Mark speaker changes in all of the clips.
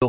Speaker 1: The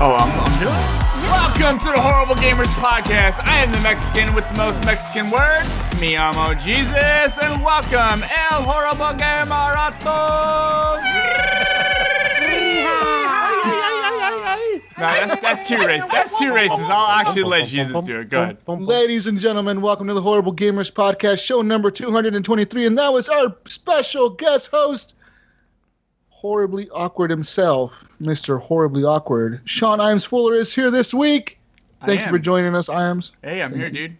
Speaker 2: Oh, I'm, I'm doing it. Welcome to the Horrible Gamers Podcast. I am the Mexican with the most Mexican words. Me amo Jesus, and welcome El Horrible Gamerato. no, that's, that's two races. That's two races. I'll actually let Jesus do it. Go ahead.
Speaker 3: Ladies and gentlemen, welcome to the Horrible Gamers Podcast, show number 223. And that was our special guest host, horribly awkward himself, Mr. Horribly Awkward. Sean Iams Fuller is here this week.
Speaker 2: I
Speaker 3: Thank you for
Speaker 2: am.
Speaker 3: joining us, Iams.
Speaker 2: Hey, I'm here, dude.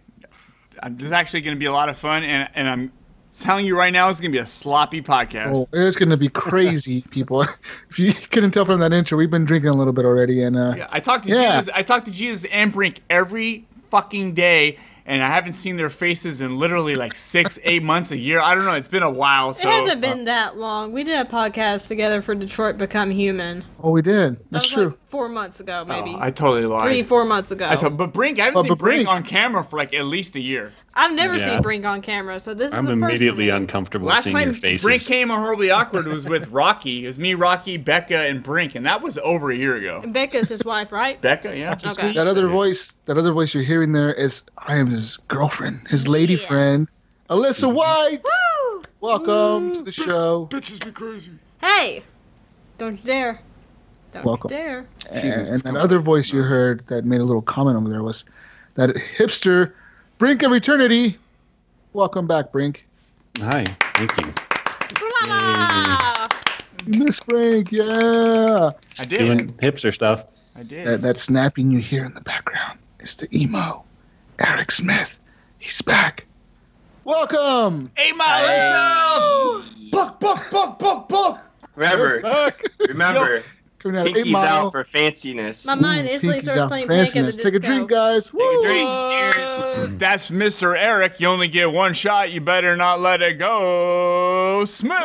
Speaker 2: Uh, This is actually going to be a lot of fun, and, and I'm telling you right now, it's going to be a sloppy podcast.
Speaker 3: Oh, it's going to be crazy, people. if you couldn't tell from that intro, we've been drinking a little bit already. And uh,
Speaker 2: Yeah, I talk to
Speaker 3: Yeah.
Speaker 2: Jesus. I talk to Jesus and Brink every fucking day, and I haven't seen their faces in literally like six, eight months, a year. I don't know. It's been a while. So
Speaker 4: It hasn't been that long. We did a podcast together for Detroit Become Human. That
Speaker 3: oh, we did. That's
Speaker 4: was
Speaker 3: true.
Speaker 4: like four months ago, maybe.
Speaker 2: Oh, I totally lied.
Speaker 4: Three, four months ago.
Speaker 2: I told- but Brink, I haven't
Speaker 3: Oh,
Speaker 2: seen
Speaker 3: but
Speaker 2: Brink,
Speaker 3: Brink-
Speaker 2: on camera for like at least a year.
Speaker 4: I've never
Speaker 5: Yeah.
Speaker 4: seen Brink on camera, so this
Speaker 5: I'm
Speaker 4: is a first eh?
Speaker 5: immediately
Speaker 4: for me.
Speaker 5: uncomfortable
Speaker 2: Last
Speaker 5: seeing
Speaker 2: time
Speaker 5: your faces.
Speaker 2: Brink came on horribly awkward was with Rocky. It was me, Rocky, Becca, and Brink, and that was over a year ago.
Speaker 4: Becca's his wife, right?
Speaker 2: Becca, yeah.
Speaker 4: Okay.
Speaker 3: That other voice, that other voice you're hearing there is Iams' girlfriend, his lady
Speaker 4: Yeah.
Speaker 3: friend, Alyssa White. Welcome to the show.
Speaker 2: Bitches be crazy.
Speaker 4: Hey, don't you dare! Don't
Speaker 3: Welcome.
Speaker 4: you dare!
Speaker 3: and, and that other voice you heard that made a little comment over there was that hipster brink of eternity welcome back brink
Speaker 5: Hi, thank you.
Speaker 4: Blah!
Speaker 3: miss brink yeah
Speaker 2: I did.
Speaker 5: Doing hipster stuff.
Speaker 2: I did.
Speaker 3: that, that snapping you hear in the background is the emo eric smith he's back welcome
Speaker 2: Eight Mile himself. Buck, buck, buck, buck, buck.
Speaker 6: Remember, remember,
Speaker 3: coming out of eight
Speaker 6: pinky's
Speaker 3: mile
Speaker 6: out for fanciness.
Speaker 4: My mind instantly
Speaker 3: Pinky's
Speaker 4: starts
Speaker 3: out
Speaker 4: playing Panic at the
Speaker 3: fanciness.
Speaker 4: Disco.
Speaker 3: take a drink guys Woo!
Speaker 6: drink.
Speaker 2: That's Mr. Eric. You only get one shot. You better not let it go, Smith.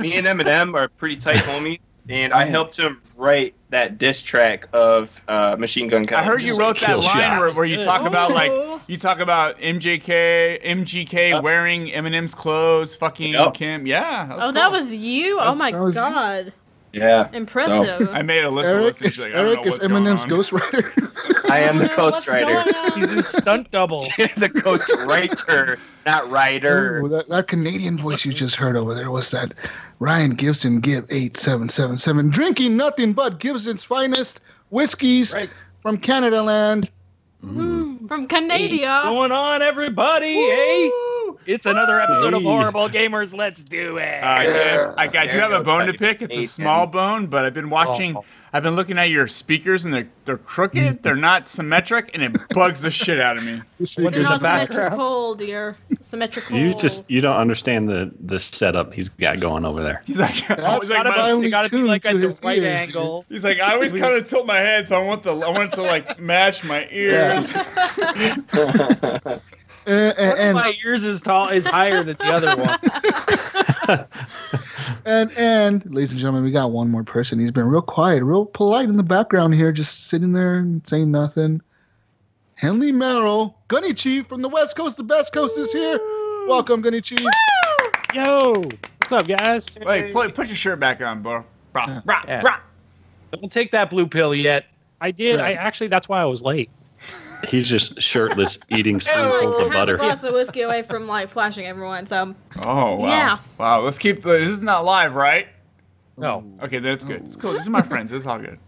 Speaker 6: Me and Eminem are pretty tight homies, and I helped him write that diss track of uh, Machine Gun Kelly.
Speaker 2: I heard you
Speaker 6: Just
Speaker 2: wrote that
Speaker 5: Kill
Speaker 2: line
Speaker 5: shot.
Speaker 2: where, where you talk about like
Speaker 4: Oh.
Speaker 2: you talk about MJK, MGK wearing Eminem's clothes, fucking
Speaker 6: Uh, Yep.
Speaker 2: Kim. Yeah. That was
Speaker 4: Oh,
Speaker 2: cool.
Speaker 4: that was you! oh my
Speaker 3: that was you.
Speaker 4: god,
Speaker 6: Yeah.
Speaker 4: impressive.
Speaker 2: I made a list.
Speaker 3: Eric
Speaker 2: of lists.
Speaker 3: is,
Speaker 2: Like, I don't know
Speaker 3: Eric is
Speaker 2: what's going
Speaker 3: Eminem's
Speaker 2: on.
Speaker 3: ghostwriter.
Speaker 6: So, I am the
Speaker 4: Oh, what's going
Speaker 6: ghostwriter.
Speaker 4: on?
Speaker 7: He's a stunt double.
Speaker 6: the ghostwriter, not writer.
Speaker 3: Ooh, that, that Canadian voice you just heard over there was that Ryan Gibson Gib 8777 drinking nothing but Gibson's finest whiskeys
Speaker 6: Right.
Speaker 3: from Canada land.
Speaker 4: From Canada.
Speaker 7: Going on, everybody? Hey, it's another episode of
Speaker 5: Hey.
Speaker 7: Horrible Gamers. Let's do it.
Speaker 2: Uh, I,
Speaker 6: Yeah.
Speaker 2: I, I do
Speaker 6: There
Speaker 2: have a
Speaker 6: goes
Speaker 2: bone to
Speaker 6: my
Speaker 2: pick. It's a
Speaker 6: Nathan.
Speaker 2: small bone, but I've been watching.
Speaker 6: Oh.
Speaker 2: I've been looking at your speakers, and they're they're crooked. They're not symmetric, and it bugs the shit out of me.
Speaker 3: This
Speaker 7: What
Speaker 3: week
Speaker 4: You're
Speaker 7: There's a
Speaker 4: not
Speaker 3: is
Speaker 7: background.
Speaker 4: symmetrical, dear. Symmetrical.
Speaker 5: You just you don't understand the the setup he's got going over there.
Speaker 2: He's like, I
Speaker 3: That's
Speaker 2: was like,
Speaker 7: gotta,
Speaker 2: my-
Speaker 3: finally
Speaker 7: be, gotta be
Speaker 3: tuned
Speaker 7: like
Speaker 3: to
Speaker 7: at the
Speaker 3: his
Speaker 7: right
Speaker 3: ears,
Speaker 7: angle.
Speaker 2: he's like, I always kind of tilt my head, so I want the I want it to like match my ears.
Speaker 3: uh, uh,
Speaker 7: One of
Speaker 3: and,
Speaker 7: my ears is tall is higher than the other one.
Speaker 3: and, and, ladies and gentlemen, we got one more person. He's been real quiet, real polite in the background here, just sitting there and saying nothing. Henley Merrill, Gunny Chief from the West Coast, the best coast is here. Welcome, Gunny Chief.
Speaker 7: Yo, what's up, guys?
Speaker 2: Wait, put, put your shirt back on, bro. Brah, brah,
Speaker 7: Yeah.
Speaker 2: brah.
Speaker 7: Don't take that blue pill yet. I did. I
Speaker 3: Yes.
Speaker 7: actually. That's why I was late.
Speaker 5: He's just shirtless eating
Speaker 4: I'm
Speaker 5: spoonfuls
Speaker 4: like
Speaker 5: of
Speaker 4: half a
Speaker 5: butter.
Speaker 4: glass of whiskey away from like flashing everyone. So
Speaker 2: Oh wow,
Speaker 4: Yeah.
Speaker 2: wow. Let's keep the, this. Is not live, right?
Speaker 7: No.
Speaker 2: Okay, that's good. It's cool. This is my friends. It's all good.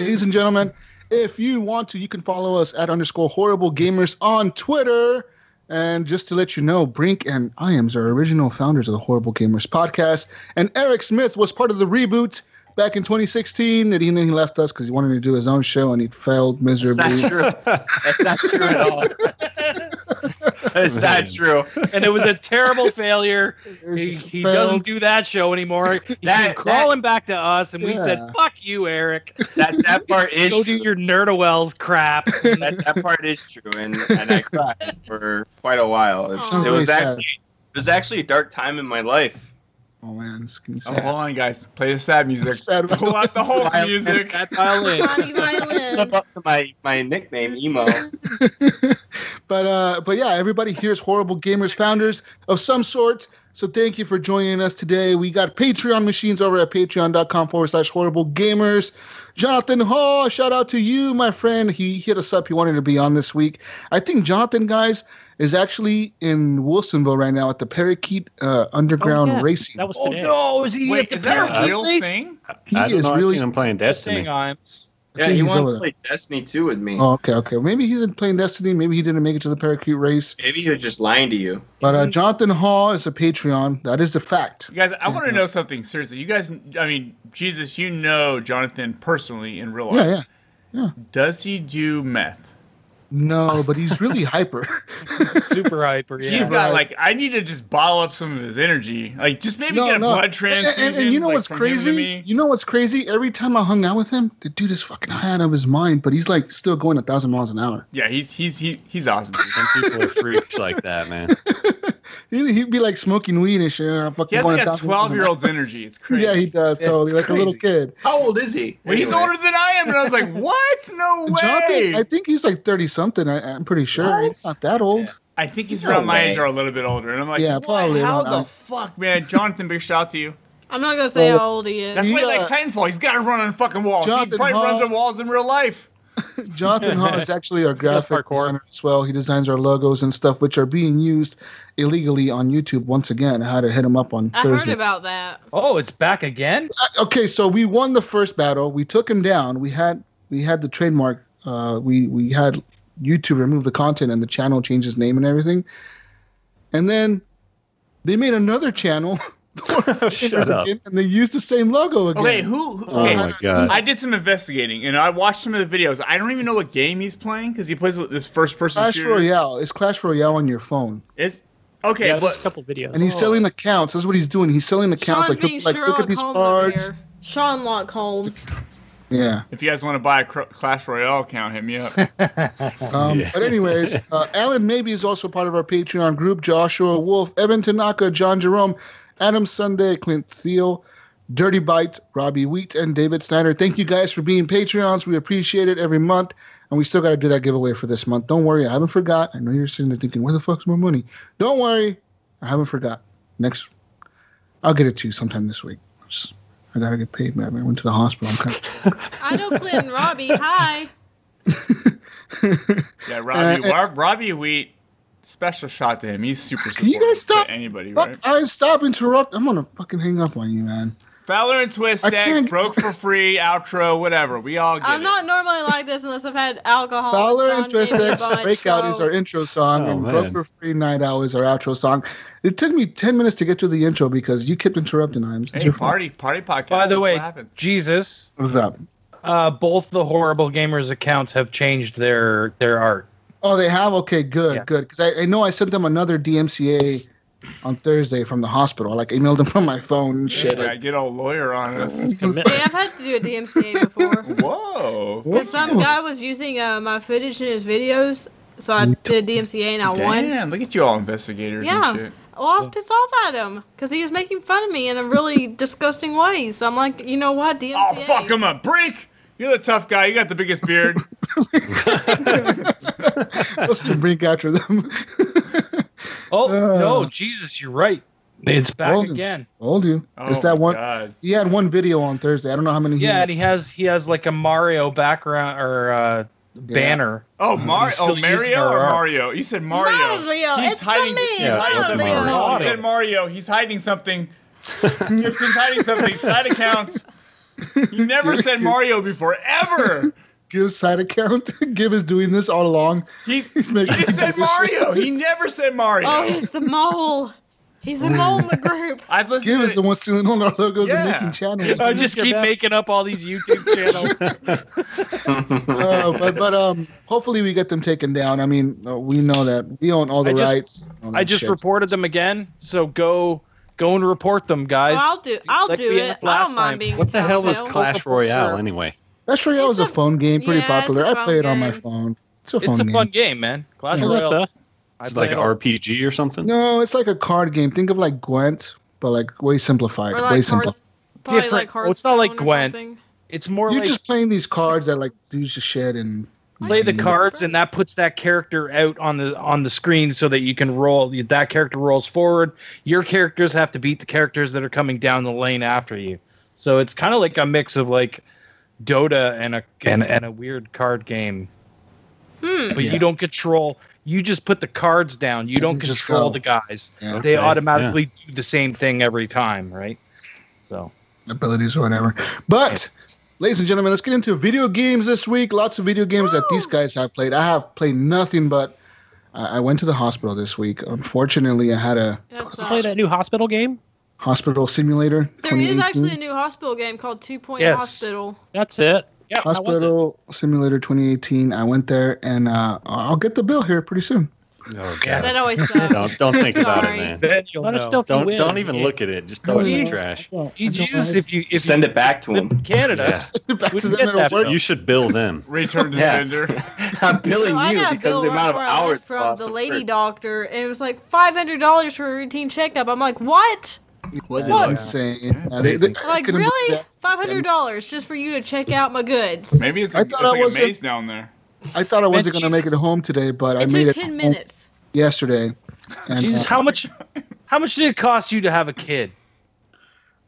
Speaker 3: ladies and gentlemen if you want to you can follow us at underscore horrible gamers on twitter and just to let you know brink and iams are original founders of the horrible gamers podcast and eric smith was part of the reboot back in 2016 that he then he left us because he wanted to do his own show and he failed
Speaker 6: That's
Speaker 3: miserably.
Speaker 6: not true. That's not true at all. That's not true.
Speaker 7: and it was a terrible failure.
Speaker 3: It's
Speaker 7: He,
Speaker 3: just
Speaker 7: he
Speaker 3: failed.
Speaker 7: doesn't do that show anymore. He
Speaker 6: That-
Speaker 7: came crawling back to us, and we said,
Speaker 3: Yeah.
Speaker 7: "Fuck you, Eric.
Speaker 6: That that part is
Speaker 7: Go do
Speaker 6: true.
Speaker 7: your Nerdowells crap."
Speaker 6: that, that part is true, and, and I cried for quite a while. It's,
Speaker 4: Aw.
Speaker 6: it was
Speaker 3: Sounds really
Speaker 6: actually it was actually a dark time in my life.
Speaker 3: Oh man, it's gonna be
Speaker 2: Oh,
Speaker 3: sad.
Speaker 2: hold on, guys. Play the sad music.
Speaker 3: Sad
Speaker 2: Pull out the Hulk
Speaker 6: Violin.
Speaker 2: music.
Speaker 7: that violin.
Speaker 4: Johnny Violin.
Speaker 6: Live up to my my nickname, emo.
Speaker 3: but uh, but yeah, everybody here is horrible gamers, founders of some sort. So thank you for joining us today. We got Patreon machines over at patreon.com forward slash horrible gamers. Jonathan Hall, shout out to you, my friend. He hit us up. He wanted to be on this week. I think Jonathan, guys, is actually in Wilsonville right now at the Parakeet uh, Underground
Speaker 7: Oh, yeah.
Speaker 3: Racing.
Speaker 7: That was
Speaker 6: Oh,
Speaker 7: today.
Speaker 6: no, is he
Speaker 2: Wait, is that a real
Speaker 4: Nice.
Speaker 2: thing?
Speaker 5: I
Speaker 3: he
Speaker 5: don't
Speaker 3: is
Speaker 5: know. I've
Speaker 3: really.
Speaker 5: seen him playing
Speaker 7: Hang
Speaker 5: Destiny.
Speaker 7: on.
Speaker 6: Yeah,
Speaker 3: think
Speaker 6: he
Speaker 3: he's
Speaker 6: wanted
Speaker 3: over
Speaker 6: to
Speaker 3: there.
Speaker 6: play Destiny 2 with me.
Speaker 3: Oh, okay, okay. Maybe he's in playing Destiny. Maybe he didn't make it to the Parakeet race.
Speaker 6: Maybe he was just lying to you.
Speaker 3: But uh,
Speaker 7: Isn't-
Speaker 3: Jonathan Hall is a Patreon. That is the fact.
Speaker 2: You guys, I want to know something seriously. You guys, I mean, Jesus, you know Jonathan personally in real life.
Speaker 3: Yeah, yeah.
Speaker 2: Does he do meth?
Speaker 3: No, but he's really hyper.
Speaker 7: Super hyper. Yeah.
Speaker 2: He's got
Speaker 3: Right.
Speaker 2: like I need to just bottle up some of his energy. Like just maybe
Speaker 3: no,
Speaker 2: get a
Speaker 3: no.
Speaker 2: blood
Speaker 3: And-
Speaker 2: transfusion.
Speaker 3: And, and you know
Speaker 2: like,
Speaker 3: what's
Speaker 2: from him to
Speaker 3: crazy?
Speaker 2: me.
Speaker 3: You know what's crazy? Every time I hung out with him, the dude is fucking high out of his mind, but he's like still going a thousand miles an hour.
Speaker 2: Yeah, he's he's he, he's awesome.
Speaker 5: Some people are freaks like that, man.
Speaker 3: He, he'd be like smoking weed and shit. and I'm
Speaker 2: He
Speaker 3: fucking
Speaker 2: has
Speaker 3: going
Speaker 2: like a
Speaker 3: 1,000 miles
Speaker 2: twelve
Speaker 3: an
Speaker 2: year
Speaker 3: hour.
Speaker 2: old's energy. It's crazy.
Speaker 3: Yeah, he does
Speaker 6: Yeah,
Speaker 3: totally,
Speaker 6: it's
Speaker 3: like a little kid.
Speaker 6: How old is he?
Speaker 2: Well, he's
Speaker 6: Anyway.
Speaker 2: older than I am, and I was like, "What? No way!"
Speaker 3: Jonathan, I
Speaker 2: I,
Speaker 3: think he's like thirty something. I, I'm pretty sure. He's not that old.
Speaker 6: Yeah.
Speaker 2: think he's
Speaker 6: No
Speaker 2: around my
Speaker 6: way.
Speaker 2: age or a little bit older, and I'm like,
Speaker 3: Yeah,
Speaker 2: "What?
Speaker 3: probably
Speaker 2: How
Speaker 3: around
Speaker 2: the
Speaker 3: I-
Speaker 2: fuck, man?" Jonathan, big shout out to you.
Speaker 4: I'm not gonna say
Speaker 3: Well,
Speaker 4: how old he is.
Speaker 2: That's why he
Speaker 3: Yeah.
Speaker 2: likes Titanfall. He's got to run on fucking walls. he
Speaker 3: Jonathan
Speaker 2: probably runs
Speaker 3: Hall.
Speaker 2: on walls in real life.
Speaker 3: Jonathan Hall is actually our graphic
Speaker 7: parkour.
Speaker 3: designer as well. He designs our logos and stuff, which are being used illegally on YouTube once again. I had to hit him up on
Speaker 4: I heard
Speaker 3: Thursday.
Speaker 4: about that.
Speaker 7: Oh, it's back again.
Speaker 3: okay, so we won the first battle. We took him down. We had we had the trademark. Uh, we we had YouTube remove the content and the channel change his name and everything. And then they made another channel.
Speaker 5: Shut up.
Speaker 3: And they used the same logo again.
Speaker 2: Okay, who? who
Speaker 3: Uh,
Speaker 5: Oh
Speaker 2: okay,
Speaker 5: my god.
Speaker 2: I did some investigating and I watched some of the videos. I don't even know what game he's playing because he plays this first person
Speaker 3: Clash
Speaker 2: shooter.
Speaker 3: Royale. It's Clash Royale on your phone.
Speaker 2: It's okay, but
Speaker 7: Yeah, there's a couple videos.
Speaker 3: And he's selling accounts. That's what he's doing. He's selling accounts.
Speaker 4: Oh. Sean's
Speaker 3: Like,
Speaker 4: being
Speaker 3: look, like look
Speaker 4: Sherlock
Speaker 3: at these
Speaker 4: Holmes over
Speaker 3: cards.
Speaker 4: here. Sean Lock Holmes.
Speaker 3: Yeah.
Speaker 2: if you guys want to buy a Cr- Clash Royale account, hit me up.
Speaker 3: Um,
Speaker 5: Yeah.
Speaker 3: But anyways, uh, Alan Maybe is also part of our Patreon group. Joshua Wolf, Evan Tanaka, John Jerome, Adam Sunday, Clint Thiel, Dirty Bite, Robbie Wheat, and David Snyder. Thank you guys for being Patreons. We appreciate it every month. And we still got to do that giveaway for this month. Don't worry, I haven't forgot. I know you're sitting there thinking, where the fuck's my money? Don't worry, I haven't forgot. Next, I'll get it to you sometime this week. Just- I gotta get paid, man. I went to the hospital. I'm kind of,
Speaker 4: I know Clinton Robbie. Hi.
Speaker 2: Yeah, Robbie,
Speaker 3: Uh, uh,
Speaker 2: Rob- Robbie Wheat. Special shot to him. He's super
Speaker 3: Can you
Speaker 2: supportive
Speaker 3: guys stop-
Speaker 2: to anybody,
Speaker 3: fuck,
Speaker 2: right?
Speaker 3: I stop interrupt. I'm gonna fucking hang up on you, man.
Speaker 2: Fowler and Twist
Speaker 3: I
Speaker 2: X,
Speaker 3: can't-
Speaker 2: broke for free, outro, whatever. We all get
Speaker 4: I'm
Speaker 2: it.
Speaker 4: not normally like this unless I've had alcohol.
Speaker 3: Fowler and
Speaker 4: Sean gave me a
Speaker 3: Twistex
Speaker 4: bunch,
Speaker 3: Breakout is
Speaker 4: so-
Speaker 3: our intro song,
Speaker 5: Oh,
Speaker 3: and
Speaker 5: man.
Speaker 3: Broke for Free Night Owl is our outro song. It took me 10 minutes to get to the intro because you kept interrupting. I'm it's
Speaker 2: Hey,
Speaker 3: your fault.
Speaker 2: party, party podcast.
Speaker 7: By the
Speaker 2: that's
Speaker 7: way,
Speaker 2: what happened.
Speaker 7: Jesus,
Speaker 3: What was up?
Speaker 7: uh, both the horrible gamers accounts have changed their their art.
Speaker 3: Oh, they have? Okay, good,
Speaker 7: Yeah.
Speaker 3: good. Because I, I know I sent them another DMCA on Thursday from the hospital. I, Like, emailed them from my phone and shit.
Speaker 2: yeah, get all lawyer on us.
Speaker 4: Hey, I've had to do a DMCA before.
Speaker 2: Whoa.
Speaker 4: Because some guy was using uh, my footage in his videos, so I did DMCA and I won.
Speaker 2: Damn, look at you all investigators
Speaker 4: Yeah.
Speaker 2: and shit.
Speaker 4: Well, I was pissed off at him because he was making fun of me in a really disgusting way. So I'm like, you know what, DMCA?
Speaker 2: Oh, fuck him up. Brink, you're the tough guy. You got the biggest beard.
Speaker 3: Let's just brink after them.
Speaker 7: Oh
Speaker 3: Uh.
Speaker 7: no, Jesus, you're right. It's back
Speaker 3: Golden.
Speaker 7: again.
Speaker 3: Told you.
Speaker 2: Oh,
Speaker 3: It's that
Speaker 2: my
Speaker 3: one.
Speaker 2: God.
Speaker 3: He had one video on Thursday. I don't know how many
Speaker 7: Yeah, and
Speaker 3: he
Speaker 7: he has he has like a Mario background or uh, banner.
Speaker 2: Oh, Mar-
Speaker 7: still
Speaker 2: oh
Speaker 7: using
Speaker 2: Mario
Speaker 7: our
Speaker 2: or
Speaker 7: art.
Speaker 2: Mario? You said Mario.
Speaker 4: Mario,
Speaker 2: He's
Speaker 4: it's
Speaker 2: hiding.
Speaker 4: for me,
Speaker 2: He's
Speaker 5: Yeah,
Speaker 2: hiding
Speaker 5: that's
Speaker 2: something.
Speaker 4: Mario.
Speaker 2: He said Mario. He's hiding something. Gibson's hiding something. Side accounts. You never said Mario before, ever.
Speaker 3: Give side account. Give is doing this all along.
Speaker 2: He, he
Speaker 3: He's making
Speaker 2: just said Mario. He never said Mario.
Speaker 4: Oh, he's the mole. He's a mole in the group.
Speaker 2: I've listened.
Speaker 3: Give
Speaker 2: to
Speaker 3: is the one stealing all our logos and
Speaker 2: Yeah. Oh,
Speaker 3: making channels.
Speaker 7: I just keep making up all these YouTube channels.
Speaker 3: Uh, but but um, hopefully we get them taken down. I mean, uh, we know that we own all the
Speaker 7: I just-
Speaker 3: rights. and all that
Speaker 7: I just
Speaker 3: shit.
Speaker 7: reported them again, so go go and report them, guys.
Speaker 4: I'll do. I'll
Speaker 7: like
Speaker 4: do
Speaker 7: we
Speaker 4: it.
Speaker 7: ended up
Speaker 4: I
Speaker 7: last
Speaker 4: don't mind
Speaker 7: time.
Speaker 4: being.
Speaker 5: What the hell is
Speaker 4: telltale.
Speaker 5: Clash Royale anyway?
Speaker 3: That's right. That was a
Speaker 4: It's a-
Speaker 3: phone game, pretty
Speaker 4: yeah, it's
Speaker 3: popular.
Speaker 4: a
Speaker 3: I
Speaker 4: phone
Speaker 3: play it on my
Speaker 4: game.
Speaker 3: phone. It's a phone
Speaker 7: it's a
Speaker 3: game.
Speaker 7: fun game, man. Clash
Speaker 3: Yeah.
Speaker 7: Royale. I
Speaker 5: It's
Speaker 7: play
Speaker 5: like
Speaker 7: it
Speaker 5: an
Speaker 7: all-
Speaker 5: RPG or something.
Speaker 3: No, it's like a card game. Think of like Gwent, but like way simplified.
Speaker 4: Or
Speaker 3: way
Speaker 4: like
Speaker 3: simple.
Speaker 4: Hearth, probably
Speaker 7: Different.
Speaker 4: like
Speaker 7: Well, it's not like
Speaker 4: Hearthstone or
Speaker 7: Gwent.
Speaker 4: something.
Speaker 7: It's more
Speaker 3: You're
Speaker 7: like
Speaker 3: just playing these cards that like do your shit and
Speaker 7: play the
Speaker 3: Mhm.
Speaker 7: cards, and that puts that character out on the on the screen so that you can roll. That character rolls forward. Your characters have to beat the characters that are coming down the lane after you. So it's kind of like a mix of like Dota and a and, and a weird card game,
Speaker 4: Hmm.
Speaker 7: but
Speaker 3: Yeah.
Speaker 7: you don't control. You just put the cards down. You don't
Speaker 3: You just
Speaker 7: control
Speaker 3: go.
Speaker 7: the guys.
Speaker 3: Yeah.
Speaker 5: Okay,
Speaker 7: They automatically do the same thing every time, right? So
Speaker 3: abilities or whatever. But, ladies and gentlemen, let's get into video games this week. Lots of video games that these guys have played. I have played nothing but. I I went to the hospital this week. Unfortunately, I had a
Speaker 4: That sucks.
Speaker 8: Play that new hospital game.
Speaker 3: hospital simulator.
Speaker 4: There is
Speaker 3: 2018.
Speaker 4: actually a new hospital game called Two Point
Speaker 7: Yes.
Speaker 4: Hospital.
Speaker 8: That's it.
Speaker 7: yeah,
Speaker 8: was
Speaker 3: hospital simulator 2018. I went there, and uh, I'll get the bill here pretty soon.
Speaker 5: Oh
Speaker 7: Yeah.
Speaker 5: god.
Speaker 4: That always sucks.
Speaker 5: Don't don't think about it,
Speaker 4: Sorry.
Speaker 5: man.
Speaker 7: Then you'll
Speaker 8: Let us
Speaker 7: know.
Speaker 8: know if you
Speaker 5: Don't
Speaker 8: win.
Speaker 5: don't even look at it. Just throw it in the
Speaker 3: Yeah.
Speaker 5: trash.
Speaker 3: Yeah, I don't
Speaker 7: Jesus,
Speaker 3: like-
Speaker 7: if you if
Speaker 6: Send
Speaker 7: you
Speaker 6: it back to
Speaker 7: live in
Speaker 6: him.
Speaker 7: Canada,
Speaker 3: back to
Speaker 7: Wouldn't
Speaker 3: them
Speaker 7: get
Speaker 3: at
Speaker 7: that
Speaker 3: work.
Speaker 5: You should bill them.
Speaker 2: Return to
Speaker 6: Yeah.
Speaker 2: sender.
Speaker 6: I'm billing
Speaker 4: So I
Speaker 6: you
Speaker 4: got a
Speaker 6: because
Speaker 4: bill
Speaker 6: of the amount of
Speaker 4: where I
Speaker 6: hours
Speaker 4: lived from
Speaker 6: lost
Speaker 4: the
Speaker 6: of
Speaker 4: lady
Speaker 6: work.
Speaker 4: doctor, and it was like five hundred dollars for a routine checkup. I'm like, what?
Speaker 2: What?
Speaker 3: That's
Speaker 4: What?
Speaker 3: insane.
Speaker 2: Yeah,
Speaker 3: Uh, they- they- I
Speaker 4: Like
Speaker 3: couldn't believe
Speaker 4: really?
Speaker 3: that.
Speaker 4: Five hundred dollars just for you to check out my goods?
Speaker 2: Maybe it's,
Speaker 3: I
Speaker 2: like,
Speaker 3: thought
Speaker 2: it's
Speaker 3: I
Speaker 2: like a
Speaker 3: wasn't-
Speaker 2: maze down there.
Speaker 3: I thought I wasn't going to make it
Speaker 7: Jesus.
Speaker 3: home today, but I
Speaker 4: It
Speaker 3: made
Speaker 4: took
Speaker 3: it
Speaker 4: ten
Speaker 3: home
Speaker 4: minutes.
Speaker 3: yesterday. And,
Speaker 7: Jesus,
Speaker 3: uh,
Speaker 7: how much how much did it cost you to have a kid?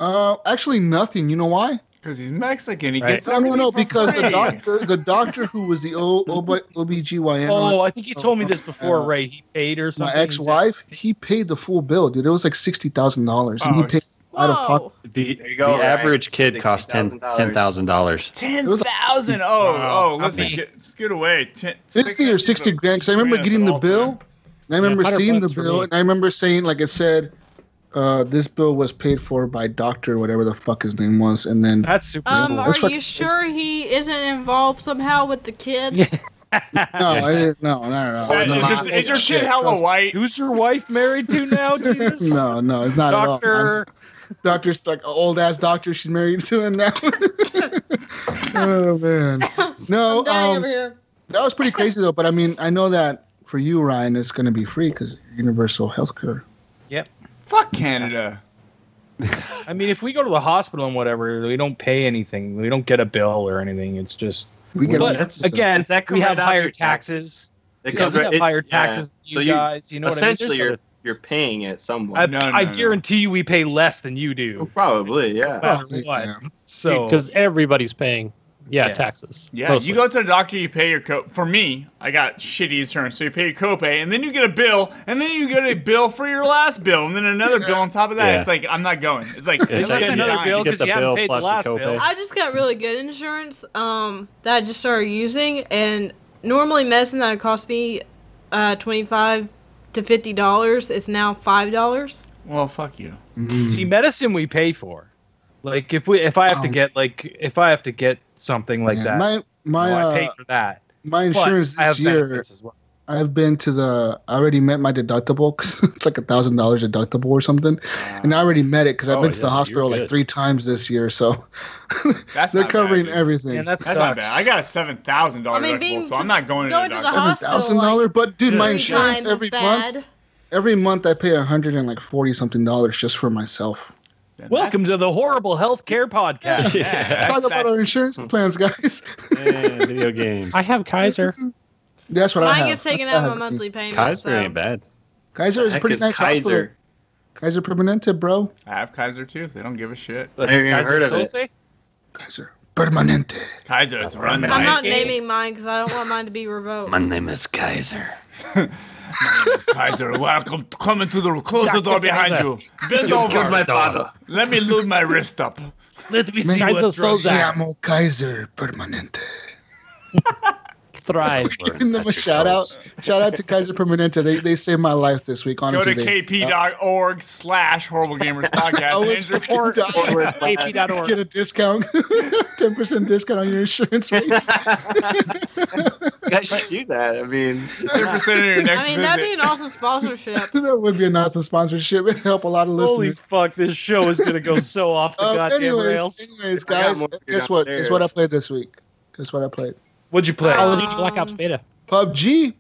Speaker 3: Uh, actually, nothing. You know why?
Speaker 2: Because he's Mexican. He
Speaker 7: Right.
Speaker 2: gets
Speaker 3: No, no,
Speaker 2: everything
Speaker 3: no.
Speaker 2: for
Speaker 3: Because
Speaker 2: free.
Speaker 3: the doctor, the doctor who was the o- OB- OBGYN,
Speaker 7: Oh,
Speaker 3: on
Speaker 7: I think you told me this before,
Speaker 3: Uh,
Speaker 7: Ray. He paid or
Speaker 3: my
Speaker 7: something.
Speaker 3: ex-wife, he paid the full bill, dude. It was like sixty thousand dollars, and he
Speaker 2: Oh.
Speaker 3: paid out of pocket.
Speaker 4: Whoa!
Speaker 5: The,
Speaker 6: There you go,
Speaker 5: the
Speaker 6: Ryan.
Speaker 5: average kid costs ten
Speaker 6: $60,000.
Speaker 5: ten thousand dollars.
Speaker 2: Ten
Speaker 3: was-
Speaker 2: thousand. Oh,
Speaker 7: Wow.
Speaker 2: oh, listen,
Speaker 7: Happy.
Speaker 2: get, scoot away. Ten,
Speaker 3: Fifty or sixty grand. 'cause I remember getting the bill, and I remember
Speaker 8: 100
Speaker 3: seeing the
Speaker 8: bucks for
Speaker 3: bill,
Speaker 8: me.
Speaker 3: and I remember saying, like it said, uh, this bill was paid for by doctor, whatever the fuck his name was, and then
Speaker 7: That's super
Speaker 4: Um,
Speaker 7: cool.
Speaker 4: are
Speaker 3: That's what-
Speaker 4: you sure he isn't involved somehow with the kid?
Speaker 7: Yeah.
Speaker 3: no, I didn't. No, no, no. no,
Speaker 2: That
Speaker 3: no,
Speaker 2: is,
Speaker 3: no,
Speaker 2: just,
Speaker 3: I-
Speaker 2: is your
Speaker 3: shit,
Speaker 2: kid hella
Speaker 3: trust-
Speaker 2: white?
Speaker 7: Who's your wife married to now, Jesus?
Speaker 3: No, no, it's not at all.
Speaker 7: Doctor.
Speaker 3: doctor's like old ass doctor she's married to and now oh man no
Speaker 4: I'm dying
Speaker 3: um,
Speaker 4: over here.
Speaker 3: that was pretty crazy though but i mean i know that for you ryan it's going to be free because universal health care
Speaker 2: Fuck Canada.
Speaker 7: I mean, if we go to the hospital and whatever, we don't pay anything. We don't get a bill or anything. It's just
Speaker 3: we get
Speaker 7: But
Speaker 6: that's-
Speaker 7: again,
Speaker 6: Does that come
Speaker 7: we have
Speaker 6: right out of
Speaker 7: higher
Speaker 6: your
Speaker 7: taxes.
Speaker 6: It
Speaker 7: We have
Speaker 6: comes right- it-
Speaker 7: higher
Speaker 6: yeah.
Speaker 7: taxes. than
Speaker 6: So
Speaker 7: you
Speaker 6: you-
Speaker 7: guys, you know
Speaker 6: essentially
Speaker 7: what I mean? There's
Speaker 6: you're you're paying it somewhat.
Speaker 7: other- I,
Speaker 2: No,
Speaker 7: I
Speaker 2: no, no.
Speaker 7: guarantee you, we pay less than you do.
Speaker 6: Probably, yeah.
Speaker 7: Well,
Speaker 3: Yeah.
Speaker 7: what? So
Speaker 8: Because everybody's paying, yeah,
Speaker 7: Yeah.
Speaker 8: taxes.
Speaker 2: Yeah,
Speaker 8: mostly.
Speaker 2: you go to the doctor, you pay your co. For me, I got shitty insurance, so you pay your copay, and then you get a bill, and then you get a bill for your last bill, and then another bill on top of that.
Speaker 5: Yeah.
Speaker 2: It's like I'm not going. It's like
Speaker 5: It's
Speaker 2: unless
Speaker 5: like
Speaker 2: I'm
Speaker 5: another
Speaker 2: dying.
Speaker 5: bill. You get the bill plus the copay.
Speaker 4: I just got really good insurance um, that I just started using, and normally medicine that would cost me uh, twenty five to fifty dollars is now five dollars.
Speaker 2: Well, fuck you.
Speaker 3: Mm-hmm.
Speaker 7: See,
Speaker 3: Mm.
Speaker 7: medicine we pay for. Like if we if I have to
Speaker 3: Oh.
Speaker 7: get like if I have to get something like
Speaker 3: Yeah,
Speaker 7: that,
Speaker 3: my my
Speaker 7: you know,
Speaker 3: uh,
Speaker 7: I pay for that.
Speaker 3: my
Speaker 7: But
Speaker 3: insurance
Speaker 7: I
Speaker 3: this
Speaker 7: have
Speaker 3: year
Speaker 7: benefits as well.
Speaker 3: i've been to the i already met my deductible 'cause it's like a thousand dollars deductible or something and i already met it because i've
Speaker 5: Oh,
Speaker 3: been to
Speaker 5: yeah,
Speaker 3: the
Speaker 5: you're
Speaker 3: hospital like
Speaker 5: good.
Speaker 3: three times this year so
Speaker 2: That's
Speaker 3: they're
Speaker 2: not
Speaker 3: covering
Speaker 2: bad, dude.
Speaker 3: everything
Speaker 7: Man, that
Speaker 2: That's
Speaker 7: sucks.
Speaker 2: not bad. I got a seven thousand
Speaker 4: I
Speaker 2: dollar
Speaker 4: mean,
Speaker 2: deductible,
Speaker 4: being
Speaker 2: so
Speaker 4: to-
Speaker 2: I'm not going,
Speaker 4: going
Speaker 2: to
Speaker 4: to
Speaker 2: the
Speaker 4: the
Speaker 2: doctor.
Speaker 4: hos-
Speaker 3: Seven
Speaker 4: hospital,
Speaker 3: thousand dollar, but dude, my
Speaker 4: Three
Speaker 3: insurance
Speaker 4: times
Speaker 3: every month,
Speaker 4: bad.
Speaker 3: every month I pay a hundred and like forty something dollars just for myself.
Speaker 2: Then
Speaker 7: Welcome
Speaker 2: that's-
Speaker 7: to the horrible healthcare
Speaker 5: Yeah.
Speaker 7: podcast.
Speaker 2: Yeah,
Speaker 3: Talk
Speaker 2: that's-
Speaker 3: about our
Speaker 2: that's-
Speaker 3: insurance plans, guys.
Speaker 5: Man, video games.
Speaker 8: I have Kaiser.
Speaker 3: That's what I
Speaker 4: Mine
Speaker 3: have.
Speaker 4: gets taken
Speaker 3: That's what
Speaker 4: out
Speaker 3: I
Speaker 4: of
Speaker 3: have.
Speaker 4: my monthly payment.
Speaker 5: Kaiser
Speaker 4: so.
Speaker 5: ain't bad.
Speaker 3: Kaiser is a
Speaker 6: Heck
Speaker 3: pretty
Speaker 6: is
Speaker 3: nice hospital.
Speaker 6: Kaiser.
Speaker 3: Kaiser Permanente, bro.
Speaker 2: I have Kaiser too. They don't give a shit.
Speaker 7: But
Speaker 6: Never even
Speaker 7: guys,
Speaker 6: heard of
Speaker 7: so
Speaker 6: it.
Speaker 7: say-
Speaker 3: Kaiser Permanente.
Speaker 2: Kaiser's run.
Speaker 4: I'm
Speaker 2: by-
Speaker 4: not naming mine because I don't want mine to be revoked.
Speaker 5: My name is Kaiser.
Speaker 2: My name is Kaiser. Welcome. Come into the room. Close the door behind you. Bend
Speaker 6: Who's
Speaker 2: over.
Speaker 6: my
Speaker 5: Uh,
Speaker 6: father?
Speaker 2: Let me lube my wrist up.
Speaker 7: Let
Speaker 3: Me
Speaker 7: me see what
Speaker 8: Kaiser
Speaker 7: drugs-
Speaker 8: Soze.
Speaker 3: llamo Kaiser Permanente.
Speaker 8: Thrive.
Speaker 3: Giving them a shout out. Shout out to Kaiser Permanente. They they saved my life this week.
Speaker 2: Go to
Speaker 3: Honestly, they- uh,
Speaker 2: kp.org slash horrible gamers podcast.
Speaker 3: I was
Speaker 2: Andrew,
Speaker 3: forward Get a discount, ten percent discount on your insurance rates.
Speaker 6: You guys should do that. I mean,
Speaker 2: 10% on your next
Speaker 4: I mean, that'd be
Speaker 2: visit.
Speaker 4: an awesome sponsorship.
Speaker 3: that would be an awesome sponsorship. It'd help a lot of listeners.
Speaker 8: Holy fuck! This show is gonna go so off the
Speaker 3: Uh,
Speaker 8: goddamn
Speaker 3: anyways,
Speaker 8: rails.
Speaker 3: anyways,
Speaker 6: I got
Speaker 3: guys,
Speaker 6: more here
Speaker 3: guess what? Guess what I
Speaker 6: downstairs.
Speaker 3: played this week. Guess what I played.
Speaker 7: What'd you play?
Speaker 3: uh,
Speaker 8: Call of Duty Black
Speaker 4: Um,
Speaker 8: Ops Beta.
Speaker 3: PUBG.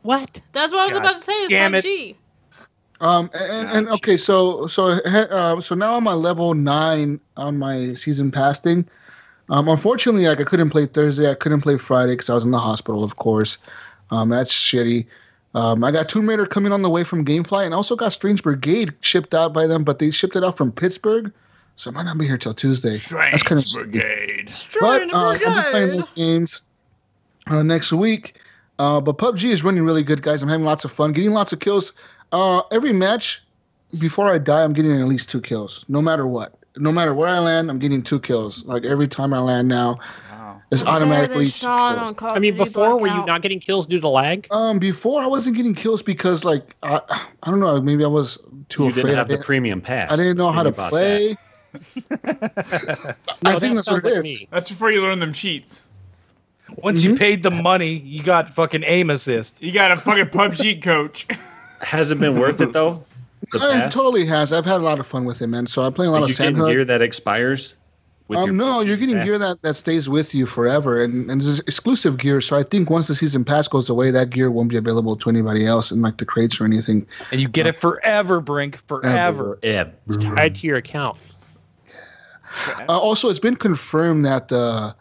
Speaker 8: What?
Speaker 4: That's what I was
Speaker 7: God
Speaker 4: about to say. Is
Speaker 7: damn it.
Speaker 4: PUBG.
Speaker 3: Um, and, and okay, so so he- uh, so now I'm at level nine on my season pass thing. Um, unfortunately, like I couldn't play Thursday. I couldn't play Friday because I was in the hospital, of course. Um, that's shitty. Um, I got Tomb Raider coming on the way from GameFly, and also got Strange Brigade shipped out by them, but they shipped it out from Pittsburgh, so it might not be here till Tuesday.
Speaker 2: Strange
Speaker 3: kinda-
Speaker 2: Brigade.
Speaker 4: Jordan,
Speaker 3: But
Speaker 4: oh
Speaker 3: uh, I'll be playing
Speaker 4: Brigade.
Speaker 3: those games uh, next week. Uh, but PUBG is running really good, guys. I'm having lots of fun, getting lots of kills. Uh, every match, before I die, I'm getting at least two kills, no matter what. No matter where I land, I'm getting two kills. Like every time I land now,
Speaker 2: Wow.
Speaker 3: it's
Speaker 4: Better than
Speaker 3: automatically. two
Speaker 4: Sean
Speaker 3: kills.
Speaker 4: on Call
Speaker 8: I
Speaker 4: of
Speaker 8: mean,
Speaker 4: Duty
Speaker 8: before were you
Speaker 4: Blackout.
Speaker 8: not getting kills due to lag?
Speaker 3: Um, before I wasn't getting kills because like I, I don't know, maybe I was too
Speaker 5: You
Speaker 3: afraid.
Speaker 5: didn't
Speaker 3: I
Speaker 5: have the
Speaker 3: didn't,
Speaker 5: premium pass.
Speaker 3: I didn't know how
Speaker 5: You
Speaker 3: to
Speaker 5: bought
Speaker 3: play. I think
Speaker 8: No, Oh, that
Speaker 3: that's what it
Speaker 8: sounds like
Speaker 3: is.
Speaker 8: me.
Speaker 2: That's before you learn them cheats.
Speaker 7: Once
Speaker 3: mm-hmm.
Speaker 7: you paid the money, you got fucking aim assist.
Speaker 2: You got a fucking PUBG coach.
Speaker 5: that. Has it been worth it though? The
Speaker 3: It
Speaker 5: pass?
Speaker 3: totally has. I've had a lot of fun with it, man. So I play a lot
Speaker 5: Like,
Speaker 3: of
Speaker 5: you getting
Speaker 3: Sandhook.
Speaker 5: gear that expires? With your
Speaker 3: Um, no, you're
Speaker 5: season
Speaker 3: getting
Speaker 5: pass?
Speaker 3: gear that, that stays with you forever, and, and this is exclusive gear. So I think once the season pass goes away, that gear won't be available to anybody else in like the crates or anything.
Speaker 7: And you
Speaker 3: Uh,
Speaker 7: get it forever, Brink. Forever.
Speaker 5: Ebb.
Speaker 8: Tied to your account.
Speaker 3: Uh, also, it's been confirmed that the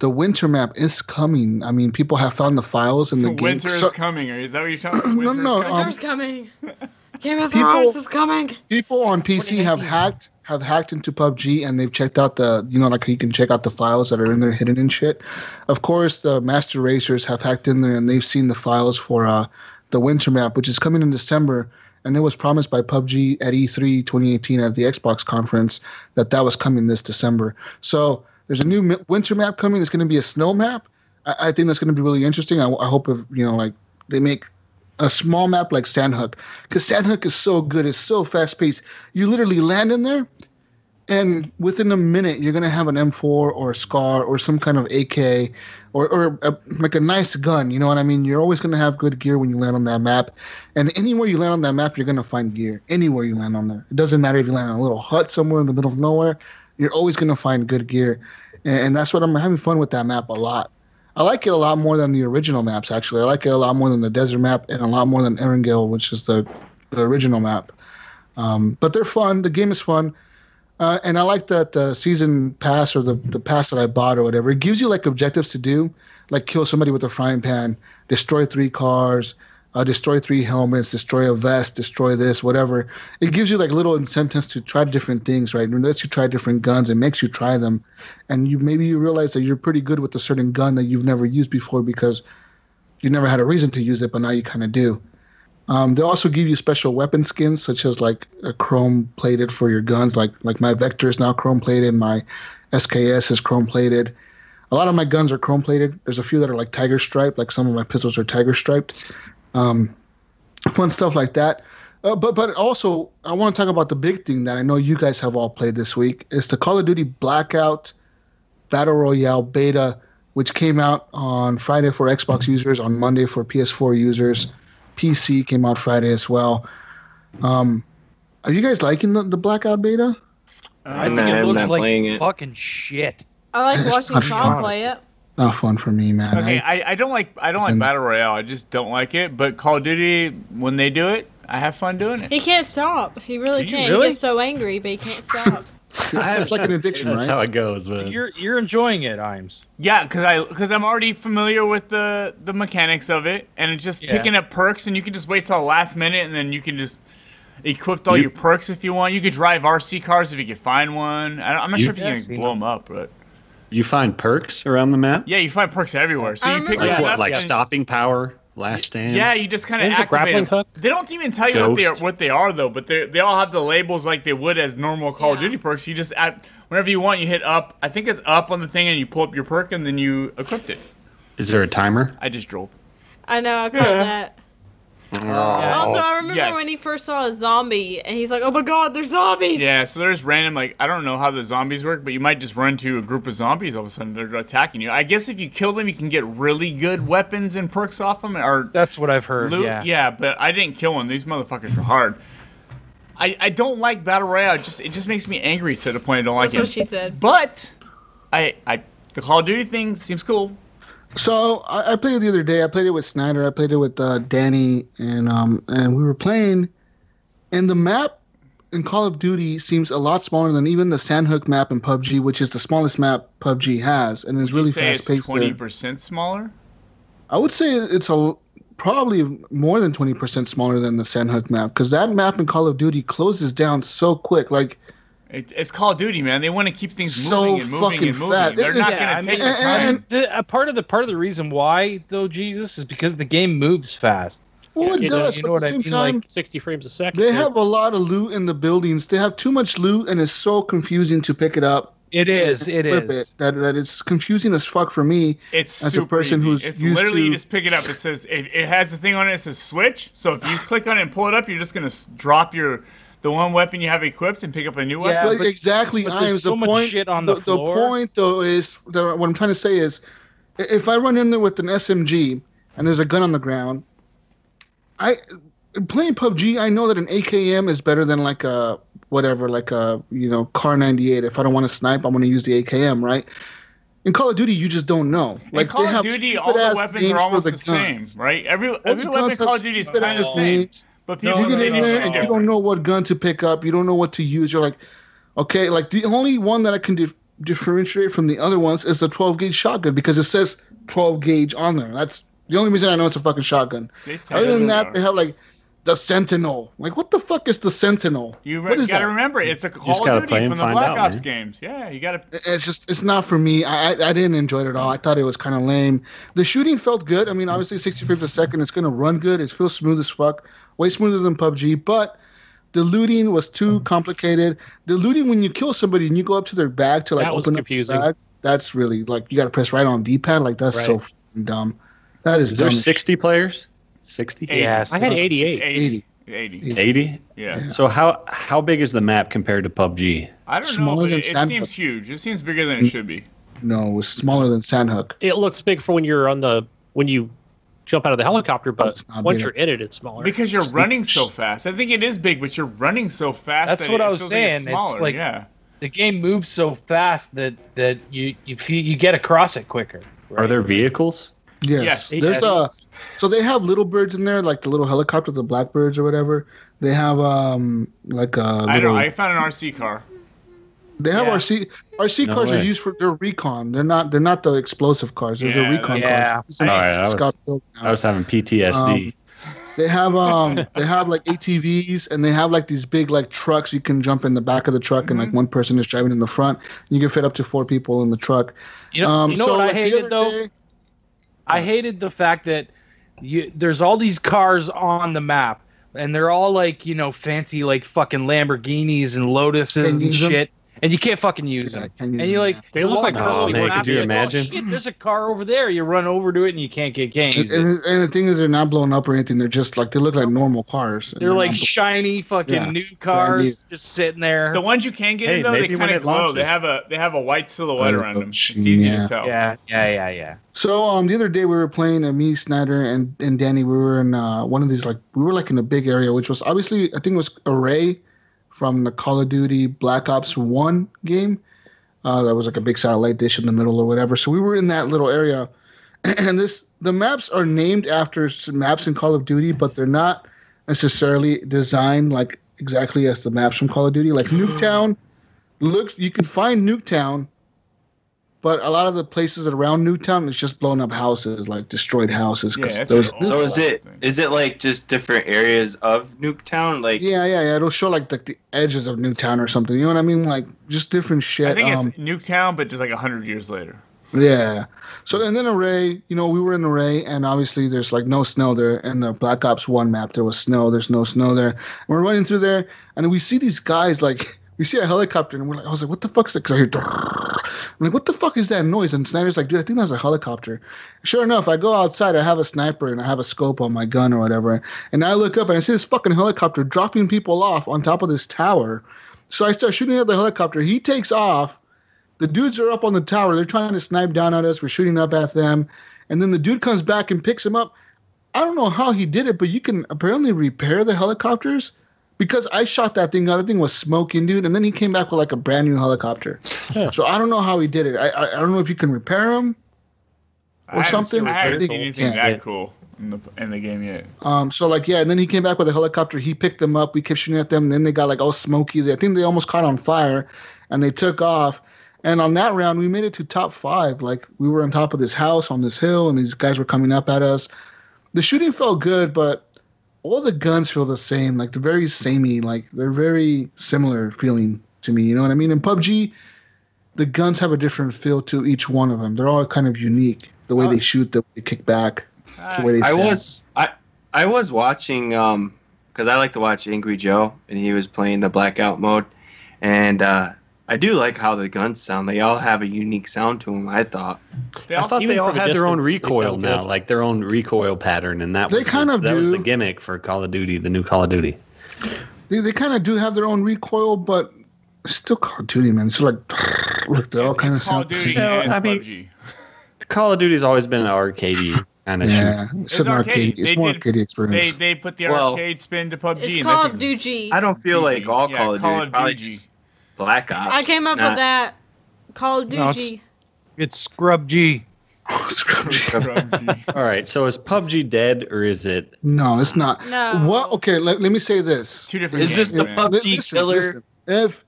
Speaker 3: the winter map is coming. I mean, people have found the files in the game.
Speaker 2: Winter
Speaker 3: So-
Speaker 2: is coming. Or is that what you're talking about?
Speaker 3: No,
Speaker 2: Winter
Speaker 3: no,
Speaker 2: is coming?
Speaker 4: Winter's coming. Game of
Speaker 3: Um, People-
Speaker 4: Thrones is coming.
Speaker 3: people on PC have hacked have hacked into PUBG and they've checked out the you know like you can check out the files that are in there hidden and shit. Of course, the master racers have hacked in there and they've seen the files for uh, the winter map, which is coming in December. And it was promised by PUBG at E E3 2018 at the Xbox conference that that was coming this December. So there's a new mi- winter map coming. It's going to be a snow map. I, I think that's going to be really interesting. I, I hope if you know like they make a small map like Sandhook because Sandhook is so good. It's so fast paced. You literally land in there, and within a minute, you're gonna have an M4 or a Scar or some kind of AK, or or a, like a nice gun. You know what I mean? You're always gonna have good gear when you land on that map, and anywhere you land on that map, you're gonna find gear. Anywhere you land on there, it doesn't matter if you land on a little hut somewhere in the middle of nowhere. You're always gonna find good gear, and, and that's what I'm having fun with that map a lot. I like it a lot more than the original maps. Actually, I like it a lot more than the desert map, and a lot more than Erangel, which is the the original map. Um, but they're fun. The game is fun, uh, and I like that the season pass or the the pass that I bought or whatever. It gives you like objectives to do, like kill somebody with a frying pan, destroy three cars, uh, destroy three helmets, destroy a vest, destroy this, whatever. It gives you like little incentives to try different things, right? It lets you try different guns. It makes you try them and you maybe you realize that you're pretty good with a certain gun that you've never used before because you never had a reason to use it, but now you kind of do. Um, they also give you special weapon skins, such as like a chrome plated for your guns. Like like my Vector is now chrome plated. My SKS is chrome plated. A lot of my guns are chrome plated. There's a few that are like tiger striped. Like some of my pistols are tiger striped. Um, fun stuff like that. Uh, but but also I want to talk about the big thing that I know you guys have all played this week is the Call of Duty Blackout Battle Royale beta, which came out on Friday for Xbox users, on Monday for PS4 users. PC came out Friday as well. Um, are you guys liking the, the Blackout beta? um,
Speaker 7: I think
Speaker 6: Nah,
Speaker 7: it
Speaker 6: I'm
Speaker 7: looks
Speaker 6: not
Speaker 7: like
Speaker 6: playing it.
Speaker 7: fucking shit.
Speaker 4: I like
Speaker 3: It's
Speaker 4: watching
Speaker 3: not
Speaker 4: Sean
Speaker 3: Sean.
Speaker 4: play it.
Speaker 3: Not fun for me, man.
Speaker 2: Okay,
Speaker 3: I,
Speaker 2: I, I don't like I don't like
Speaker 3: And-
Speaker 2: battle royale. I just don't like it. But Call of Duty, when they do it, I have fun doing it.
Speaker 4: He can't stop. He really
Speaker 7: Do you
Speaker 4: can't.
Speaker 7: really?
Speaker 4: He gets so angry, but he can't stop.
Speaker 3: it's like an addiction,
Speaker 5: That's
Speaker 3: right?
Speaker 5: how it goes. But
Speaker 7: You're you're enjoying it, Imes.
Speaker 2: Yeah, cause I cause I'm already familiar with the the mechanics of it, and it's just
Speaker 7: Yeah.
Speaker 2: picking up perks, and you can just wait till the last minute, and then you can just equip all
Speaker 5: You-
Speaker 2: your perks if you want. You could drive RC cars if you could find one. I don't, I'm not
Speaker 5: You-
Speaker 2: sure if you
Speaker 7: Yeah, I've
Speaker 2: can
Speaker 7: seen
Speaker 2: blow them up, but
Speaker 5: you find perks around the map.
Speaker 2: yeah, you find perks everywhere. So
Speaker 4: I
Speaker 2: you pick
Speaker 5: Like
Speaker 7: Yeah.
Speaker 2: those
Speaker 5: what?
Speaker 2: up
Speaker 5: Like
Speaker 2: and-
Speaker 5: stopping power, last stand.
Speaker 2: Yeah, you just kind of
Speaker 8: There's a
Speaker 2: activate
Speaker 8: grappling
Speaker 2: them.
Speaker 8: hook.
Speaker 2: They don't even tell you what they are,
Speaker 5: Ghost.
Speaker 2: what they are though, but they they all have the labels like they would as normal Call of
Speaker 4: Yeah.
Speaker 2: Duty perks. You just add whenever you want, you hit up. I think it's up on the thing, and you pull up your perk, and then you equip it.
Speaker 5: Is there a timer?
Speaker 2: I just drooled.
Speaker 4: I know, I caught that. Also, I remember
Speaker 2: yes.
Speaker 4: when he first saw a zombie, and he's like, "Oh my God, there's zombies!"
Speaker 2: Yeah, so there's random like I don't know how the zombies work, but you might just run to a group of zombies all of a sudden they're attacking you. I guess if you kill them, you can get really good weapons and perks off them or
Speaker 7: That's what I've heard.
Speaker 2: loot.
Speaker 7: yeah.
Speaker 2: but I didn't kill them. These motherfuckers were hard. I, I don't like battle royale. It just it just makes me angry to the point I don't like
Speaker 4: That's what
Speaker 2: it.
Speaker 4: she said.
Speaker 2: But I I the Call of Duty thing seems cool.
Speaker 3: So I, I played it the other day. I played it with Snyder. I played it with uh, Danny, and um, and we were playing. And the map in Call of Duty seems a lot smaller than even the Sandhook map in PUBG, which is the smallest map PUBG has, and is
Speaker 2: You
Speaker 3: really
Speaker 2: say
Speaker 3: fast
Speaker 2: it's
Speaker 3: paced.
Speaker 2: twenty percent smaller.
Speaker 3: I would say it's a probably more than twenty percent smaller than the Sandhook map because that map in Call of Duty closes down so quick. Like
Speaker 2: It, it's Call of Duty, man. They want to keep things
Speaker 3: So
Speaker 2: moving and moving
Speaker 3: fucking
Speaker 2: and moving.
Speaker 3: fat.
Speaker 2: They're not
Speaker 7: Yeah, I
Speaker 2: gonna
Speaker 7: mean-
Speaker 2: take the time.
Speaker 3: And-
Speaker 7: The, a part of the part of the reason why though Jesus is because the game moves fast.
Speaker 3: well, it
Speaker 8: you know-
Speaker 3: does,
Speaker 7: you
Speaker 3: but at
Speaker 7: know what
Speaker 3: the
Speaker 7: I
Speaker 3: same
Speaker 7: mean, like,
Speaker 3: time,
Speaker 8: 60 frames a second.
Speaker 3: they have a lot of loot in the buildings. They have too much loot, and it's so confusing to pick it up.
Speaker 7: It is. It
Speaker 3: flip
Speaker 7: is.
Speaker 3: it. That that it's confusing as fuck for me.
Speaker 2: It's
Speaker 3: as a
Speaker 2: super
Speaker 3: person
Speaker 2: easy.
Speaker 3: who's
Speaker 2: it's
Speaker 3: used
Speaker 2: literally you
Speaker 3: to-
Speaker 2: just pick it up. It says it, it has the thing on it. It says switch. So if you click on it and pull it up, you're just gonna s- drop your the one weapon you have equipped and pick up a new
Speaker 7: Yeah,
Speaker 2: weapon.
Speaker 3: But
Speaker 7: but-
Speaker 3: exactly,
Speaker 7: but
Speaker 3: I am
Speaker 7: there's so
Speaker 3: the
Speaker 7: much
Speaker 3: point.
Speaker 7: shit on the floor.
Speaker 3: point though is that what I'm trying to say is, i- if I run in there with an SMG and there's a gun on the ground, I playing PUBG. I know that an AKM is better than like a whatever, like a you know car 98. If I don't want to snipe, I'm going to use the AKM, right? In Call of Duty, you just don't know.
Speaker 2: Like
Speaker 3: Like
Speaker 2: in Call
Speaker 3: they
Speaker 2: of
Speaker 3: have
Speaker 2: Duty,
Speaker 3: stupid
Speaker 2: all the
Speaker 3: ass
Speaker 2: weapons
Speaker 3: names for
Speaker 2: are almost
Speaker 3: the
Speaker 2: the,
Speaker 3: guns.
Speaker 2: same, right? Every
Speaker 3: All the
Speaker 2: every weapon in
Speaker 3: guns
Speaker 2: Call
Speaker 3: have
Speaker 2: of Duty is
Speaker 3: stupid
Speaker 2: kind of the
Speaker 3: ass
Speaker 2: same,
Speaker 3: names.
Speaker 2: but
Speaker 7: No,
Speaker 2: people
Speaker 3: you get
Speaker 2: they
Speaker 3: in
Speaker 7: no,
Speaker 2: just
Speaker 3: there
Speaker 7: no.
Speaker 3: and
Speaker 2: do
Speaker 3: you don't know what gun to pick up. You don't know what to use. You're like, okay, like the only one that I can dif- differentiate from the other ones is the 12 gauge shotgun because it says 12 gauge on there. That's the only reason I know it's a fucking shotgun.
Speaker 2: They tell
Speaker 3: Other
Speaker 2: you
Speaker 3: than that,
Speaker 2: are.
Speaker 3: they have like the Sentinel. Like, what the fuck is the Sentinel?
Speaker 2: you re-
Speaker 3: what is
Speaker 2: gotta
Speaker 3: that?
Speaker 2: remember it's a Call
Speaker 5: gotta
Speaker 2: of
Speaker 5: play
Speaker 2: Duty
Speaker 5: and
Speaker 2: from the
Speaker 5: find
Speaker 2: Black
Speaker 5: out,
Speaker 2: Ops
Speaker 5: man.
Speaker 2: games. Yeah, you gotta.
Speaker 3: It's just, it's not for me. I, I, I didn't enjoy it at all. I thought it was kind of lame. The shooting felt good. I mean, obviously, 60 frames a second. It's going to run good. It feels smooth as fuck. Way smoother than PUBG. But the looting was too
Speaker 8: Mm-hmm.
Speaker 3: complicated. The looting when you kill somebody and you go up to their bag to like
Speaker 8: That was
Speaker 3: open
Speaker 8: confusing.
Speaker 3: up their bag, that's really like you got to press right on D pad. Like that's so
Speaker 8: Right.
Speaker 3: fucking dumb. That is,
Speaker 5: Is
Speaker 3: dumb.
Speaker 5: there 60 players? 60?
Speaker 2: Eighty.
Speaker 7: Yes.
Speaker 8: I had
Speaker 2: It's
Speaker 8: 88.
Speaker 2: 80. 80.
Speaker 5: 80?
Speaker 2: Yeah.
Speaker 5: So how how big is the map compared to PUBG?
Speaker 2: I don't know,
Speaker 3: Smaller
Speaker 2: but
Speaker 3: than Mm.
Speaker 2: it, it
Speaker 3: sand-
Speaker 2: seems huge. It seems bigger than it should be.
Speaker 3: no, it was smaller than Sandhook.
Speaker 8: It looks big for when you're on the when you jump out of the helicopter, but
Speaker 3: It's not
Speaker 8: once
Speaker 3: big.
Speaker 8: you're in it, it's smaller.
Speaker 2: Because you're running so fast. I think it is big, but you're running so fast.
Speaker 7: That's
Speaker 2: that
Speaker 7: what
Speaker 2: it
Speaker 7: I was
Speaker 2: feels like it's
Speaker 7: saying. It's
Speaker 2: smaller.
Speaker 7: like-
Speaker 2: yeah.
Speaker 7: The game moves so fast that that you you feel, you get across it quicker.
Speaker 5: Are there vehicles?
Speaker 3: Yes.
Speaker 2: Yes.
Speaker 3: There's a
Speaker 8: Yes.
Speaker 3: so they have little birds in there, like the little helicopter, the blackbirds or whatever. They have um like a
Speaker 2: I
Speaker 3: little-
Speaker 2: don't. I found an RC car.
Speaker 3: They have
Speaker 7: Yeah.
Speaker 3: RC RC
Speaker 5: No
Speaker 3: cars are
Speaker 5: way.
Speaker 3: used for their recon. They're not they're not the explosive cars. They're
Speaker 2: Yeah,
Speaker 3: the recon
Speaker 7: yeah.
Speaker 3: cars. It's in
Speaker 5: All right, I Oh, was-
Speaker 3: Scott Field now.
Speaker 5: I was having PTSD.
Speaker 3: they have um they have like ATVs and they have like these big like trucks. You can jump in the back of the truck and like
Speaker 2: Mm-hmm.
Speaker 3: one person is driving in the front. You can fit up to four people in the truck.
Speaker 7: You know,
Speaker 3: um,
Speaker 7: you know
Speaker 3: so,
Speaker 7: what I
Speaker 3: like, the
Speaker 7: hated
Speaker 3: other
Speaker 7: though?
Speaker 3: day- uh,
Speaker 7: I hated the fact that you, there's all these cars on the map, and they're all like you know fancy like fucking Lamborghinis and Lotuses
Speaker 3: Can't
Speaker 7: and
Speaker 3: use 'em?
Speaker 7: shit, and you can't fucking use
Speaker 3: Yeah,
Speaker 7: them.
Speaker 3: can't use
Speaker 7: and you
Speaker 3: 'em,
Speaker 7: like
Speaker 3: yeah.
Speaker 8: They look
Speaker 7: all
Speaker 8: like
Speaker 7: the
Speaker 5: Oh,
Speaker 7: cars
Speaker 5: man,
Speaker 7: on
Speaker 5: could
Speaker 7: the
Speaker 5: you
Speaker 7: map, you're like,
Speaker 5: imagine?
Speaker 7: "Oh, shit, there's a car over there. You run over to it and you can't get can't
Speaker 3: and,
Speaker 7: use it.
Speaker 3: and, and the thing is, they're not blown up or anything. They're just like they look like normal cars. And
Speaker 7: They're like
Speaker 3: not-
Speaker 7: shiny fucking
Speaker 3: Yeah.
Speaker 7: new cars just sitting there.
Speaker 2: The ones you can get
Speaker 5: Hey,
Speaker 2: in though, they
Speaker 5: maybe when
Speaker 2: kind
Speaker 5: it
Speaker 2: of glow. They
Speaker 5: launches.
Speaker 2: have a they have a white silhouette
Speaker 3: Oh,
Speaker 2: around them. It's
Speaker 3: shit,
Speaker 2: easy
Speaker 3: yeah.
Speaker 2: to tell.
Speaker 7: yeah, yeah, yeah, yeah.
Speaker 3: So um, the other day we were playing, uh, me, Snyder, and, and Danny. We were in uh, one of these like we were like in a big area, which was obviously I think it was Array from the Call of Duty Black Ops One game. Uh, that was like a big satellite dish in the middle or whatever. So we were in that little area, and this the maps are named after s- maps in Call of Duty, but they're not necessarily designed like exactly as the maps from Call of Duty. Like Nuketown looks, you can find Nuketown but a lot of the places around Newtown it's just blown up houses, like destroyed houses. 'cause
Speaker 2: Yeah, it's
Speaker 3: those-
Speaker 2: an old
Speaker 6: So is it
Speaker 2: thing.
Speaker 6: is it like just different areas of Nuketown? Like
Speaker 3: yeah, yeah, yeah. It'll show like the, the edges of Newtown or something. You know what I mean? Like just different shit.
Speaker 2: I think
Speaker 3: um,
Speaker 2: it's Nuketown, but just like hundred years later.
Speaker 3: Yeah. So and then Array, you know, we were in Array, and obviously there's like no snow there. In the Black Ops One map, there was snow. There's no snow there. And we're running through there, and we see these guys like we see a helicopter, and we're like, I was like, what the fuck's that? Because I hear, I'm like, what the fuck is that noise? And Snyder's like, dude, I think that's a helicopter. Sure enough, I go outside, I have a sniper and I have a scope on my gun or whatever. And I look up and I see this fucking helicopter dropping people off on top of this tower. So I start shooting at the helicopter. He takes off. The dudes are up on the tower. They're trying to snipe down at us. We're shooting up at them. And then the dude comes back and picks him up. I don't know how he did it, but you can apparently repair the helicopters because I shot that thing. The other thing was smoking, dude. And then he came back with like a brand new helicopter. so I don't know how he did it. I, I, I don't know if you can repair them.
Speaker 2: I haven't
Speaker 3: something
Speaker 2: seen- I haven't
Speaker 3: replaceable.
Speaker 2: seen anything
Speaker 3: Yeah.
Speaker 2: that cool in the in the game yet.
Speaker 3: Um, so like yeah, and then he came back with a helicopter. He picked them up. We kept shooting at them. And then they got like all smoky. I think they almost caught on fire, and they took off. And on that round, we made it to top five. Like we were on top of this house on this hill, and these guys were coming up at us. The shooting felt good, but all the guns feel the same. Like they're very samey. Like they're very similar feeling to me. You know what I mean? In PUBG, the guns have a different feel to each one of them. They're all kind of unique. The way they shoot, the way they kick back, the way they.
Speaker 6: I
Speaker 3: stand.
Speaker 6: was I I was watching um because I like to watch Angry Joe and he was playing the blackout mode, and uh, I do like how the guns sound. They all have a unique sound to them. I thought.
Speaker 2: They
Speaker 5: I
Speaker 2: all,
Speaker 5: thought
Speaker 8: even
Speaker 5: they all
Speaker 8: from a
Speaker 5: had their own
Speaker 8: distance, they
Speaker 5: recoil
Speaker 8: sound
Speaker 5: now,
Speaker 8: good.
Speaker 5: like their own recoil pattern, and that
Speaker 3: They
Speaker 5: was
Speaker 3: kind
Speaker 5: the,
Speaker 3: of
Speaker 5: that was
Speaker 3: do.
Speaker 5: the gimmick for Call of Duty, the new Call of Duty.
Speaker 3: they, they kind of do have their own recoil, but it's still Call of Duty, man. It's like look, they all kind of
Speaker 2: it's Call of
Speaker 3: sound. the
Speaker 2: Duty
Speaker 3: same.
Speaker 5: No,
Speaker 2: and it's
Speaker 5: I mean-
Speaker 2: PUBG.
Speaker 5: Call of Duty's always been an arcadey kind of shoot.
Speaker 3: Yeah, it's, an
Speaker 2: arcade.
Speaker 3: arcade. It's
Speaker 2: They
Speaker 3: more
Speaker 2: did-
Speaker 3: arcade
Speaker 2: They
Speaker 3: experience.
Speaker 2: they put the
Speaker 6: Well,
Speaker 2: arcade spin to PUBG.
Speaker 4: It's
Speaker 2: and
Speaker 4: Call
Speaker 2: that's
Speaker 4: of
Speaker 2: ex-
Speaker 4: Duty.
Speaker 6: I
Speaker 4: I,
Speaker 6: don't feel
Speaker 2: Duty.
Speaker 6: like all
Speaker 2: Yeah,
Speaker 6: Call of
Speaker 2: Call
Speaker 6: Duty.
Speaker 2: of
Speaker 6: probably
Speaker 2: Duty.
Speaker 6: just Black Ops.
Speaker 4: came up
Speaker 6: not-
Speaker 4: with that Call of
Speaker 7: No,
Speaker 4: Duty.
Speaker 7: It's Scrub G.
Speaker 2: PUBG.
Speaker 5: All right, so is PUBG dead or is it?
Speaker 3: No, it's not.
Speaker 4: No.
Speaker 3: What? Okay, let, let me say this.
Speaker 2: Two different.
Speaker 6: Is this
Speaker 2: games,
Speaker 6: the
Speaker 2: man.
Speaker 6: PUBG killer?
Speaker 3: If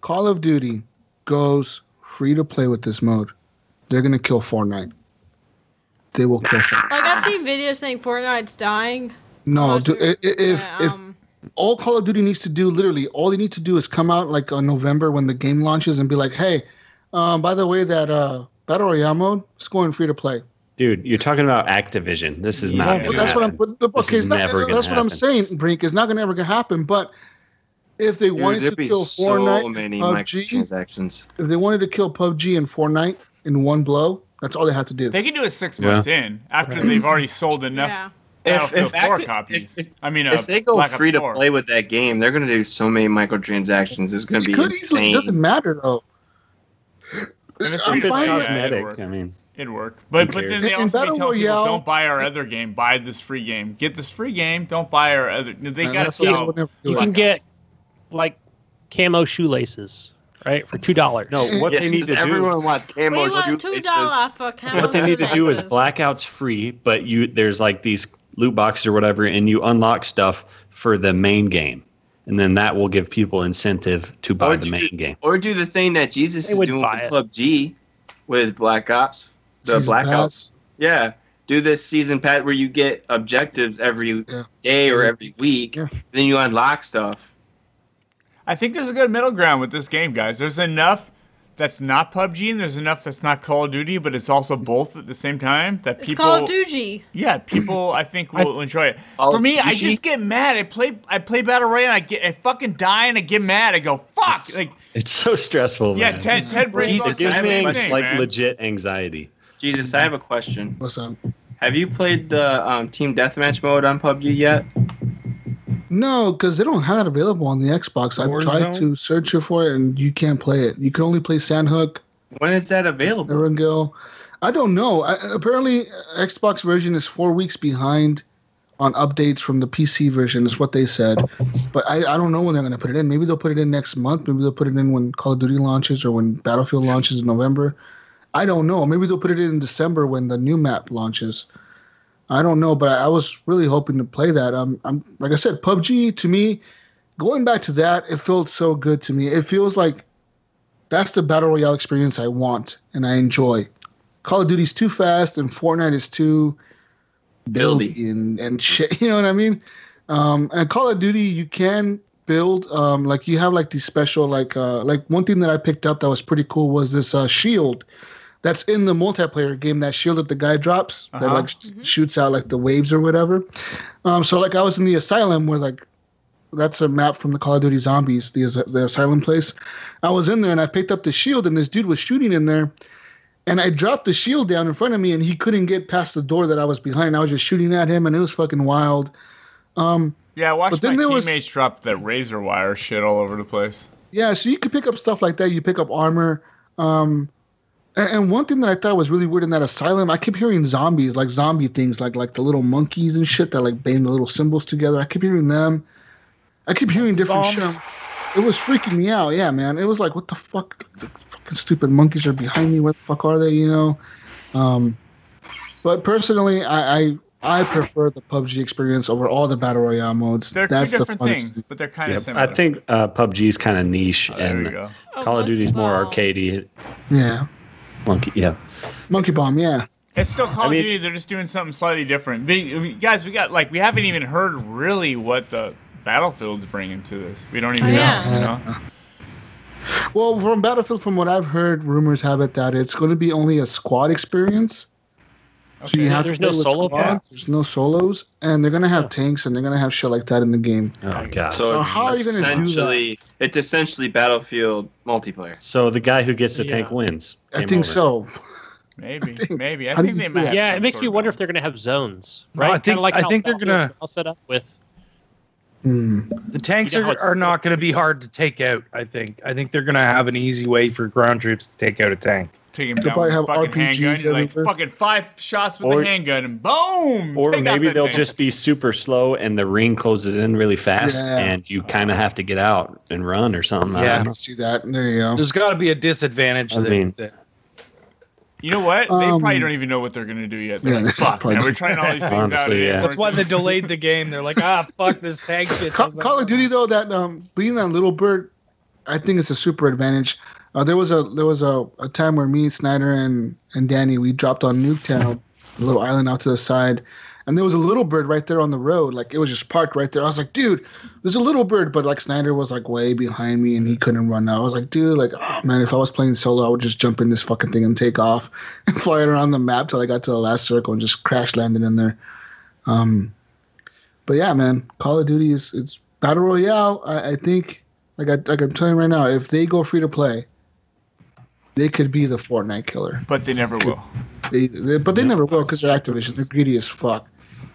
Speaker 3: Call of Duty goes free to play with this mode, they're gonna kill Fortnite. They will kill Fortnite.
Speaker 4: like I've seen videos saying Fortnite's dying.
Speaker 3: No,
Speaker 4: Oh,
Speaker 3: do,
Speaker 4: sure.
Speaker 3: i- i- if
Speaker 4: Yeah,
Speaker 3: if
Speaker 4: um,
Speaker 3: all Call of Duty needs to do, literally, all they need to do is come out like on November when the game launches and be like, hey, um, by the way, that uh, Battle Royale mode is going free to play.
Speaker 5: Dude, you're talking about Activision. This is
Speaker 2: Yeah,
Speaker 5: not.
Speaker 2: but
Speaker 5: gonna
Speaker 3: But that's what I'm.
Speaker 5: happen.
Speaker 3: But, but,
Speaker 5: This
Speaker 3: okay,
Speaker 5: is
Speaker 3: it's not,
Speaker 5: never
Speaker 3: gonna-
Speaker 5: gonna
Speaker 3: that's what I'm
Speaker 5: happen.
Speaker 3: saying, Brink. It's not going to ever gonna happen. But if they
Speaker 6: Dude,
Speaker 3: wanted to
Speaker 6: there'd be
Speaker 3: kill
Speaker 6: so
Speaker 3: Fortnite,
Speaker 6: many
Speaker 3: PUBG?
Speaker 6: microtransactions.
Speaker 3: if they wanted to kill PUBG and Fortnite in one blow, that's all they have to do.
Speaker 2: They can do it six
Speaker 5: Yeah.
Speaker 2: months in after they've already sold enough
Speaker 4: yeah.
Speaker 2: Battlefield
Speaker 6: Acti-
Speaker 2: 4 copies.
Speaker 6: if- if-
Speaker 2: I mean, uh,
Speaker 6: if they go
Speaker 2: Black Ops
Speaker 6: free to
Speaker 2: 4.
Speaker 6: play with that game, they're going to do so many microtransactions. It's going to
Speaker 3: They
Speaker 6: be
Speaker 3: could easily. It
Speaker 6: insane.
Speaker 3: doesn't matter though.
Speaker 2: If it's
Speaker 3: I'm
Speaker 5: If
Speaker 2: free to
Speaker 5: it's
Speaker 3: fine.
Speaker 2: play, yeah, it'd
Speaker 5: cosmetic,
Speaker 2: work.
Speaker 5: I mean,
Speaker 2: It'd work. But but then
Speaker 5: cares?
Speaker 2: they
Speaker 3: In
Speaker 2: also
Speaker 3: Battle
Speaker 2: be telling people,
Speaker 3: Royale-
Speaker 2: don't buy our other game. Buy this free game. Get this free game. Don't buy our other. They
Speaker 3: And
Speaker 2: got to
Speaker 3: that's why they
Speaker 2: sell.
Speaker 3: would never do
Speaker 8: You
Speaker 3: it.
Speaker 8: can get like camo shoelaces, right, for two dollars.
Speaker 5: no. What
Speaker 6: Yes,
Speaker 5: they need
Speaker 6: 'cause
Speaker 5: to do.
Speaker 6: everyone wants camo
Speaker 4: We want two
Speaker 6: shoelaces.
Speaker 4: dollar for camo
Speaker 5: what they need to do is
Speaker 4: shoelaces.
Speaker 5: blackouts free, but you there's like these loot boxes or whatever, and you unlock stuff for the main game, and then that will give people incentive to buy
Speaker 6: Or
Speaker 5: the
Speaker 6: do-
Speaker 5: main game.
Speaker 6: Or do the thing that Jesus
Speaker 8: They
Speaker 6: is
Speaker 8: would
Speaker 6: doing with
Speaker 8: buy it.
Speaker 6: PUBG with Black Ops. The
Speaker 3: Season
Speaker 6: Black
Speaker 3: pass.
Speaker 6: Ops. Yeah. Do this season pat where you get objectives every
Speaker 3: Yeah.
Speaker 6: day or every week.
Speaker 3: Yeah.
Speaker 6: Then you unlock stuff.
Speaker 2: I think there's a good middle ground with this game, guys. There's enough that's not PUBG, and there's enough that's not Call of Duty, but it's also both at the same time that
Speaker 4: It's
Speaker 2: people.
Speaker 4: Call of Duty.
Speaker 2: Yeah, people I think will enjoy it.
Speaker 6: Call
Speaker 2: For
Speaker 6: of
Speaker 2: me, I
Speaker 6: Duty?
Speaker 2: just get mad. I play I play Battle Royale and I get I fucking die and I get mad. I go, fuck. like
Speaker 5: It's so stressful.
Speaker 2: yeah,
Speaker 5: man.
Speaker 2: Ted Ted brings
Speaker 6: Jesus,
Speaker 2: up
Speaker 5: it
Speaker 2: the
Speaker 5: gives
Speaker 2: same
Speaker 5: me
Speaker 2: thing,
Speaker 5: like
Speaker 2: man.
Speaker 5: legit anxiety.
Speaker 6: Jesus, I have a question.
Speaker 3: What's up?
Speaker 6: Have you played the um, team deathmatch mode on PUBG yet?
Speaker 3: No, because they don't have it available on the Xbox. I've tried
Speaker 7: Warzone?
Speaker 3: to search it for it, and you can't play it. You can only play Sandhook,
Speaker 6: When is that available?
Speaker 3: Erangel. I don't know. I, apparently, Xbox version is four weeks behind on updates from the PC version, is what they said. But I, I don't know when they're going to put it in. Maybe they'll put it in next month. Maybe they'll put it in when Call of Duty launches or when Battlefield launches in November. I don't know. Maybe they'll put it in December when the new map launches. I don't know, but I, I was really hoping to play that. Um, I'm like I said, PUBG to me, going back to that, it felt so good to me. It feels like that's the battle royale experience I want and I enjoy. Call of Duty's too fast and Fortnite is too
Speaker 6: Buildy.
Speaker 3: buildy and, and shit. You know what I mean? Um, and Call of Duty, you can build um, like you have like these special like uh, like one thing that I picked up that was pretty cool was this uh, shield that's in the multiplayer game. That shield that the guy drops that
Speaker 2: Uh-huh.
Speaker 3: like sh- shoots out like the waves or whatever. Um, so like I was in the asylum where like that's a map from the Call of Duty Zombies, the as- the asylum place. I was in there and I picked up the shield and this dude was shooting in there, and I dropped the shield down in front of me and he couldn't get past the door that I was behind. I was just shooting at him and it was fucking wild. Um,
Speaker 2: Yeah, I watched
Speaker 3: But then
Speaker 2: my
Speaker 3: there was-
Speaker 2: teammates drop that razor wire shit all over the place.
Speaker 3: Yeah, so you could pick up stuff like that. You pick up armor. Um, and, and one thing that I thought was really weird in that asylum, I kept hearing zombies, like zombie things, like like the little monkeys and shit that like bang the little symbols together. I kept hearing them. I kept hearing different
Speaker 7: Bomb.
Speaker 3: shit. It was freaking me out. Yeah, man. It was like, what the fuck? The fucking stupid monkeys are behind me. Where the fuck are they? You know. Um, but personally, I. I I prefer the PUBG experience over all the battle royale modes.
Speaker 2: They're
Speaker 3: That's
Speaker 2: two
Speaker 3: the
Speaker 2: different
Speaker 3: funnest
Speaker 2: things,
Speaker 3: thing.
Speaker 2: but they're kind of
Speaker 5: Yep.
Speaker 2: similar.
Speaker 5: I think uh, PUBG is kind of niche,
Speaker 2: Oh, there we
Speaker 5: and
Speaker 2: go.
Speaker 5: Call of Duty's more
Speaker 4: wow.
Speaker 5: arcadey.
Speaker 3: Yeah,
Speaker 5: Monkey, yeah. Oh,
Speaker 3: Monkey Bomb. Yeah.
Speaker 2: It's still
Speaker 5: I
Speaker 2: Call
Speaker 5: mean-
Speaker 2: of Duty. They're just doing something slightly different. They, we- guys, we got like we haven't even heard really what the battlefield's bringing to this. We don't even
Speaker 4: Oh,
Speaker 2: know.
Speaker 4: yeah.
Speaker 2: You know?
Speaker 3: Well, from Battlefield, from what I've heard, rumors have it that it's going to be only a squad experience. So you
Speaker 2: Okay.
Speaker 3: have
Speaker 8: There's
Speaker 3: to play
Speaker 8: no
Speaker 3: with
Speaker 8: solo
Speaker 3: squads,
Speaker 8: path?
Speaker 3: There's no solos, and they're going to have tanks and they're going to have shit like that in the game.
Speaker 5: Oh god. So,
Speaker 6: So,
Speaker 3: So
Speaker 6: it's
Speaker 3: how are you gonna do that?
Speaker 6: essentially it's essentially Battlefield multiplayer.
Speaker 5: the guy who gets the
Speaker 8: Yeah.
Speaker 5: tank wins.
Speaker 3: I
Speaker 5: Game
Speaker 3: think
Speaker 5: over.
Speaker 3: so.
Speaker 2: Maybe,
Speaker 3: think-
Speaker 2: maybe. I
Speaker 3: how do
Speaker 2: think
Speaker 3: you
Speaker 2: they
Speaker 3: do
Speaker 2: might.
Speaker 3: that?
Speaker 2: have
Speaker 8: Yeah, it
Speaker 2: some
Speaker 8: makes
Speaker 2: sort
Speaker 8: me
Speaker 2: of
Speaker 8: wonder if
Speaker 2: balance.
Speaker 8: they're going to have zones,
Speaker 7: No,
Speaker 8: right?
Speaker 7: I
Speaker 8: Kinda
Speaker 7: think- I
Speaker 8: how
Speaker 7: think they're
Speaker 8: Battlefield's
Speaker 7: gonna-
Speaker 8: all set up with.
Speaker 3: Mm.
Speaker 7: The tanks
Speaker 8: You know how
Speaker 7: are,
Speaker 8: it's-
Speaker 7: are not going to be hard to take out. I think. I think they're going to have an easy way for ground troops to take out a tank.
Speaker 2: Take him
Speaker 3: They'll
Speaker 2: down
Speaker 3: probably
Speaker 2: with a
Speaker 3: have
Speaker 2: fucking
Speaker 3: RPGs
Speaker 2: handgun. You're like
Speaker 3: everywhere.
Speaker 2: fucking five shots with
Speaker 5: Or-
Speaker 2: the handgun and boom.
Speaker 5: Or
Speaker 2: take out
Speaker 5: maybe
Speaker 2: that
Speaker 5: they'll
Speaker 2: thing.
Speaker 5: just be super slow and the ring closes in really fast
Speaker 3: Yeah.
Speaker 5: and you kind of have to get out and run or something. I
Speaker 7: Yeah.
Speaker 5: don't
Speaker 3: I
Speaker 5: know.
Speaker 3: don't see that. There you go.
Speaker 7: There's got to be a disadvantage.
Speaker 5: I
Speaker 7: that,
Speaker 5: mean-
Speaker 7: that-
Speaker 2: You know what? They probably
Speaker 3: Um,
Speaker 2: don't even know what they're gonna do yet. They're
Speaker 3: yeah,
Speaker 2: like,
Speaker 3: they
Speaker 2: fuck.
Speaker 3: probably
Speaker 2: Man, we're
Speaker 3: don't.
Speaker 2: trying all these things out.
Speaker 5: Honestly,
Speaker 2: and it
Speaker 5: yeah.
Speaker 2: ain't
Speaker 7: that's why
Speaker 2: working."
Speaker 7: they delayed the game. They're like, ah, fuck this tank shit.
Speaker 3: Ca- Call of Duty though, that um, being that little bird, I think it's a super advantage. Uh, there was a there was a, a time where me, Snyder, and and Danny we dropped on Nuketown, a little island out to the side, and there was a little bird right there on the road, like it was just parked right there. I was like, dude, there's a little bird, but like Snyder was like way behind me and he couldn't run out. I was like, dude, like oh man, if I was playing solo, I would just jump in this fucking thing and take off and fly it around the map till I got to the last circle and just crash landed in there. Um, but yeah, man, Call of Duty is it's battle royale. I, I think like I like I'm telling you right now, if they go free to play, they could be the Fortnite killer.
Speaker 2: But they never will.
Speaker 3: They, they, but they never will because they're Activision. They're greedy as fuck.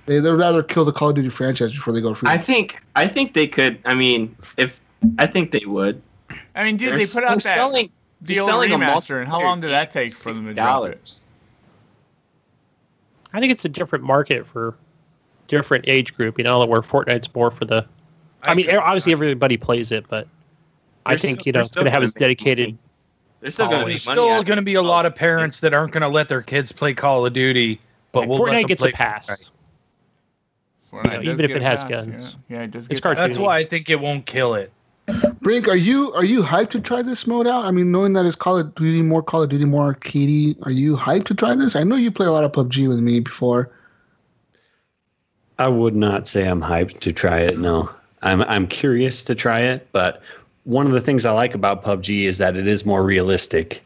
Speaker 3: They they'd rather kill the Call of Duty franchise before they go free.
Speaker 6: I think I think they could I mean if I think they would.
Speaker 2: I mean, dude,
Speaker 6: They're
Speaker 2: they
Speaker 6: s-
Speaker 2: put out
Speaker 6: they're
Speaker 2: that
Speaker 6: selling,
Speaker 2: the
Speaker 6: they're
Speaker 2: old
Speaker 6: selling a
Speaker 2: remaster, and how
Speaker 6: multiplayer
Speaker 2: long did that
Speaker 6: game
Speaker 2: take for them to drop it?
Speaker 6: $60?
Speaker 8: I think it's a different market for different age group. You know, where Fortnite's more for the. I, mean, obviously everybody plays it, but I
Speaker 7: There's
Speaker 8: think
Speaker 7: still-
Speaker 8: you know
Speaker 7: there's
Speaker 8: it's
Speaker 7: still
Speaker 8: going to have
Speaker 6: gonna
Speaker 8: its
Speaker 6: make money.
Speaker 8: dedicated.
Speaker 6: They're still going to
Speaker 7: Oh, There's
Speaker 6: make money.
Speaker 7: still
Speaker 6: out of
Speaker 7: going to
Speaker 6: it.
Speaker 7: be a lot of parents that aren't going to let their kids play Call of Duty, but
Speaker 8: Like,
Speaker 7: we'll let
Speaker 8: Fortnite
Speaker 7: them
Speaker 8: gets
Speaker 7: play
Speaker 8: a pass.
Speaker 2: Fortnite
Speaker 8: You know,
Speaker 2: does
Speaker 8: even if
Speaker 2: get
Speaker 8: it
Speaker 2: a
Speaker 8: has
Speaker 2: pass,
Speaker 8: guns.
Speaker 2: Yeah, yeah it does.
Speaker 8: It's
Speaker 7: Fortnite.
Speaker 2: get
Speaker 7: That's
Speaker 8: cartoony.
Speaker 7: why I think it won't kill it.
Speaker 3: Brink, are you are you hyped to try this mode out? I mean, knowing that it's Call of Duty, more Call of Duty, more arcadey, are you hyped to try this? I know you play a lot of PUBG with me before.
Speaker 5: I would not say I'm hyped to try it. No, I'm I'm curious to try it, but one of the things I like about PUBG is that it is more realistic,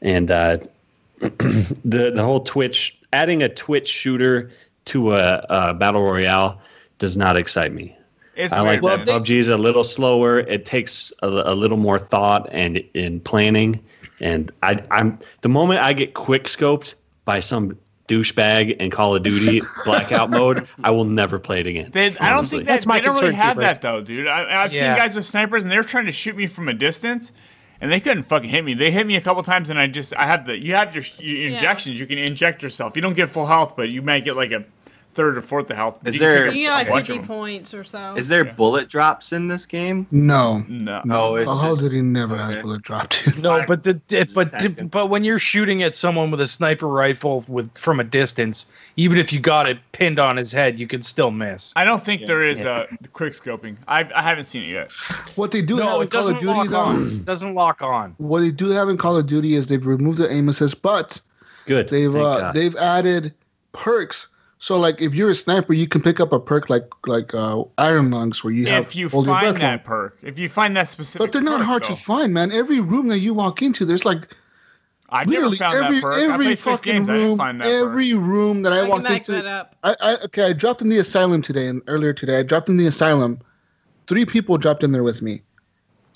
Speaker 5: and uh, the the whole Twitch adding a Twitch shooter to a, a battle royale does not excite me.
Speaker 2: It's
Speaker 5: I like
Speaker 2: weird, man.
Speaker 5: that PUBG is a little slower. It takes a, a little more thought and in planning. And I, I'm the moment I get quick scoped by some douchebag in Call of Duty blackout mode, I will never play it again.
Speaker 2: They, I don't
Speaker 5: honestly.
Speaker 2: think that,
Speaker 8: That's my
Speaker 2: they don't really
Speaker 8: concern,
Speaker 2: have
Speaker 8: Hubert.
Speaker 2: that though, dude. I, I've seen
Speaker 7: Yeah.
Speaker 2: guys with snipers and they were trying to shoot me from a distance, and they couldn't fucking hit me. They hit me a couple times, and I just I have the you have your, your
Speaker 4: Yeah.
Speaker 2: injections. You can inject yourself. You don't get full health, but you might get like a third or fourth of health.
Speaker 6: Is
Speaker 2: You can
Speaker 6: there-
Speaker 2: pick up
Speaker 4: You
Speaker 2: a
Speaker 4: got like
Speaker 2: bunch of
Speaker 4: 50
Speaker 2: them.
Speaker 4: points or so.
Speaker 6: Is there bullet drops in this game?
Speaker 3: No.
Speaker 2: No.
Speaker 6: No, it's
Speaker 3: Call of
Speaker 6: just-
Speaker 3: Duty never has
Speaker 6: okay.
Speaker 3: bullet drop, dude.
Speaker 7: No, but the, it, but
Speaker 6: That's good.
Speaker 7: but when you're shooting at someone with a sniper rifle with from a distance, even if you got it pinned on his head, you can still miss.
Speaker 2: I don't think there is a quick scoping. I I haven't seen it yet.
Speaker 3: What they do have
Speaker 7: no,
Speaker 3: in
Speaker 7: it
Speaker 3: Call of
Speaker 7: doesn't
Speaker 3: Duty
Speaker 7: lock
Speaker 3: though,
Speaker 7: on. It doesn't lock on.
Speaker 3: what they do have in Call of Duty is they've removed the aim assist, but
Speaker 5: Good.
Speaker 3: they've
Speaker 5: Thank
Speaker 3: uh,
Speaker 5: God.
Speaker 3: they've added perks. So like if you're a sniper, you can pick up a perk like like uh, Iron Lungs, where you have
Speaker 2: if you
Speaker 3: hold your
Speaker 2: find
Speaker 3: breath long.
Speaker 2: that perk, if you find that specific,
Speaker 3: But they're not
Speaker 2: perk,
Speaker 3: hard
Speaker 2: though.
Speaker 3: to find, man. Every room that you walk into, there's like
Speaker 2: I've never
Speaker 3: literally
Speaker 2: found
Speaker 3: every
Speaker 2: that perk. I
Speaker 3: every
Speaker 2: played six
Speaker 3: fucking
Speaker 2: games. I didn't
Speaker 3: room,
Speaker 2: find that perk.
Speaker 3: every room that I,
Speaker 4: I can
Speaker 3: walked
Speaker 4: back that
Speaker 3: into.
Speaker 4: up.
Speaker 3: I, I okay, I dropped in the asylum today and earlier today. I dropped in the asylum, three people dropped in there with me.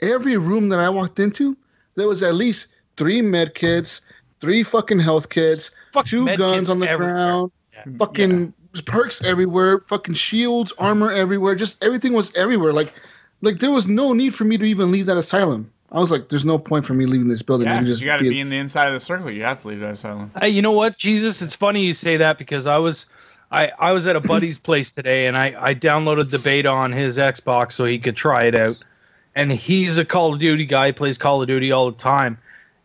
Speaker 3: Every room that I walked into, there was at least three med kits, three fucking health kits,
Speaker 7: Fuck
Speaker 3: two
Speaker 7: med
Speaker 3: guns
Speaker 7: kits
Speaker 3: on the
Speaker 7: everywhere.
Speaker 3: ground,
Speaker 7: Yeah.
Speaker 3: fucking perks everywhere, fucking shields, armor everywhere. Just everything was everywhere. Like, like there was no need for me to even leave that asylum. I was like, there's no point for me leaving this building. I
Speaker 2: Yeah,
Speaker 3: can just
Speaker 2: you got to
Speaker 3: be-
Speaker 2: be in the inside of the circle. You have to leave that asylum.
Speaker 7: Hey, you know what, Jesus? It's funny you say that because I was, I I was at a buddy's place today, and I I downloaded the beta on his Xbox so he could try it out. And he's a Call of Duty guy; he plays Call of Duty all the time,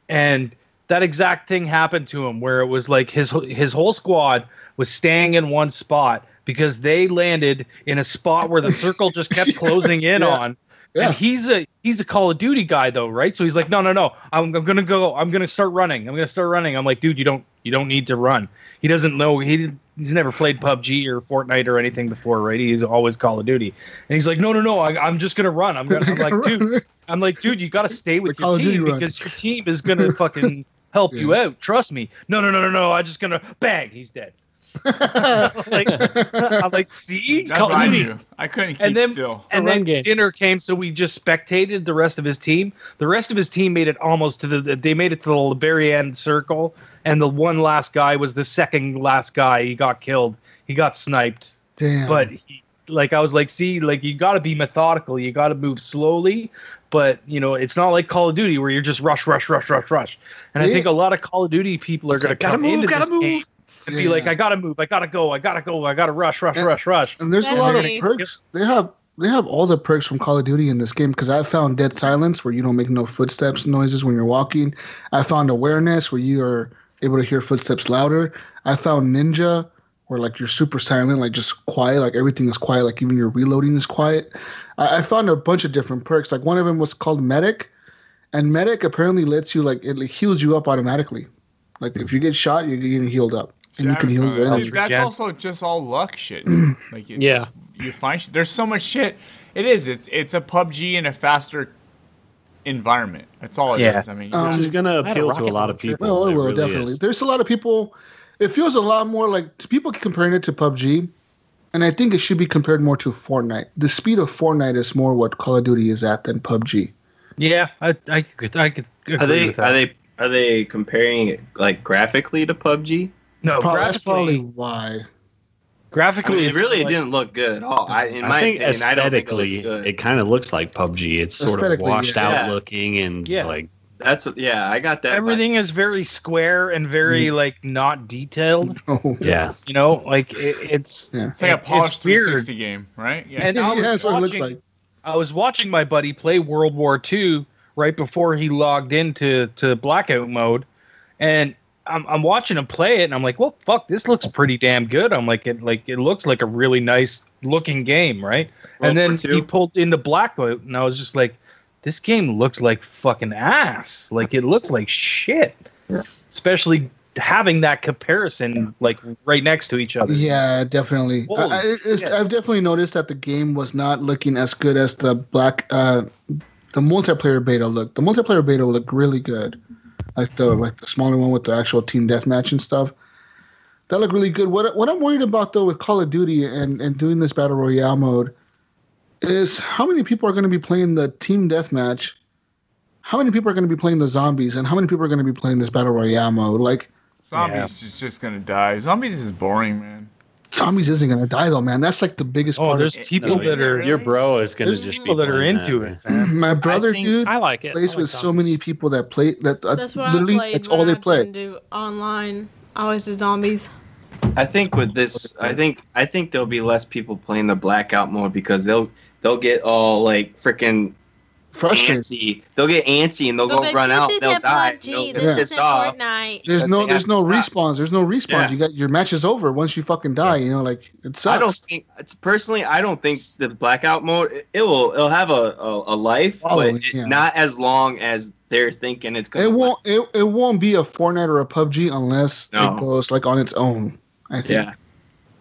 Speaker 7: and that exact thing happened to him where it was like his his whole squad was staying in one spot because they landed in a spot where the circle just kept closing in
Speaker 3: Yeah.
Speaker 7: on.
Speaker 3: Yeah.
Speaker 7: And he's a he's a Call of Duty guy though, right? So he's like, no, no, no, I'm, I'm gonna go, I'm gonna start running, I'm gonna start running. I'm like, dude, you don't you don't need to run. He doesn't know he didn't- he's never played PUBG or Fortnite or anything before, right? He's always Call of Duty, and he's like, no, no, no, I, I'm just gonna run. I'm gonna I'm like, dude, I'm like, dude, you got to stay with
Speaker 3: Call of
Speaker 7: your
Speaker 3: Duty
Speaker 7: team
Speaker 3: run.
Speaker 7: because your team is gonna fucking help you out. Trust me. No, no, no, no, no. I just gonna bang. He's dead. like, I'm like, see,
Speaker 2: That's
Speaker 7: Call
Speaker 2: what I
Speaker 7: of Duty.
Speaker 2: do. I couldn't keep
Speaker 7: And then-
Speaker 2: still.
Speaker 7: And
Speaker 8: The
Speaker 7: then
Speaker 8: run game.
Speaker 7: dinner came, so we just spectated the rest of his team. The rest of his team made it almost to the. They made it to the very end circle, and the one last guy was the second last guy. He got killed. He got sniped
Speaker 3: Damn.
Speaker 7: but he, like I was like, see, like you got to be methodical, you got to move slowly, but you know it's not like Call of Duty where you're just rush, rush, rush, rush, rush. And I
Speaker 3: Yeah.
Speaker 7: think a lot of Call of Duty people are
Speaker 5: It's
Speaker 7: going
Speaker 5: like,
Speaker 7: to
Speaker 5: gotta
Speaker 7: come
Speaker 5: move,
Speaker 7: into
Speaker 5: gotta
Speaker 7: this
Speaker 5: move.
Speaker 7: game and be
Speaker 3: Yeah.
Speaker 7: like, I gotta move, I gotta go, I gotta go, I gotta rush, rush,
Speaker 3: Yeah.
Speaker 7: rush, rush.
Speaker 3: And there's a
Speaker 4: That's
Speaker 3: lot of
Speaker 4: me.
Speaker 3: perks. They have they have all the perks from Call of Duty in this game because I found dead silence where you don't make no footsteps noises when you're walking. I found awareness where you are able to hear footsteps louder. I found ninja where like you're super silent, like just quiet, like everything is quiet, like even your reloading is quiet. I, I found a bunch of different perks. Like one of them was called medic, and medic apparently lets you like it like, heals you up automatically. Like if you get shot, you're getting healed up, and you
Speaker 2: See,
Speaker 3: can
Speaker 2: I
Speaker 3: heal
Speaker 2: don't
Speaker 3: your
Speaker 2: know.
Speaker 3: enemies.
Speaker 2: See, That's
Speaker 7: Regen.
Speaker 2: also just all luck shit. Like it's
Speaker 8: Yeah.
Speaker 2: just, you find shit. There's so much shit. It is. It's it's a PUBG in a faster environment. That's all it is.
Speaker 7: Yeah.
Speaker 2: I mean,
Speaker 3: Um,
Speaker 5: Which is going to
Speaker 8: had a
Speaker 5: appeal to a
Speaker 8: rocket
Speaker 5: lot of
Speaker 8: launcher.
Speaker 5: people.
Speaker 3: Well, it,
Speaker 5: It
Speaker 3: will
Speaker 5: really
Speaker 3: definitely.
Speaker 5: is.
Speaker 3: There's a lot of people. It feels a lot more like people keep comparing it to PUBG, and I think it should be compared more to Fortnite. The speed of Fortnite is more what Call of Duty is at than PUBG.
Speaker 7: Yeah, I, I could, I could agree
Speaker 6: Are they
Speaker 7: with that.
Speaker 6: are they are they comparing it like graphically to PUBG?
Speaker 7: no,
Speaker 3: Prob- that's probably
Speaker 7: graphically,
Speaker 3: why.
Speaker 6: I
Speaker 7: graphically,
Speaker 6: mean, it
Speaker 7: it's
Speaker 6: really
Speaker 7: like-
Speaker 6: didn't look good at all. I, in
Speaker 5: I
Speaker 6: my
Speaker 5: think
Speaker 6: opinion, I don't think it
Speaker 5: aesthetically,
Speaker 6: looks good.
Speaker 5: it, kind of looks like PUBG. It's sort of
Speaker 3: Aesthetically,
Speaker 5: washed
Speaker 3: yeah.
Speaker 5: out
Speaker 6: Yeah.
Speaker 5: looking and
Speaker 7: Yeah.
Speaker 5: like
Speaker 6: That's what, yeah, I got that. vibe.
Speaker 7: Everything is very square and very like not detailed.
Speaker 3: Oh,
Speaker 5: yeah.
Speaker 7: You know, like it, it's
Speaker 2: it's like a
Speaker 7: it's
Speaker 2: polished
Speaker 7: weird.
Speaker 2: 360 game, right? Yeah.
Speaker 7: And I was
Speaker 3: that's what it looks
Speaker 7: watching-
Speaker 3: like.
Speaker 7: I was watching my buddy play World War II right before he logged into to blackout mode, and I'm, I'm watching him play it, and I'm like, well, fuck, this looks pretty damn good. I'm like, it like it looks like a really nice looking game, right?
Speaker 6: World
Speaker 7: and
Speaker 6: War
Speaker 7: then
Speaker 6: II?
Speaker 7: he pulled into blackout, and I was just like, this game looks like fucking ass. Like it looks like shit, especially having that comparison like right next to each other.
Speaker 3: Yeah, definitely. I,
Speaker 7: Holy
Speaker 3: I- it's,
Speaker 7: shit.
Speaker 3: I've definitely noticed that the game was not looking as good as the black, uh, the multiplayer beta looked. The multiplayer beta looked really good, like the like the smaller one with the actual team deathmatch and stuff. That looked really good. What what I'm worried about though with Call of Duty and and doing this battle royale mode is how many people are going to be playing the team deathmatch. How many people are going to be playing the zombies, and how many people are going to be playing this battle royale mode? Like,
Speaker 2: Zombies is just gonna die. Zombies is boring, man.
Speaker 3: zombies isn't going to die though, man. That's like the biggest.
Speaker 7: Oh,
Speaker 3: part of
Speaker 7: there's people
Speaker 5: No,
Speaker 7: that are.
Speaker 5: Your bro is going
Speaker 7: There's
Speaker 5: to just be
Speaker 7: people that are
Speaker 5: playing
Speaker 7: into
Speaker 5: that,
Speaker 7: it.
Speaker 5: man.
Speaker 3: my brother,
Speaker 6: I think-
Speaker 3: dude,
Speaker 8: I like it.
Speaker 3: plays
Speaker 8: I like
Speaker 3: with so
Speaker 8: zombies.
Speaker 3: many people that play that. Uh,
Speaker 4: That's what
Speaker 3: literally,
Speaker 4: I played.
Speaker 3: that's
Speaker 4: when
Speaker 3: all they
Speaker 4: I
Speaker 3: play.
Speaker 4: couldn't Do online. I always do zombies.
Speaker 6: I think with this, I think I think there'll be less people playing the blackout mode because they'll they'll get all like freaking
Speaker 3: Frustrated.
Speaker 6: antsy. They'll get antsy and they'll
Speaker 4: But
Speaker 6: go
Speaker 4: like,
Speaker 6: run
Speaker 4: this
Speaker 6: out.
Speaker 4: isn't
Speaker 6: They'll die.
Speaker 4: PUBG,
Speaker 6: They'll
Speaker 4: this
Speaker 6: get pissed
Speaker 4: isn't
Speaker 6: off.
Speaker 4: Fortnite.
Speaker 3: There's
Speaker 6: Because
Speaker 3: no,
Speaker 6: they
Speaker 3: there's
Speaker 6: have
Speaker 3: no
Speaker 6: to stop.
Speaker 3: respawns. There's no respawns.
Speaker 6: Yeah.
Speaker 3: You got your match is over once you fucking die. You know, like it sucks.
Speaker 6: I don't think it's personally. I don't think the blackout mode it, it will it'll have a a, a life,
Speaker 3: Following,
Speaker 6: but it-
Speaker 3: yeah.
Speaker 6: not as long as they're thinking it's gonna.
Speaker 3: it won't. It, it won't be a Fortnite or a PUBG unless
Speaker 6: No.
Speaker 3: it goes like on its own. I think.
Speaker 6: Yeah,
Speaker 2: You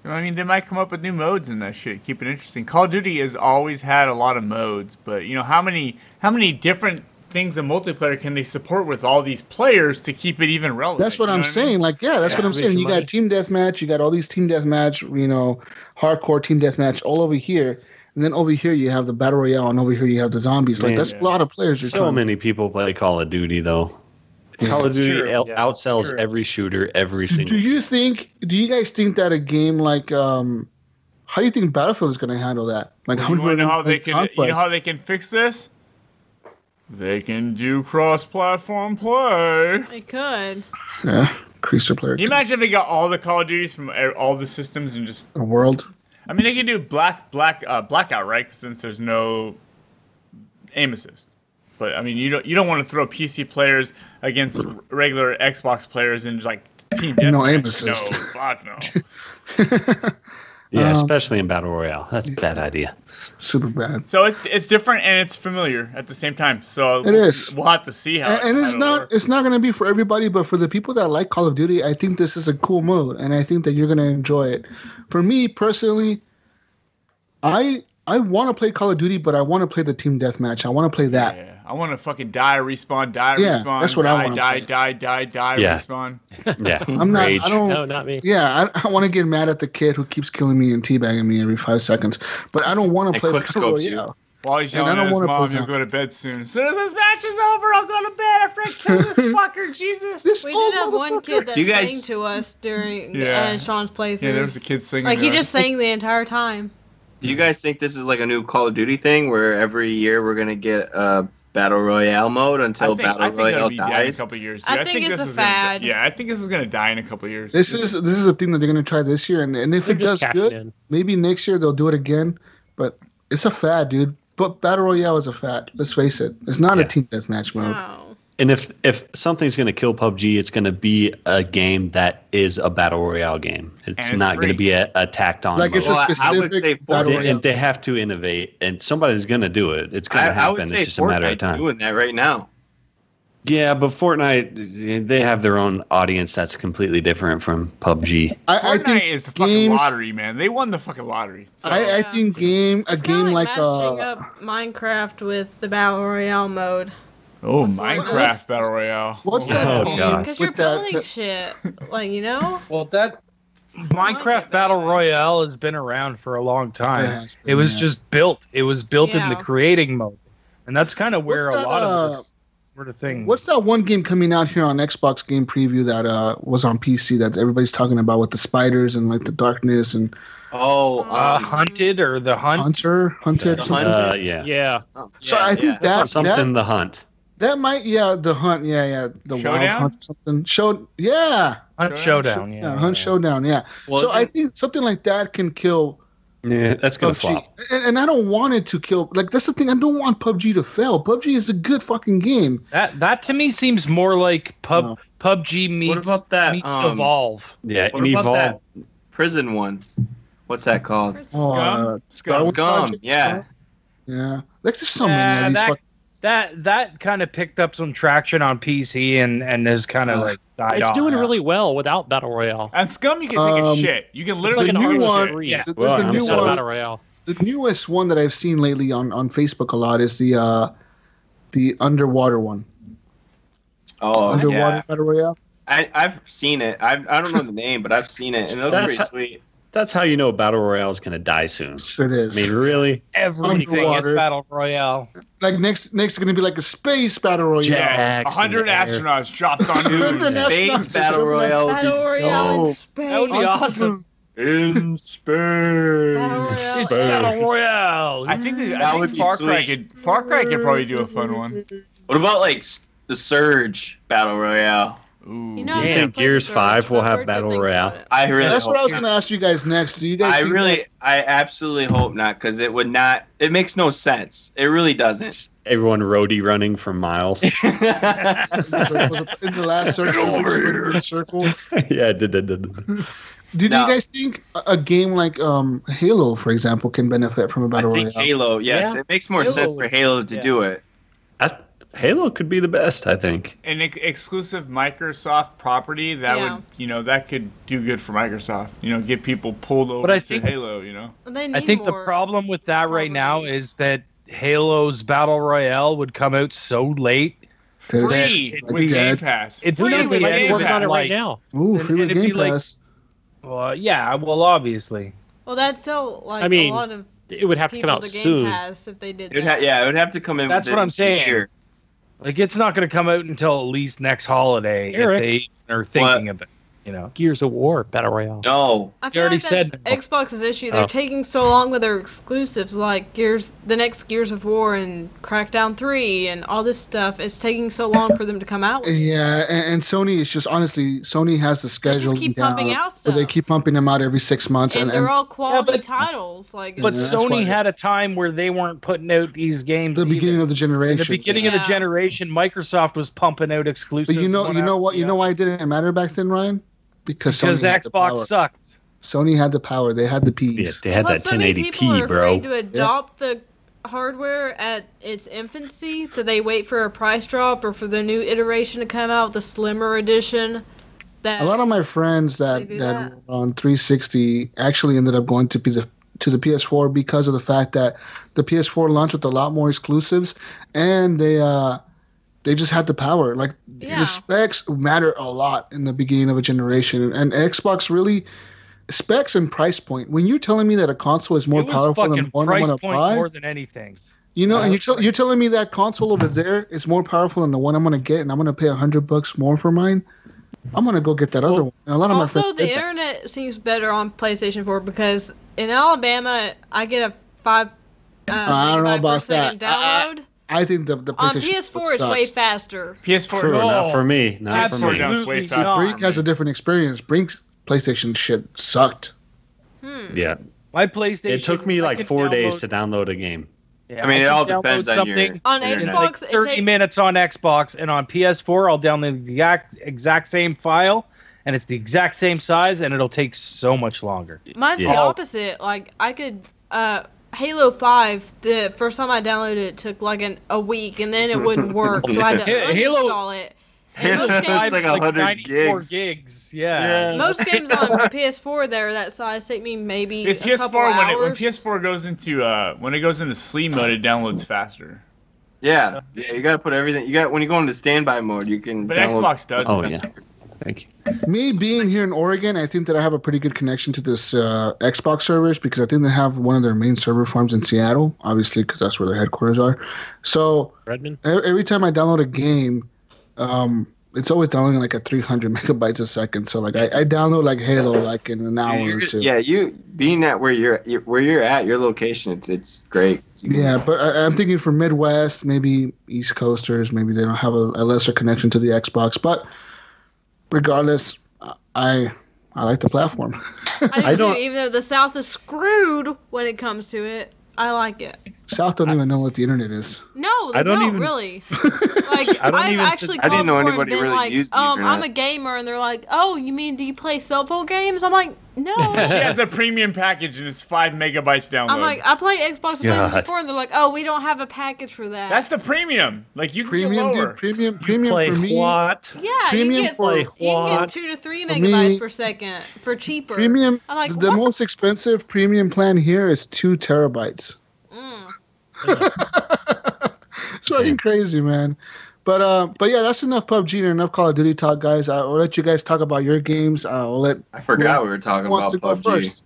Speaker 2: know what I mean, they might come up with new modes and that shit. Keep it interesting. Call of Duty has always had a lot of modes, but you know how many how many different things a multiplayer can they support with all these players to keep it even relevant?
Speaker 3: That's what
Speaker 2: You know
Speaker 3: I'm
Speaker 2: I mean?
Speaker 3: saying. Like, yeah, that's what I'm
Speaker 8: Yeah.
Speaker 3: saying. You
Speaker 8: Money.
Speaker 3: got team deathmatch. You got all these team deathmatch. You know, hardcore team deathmatch all over here. And then over here you have the battle royale, and over here you have the zombies. Like
Speaker 5: Man.
Speaker 3: that's a lot of players. you're
Speaker 5: So
Speaker 3: trying-
Speaker 5: many people play Call of Duty though. Call of
Speaker 7: It's
Speaker 5: Duty
Speaker 7: true,
Speaker 5: el-
Speaker 7: yeah,
Speaker 5: outsells
Speaker 7: true.
Speaker 5: every shooter every
Speaker 3: Do
Speaker 5: single.
Speaker 3: you think? Do you guys think that a game like um, how do you think Battlefield is going to handle that? Like
Speaker 2: You want to know how
Speaker 3: and
Speaker 2: they can? You know how
Speaker 3: conquest?
Speaker 2: they can fix this? They can do cross-platform play.
Speaker 4: It could.
Speaker 3: yeah, increase their player
Speaker 2: Can you imagine if they got all the Call of Duties from e- all the systems and just?
Speaker 3: count. world.
Speaker 2: I mean, they could do black, black, uh, blackout, right? Since there's no aim assist. But I mean, you don't you don't want to throw PC players against r- regular Xbox players and just like team.
Speaker 3: No
Speaker 2: deathmatch.
Speaker 3: aim assist.
Speaker 2: No, fuck no.
Speaker 5: yeah,
Speaker 3: um,
Speaker 5: especially in battle royale. That's a bad idea.
Speaker 3: Super bad.
Speaker 2: So it's it's different and it's familiar at the same time. So
Speaker 3: It is.
Speaker 2: We'll have to see how.
Speaker 3: And, and
Speaker 2: how
Speaker 3: it's
Speaker 2: it'll
Speaker 3: not
Speaker 2: work.
Speaker 3: it's not going to be for everybody, but for the people that like Call of Duty, I think this is a cool mode, and I think that you're going to enjoy it. For me personally, I I want to play Call of Duty, but I want to play the team deathmatch. I want to play that.
Speaker 2: Yeah, I want to fucking die, respawn, die,
Speaker 3: Yeah,
Speaker 2: respawn.
Speaker 3: that's what I
Speaker 2: die,
Speaker 3: wanna
Speaker 2: die,
Speaker 3: play.
Speaker 2: die, die, die,
Speaker 5: Yeah.
Speaker 2: respawn.
Speaker 5: Yeah,
Speaker 3: I'm not.
Speaker 5: Rage.
Speaker 3: I don't.
Speaker 8: No, not me.
Speaker 3: Yeah, I, I want to get mad at the kid who keeps killing me and teabagging me every five seconds, but I don't want to
Speaker 6: And
Speaker 3: play Battle
Speaker 6: quickscopes you.
Speaker 3: Royale.
Speaker 2: While he's
Speaker 3: And I
Speaker 2: yelling
Speaker 3: don't
Speaker 2: at his
Speaker 3: wanna play
Speaker 2: mom, you'll
Speaker 3: zombies.
Speaker 2: go to bed soon. As soon as this match is over, I'll go to bed. After I kill this fucker, Jesus.
Speaker 3: This
Speaker 4: We
Speaker 3: old
Speaker 4: did have one
Speaker 3: Oh, motherfucker-
Speaker 4: kid that
Speaker 6: Do you guys-
Speaker 4: sang to us during
Speaker 2: Yeah.
Speaker 4: uh, Sean's playthrough.
Speaker 2: Yeah, there was a kid singing.
Speaker 4: like he
Speaker 2: there.
Speaker 4: just sang the entire time.
Speaker 6: Do you guys think this is like a new Call of Duty thing where every year we're gonna get a battle royale mode
Speaker 2: I
Speaker 6: until
Speaker 2: think, I
Speaker 6: battle
Speaker 2: think that'll
Speaker 6: royale
Speaker 2: be dead in a
Speaker 6: dies?
Speaker 2: couple years.
Speaker 4: I
Speaker 2: dude.
Speaker 4: think
Speaker 2: this
Speaker 4: it's a
Speaker 2: is gonna die-
Speaker 4: fad.
Speaker 2: Yeah, I think this is gonna die in a couple years.
Speaker 3: This is this is a thing that they're going to try this year, and, and if
Speaker 8: They're
Speaker 3: it
Speaker 8: just
Speaker 3: does
Speaker 8: cashing
Speaker 3: good,
Speaker 8: in.
Speaker 3: maybe next year they'll do it again. But it's a fad, dude. But battle royale is a fad. Let's face it, it's not a
Speaker 5: Yeah.
Speaker 3: team deathmatch mode.
Speaker 4: No.
Speaker 5: And if if something's going to kill PUBG, it's going to be a game that is a battle royale game. It's
Speaker 2: it's
Speaker 5: not going to
Speaker 2: free.
Speaker 5: be a, a tacked on.
Speaker 3: Like it's
Speaker 5: mode.
Speaker 3: a
Speaker 6: Well, I- I would
Speaker 3: specific
Speaker 6: say for-
Speaker 3: battle
Speaker 5: They-
Speaker 3: royale.
Speaker 5: and they have to innovate, and somebody's going to do it. It's going
Speaker 6: I,
Speaker 5: to
Speaker 6: I
Speaker 5: happen.
Speaker 6: would
Speaker 5: It's
Speaker 6: say
Speaker 5: just a matter of
Speaker 6: Fortnite's
Speaker 5: time.
Speaker 6: doing that right now.
Speaker 5: Yeah, but Fortnite, they have their own audience that's completely different from PUBG.
Speaker 3: I, I
Speaker 2: Fortnite
Speaker 3: think
Speaker 2: is a fucking
Speaker 3: games-
Speaker 2: lottery, man. They won the fucking lottery. So,
Speaker 3: I, I
Speaker 4: Yeah.
Speaker 3: think game a
Speaker 4: It's kinda
Speaker 3: game like,
Speaker 4: matching
Speaker 3: uh,
Speaker 4: up Minecraft with the battle royale mode.
Speaker 2: oh,
Speaker 3: what's-
Speaker 2: Minecraft battle royale.
Speaker 3: what's
Speaker 2: Oh,
Speaker 3: that
Speaker 5: Oh,
Speaker 3: game
Speaker 5: God.
Speaker 4: Because you're
Speaker 3: with that?
Speaker 4: building
Speaker 3: that-
Speaker 4: shit, like you know.
Speaker 7: Well, that
Speaker 4: like
Speaker 7: Minecraft
Speaker 4: it.
Speaker 7: Battle Royale has been around for a long time.
Speaker 3: Yeah, it's been,
Speaker 7: it was
Speaker 3: yeah.
Speaker 7: just built. It was built in the
Speaker 4: Yeah.
Speaker 7: creating mode, and that's kind of where
Speaker 3: What's
Speaker 7: a
Speaker 3: that,
Speaker 7: lot
Speaker 3: uh,
Speaker 7: of this sort of thing.
Speaker 3: What's that one game coming out here on Xbox Game Preview that uh, was on PC that everybody's talking about with the spiders and like the darkness and
Speaker 6: Oh,
Speaker 7: uh,
Speaker 6: um,
Speaker 7: hunted or the hunt?
Speaker 3: Hunter, Hunter.
Speaker 6: The
Speaker 3: something?
Speaker 6: Hunt.
Speaker 5: Uh, yeah.
Speaker 8: Yeah.
Speaker 6: oh,
Speaker 3: So
Speaker 6: yeah,
Speaker 3: I think
Speaker 6: yeah.
Speaker 3: that that
Speaker 5: Something the hunt.
Speaker 3: That might, yeah, the hunt, yeah, yeah, the wild
Speaker 2: Showdown?
Speaker 3: hunt, or something. Show, yeah,
Speaker 7: Hunt
Speaker 2: Showdown?
Speaker 7: Showdown. Yeah,
Speaker 3: yeah, hunt showdown, yeah.
Speaker 6: Well,
Speaker 3: so I
Speaker 6: isn't-
Speaker 3: think something like that can kill
Speaker 5: Yeah, that's going to
Speaker 3: PUBG,
Speaker 5: flop.
Speaker 3: and, and I don't want it to kill. Like that's the thing, I don't want PUBG to fail. PUBG is a good fucking game.
Speaker 7: That that to me seems more like pub
Speaker 3: No.
Speaker 7: PUBG meets
Speaker 6: about that,
Speaker 7: meets
Speaker 6: um,
Speaker 7: Evolve.
Speaker 5: Yeah,
Speaker 6: What
Speaker 5: and
Speaker 6: about
Speaker 5: evolve.
Speaker 6: that prison one? What's that called?
Speaker 3: Oh, uh,
Speaker 2: Scum? Scum.
Speaker 3: Skyrim
Speaker 6: Scum,
Speaker 3: Project,
Speaker 6: yeah.
Speaker 3: Scum. yeah. Like there's so many
Speaker 7: Yeah,
Speaker 3: of these.
Speaker 7: that,
Speaker 3: fuck-
Speaker 7: that that kind of picked up some traction on PC and and has kind of
Speaker 3: Uh,
Speaker 7: like died
Speaker 8: It's
Speaker 7: off.
Speaker 8: doing
Speaker 3: yeah.
Speaker 8: really well without battle royale.
Speaker 2: And scum, you can take a
Speaker 3: Um,
Speaker 2: shit. You can
Speaker 8: It's like
Speaker 2: literally
Speaker 8: an
Speaker 3: The
Speaker 2: do
Speaker 3: new
Speaker 8: RE
Speaker 3: one-
Speaker 2: shit.
Speaker 8: three.
Speaker 7: yeah.
Speaker 3: There's
Speaker 5: Well,
Speaker 3: a
Speaker 5: I'm
Speaker 3: new
Speaker 8: Instead of
Speaker 3: one.
Speaker 8: battle royale.
Speaker 3: The newest one that I've seen lately on on Facebook a lot is the uh the underwater one,
Speaker 6: Oh,
Speaker 3: underwater
Speaker 6: yeah.
Speaker 3: battle royale.
Speaker 6: I, I've seen it. I, I don't know the name, but I've seen it, and those are
Speaker 5: That's
Speaker 6: pretty
Speaker 5: how-
Speaker 6: sweet.
Speaker 5: That's how you know battle royale is going to die soon.
Speaker 3: Yes, it is.
Speaker 5: I mean, really?
Speaker 7: Everything is
Speaker 3: Underwater.
Speaker 7: battle royale.
Speaker 3: like next next gonna be like a space battle royale.
Speaker 2: Yeah,
Speaker 5: Jacks
Speaker 2: a
Speaker 5: in
Speaker 2: hundred
Speaker 5: the air.
Speaker 2: astronauts dropped on
Speaker 3: Hundred
Speaker 2: dudes.
Speaker 3: astronauts.
Speaker 6: Space battle royale. would be
Speaker 4: Battle royale
Speaker 3: dope.
Speaker 4: in space.
Speaker 7: That would be awesome.
Speaker 6: in
Speaker 4: Battle
Speaker 6: space.
Speaker 4: royale.
Speaker 5: Space.
Speaker 4: Battle royale.
Speaker 7: royale.
Speaker 2: I think, that,
Speaker 6: That
Speaker 2: I
Speaker 6: would
Speaker 2: think
Speaker 6: be
Speaker 2: Far Cry
Speaker 6: sweet.
Speaker 2: could Far Cry could probably do a fun one.
Speaker 6: What about like s- the Surge battle royale?
Speaker 2: Oow.
Speaker 4: You know,
Speaker 5: Do you
Speaker 4: I've
Speaker 5: think
Speaker 4: never played
Speaker 5: Gears
Speaker 4: Surge,
Speaker 5: 5 will
Speaker 4: but I've
Speaker 5: have
Speaker 4: heard good
Speaker 5: battle
Speaker 4: things about
Speaker 5: royale?
Speaker 4: it.
Speaker 6: I really.
Speaker 3: That's what I was
Speaker 6: hope
Speaker 3: gonna ask you guys next. Do you guys?
Speaker 6: I
Speaker 3: think
Speaker 6: really, I absolutely hope not, because it would not. It makes no sense. It really doesn't.
Speaker 5: Everyone roadie running for miles.
Speaker 3: that in the, circles, in the last circle, the circle.
Speaker 5: yeah, did, did, did, did.
Speaker 3: Do
Speaker 6: No.
Speaker 3: you guys think a- a game like um, Halo, for example, can benefit from a
Speaker 6: I
Speaker 3: battle
Speaker 6: think
Speaker 3: royale?
Speaker 6: Halo. Yes,
Speaker 7: Yeah.
Speaker 6: it makes more
Speaker 7: Halo
Speaker 6: sense for
Speaker 7: would-
Speaker 6: Halo to
Speaker 7: yeah.
Speaker 6: do it.
Speaker 5: I, Halo could be the best, I think.
Speaker 2: An ex- exclusive Microsoft property that
Speaker 4: Yeah.
Speaker 2: would you know that could do good for Microsoft. You know, get people pulled over
Speaker 7: But I
Speaker 2: to
Speaker 7: think-
Speaker 2: Halo. You know,
Speaker 4: They need
Speaker 7: I think the
Speaker 4: more.
Speaker 7: problem with that right now
Speaker 4: properties.
Speaker 7: is that Halo's battle royale would come out so late.
Speaker 3: There's-
Speaker 2: free
Speaker 3: I'd be
Speaker 2: with Game
Speaker 3: dead.
Speaker 2: Pass.
Speaker 7: It's
Speaker 2: free
Speaker 7: not
Speaker 2: with
Speaker 7: like
Speaker 8: They're
Speaker 2: Game
Speaker 7: anyone's
Speaker 8: working on
Speaker 2: Pass.
Speaker 8: it right
Speaker 7: like-
Speaker 8: now.
Speaker 3: Ooh,
Speaker 7: And-
Speaker 3: free with
Speaker 7: and it'd
Speaker 3: Game
Speaker 7: be like-
Speaker 3: Pass.
Speaker 7: Well, yeah, well, obviously.
Speaker 4: Well, that's so like
Speaker 8: I mean,
Speaker 4: a lot of
Speaker 8: it would have to
Speaker 4: people
Speaker 8: come out
Speaker 4: the game
Speaker 8: soon.
Speaker 4: has if they did
Speaker 6: It would ha-
Speaker 4: that.
Speaker 6: yeah, it would have to come in.
Speaker 7: That's
Speaker 6: within
Speaker 7: what I'm saying.
Speaker 6: a year.
Speaker 7: Like it's not going to come out until at least next holiday
Speaker 8: Eric.
Speaker 7: if they are thinking about. You know,
Speaker 8: Gears of War Battle Royale.
Speaker 6: No,
Speaker 4: I
Speaker 7: already
Speaker 4: like that's
Speaker 7: said no.
Speaker 4: Xbox's issue. They're
Speaker 8: Oh.
Speaker 4: taking so long with their exclusives, like Gears, the next Gears of War and Crackdown Three, and all this stuff. It's taking so long for them to come out. with it.
Speaker 3: Yeah, and, and Sony is just honestly, Sony has the schedule
Speaker 4: keep
Speaker 3: down,
Speaker 4: pumping out
Speaker 3: so they
Speaker 4: stuff.
Speaker 3: keep pumping them out every six months,
Speaker 4: And
Speaker 3: and,
Speaker 4: they're
Speaker 3: and
Speaker 4: all quality
Speaker 7: but-
Speaker 4: titles. Like,
Speaker 7: but
Speaker 3: Yeah, that's why-
Speaker 7: Sony had a time where they weren't putting out these games.
Speaker 3: the beginning
Speaker 7: either.
Speaker 3: of the
Speaker 7: In
Speaker 3: generation.
Speaker 7: the beginning
Speaker 4: yeah.
Speaker 7: of the generation, Microsoft was pumping out exclusives.
Speaker 3: But you know,
Speaker 7: one
Speaker 3: you know
Speaker 7: after
Speaker 3: what? You
Speaker 7: the
Speaker 3: know
Speaker 7: other.
Speaker 3: why it didn't matter back then, Ryan? Because
Speaker 7: Because
Speaker 3: Sony had the
Speaker 7: Xbox
Speaker 3: power.
Speaker 7: sucked.
Speaker 3: Sony had the power. They had the
Speaker 5: Yeah,
Speaker 3: peas.
Speaker 5: they had
Speaker 4: Plus,
Speaker 5: that
Speaker 4: so many people
Speaker 5: 1080p,
Speaker 4: are
Speaker 5: bro.
Speaker 4: afraid to adopt the hardware at its infancy that they wait for a price drop or for the new iteration to come out, the slimmer edition. That
Speaker 3: A lot of my friends that
Speaker 4: They
Speaker 3: that,
Speaker 4: do that.
Speaker 3: were on 360 actually ended up going to be the to the PS4 because of the fact that the PS4 launched with a lot more exclusives, and they uh they just had the power. Like
Speaker 4: Yeah.
Speaker 3: the specs matter a lot in the beginning of a generation, and Xbox really specs and price point. When you're telling me that a console is more
Speaker 7: it was
Speaker 3: powerful
Speaker 7: fucking
Speaker 3: than one I
Speaker 7: price
Speaker 3: want to
Speaker 7: point
Speaker 3: buy,
Speaker 7: more than anything.
Speaker 3: You know,
Speaker 7: Uh,
Speaker 3: and you're, tell you're telling me that console over there is more powerful than the one I'm going to get, and I'm going to pay a hundred bucks more for mine. I'm going to go get that other one. And a lot of my
Speaker 4: also,
Speaker 3: friends.
Speaker 4: the
Speaker 3: did that.
Speaker 4: internet seems better on PlayStation 4 because in Alabama, I get a five. Uh,
Speaker 3: I don't know
Speaker 4: megabyte per
Speaker 3: about
Speaker 4: second
Speaker 3: that. I- I-
Speaker 4: Download
Speaker 3: I think the the
Speaker 4: on
Speaker 3: PlayStation
Speaker 4: PS4 it's
Speaker 3: sucks.
Speaker 4: way faster.
Speaker 2: PS4.
Speaker 5: True,
Speaker 2: no.
Speaker 5: not for me. Not for
Speaker 2: Absolutely
Speaker 5: me.
Speaker 2: not. it's way
Speaker 7: Absolutely
Speaker 2: faster.
Speaker 7: not.
Speaker 3: Freak has a different experience. Brink's PlayStation shit sucked.
Speaker 4: Hmm.
Speaker 5: Yeah,
Speaker 7: My PlayStation.
Speaker 5: it took me
Speaker 7: I
Speaker 5: like
Speaker 7: could
Speaker 5: four days
Speaker 7: download-
Speaker 5: to download a game.
Speaker 7: Yeah,
Speaker 6: I mean it
Speaker 7: could
Speaker 6: all
Speaker 7: download
Speaker 6: depends on your
Speaker 7: something
Speaker 4: On
Speaker 7: in,
Speaker 6: internet.
Speaker 7: like
Speaker 4: Xbox, it
Speaker 7: 30
Speaker 4: take-
Speaker 7: minutes on Xbox and on PS4, I'll download the exact, exact same file and it's the exact same size and it'll take so much longer.
Speaker 4: Mine's the
Speaker 5: Yeah.
Speaker 4: opposite. Like I could uh Halo Five. The first time I downloaded it, took like an a week, and then it wouldn't work, so I had to
Speaker 7: Ha- Halo-
Speaker 4: uninstall it. And
Speaker 6: Halo
Speaker 4: most games,
Speaker 6: Five's like a- 100
Speaker 7: 94
Speaker 6: gigs.
Speaker 7: gigs. Yeah.
Speaker 4: most games on PS4 that are that size take me maybe
Speaker 2: It's
Speaker 4: a couple
Speaker 2: PS4 when
Speaker 4: hours.
Speaker 2: it, when PS4 goes into uh when it goes into sleep mode, it downloads faster.
Speaker 6: Yeah, yeah, you got to put everything. You got when you go into standby mode, you can.
Speaker 2: But
Speaker 6: download-
Speaker 2: Xbox does.
Speaker 5: Oh yeah, thank you.
Speaker 3: Me being here in Oregon, I think that I have a pretty good connection to this uh, Xbox servers because I think they have one of their main server farms in Seattle, obviously because that's where their headquarters are. So
Speaker 8: Redmond.
Speaker 3: E- every time I download a game, um, it's always downloading like at 300 megabytes a second. So like I, I download like Halo like in an hour
Speaker 6: You're
Speaker 3: or
Speaker 6: good-
Speaker 3: two.
Speaker 6: yeah, you being at where you're, you where you're at, your location, it's it's great. You can-
Speaker 3: Yeah, but I, I'm thinking for Midwest, maybe East Coasters, maybe they don't have a, a lesser connection to the Xbox. But regardless, I I like the platform.
Speaker 4: I do
Speaker 5: I
Speaker 4: too,
Speaker 5: don't-
Speaker 4: even though the South is screwed when it comes to it. I like it.
Speaker 3: South don't even know what the internet is.
Speaker 4: No, they
Speaker 5: I don't
Speaker 4: don't,
Speaker 5: even-
Speaker 4: really. Like
Speaker 5: I don't
Speaker 4: I've
Speaker 5: even
Speaker 4: actually
Speaker 6: I
Speaker 4: called
Speaker 6: didn't know
Speaker 4: before and
Speaker 6: anybody
Speaker 4: been
Speaker 6: really
Speaker 4: like,
Speaker 6: used the
Speaker 4: um,
Speaker 6: internet.
Speaker 4: I'm a gamer, and they're like, oh, you mean do you play cell phone games? I'm like, no.
Speaker 2: She has a premium package and it's five megabytes download.
Speaker 4: I'm like, I play Xbox and PlayStation
Speaker 5: God.
Speaker 4: 4, and they're like, oh, we don't have a package for that.
Speaker 2: that's the premium. Like you can
Speaker 3: Premium,
Speaker 2: get lower.
Speaker 3: dude. Premium, premium
Speaker 5: Play
Speaker 3: for me.
Speaker 5: what?
Speaker 4: yeah, you
Speaker 3: premium
Speaker 4: get,
Speaker 3: for
Speaker 4: you can get
Speaker 5: what?
Speaker 4: two to three
Speaker 3: For
Speaker 4: megabytes
Speaker 3: me,
Speaker 4: per second for cheaper.
Speaker 3: Premium.
Speaker 4: I'm like,
Speaker 3: the
Speaker 4: what?
Speaker 3: most expensive premium plan here is two terabytes.
Speaker 4: Mm.
Speaker 3: it's fucking crazy, man. But uh, but yeah, that's enough PUBG and enough Call of Duty talk, guys. I'll let you guys talk about your games. I'll let
Speaker 6: I forgot we were talking
Speaker 3: who wants
Speaker 6: about
Speaker 3: to go
Speaker 6: PUBG.
Speaker 3: first.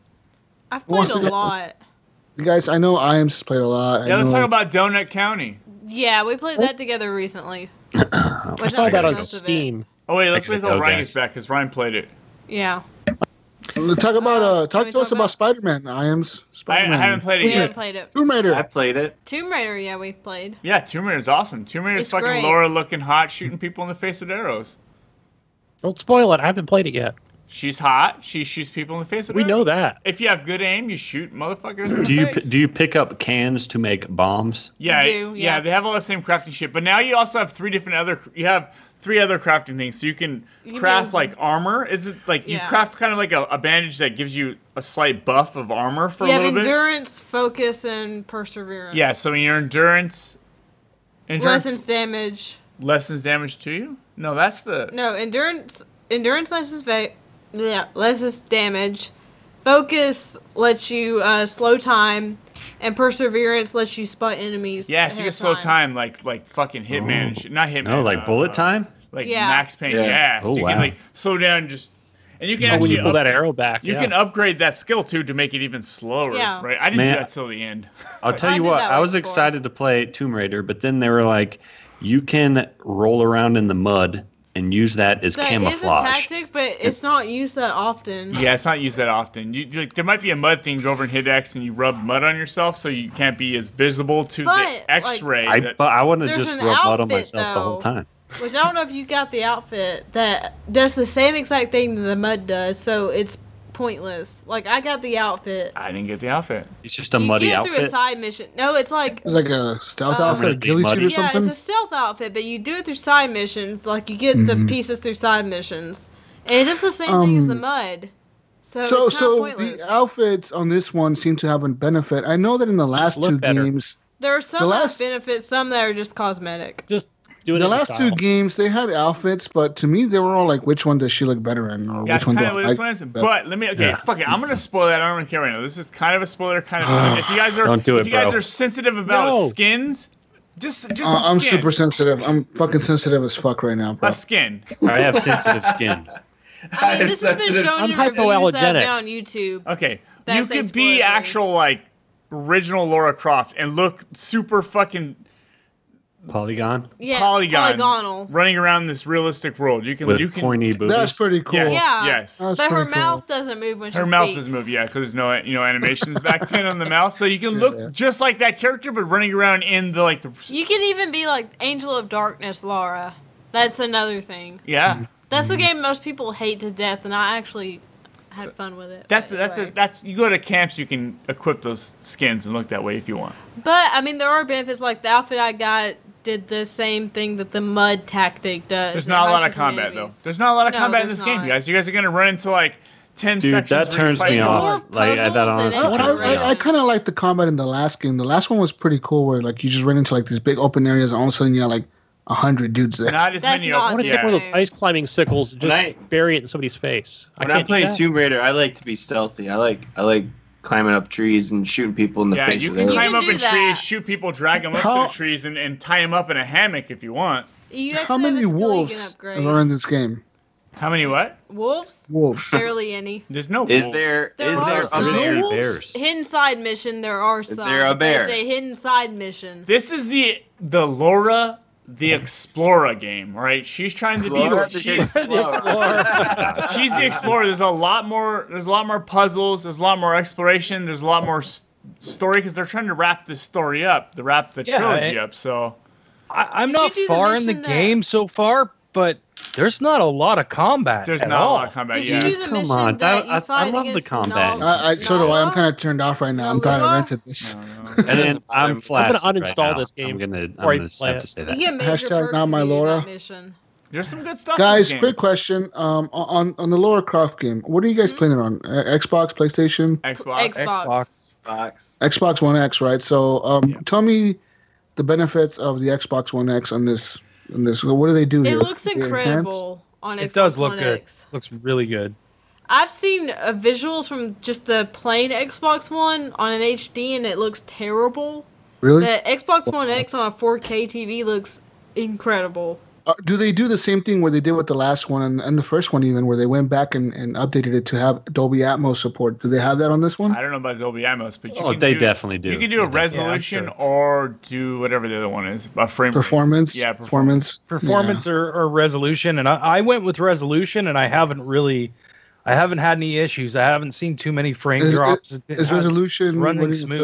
Speaker 4: I've played
Speaker 3: wants to
Speaker 4: a
Speaker 3: go-
Speaker 4: lot.
Speaker 3: You guys, I know IAMS played a lot.
Speaker 2: yeah,
Speaker 3: I
Speaker 2: let's
Speaker 3: know,
Speaker 2: talk about Donut County.
Speaker 4: Yeah, we played that together recently.
Speaker 5: I
Speaker 4: Which
Speaker 5: saw
Speaker 4: I
Speaker 5: that
Speaker 4: got
Speaker 5: on
Speaker 4: most of it.
Speaker 5: Steam.
Speaker 2: Oh wait, let's
Speaker 5: Check it
Speaker 2: wait till
Speaker 5: out,
Speaker 2: Ryan
Speaker 5: guys.
Speaker 2: gets back because Ryan played it.
Speaker 4: Yeah.
Speaker 3: let's talk about uh,
Speaker 4: Uh,
Speaker 3: talk
Speaker 4: can we
Speaker 3: to us
Speaker 4: talk about-
Speaker 3: about Spider Man.
Speaker 2: I,
Speaker 3: IAMS
Speaker 2: I
Speaker 3: Spider
Speaker 2: haven't
Speaker 3: Man.
Speaker 2: played it
Speaker 4: We
Speaker 2: yet.
Speaker 4: haven't played it.
Speaker 3: Tomb
Speaker 6: I
Speaker 3: Raider.
Speaker 6: played it.
Speaker 4: Tomb Raider, yeah, we've played.
Speaker 2: Yeah, Tomb Raider is awesome. Tomb Raider is
Speaker 4: It's
Speaker 2: fucking
Speaker 4: great.
Speaker 2: Laura looking hot, shooting people in the face with arrows.
Speaker 8: Don't spoil it. I haven't played it yet.
Speaker 2: She's hot. She shoots people in the face with
Speaker 8: We
Speaker 2: arrows.
Speaker 8: know that.
Speaker 2: If you have good aim, you shoot motherfuckers. In the
Speaker 5: Do you
Speaker 2: face.
Speaker 5: p- do you pick up cans to make bombs?
Speaker 2: Yeah,
Speaker 4: do,
Speaker 2: yeah,
Speaker 4: yeah.
Speaker 2: They have all the same crafting shit, but now you also have three different other. You have three other crafting things, so you can
Speaker 4: You
Speaker 2: craft
Speaker 4: mean-
Speaker 2: like armor. Is it like you
Speaker 4: Yeah.
Speaker 2: craft kind of like a, a bandage that gives you a slight buff of armor for
Speaker 4: You
Speaker 2: a
Speaker 4: have
Speaker 2: little bit?
Speaker 4: endurance, focus, and perseverance.
Speaker 2: Yeah, so your endurance, endurance
Speaker 4: Lessons
Speaker 2: lessens,
Speaker 4: damage.
Speaker 2: damage to you. No, that's the
Speaker 4: No, endurance endurance lessens va- yeah, lessens damage. Focus lets you uh, slow time, and perseverance lets you spot enemies.
Speaker 2: yes. You
Speaker 4: ahead
Speaker 2: can
Speaker 4: of
Speaker 2: slow time like like fucking hitman, and shit. not hitman.
Speaker 5: No, Oh, like
Speaker 2: uh,
Speaker 5: bullet
Speaker 2: uh,
Speaker 5: time.
Speaker 2: like
Speaker 4: Yeah.
Speaker 2: max pain. Yeah,
Speaker 6: Yeah.
Speaker 2: so
Speaker 5: Oh,
Speaker 2: you
Speaker 5: wow.
Speaker 2: can like slow down and just. And you can
Speaker 8: Oh, when
Speaker 2: actually
Speaker 8: you pull
Speaker 2: up-
Speaker 8: that arrow back,
Speaker 2: you
Speaker 8: yeah.
Speaker 2: can upgrade that skill too to make it even slower.
Speaker 4: Yeah.
Speaker 2: Right? I didn't
Speaker 5: Man-
Speaker 2: do that till the end.
Speaker 5: I'll tell
Speaker 4: I
Speaker 5: you
Speaker 4: did
Speaker 5: what,
Speaker 4: that
Speaker 5: I
Speaker 4: one
Speaker 5: was
Speaker 4: before.
Speaker 5: excited to play Tomb Raider, but then they were like, you can roll around in the mud and use that as
Speaker 4: That is a
Speaker 5: camouflage.
Speaker 4: tactic, but it's not used that often.
Speaker 2: Yeah, it's not used that often. You like, there might be a mud thing. Go over and hit X, and you rub mud on yourself, so you can't be as visible to
Speaker 4: But, like-
Speaker 2: the X-ray.
Speaker 5: I,
Speaker 2: that-
Speaker 5: but I wouldn't have
Speaker 4: There's
Speaker 5: just
Speaker 4: an
Speaker 5: rubbed mud on
Speaker 4: outfit,
Speaker 5: myself the whole
Speaker 4: though.
Speaker 5: time.
Speaker 4: Which I don't know if you got the outfit that does the same exact thing that the mud does, so it's pointless. Like I got the outfit.
Speaker 2: I didn't get the outfit.
Speaker 5: It's just a
Speaker 4: you
Speaker 5: muddy
Speaker 4: get through a
Speaker 5: outfit.
Speaker 4: side mission. No, it's like
Speaker 3: It's like a stealth
Speaker 4: Uh,
Speaker 3: outfit, a
Speaker 5: Really
Speaker 3: ghillie suit
Speaker 5: muddy.
Speaker 3: or
Speaker 4: yeah,
Speaker 3: something.
Speaker 4: it's a stealth outfit, but you do it through side missions. Like you get the pieces through side missions, and it does the same thing as the
Speaker 3: Mm-hmm. Um,
Speaker 4: mud. So
Speaker 3: so
Speaker 4: it's kinda
Speaker 3: so
Speaker 4: pointless.
Speaker 3: the outfits on this one seem to have a benefit. I know that in the last
Speaker 8: Look
Speaker 3: two
Speaker 8: better.
Speaker 3: games,
Speaker 4: there are some
Speaker 3: the
Speaker 4: that
Speaker 3: last-
Speaker 4: benefits, some that are just cosmetic.
Speaker 8: Just do it.
Speaker 3: the
Speaker 8: in
Speaker 3: last
Speaker 8: style.
Speaker 3: two games they had outfits, but to me they were all like, which one does she look better in, or
Speaker 2: Yeah,
Speaker 3: which
Speaker 2: that's
Speaker 3: one
Speaker 2: kind
Speaker 3: do I
Speaker 2: of what this
Speaker 3: like?
Speaker 2: one is.
Speaker 3: better?
Speaker 2: But let me. Okay,
Speaker 5: Yeah.
Speaker 2: fuck it. I'm gonna spoil that. I don't really care right now. This is kind of a spoiler. Kind of. if you guys are,
Speaker 5: Don't do
Speaker 2: if
Speaker 5: it,
Speaker 2: you guys
Speaker 5: bro.
Speaker 2: are sensitive about
Speaker 8: No.
Speaker 2: skins, just just
Speaker 3: Uh,
Speaker 2: a
Speaker 3: I'm
Speaker 2: skin.
Speaker 3: super sensitive. I'm fucking sensitive as fuck right now, bro.
Speaker 2: a skin.
Speaker 5: I have sensitive skin.
Speaker 4: I mean, this has been
Speaker 6: sensitive.
Speaker 4: shown
Speaker 8: I'm
Speaker 4: in reviews that have
Speaker 8: hypoallergenic.
Speaker 4: been on YouTube.
Speaker 2: Okay,
Speaker 4: That's
Speaker 2: you
Speaker 4: a
Speaker 2: could be
Speaker 4: spoiler.
Speaker 2: actual like original Laura Croft and look super fucking
Speaker 5: Polygon
Speaker 4: Yeah,
Speaker 2: polygon
Speaker 4: polygonal.
Speaker 2: running around this realistic world. You can
Speaker 5: with
Speaker 2: you can
Speaker 5: pointy boobies.
Speaker 3: That's pretty cool.
Speaker 2: yes,
Speaker 4: Yeah.
Speaker 2: yes.
Speaker 3: That's
Speaker 4: but her
Speaker 3: pretty cool.
Speaker 4: mouth doesn't move when she
Speaker 2: her mouth
Speaker 4: speaks.
Speaker 2: is moving, yeah, because there's no you know animations back then on the mouth, so you can look
Speaker 3: yeah.
Speaker 2: just like that character, but running around in the like the
Speaker 4: You can even be like Angel of Darkness, Lara. That's another thing.
Speaker 3: Mm-hmm.
Speaker 2: yeah.
Speaker 4: That's the game most people hate to death, and I actually had fun with it.
Speaker 2: That's
Speaker 4: but
Speaker 2: that's a,
Speaker 4: anyway.
Speaker 2: that's you go to camps, you can equip those skins and look that way if you want.
Speaker 4: But I mean, there are benefits. Like the outfit I got did the same thing that the mud tactic does.
Speaker 2: There's
Speaker 4: It
Speaker 2: not a lot of
Speaker 4: rushes
Speaker 2: combat
Speaker 4: enemies.
Speaker 2: though. There's not a lot of
Speaker 4: No,
Speaker 2: combat in
Speaker 4: there's
Speaker 2: this game,
Speaker 4: not.
Speaker 2: you guys. You guys are gonna run into like ten
Speaker 5: Dude,
Speaker 2: sections.
Speaker 5: that
Speaker 2: where you
Speaker 5: turns
Speaker 2: fight
Speaker 5: me
Speaker 2: someone.
Speaker 4: more
Speaker 5: off. Like I,
Speaker 4: puzzles
Speaker 5: that
Speaker 4: than
Speaker 5: honestly
Speaker 3: I,
Speaker 4: That's
Speaker 5: turns me
Speaker 4: exploration.
Speaker 3: I, I
Speaker 5: off.
Speaker 3: kind of like the combat in the last game. The last one was pretty cool, where like you just ran into like these big open areas, and all of a sudden you had like a hundred dudes there.
Speaker 2: Not as
Speaker 4: That's
Speaker 2: many.
Speaker 4: not
Speaker 8: I
Speaker 2: of
Speaker 8: want to
Speaker 2: yeah.
Speaker 8: take one of those
Speaker 4: Yeah.
Speaker 8: ice climbing sickles and
Speaker 6: When
Speaker 8: just
Speaker 6: I-
Speaker 8: bury it in somebody's face.
Speaker 6: When
Speaker 8: I
Speaker 6: I
Speaker 8: can't
Speaker 6: play
Speaker 8: do that.
Speaker 6: Tomb Raider, I like to be stealthy. I like I like climbing up trees and shooting people in the
Speaker 2: Yeah,
Speaker 6: face
Speaker 2: you
Speaker 6: with
Speaker 2: can
Speaker 6: arrows.
Speaker 2: climb
Speaker 4: can
Speaker 2: up
Speaker 4: do
Speaker 2: in
Speaker 4: that.
Speaker 2: trees, shoot people, drag them up to
Speaker 3: How-
Speaker 2: the trees, and, and tie them up in a hammock if you want.
Speaker 4: You
Speaker 3: How
Speaker 4: actually have a
Speaker 3: many
Speaker 4: skill you can
Speaker 3: wolves
Speaker 4: upgrade.
Speaker 3: are in this game?
Speaker 2: How many what?
Speaker 4: Wolves?
Speaker 3: Wolves.
Speaker 4: Barely any.
Speaker 2: There's no.
Speaker 6: Is
Speaker 2: wolves.
Speaker 6: there is
Speaker 4: There
Speaker 6: there
Speaker 4: are
Speaker 6: a
Speaker 4: some
Speaker 6: bear?
Speaker 3: wolves.
Speaker 5: bears.
Speaker 4: Hidden side mission. There are some.
Speaker 6: there a
Speaker 4: but
Speaker 6: bear?
Speaker 4: It's a hidden side mission.
Speaker 2: This is the the Laura the Explorer game, right? She's trying to
Speaker 6: Laura
Speaker 2: be.
Speaker 6: the
Speaker 2: She's,
Speaker 6: Explorer.
Speaker 2: she's the Explorer. There's a lot more. There's a lot more puzzles. There's a lot more exploration. There's a lot more s- story because they're trying to wrap this story up, to wrap the
Speaker 7: Yeah,
Speaker 2: trilogy
Speaker 7: it-
Speaker 2: up. So
Speaker 7: I, I'm
Speaker 4: Did you
Speaker 7: not
Speaker 4: do the
Speaker 7: far in the
Speaker 4: mission that-
Speaker 7: game so far, but there's not a lot of combat.
Speaker 2: there's
Speaker 7: at
Speaker 2: not
Speaker 7: all.
Speaker 2: a lot of combat
Speaker 4: Did
Speaker 2: yet.
Speaker 4: you do the
Speaker 5: Come
Speaker 4: mission
Speaker 5: on,
Speaker 4: that
Speaker 5: that-
Speaker 4: you
Speaker 5: I- I
Speaker 4: fight
Speaker 5: love the
Speaker 4: against
Speaker 5: combat.
Speaker 4: Nala?
Speaker 3: I, I, so do I. I'm
Speaker 4: Nala?
Speaker 3: kind of turned off right now. I'm glad I
Speaker 4: Nala?
Speaker 3: rented this.
Speaker 5: And then I'm flaccid.
Speaker 8: I'm gonna
Speaker 5: right
Speaker 8: uninstall
Speaker 5: now.
Speaker 8: this game
Speaker 5: I'm gonna, I'm
Speaker 8: before I
Speaker 5: gonna just
Speaker 8: play
Speaker 5: have
Speaker 8: it.
Speaker 5: to say
Speaker 4: You
Speaker 5: that.
Speaker 4: get major
Speaker 3: Hashtag
Speaker 4: perks
Speaker 3: not
Speaker 4: if
Speaker 3: my
Speaker 4: you do
Speaker 3: Laura.
Speaker 4: that mission.
Speaker 2: There's some good stuff. in this
Speaker 3: Guys,
Speaker 2: game.
Speaker 3: quick question. Um, on on the Laura Croft game, what are you guys
Speaker 4: Mm-hmm.
Speaker 3: playing it on? Uh, Xbox, PlayStation,
Speaker 2: Xbox.
Speaker 4: Xbox. Xbox.
Speaker 6: Fox.
Speaker 3: Xbox One X, right? So, um, tell me the benefits of the Xbox One X on this. On this, what do they do
Speaker 4: It
Speaker 3: here?
Speaker 4: looks
Speaker 3: They enhance?
Speaker 4: incredible on Xbox
Speaker 7: It does look
Speaker 4: One
Speaker 7: good.
Speaker 4: X.
Speaker 7: Looks really good.
Speaker 4: I've seen uh, visuals from just the plain Xbox One on an HD, and it looks terrible.
Speaker 3: Really?
Speaker 4: The Xbox One X on a 4K TV looks incredible.
Speaker 3: Uh, do they do the same thing where they did with the last one and, and the first one even where they went back and, and updated it to have Dolby Atmos support? Do they have that on this one?
Speaker 2: I don't know about Dolby Atmos, but you
Speaker 5: Oh,
Speaker 2: can
Speaker 5: they
Speaker 2: do,
Speaker 5: definitely do.
Speaker 2: You can do a
Speaker 5: They definitely-
Speaker 2: resolution
Speaker 7: Yeah, I'm
Speaker 2: or do whatever the other one is, a frame rate.
Speaker 3: Performance,
Speaker 2: Yeah,
Speaker 3: performance,
Speaker 7: Performance or, or resolution, and I, I went with resolution, and I haven't really, I haven't had any issues. I haven't seen too many frame
Speaker 3: Is-
Speaker 7: drops. It-
Speaker 3: Is
Speaker 7: I-
Speaker 3: resolution
Speaker 7: running
Speaker 3: what is it,
Speaker 7: smooth.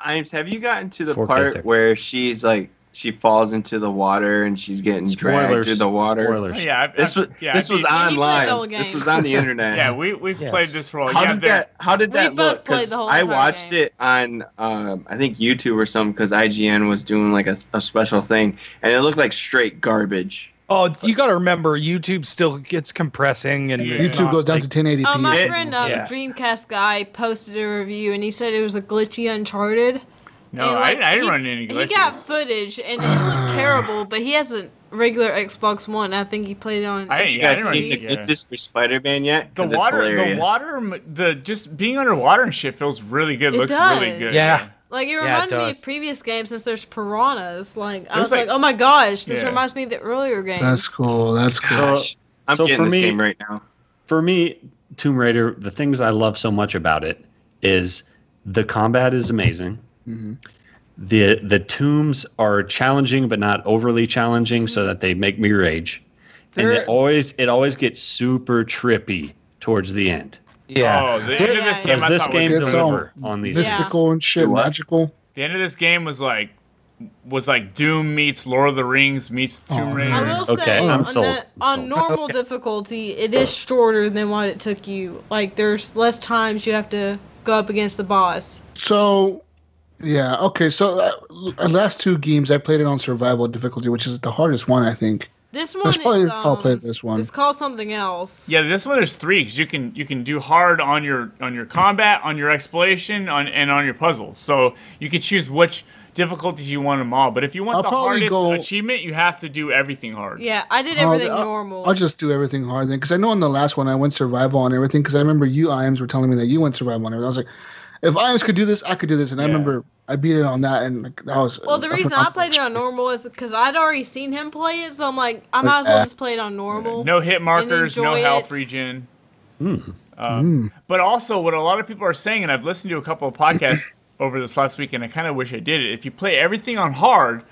Speaker 3: 30?
Speaker 6: Imes, have you gotten to the
Speaker 5: 4K
Speaker 6: part
Speaker 5: thick.
Speaker 6: where she's like she falls into the water and she's getting dragged
Speaker 5: Spoilers.
Speaker 6: through the water?
Speaker 5: Spoilers.
Speaker 2: Oh, yeah, I've,
Speaker 6: This was
Speaker 2: I've- yeah,
Speaker 6: this
Speaker 2: I've
Speaker 6: was
Speaker 2: beat-
Speaker 4: played the whole
Speaker 6: online.
Speaker 4: game.
Speaker 6: This was on the internet.
Speaker 2: Yeah, we we've
Speaker 7: Yes.
Speaker 2: played this for a while.
Speaker 6: How
Speaker 2: yeah,
Speaker 6: did
Speaker 2: there-
Speaker 6: that? How did
Speaker 4: We
Speaker 6: that
Speaker 4: both
Speaker 6: look?
Speaker 4: played
Speaker 6: 'Cause
Speaker 4: the whole
Speaker 6: I
Speaker 4: entire
Speaker 6: watched
Speaker 4: game.
Speaker 6: it on, um, I think YouTube or something, because IGN was doing like a, a special thing, and it looked like straight garbage.
Speaker 7: Oh, you got to remember, YouTube still gets compressing, and
Speaker 2: Yeah.
Speaker 7: it's
Speaker 3: YouTube
Speaker 7: not
Speaker 3: goes down
Speaker 7: like-
Speaker 3: to 1080p.
Speaker 4: Oh, my
Speaker 6: It-
Speaker 4: friend, um,
Speaker 7: yeah.
Speaker 4: Dreamcast guy, posted a review, and he said it was a glitchy Uncharted.
Speaker 2: No,
Speaker 4: And, like,
Speaker 2: I, I didn't
Speaker 4: he-
Speaker 2: run any glitches.
Speaker 4: He got footage, and it looked terrible. But he has a regular Xbox One. I think he played it on.
Speaker 2: I
Speaker 6: You
Speaker 2: didn't-
Speaker 4: HD.
Speaker 2: Yeah,
Speaker 6: guys
Speaker 2: I
Speaker 6: seen the
Speaker 2: remember- yeah.
Speaker 6: glitches for Spider-Man yet?
Speaker 2: the
Speaker 6: 'Cause it's
Speaker 2: water, the
Speaker 6: hilarious.
Speaker 2: water, m- the just being underwater and shit feels really good.
Speaker 4: It
Speaker 2: looks really
Speaker 4: does.
Speaker 2: good.
Speaker 7: Yeah.
Speaker 4: Like it
Speaker 7: it
Speaker 4: reminded me
Speaker 7: does.
Speaker 4: of previous games since there's piranhas. Like I
Speaker 2: There's,
Speaker 4: was like,
Speaker 2: like-
Speaker 4: oh my gosh, this
Speaker 2: Yeah.
Speaker 4: reminds me of the earlier games.
Speaker 3: That's cool. That's cool.
Speaker 5: So,
Speaker 6: I'm
Speaker 5: so
Speaker 6: getting
Speaker 5: for
Speaker 6: this
Speaker 5: me,
Speaker 6: game right now.
Speaker 5: for me, Tomb Raider, the things I love so much about it is the combat is amazing.
Speaker 3: Mhm.
Speaker 5: The the tombs are challenging but not overly challenging so that they make me rage. and
Speaker 7: There-
Speaker 5: it always it always gets super trippy towards the end.
Speaker 7: Yeah.
Speaker 2: Oh, the end of this
Speaker 4: Yeah,
Speaker 2: game.
Speaker 5: Does
Speaker 2: I
Speaker 5: this
Speaker 2: thought was
Speaker 5: game
Speaker 3: It's
Speaker 5: deliver on these?
Speaker 4: Yeah.
Speaker 3: mystical and shit,
Speaker 6: Do what?
Speaker 3: magical.
Speaker 2: The end of this game was like was like Doom meets Lord of the Rings meets Tomb
Speaker 3: Oh,
Speaker 2: Raider.
Speaker 4: I
Speaker 3: man.
Speaker 7: Mm,
Speaker 4: will
Speaker 5: Okay,
Speaker 4: say
Speaker 5: I'm
Speaker 4: on,
Speaker 5: sold.
Speaker 4: the-
Speaker 5: I'm
Speaker 4: on
Speaker 5: sold.
Speaker 4: normal difficulty, it is shorter than what it took you. Like there's less times you have to go up against the boss.
Speaker 3: So, yeah, okay. So, uh, l- last two games I played it on survival difficulty, which is the hardest one I think.
Speaker 4: This one
Speaker 3: That's probably
Speaker 4: is
Speaker 3: how I
Speaker 4: um,
Speaker 3: played this one.
Speaker 4: It's called something else.
Speaker 2: Yeah, this one there's three because you can you can do hard on your on your combat, on your exploration, on and on your puzzle. So you can choose which difficulties you want them all. But if you want
Speaker 3: I'll
Speaker 2: the
Speaker 3: probably
Speaker 2: hardest
Speaker 3: go-
Speaker 2: achievement, you have to do everything hard.
Speaker 4: Yeah, I did
Speaker 3: Oh,
Speaker 4: everything
Speaker 3: I'll-
Speaker 4: normal.
Speaker 3: I'll just do everything hard then, because I know on the last one I went survival on everything. Because I remember you IMs were telling me that you went survival on everything. I was like, if IMs could do this, I could do this. And I
Speaker 2: Yeah.
Speaker 3: remember I beat it on that, and like, that was
Speaker 4: well, the
Speaker 3: I
Speaker 4: reason
Speaker 3: forgot
Speaker 4: I played it on normal is because I'd already seen him play it, so I'm like, I might as well
Speaker 3: Yeah.
Speaker 4: just play it on normal.
Speaker 2: No hit markers, no
Speaker 4: enjoy
Speaker 2: health
Speaker 4: it.
Speaker 2: regen.
Speaker 3: Hmm.
Speaker 2: Uh, But also, what a lot of people are saying, and I've listened to a couple of podcasts over this last week, and I kind of wish I did it. If you play everything on hard,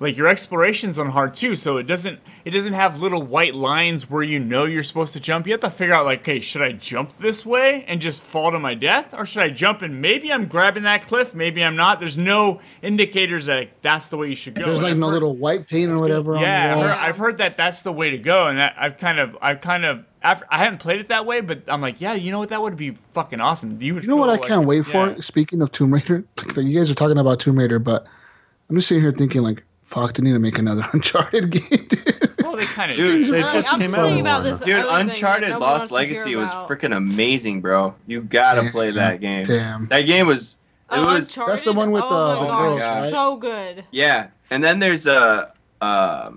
Speaker 2: like your exploration's on hard too, so it doesn't it doesn't have little white lines where you know you're supposed to jump. You have to figure out like, okay, should I jump this way and just fall to my death, or should I jump and maybe I'm grabbing that cliff, maybe I'm not. There's no indicators that that's the way you should go.
Speaker 3: There's
Speaker 2: And
Speaker 3: like
Speaker 2: I've
Speaker 3: no
Speaker 2: heard-
Speaker 3: little white paint or
Speaker 2: yeah,
Speaker 3: whatever on
Speaker 2: I've
Speaker 3: the
Speaker 2: heard,
Speaker 3: walls.
Speaker 2: I've heard that that's the way to go, and I, I've kind of, I've kind of, after, I haven't played it that way, but I'm like, yeah, you know what, that would be fucking awesome. You, would
Speaker 3: You know what
Speaker 2: feel
Speaker 3: I
Speaker 2: like-
Speaker 3: can't wait for?
Speaker 2: yeah.
Speaker 3: Speaking of Tomb Raider, like, you guys are talking about Tomb Raider, but I'm just sitting here thinking like, fuck, they need to make another Uncharted game. dude.
Speaker 2: Well, they kind of
Speaker 6: Dude,
Speaker 2: do.
Speaker 5: They
Speaker 4: Like,
Speaker 5: just
Speaker 4: I'm
Speaker 5: came
Speaker 4: just
Speaker 5: out
Speaker 4: thinking
Speaker 5: with
Speaker 4: about
Speaker 5: one.
Speaker 4: this
Speaker 6: Dude,
Speaker 4: other thing that
Speaker 6: Uncharted
Speaker 4: no one wants
Speaker 6: Lost
Speaker 4: to hear
Speaker 6: Legacy was
Speaker 4: about.
Speaker 6: freaking amazing, bro. You gotta play that game.
Speaker 3: Damn.
Speaker 6: That game was it
Speaker 4: Oh,
Speaker 6: was
Speaker 4: Uncharted?
Speaker 3: That's the one with,
Speaker 4: oh
Speaker 3: uh,
Speaker 4: my
Speaker 6: the
Speaker 4: gosh,
Speaker 6: girls, right?
Speaker 4: so good.
Speaker 6: Yeah, and then there's a uh,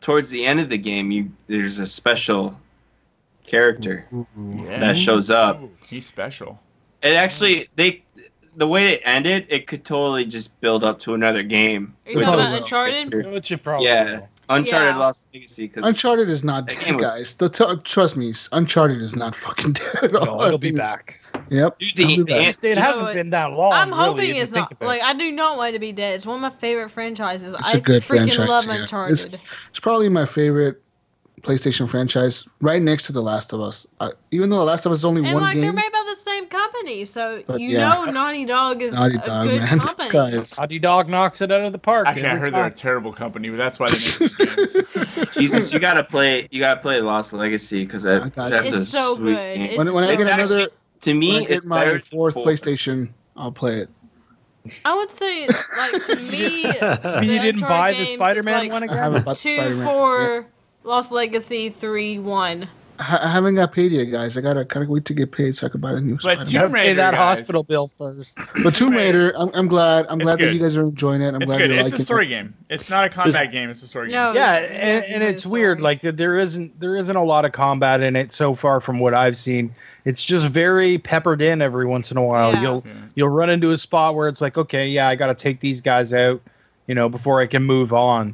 Speaker 6: towards the end of the game, you there's a special character
Speaker 2: Yeah.
Speaker 6: that shows
Speaker 7: Uh,
Speaker 6: up.
Speaker 2: He's special.
Speaker 6: It actually they the way it ended, it could totally just build up to another game.
Speaker 4: Are you
Speaker 6: with
Speaker 3: talking
Speaker 6: those
Speaker 3: about
Speaker 4: Uncharted?
Speaker 6: characters.
Speaker 7: Which you probably
Speaker 6: Yeah,
Speaker 7: will.
Speaker 6: Uncharted
Speaker 4: Yeah.
Speaker 6: Lost Legacy. Cause
Speaker 3: Uncharted is not
Speaker 6: That
Speaker 3: dead,
Speaker 6: game was-
Speaker 3: guys. The t- trust me, Uncharted is not fucking dead at all.
Speaker 7: No, it'll be
Speaker 3: It's-
Speaker 7: back.
Speaker 3: Yep.
Speaker 6: Dude,
Speaker 3: it'll be
Speaker 6: the, the
Speaker 3: back.
Speaker 6: an-
Speaker 7: It
Speaker 6: just-
Speaker 4: it-
Speaker 7: hasn't been that long.
Speaker 4: I'm
Speaker 7: really,
Speaker 4: hoping
Speaker 7: if you
Speaker 4: it's
Speaker 7: think
Speaker 4: not.
Speaker 7: about it.
Speaker 4: Like I do not want it to be dead. It's one of my favorite franchises.
Speaker 3: It's a
Speaker 4: I
Speaker 3: good
Speaker 4: freaking
Speaker 3: franchise,
Speaker 4: love
Speaker 3: yeah. It's-
Speaker 4: Uncharted.
Speaker 3: It's probably my favorite PlayStation franchise, right next to The Last of Us. I, even though The Last of Us is only
Speaker 4: and
Speaker 3: one
Speaker 4: like they're
Speaker 3: game,
Speaker 4: made by the same company, so
Speaker 3: But
Speaker 4: you
Speaker 3: yeah.
Speaker 4: know Naughty Dog is
Speaker 3: Naughty
Speaker 4: a
Speaker 3: Dog,
Speaker 4: good
Speaker 3: man. This guy
Speaker 4: company.
Speaker 3: is.
Speaker 7: Howdy Dog knocks it out of the park.
Speaker 2: Actually, I
Speaker 7: every
Speaker 2: heard they're a
Speaker 7: time.
Speaker 2: terrible company, but that's why they make these games.
Speaker 6: Jesus, you gotta play. You gotta play Lost Legacy because
Speaker 3: I
Speaker 6: that,
Speaker 3: got
Speaker 6: that's
Speaker 3: you.
Speaker 6: a
Speaker 4: It's so
Speaker 6: sweet
Speaker 4: good.
Speaker 6: game.
Speaker 4: It's
Speaker 3: When, when I
Speaker 6: It's
Speaker 3: get another,
Speaker 6: actually- to
Speaker 3: when
Speaker 6: me,
Speaker 3: I get
Speaker 6: it's better
Speaker 3: my
Speaker 6: than
Speaker 3: fourth
Speaker 6: four.
Speaker 3: PlayStation, I'll play it.
Speaker 4: I would say, like to me, the
Speaker 7: You
Speaker 4: Uncharted
Speaker 7: didn't buy the
Speaker 4: games is,
Speaker 7: Spider-Man
Speaker 4: like,
Speaker 7: one
Speaker 3: I
Speaker 7: again?
Speaker 3: haven't bought
Speaker 4: Two,
Speaker 3: Spider-Man.
Speaker 4: four, Lost Legacy, three, one.
Speaker 3: I I haven't got paid yet, guys. I gotta gotta wait to get paid so I can buy the new
Speaker 2: But
Speaker 3: Spider-Man.
Speaker 7: Gotta
Speaker 2: Tomb
Speaker 7: pay
Speaker 2: Raider,
Speaker 7: that
Speaker 2: guys.
Speaker 7: hospital bill first.
Speaker 3: But Tomb Raider, I'm, I'm glad. I'm
Speaker 2: It's
Speaker 3: glad
Speaker 2: good.
Speaker 3: that you guys are enjoying it. I'm
Speaker 2: It's
Speaker 3: glad
Speaker 2: good.
Speaker 3: you're
Speaker 2: It's
Speaker 3: liking
Speaker 2: a story
Speaker 3: it.
Speaker 2: game. It's not a combat game. It's a story
Speaker 4: No,
Speaker 7: yeah,
Speaker 4: you
Speaker 7: and,
Speaker 4: can
Speaker 7: and
Speaker 4: play
Speaker 7: it's
Speaker 4: the
Speaker 7: weird.
Speaker 4: story.
Speaker 7: Like there- there isn't there isn't a lot of combat in it so far from what I've seen. It's just very peppered in every once in a while.
Speaker 4: Yeah.
Speaker 7: You'll
Speaker 2: game. Yeah.
Speaker 7: you'll run into a spot where it's like, okay, yeah, I got to take these guys out, you know, before I can move on.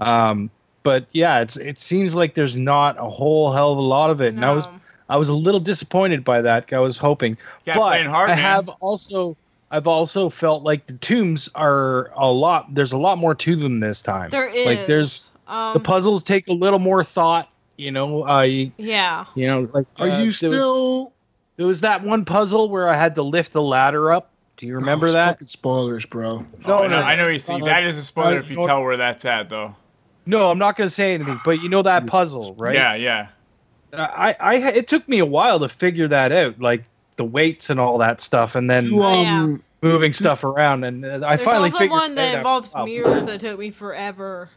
Speaker 7: Um, but yeah, it's it seems like there's not a whole hell of a lot of it, and I was
Speaker 4: No.
Speaker 7: I was a little disappointed by that. I was hoping,
Speaker 2: Yeah,
Speaker 7: but
Speaker 2: playing hard,
Speaker 7: I
Speaker 2: man.
Speaker 7: have also I've also felt like the tombs are a lot. There's a lot more to them this time.
Speaker 4: there is
Speaker 7: like there's
Speaker 4: um,
Speaker 7: the puzzles take a little more thought. You know, uh, you,
Speaker 4: Yeah,
Speaker 7: you know, like
Speaker 3: Are
Speaker 7: uh,
Speaker 3: you
Speaker 7: there was-
Speaker 3: still?
Speaker 7: There was that one puzzle where I had to lift the ladder up. Do you remember
Speaker 3: Oh, it's
Speaker 7: that?
Speaker 3: Fucking spoilers, bro.
Speaker 2: I know, I know what you're
Speaker 7: Uh,
Speaker 2: saying. That is a spoiler if you
Speaker 7: uh,
Speaker 2: tell where that's at, though.
Speaker 7: No, I'm not going to say anything. But you know that puzzle, right? Uh,
Speaker 2: Yeah, yeah.
Speaker 7: I, I, it took me a while to figure that out, like the weights and all that stuff, and then
Speaker 3: Do, um,
Speaker 4: yeah.
Speaker 7: moving stuff around. And uh, I
Speaker 4: there's
Speaker 7: finally
Speaker 4: also
Speaker 7: figured
Speaker 4: one
Speaker 7: it
Speaker 4: that
Speaker 7: out.
Speaker 4: involves
Speaker 7: Oh,
Speaker 4: mirrors that took me forever.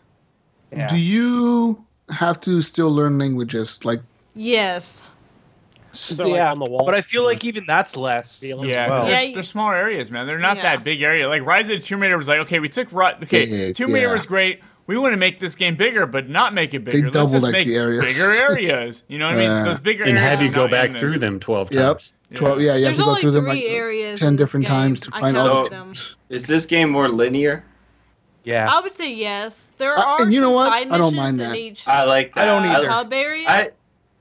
Speaker 7: yeah.
Speaker 3: do you have to still learn languages? Like,
Speaker 4: Yes.
Speaker 8: So, like,
Speaker 7: Yeah,
Speaker 8: on the wall.
Speaker 7: But I feel like even that's less.
Speaker 8: Feeling.
Speaker 2: Yeah,
Speaker 7: well.
Speaker 2: they're,
Speaker 4: Yeah,
Speaker 2: they're smaller areas, man. They're not
Speaker 4: yeah.
Speaker 2: that big area. Like Rise of the Tomb Raider was like, okay, we took Ri- okay,
Speaker 3: Big,
Speaker 2: Tomb Raider
Speaker 3: yeah.
Speaker 2: was great. We want to make this game bigger, but not make it bigger. Let's
Speaker 3: doubled,
Speaker 2: just
Speaker 3: like,
Speaker 2: make
Speaker 3: the areas.
Speaker 2: bigger areas. You know what I mean?
Speaker 3: Yeah.
Speaker 2: Those bigger
Speaker 5: And
Speaker 2: areas.
Speaker 5: have you
Speaker 2: are
Speaker 5: go
Speaker 2: not
Speaker 5: back
Speaker 2: in
Speaker 5: through
Speaker 2: this.
Speaker 5: them twelve
Speaker 3: Yep.
Speaker 5: times.
Speaker 2: Yeah.
Speaker 3: twelve? Yeah, you have
Speaker 4: There's
Speaker 3: to go
Speaker 4: only
Speaker 3: through
Speaker 4: three
Speaker 3: them like
Speaker 4: areas. in
Speaker 3: ten
Speaker 4: this
Speaker 3: different
Speaker 4: game.
Speaker 3: times to
Speaker 4: I
Speaker 3: find
Speaker 4: counted
Speaker 6: all of
Speaker 4: them.
Speaker 6: Is this game more linear?
Speaker 7: Yeah.
Speaker 4: I would say yes. There
Speaker 3: Uh,
Speaker 4: are
Speaker 3: and you know
Speaker 4: some
Speaker 3: what?
Speaker 4: side
Speaker 3: I don't
Speaker 4: missions
Speaker 3: mind
Speaker 4: in
Speaker 3: that.
Speaker 4: each
Speaker 6: I like that.
Speaker 7: I don't either.
Speaker 4: hub area.
Speaker 6: I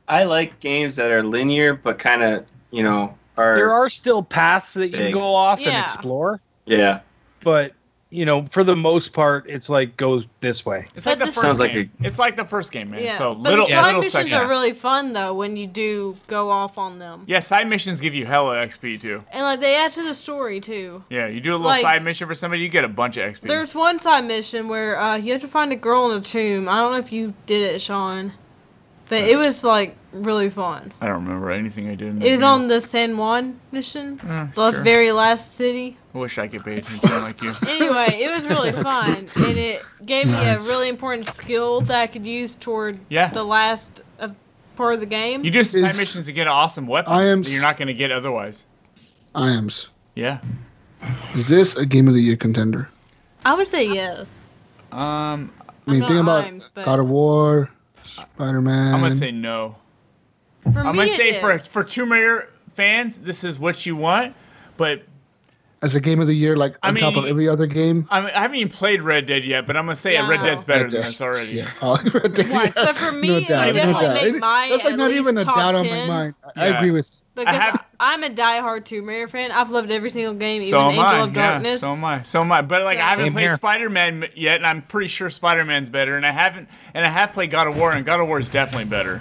Speaker 6: I like games that are linear but kind of you know are,
Speaker 7: there are still paths that you can
Speaker 6: Big.
Speaker 7: go off and
Speaker 4: Yeah.
Speaker 7: explore,
Speaker 6: yeah.
Speaker 7: but you know, for the most part, it's like go this way.
Speaker 2: It's
Speaker 4: But
Speaker 2: like the
Speaker 4: this-
Speaker 2: first
Speaker 6: Sounds like
Speaker 2: game. it's like the first game, man.
Speaker 4: Yeah.
Speaker 2: So
Speaker 4: but
Speaker 2: little,
Speaker 4: the side
Speaker 2: little
Speaker 4: missions
Speaker 2: sections.
Speaker 4: are really fun though when you do go off on them.
Speaker 2: yeah, side missions give you hella XP too.
Speaker 4: And like they add to the story too.
Speaker 2: Yeah, you do a little
Speaker 4: Like-
Speaker 2: side mission for somebody, you get a bunch of XP.
Speaker 4: There's one side mission where uh, you have to find a girl in a tomb. I don't know if you did it, Sean, but it was like really fun.
Speaker 2: I don't remember anything I did. In that
Speaker 4: It was
Speaker 2: game.
Speaker 4: on the San Juan mission, the
Speaker 2: Mm-hmm. Mm, sure.
Speaker 4: very last city.
Speaker 2: I wish I could pay attention like you.
Speaker 4: Anyway, it was really fun, and it gave me a really important skill that I could use toward
Speaker 2: Yeah.
Speaker 4: the last of part of the game.
Speaker 2: You do side
Speaker 3: Is-
Speaker 2: missions to get an awesome weapon
Speaker 3: I am
Speaker 2: that
Speaker 3: s-
Speaker 2: you're not going to get otherwise.
Speaker 3: Iams.
Speaker 2: Yeah.
Speaker 3: Is this a game of the year contender?
Speaker 4: I would say yes.
Speaker 2: Um,
Speaker 3: I mean,
Speaker 4: not
Speaker 3: think about
Speaker 4: Iams, but-
Speaker 3: God of War, Spider Man.
Speaker 2: I'm going to say no.
Speaker 4: For
Speaker 2: I'm
Speaker 4: me,
Speaker 2: going to
Speaker 4: it
Speaker 2: say for,
Speaker 4: is.
Speaker 2: for Tomb Raider fans, this is what you want, but
Speaker 3: as a game of the year, like
Speaker 2: I
Speaker 3: on top
Speaker 2: mean-
Speaker 3: of every other game.
Speaker 2: I, mean, I haven't even played Red Dead yet, but I'm going to say yeah, Red
Speaker 4: No.
Speaker 2: Dead's better
Speaker 3: Red
Speaker 2: than
Speaker 3: Dead.
Speaker 2: this already.
Speaker 3: Yeah. Oh, Red Dead,
Speaker 4: Right,
Speaker 3: yeah.
Speaker 4: but for me, it would
Speaker 3: doubt,
Speaker 4: definitely
Speaker 3: doubt.
Speaker 4: make mine
Speaker 3: That's like
Speaker 4: at
Speaker 3: not
Speaker 4: least
Speaker 3: even a
Speaker 4: top
Speaker 3: doubt on
Speaker 4: 10.
Speaker 3: my mind. I,
Speaker 2: Yeah.
Speaker 3: I agree with.
Speaker 4: Because I
Speaker 2: have-
Speaker 4: am a diehard Tomb Raider fan. I've loved every single game, even
Speaker 2: So am
Speaker 4: Angel
Speaker 2: I.
Speaker 4: of
Speaker 2: Yeah,
Speaker 4: Darkness.
Speaker 2: so am I. So am I. But like, I haven't
Speaker 7: Same
Speaker 2: played
Speaker 7: here.
Speaker 2: Spider Man yet, and I'm pretty sure Spider Man's better. And I haven't, and I have played God of War, and God of War is definitely better.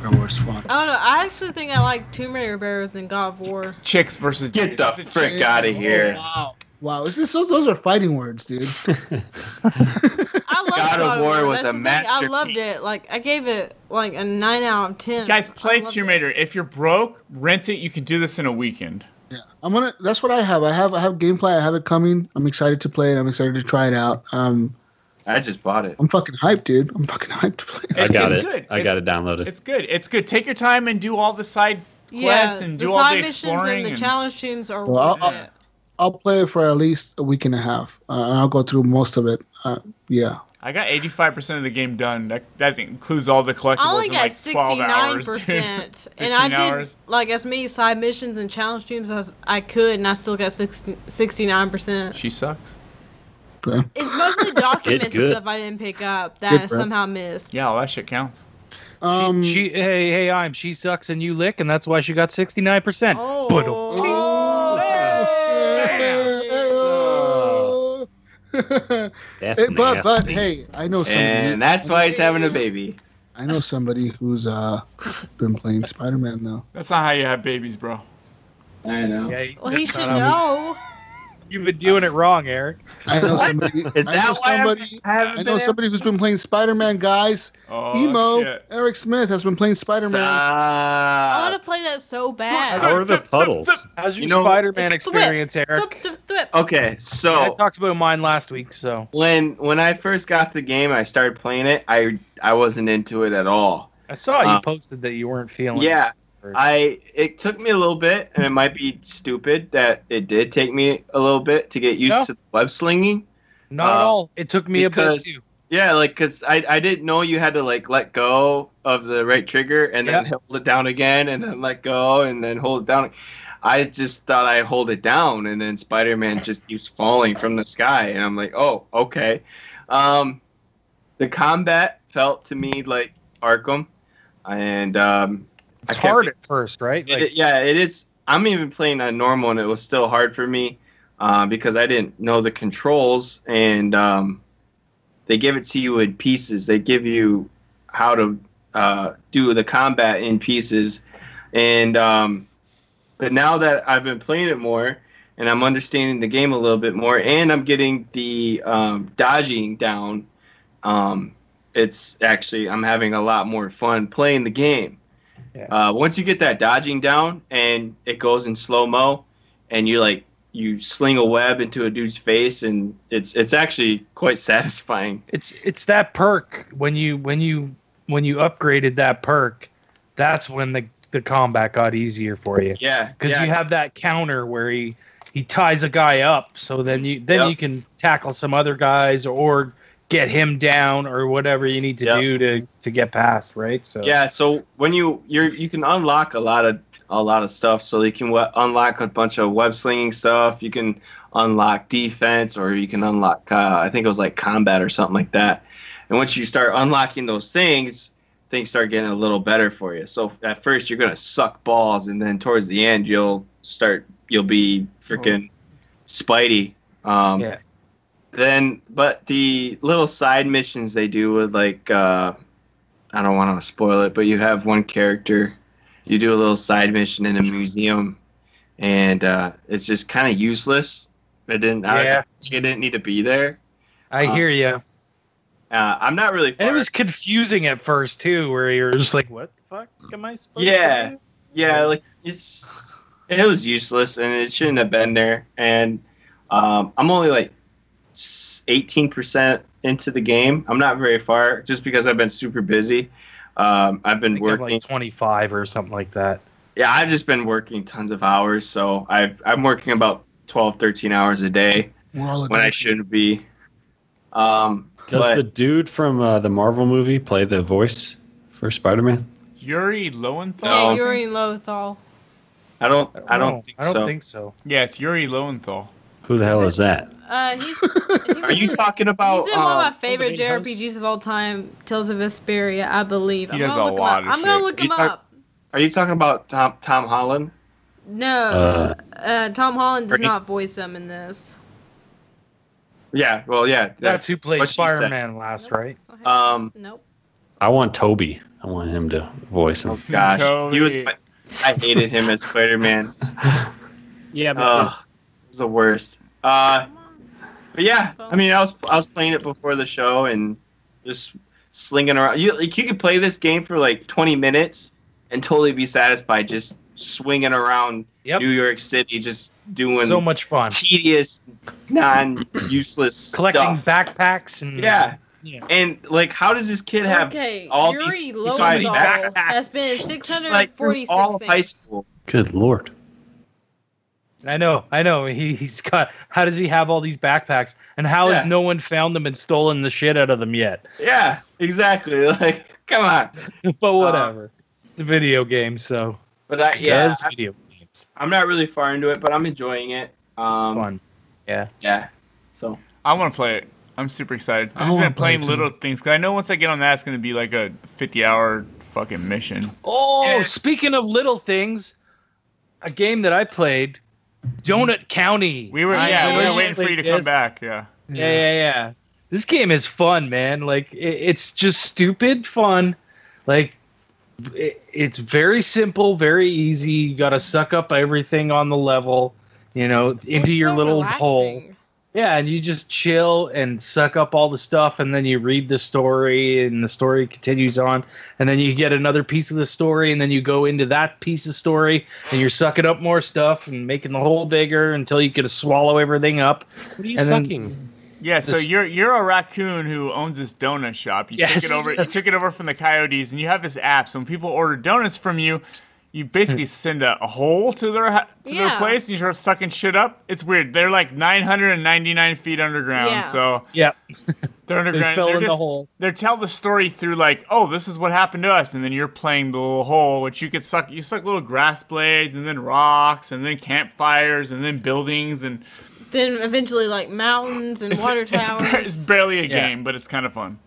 Speaker 3: Star Wars Swan.
Speaker 4: I don't know. I actually think I like Tomb Raider better than God of War.
Speaker 2: Chicks versus
Speaker 6: Get the
Speaker 2: dudes.
Speaker 6: frick out of here.
Speaker 3: Wow. Wow, is this, those, those are fighting words, dude.
Speaker 4: I loved
Speaker 6: God of War was
Speaker 4: That's
Speaker 6: a
Speaker 4: the thing. I loved
Speaker 6: masterpiece.
Speaker 4: it. Like I gave it like a nine out of ten.
Speaker 2: Guys,
Speaker 4: I
Speaker 2: play
Speaker 4: loved
Speaker 2: Tomb
Speaker 4: it.
Speaker 2: Raider. If you're broke, rent it. You can do this in a weekend.
Speaker 3: Yeah, I'm gonna. That's what I have. I have. I have gameplay. I have it coming. I'm excited to play it. I'm excited to try it out. Um,
Speaker 6: I just bought it.
Speaker 3: I'm fucking hyped, dude. I'm fucking hyped to play.
Speaker 5: I
Speaker 3: It.
Speaker 2: It-
Speaker 5: got
Speaker 2: it's
Speaker 5: it.
Speaker 2: good.
Speaker 5: I
Speaker 2: It's-
Speaker 5: got it downloaded.
Speaker 2: It's good. It's good. Take your time and do all the side quests
Speaker 4: Yeah,
Speaker 2: and
Speaker 4: the
Speaker 2: do all
Speaker 4: side
Speaker 2: the
Speaker 4: missions
Speaker 2: exploring.
Speaker 4: and the
Speaker 2: and-
Speaker 4: challenge tunes are
Speaker 3: Well, I'll-
Speaker 4: worth
Speaker 3: I'll-
Speaker 4: it.
Speaker 3: I'll play it for at least a week and a half, uh, and I'll go through most of it. Uh, yeah,
Speaker 2: I got 85% of the game done. That that includes all the collectibles
Speaker 4: I only
Speaker 2: in
Speaker 4: got
Speaker 2: like 12
Speaker 4: sixty nine
Speaker 2: hours.
Speaker 4: percent,
Speaker 2: dude.
Speaker 4: and I
Speaker 2: 15
Speaker 4: did
Speaker 2: hours.
Speaker 4: like as many side missions and challenge tunes as I could, and I still got 69 percent.
Speaker 2: She sucks.
Speaker 3: bro.
Speaker 4: It's mostly documents and
Speaker 5: good.
Speaker 4: stuff I didn't pick up that
Speaker 3: Good,
Speaker 4: I
Speaker 3: bro.
Speaker 4: somehow missed.
Speaker 2: Yeah, all that shit counts.
Speaker 3: Um,
Speaker 7: She, hey, hey, I'm. She sucks and you lick, and that's why she got sixty nine percent.
Speaker 4: Oh,
Speaker 3: uh,
Speaker 5: That's
Speaker 3: Hey, but but
Speaker 5: nasty.
Speaker 3: hey, I know somebody.
Speaker 6: And that's why he's having a baby.
Speaker 3: I know somebody who's uh been playing Spider Man though.
Speaker 2: That's not how you have babies, bro.
Speaker 6: I know.
Speaker 7: Okay,
Speaker 4: well, he
Speaker 7: that's
Speaker 4: should
Speaker 7: not how
Speaker 4: know.
Speaker 7: we- You've been doing it wrong, Eric.
Speaker 3: I know somebody.
Speaker 6: Is
Speaker 3: I know
Speaker 6: that why I'm-
Speaker 3: somebody?
Speaker 6: I haven't
Speaker 3: I
Speaker 6: been
Speaker 3: know
Speaker 6: able-
Speaker 3: somebody who's been playing Spider Man, guys.
Speaker 2: Oh,
Speaker 3: Emo
Speaker 2: shit.
Speaker 3: Eric Smith has been playing Spider Man.
Speaker 4: I
Speaker 6: Stop.
Speaker 4: want to play that so bad.
Speaker 5: How are the puddles?
Speaker 7: How's your
Speaker 6: You know-
Speaker 7: Spider Man
Speaker 4: It's a threat.
Speaker 7: experience, Eric?
Speaker 4: Thwip, thwip, thwip.
Speaker 6: Okay,
Speaker 7: I
Speaker 6: so
Speaker 7: talked about mine last week, so
Speaker 6: when when I first got the game, I started playing it. I I wasn't into it at all.
Speaker 7: I saw you
Speaker 6: Uh,
Speaker 7: posted that you weren't feeling.
Speaker 6: Yeah,
Speaker 7: Or-
Speaker 6: I it took me a little bit, and it might be stupid that it did take me a little bit to get used
Speaker 7: No.
Speaker 6: to web slinging.
Speaker 7: not at
Speaker 6: uh,
Speaker 7: all. It took me a bit
Speaker 6: because-
Speaker 7: too.
Speaker 6: Yeah, like because I I didn't know you had to like let go of the right trigger and then hold it down again and then let go and then hold it down. I just thought I hold it down and then Spider Man just keeps falling from the sky and I'm like, oh okay. Um, the combat felt to me like Arkham, and um,
Speaker 7: It's
Speaker 6: I can't
Speaker 7: hard at first, right?
Speaker 6: It-
Speaker 7: Like,
Speaker 6: yeah, it is. I'm even playing on normal, and it was still hard for me uh, because I didn't know the controls, and um, they give it to you in pieces. They give you how to uh, do the combat in pieces, and um, but now that I've been playing it more, and I'm understanding the game a little bit more, and I'm getting the um, dodging down. Um, it's actually I'm having a lot more fun playing the game. Uh, once you get that dodging down and it goes in slow mo, and you like you sling a web into a dude's face, and it's it's actually quite satisfying.
Speaker 7: it's it's that perk when you when you when you upgraded that perk, that's when the the combat got easier for you
Speaker 6: Yeah,
Speaker 7: because
Speaker 6: yeah.
Speaker 7: you have that counter where he he ties a guy up, so then you then
Speaker 6: Yep.
Speaker 7: you can tackle some other guys or get him down or whatever you need to
Speaker 6: Yep.
Speaker 7: do to to get past, right? So
Speaker 6: yeah. So when you you're you can unlock a lot of a lot of stuff. So you can we- unlock a bunch of web slinging stuff. You can unlock defense, or you can unlock uh, I think it was like combat or something like that. And once you start unlocking those things, things start getting a little better for you. So at first you're gonna suck balls, and then towards the end you'll start you'll be freaking Spidey. Um,
Speaker 7: Yeah.
Speaker 6: Then, but the little side missions they do with like uh, I don't want to spoil it, but you have one character, you do a little side mission in a museum, and uh, it's just kind of useless. It didn't. I,
Speaker 7: Yeah.
Speaker 6: it didn't need to be there.
Speaker 7: I
Speaker 6: Uh,
Speaker 7: hear you.
Speaker 6: Uh, I'm not really.
Speaker 7: And it
Speaker 6: far-
Speaker 7: was confusing at first too, where you're just like, "What the fuck am I supposed
Speaker 6: Yeah.
Speaker 7: to do?"
Speaker 6: Yeah, like it's it was useless and it shouldn't have been there. And um, I'm only like eighteen percent into the game. I'm not very far, just because I've been super busy. Um, I've
Speaker 7: I
Speaker 6: been
Speaker 7: think I'm
Speaker 6: working.
Speaker 7: like 25 or something like that.
Speaker 6: yeah, I've just been working tons of hours, so I've, I'm working about 12, 13 hours a day
Speaker 3: We're all
Speaker 6: when I
Speaker 3: adults.
Speaker 6: shouldn't be. Um,
Speaker 5: Does
Speaker 6: but-
Speaker 5: the dude from uh, the Marvel movie play the voice for Spider Man?
Speaker 2: Yuri Lowenthal.
Speaker 6: No.
Speaker 4: Yeah,
Speaker 2: I
Speaker 4: Yuri
Speaker 2: think?
Speaker 4: Lothal.
Speaker 6: I don't. I don't
Speaker 7: No,
Speaker 6: think
Speaker 7: I don't
Speaker 6: so.
Speaker 7: think so.
Speaker 2: Yes, Yuri Lowenthal.
Speaker 5: Who the hell is that?
Speaker 4: Uh, he's. he
Speaker 6: Are
Speaker 4: was
Speaker 6: you
Speaker 4: in-
Speaker 6: talking about?
Speaker 4: He's in one
Speaker 6: um,
Speaker 4: of my favorite
Speaker 8: the main host?
Speaker 4: JRPGs of all time, Tales of Vesperia, I believe.
Speaker 2: He
Speaker 4: I'm
Speaker 2: does a
Speaker 4: gonna look
Speaker 2: lot
Speaker 4: him
Speaker 2: of
Speaker 4: up. I'm gonna
Speaker 2: shit.
Speaker 4: look
Speaker 6: You
Speaker 4: him
Speaker 6: talk-
Speaker 4: up.
Speaker 6: are you talking about Tom Tom Holland?
Speaker 4: No,
Speaker 5: Uh,
Speaker 4: uh, Tom Holland does
Speaker 6: Right.
Speaker 4: not voice him in this.
Speaker 6: Yeah. Well, yeah.
Speaker 7: That's who played
Speaker 6: what she said.
Speaker 7: Spider Man last,
Speaker 4: Nope,
Speaker 7: right?
Speaker 4: it's not him.
Speaker 6: Um,
Speaker 4: nope.
Speaker 5: I want Toby. I want him to voice him.
Speaker 6: Oh, Gosh,
Speaker 2: Toby.
Speaker 6: he was. my- I hated him as Spider Man.
Speaker 8: Yeah, but
Speaker 7: uh,
Speaker 6: Ugh, he was the worst. Uh, but yeah, I mean, I was I was playing it before the show and just slinging around. You like, you could play this game for like 20 minutes and totally be satisfied just swinging around
Speaker 7: Yep.
Speaker 6: New York City, just doing
Speaker 7: So much fun.
Speaker 6: tedious, non-useless
Speaker 7: Collecting
Speaker 6: stuff.
Speaker 7: backpacks and
Speaker 6: Yeah.
Speaker 7: Yeah.
Speaker 6: And like, how does this kid have
Speaker 4: okay,
Speaker 6: all these
Speaker 4: Yuri
Speaker 6: these fighting
Speaker 4: Lowenthal has been in 646
Speaker 6: like all of high
Speaker 4: things.
Speaker 6: school?
Speaker 5: Good lord.
Speaker 7: I know, I know. He he's got. How does he have all these backpacks? And how
Speaker 6: Yeah.
Speaker 7: has no one found them and stolen the shit out of them yet?
Speaker 6: Yeah, exactly. Like, come on.
Speaker 7: but whatever. it's a video game, so
Speaker 6: But I,
Speaker 7: it
Speaker 6: yeah,
Speaker 7: does
Speaker 6: I-
Speaker 7: video games.
Speaker 6: I'm not really far into it, but I'm enjoying it.
Speaker 7: It's
Speaker 6: Um,
Speaker 7: fun.
Speaker 6: Yeah. So
Speaker 2: I want to play it. I'm super excited.
Speaker 3: I
Speaker 2: I've just
Speaker 3: wanna
Speaker 2: been
Speaker 3: play
Speaker 2: playing
Speaker 3: it too.
Speaker 2: little things because I know once I get on that, it's gonna be like a 50-hour fucking mission.
Speaker 7: Oh,
Speaker 6: Yeah.
Speaker 7: speaking of little things, a game that I played, Donut County.
Speaker 2: We were
Speaker 7: I
Speaker 2: yeah, we were
Speaker 7: totally
Speaker 2: waiting for you to
Speaker 7: played
Speaker 2: come
Speaker 7: this.
Speaker 2: back. Yeah.
Speaker 7: Yeah, yeah, yeah. This game is fun, man. Like it, it's just stupid fun. Like it, it's very simple, very easy. You got to suck up everything on the level, you know, into your little hole. Yeah, and you just chill and suck up all the stuff, and then you read the story, and the story continues on, and then you get another piece of the story, and then you go into that piece of story, and you're sucking up more stuff and making the hole bigger until you can swallow everything up.
Speaker 8: what are you
Speaker 7: and then-
Speaker 8: sucking?
Speaker 2: Yeah, so
Speaker 7: It's-
Speaker 2: you're you're a raccoon who owns this donut shop. You took
Speaker 7: Yes.
Speaker 2: it over. You took it over from the coyotes, and you have this app. So when people order donuts from you, you basically send a, a hole to their ha- to their
Speaker 4: Yeah.
Speaker 2: place, and you start sucking shit up. It's weird. They're like 999 feet underground,
Speaker 4: Yeah.
Speaker 2: so
Speaker 7: Yep,
Speaker 2: they're
Speaker 7: they
Speaker 2: underground.
Speaker 7: fell
Speaker 2: they're
Speaker 7: in the
Speaker 2: just-
Speaker 7: hole.
Speaker 2: They tell the story through like, oh, this is what happened to us, and then you're playing the little hole, which you could suck. You suck little grass blades, and then rocks, and then campfires, and then buildings, and
Speaker 4: Then eventually, like mountains and
Speaker 2: it's,
Speaker 4: water
Speaker 2: it's ba-
Speaker 4: towers.
Speaker 2: it's barely a
Speaker 7: Yeah.
Speaker 2: game, but it's kind of fun.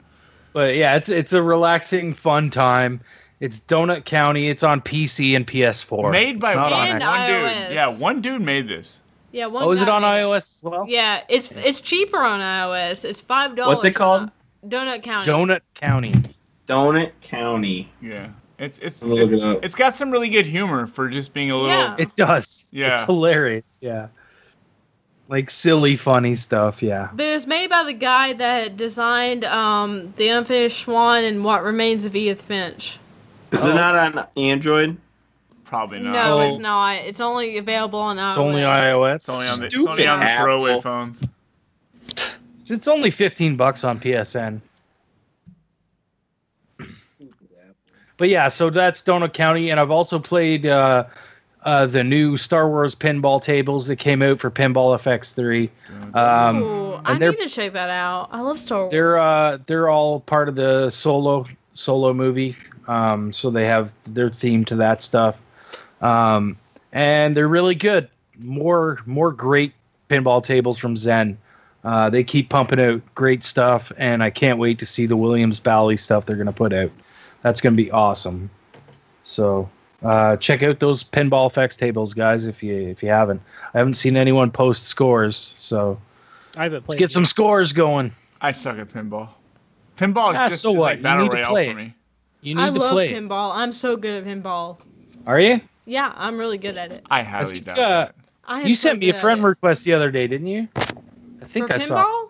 Speaker 7: But yeah, it's it's a relaxing, fun time. It's Donut County. It's on PC and PS4.
Speaker 2: Made
Speaker 7: It's
Speaker 2: by
Speaker 7: not
Speaker 2: one,
Speaker 7: on
Speaker 2: one
Speaker 4: And
Speaker 7: Xbox.
Speaker 4: iOS.
Speaker 2: dude. Yeah, one dude made this.
Speaker 4: yeah, one
Speaker 7: Oh, is it
Speaker 4: guy
Speaker 7: on
Speaker 4: made
Speaker 7: iOS as well?
Speaker 4: Yeah, it's it's cheaper on iOS. It's five dollars.
Speaker 6: What's it called?
Speaker 4: Donut County.
Speaker 7: Donut County.
Speaker 6: Donut County.
Speaker 2: Yeah, it's it's
Speaker 6: I'm gonna look
Speaker 2: it's,
Speaker 6: it up.
Speaker 2: it's got some really good humor for just being a little.
Speaker 4: Yeah.
Speaker 7: It does.
Speaker 2: Yeah.
Speaker 7: It's hilarious. Yeah. Like silly, funny stuff. Yeah.
Speaker 4: But it was made by the guy that designed um, The Unfinished Swan and What Remains of Edith Finch.
Speaker 6: Is it not on Android?
Speaker 2: Probably not.
Speaker 4: No,
Speaker 7: Oh.
Speaker 4: it's not. It's only available on iOS.
Speaker 7: It's only iOS.
Speaker 2: It's only on the, it's
Speaker 6: Stupid
Speaker 2: only on the
Speaker 6: Apple.
Speaker 2: throwaway phones.
Speaker 7: It's only 15 bucks on PSN. But yeah, so that's Donut County. And I've also played uh, uh, the new Star Wars pinball tables that came out for Pinball FX3. Um,
Speaker 4: Ooh,
Speaker 7: and
Speaker 4: I
Speaker 7: they're-
Speaker 4: need to check that out. I love Star Wars.
Speaker 7: They're uh they're all part of the solo solo movie. Um so they have their theme to that stuff. Um and they're really good. More more great pinball tables from Zen. Uh, they keep pumping out great stuff, and I can't wait to see the Williams Bally stuff they're going to put out. That's going to be awesome. So uh, check out those pinball effects tables, guys, if you if you haven't. I haven't seen anyone post scores, so
Speaker 8: I haven't
Speaker 7: let's
Speaker 8: played.
Speaker 7: get some scores going.
Speaker 2: I suck at pinball. Pinball is
Speaker 7: Ah,
Speaker 2: just
Speaker 7: so
Speaker 2: it's
Speaker 7: what?
Speaker 2: like
Speaker 7: You
Speaker 2: battle
Speaker 7: need to
Speaker 2: royale
Speaker 7: play
Speaker 2: for
Speaker 7: it.
Speaker 2: me.
Speaker 7: You need
Speaker 4: I
Speaker 7: to
Speaker 4: love
Speaker 7: play. it.
Speaker 4: pinball. I'm so good at pinball.
Speaker 7: Are you?
Speaker 4: Yeah, I'm really good at it.
Speaker 2: I
Speaker 7: I
Speaker 2: highly
Speaker 7: think,
Speaker 2: doubt
Speaker 7: uh,
Speaker 2: it.
Speaker 4: I am
Speaker 7: you
Speaker 4: so
Speaker 7: sent me a
Speaker 4: good at
Speaker 7: friend
Speaker 4: it.
Speaker 7: request the other day, didn't you? I think
Speaker 4: uh, for
Speaker 7: I
Speaker 4: pinball.
Speaker 7: saw.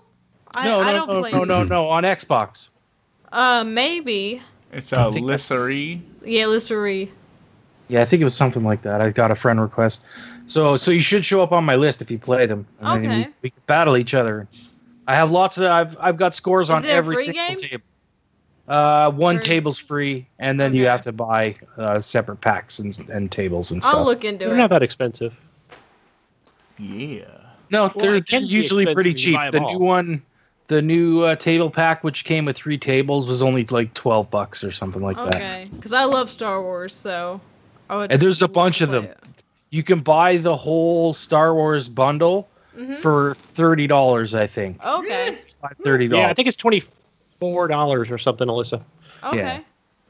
Speaker 4: I,
Speaker 7: no,
Speaker 4: I
Speaker 7: no,
Speaker 4: don't
Speaker 7: no,
Speaker 4: play.
Speaker 7: no, no, no, on Xbox.
Speaker 4: Uh, maybe.
Speaker 2: It's
Speaker 7: I
Speaker 2: a
Speaker 7: think that's-
Speaker 2: Lissery.
Speaker 4: Yeah, Lissery.
Speaker 7: Yeah, I think it was something like that. I got a friend request. So so you should show up on my list if you play them. And then
Speaker 4: Okay.
Speaker 7: We, we can battle each other. I have lots of I've I've got scores
Speaker 4: Is
Speaker 7: on
Speaker 4: it a
Speaker 7: every
Speaker 4: free
Speaker 7: single
Speaker 4: game?
Speaker 7: table. Uh one
Speaker 4: Or is-
Speaker 7: table's free and then you
Speaker 4: Okay.
Speaker 7: have to buy uh, separate packs and, and tables and stuff.
Speaker 4: I'll look into
Speaker 8: They're
Speaker 4: it.
Speaker 8: not that expensive.
Speaker 2: Yeah.
Speaker 7: No,
Speaker 8: Well,
Speaker 7: they're,
Speaker 8: it can
Speaker 7: they're
Speaker 8: be
Speaker 7: usually
Speaker 8: expensive
Speaker 7: pretty
Speaker 8: if you
Speaker 7: cheap.
Speaker 8: buy 'em
Speaker 7: The
Speaker 8: all.
Speaker 7: new one, the new uh, table pack, which came with three tables, was only like twelve bucks or something like that.
Speaker 4: Okay, because I love Star Wars, so I would.
Speaker 7: And there's a
Speaker 4: love to
Speaker 7: bunch of
Speaker 4: play
Speaker 7: them.
Speaker 4: it.
Speaker 7: You can buy the whole Star Wars bundle
Speaker 4: Mhm.
Speaker 7: for thirty dollars, I think.
Speaker 4: Okay.
Speaker 7: Like Thirty
Speaker 8: Hmm. Yeah, I
Speaker 7: dollars.
Speaker 8: think it's twenty four dollars or something, Alyssa.
Speaker 4: Okay.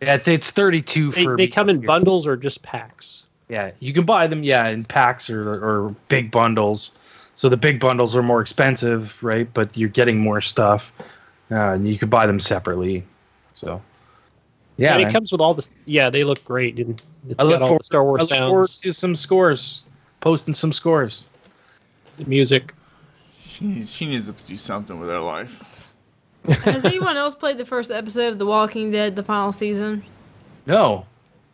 Speaker 7: Yeah, it's, it's thirty-two
Speaker 8: They,
Speaker 7: for.
Speaker 8: they come in
Speaker 7: here.
Speaker 8: bundles or just packs.
Speaker 7: Yeah, you can buy them. Yeah, in packs or or big bundles. So the big bundles are more expensive, right? But you're getting more stuff, uh, and you can buy them separately. So, yeah,
Speaker 8: and
Speaker 7: man.
Speaker 8: it comes with all the. Yeah, they look great. And it's
Speaker 7: I look
Speaker 8: got all
Speaker 7: forward-
Speaker 8: the Star Wars
Speaker 7: I look forward
Speaker 8: sounds,
Speaker 7: to some scores, posting some scores.
Speaker 8: the music.
Speaker 2: She needs, she needs to do something with her life.
Speaker 4: Has anyone else played the first episode of The Walking Dead, the final season?
Speaker 7: No,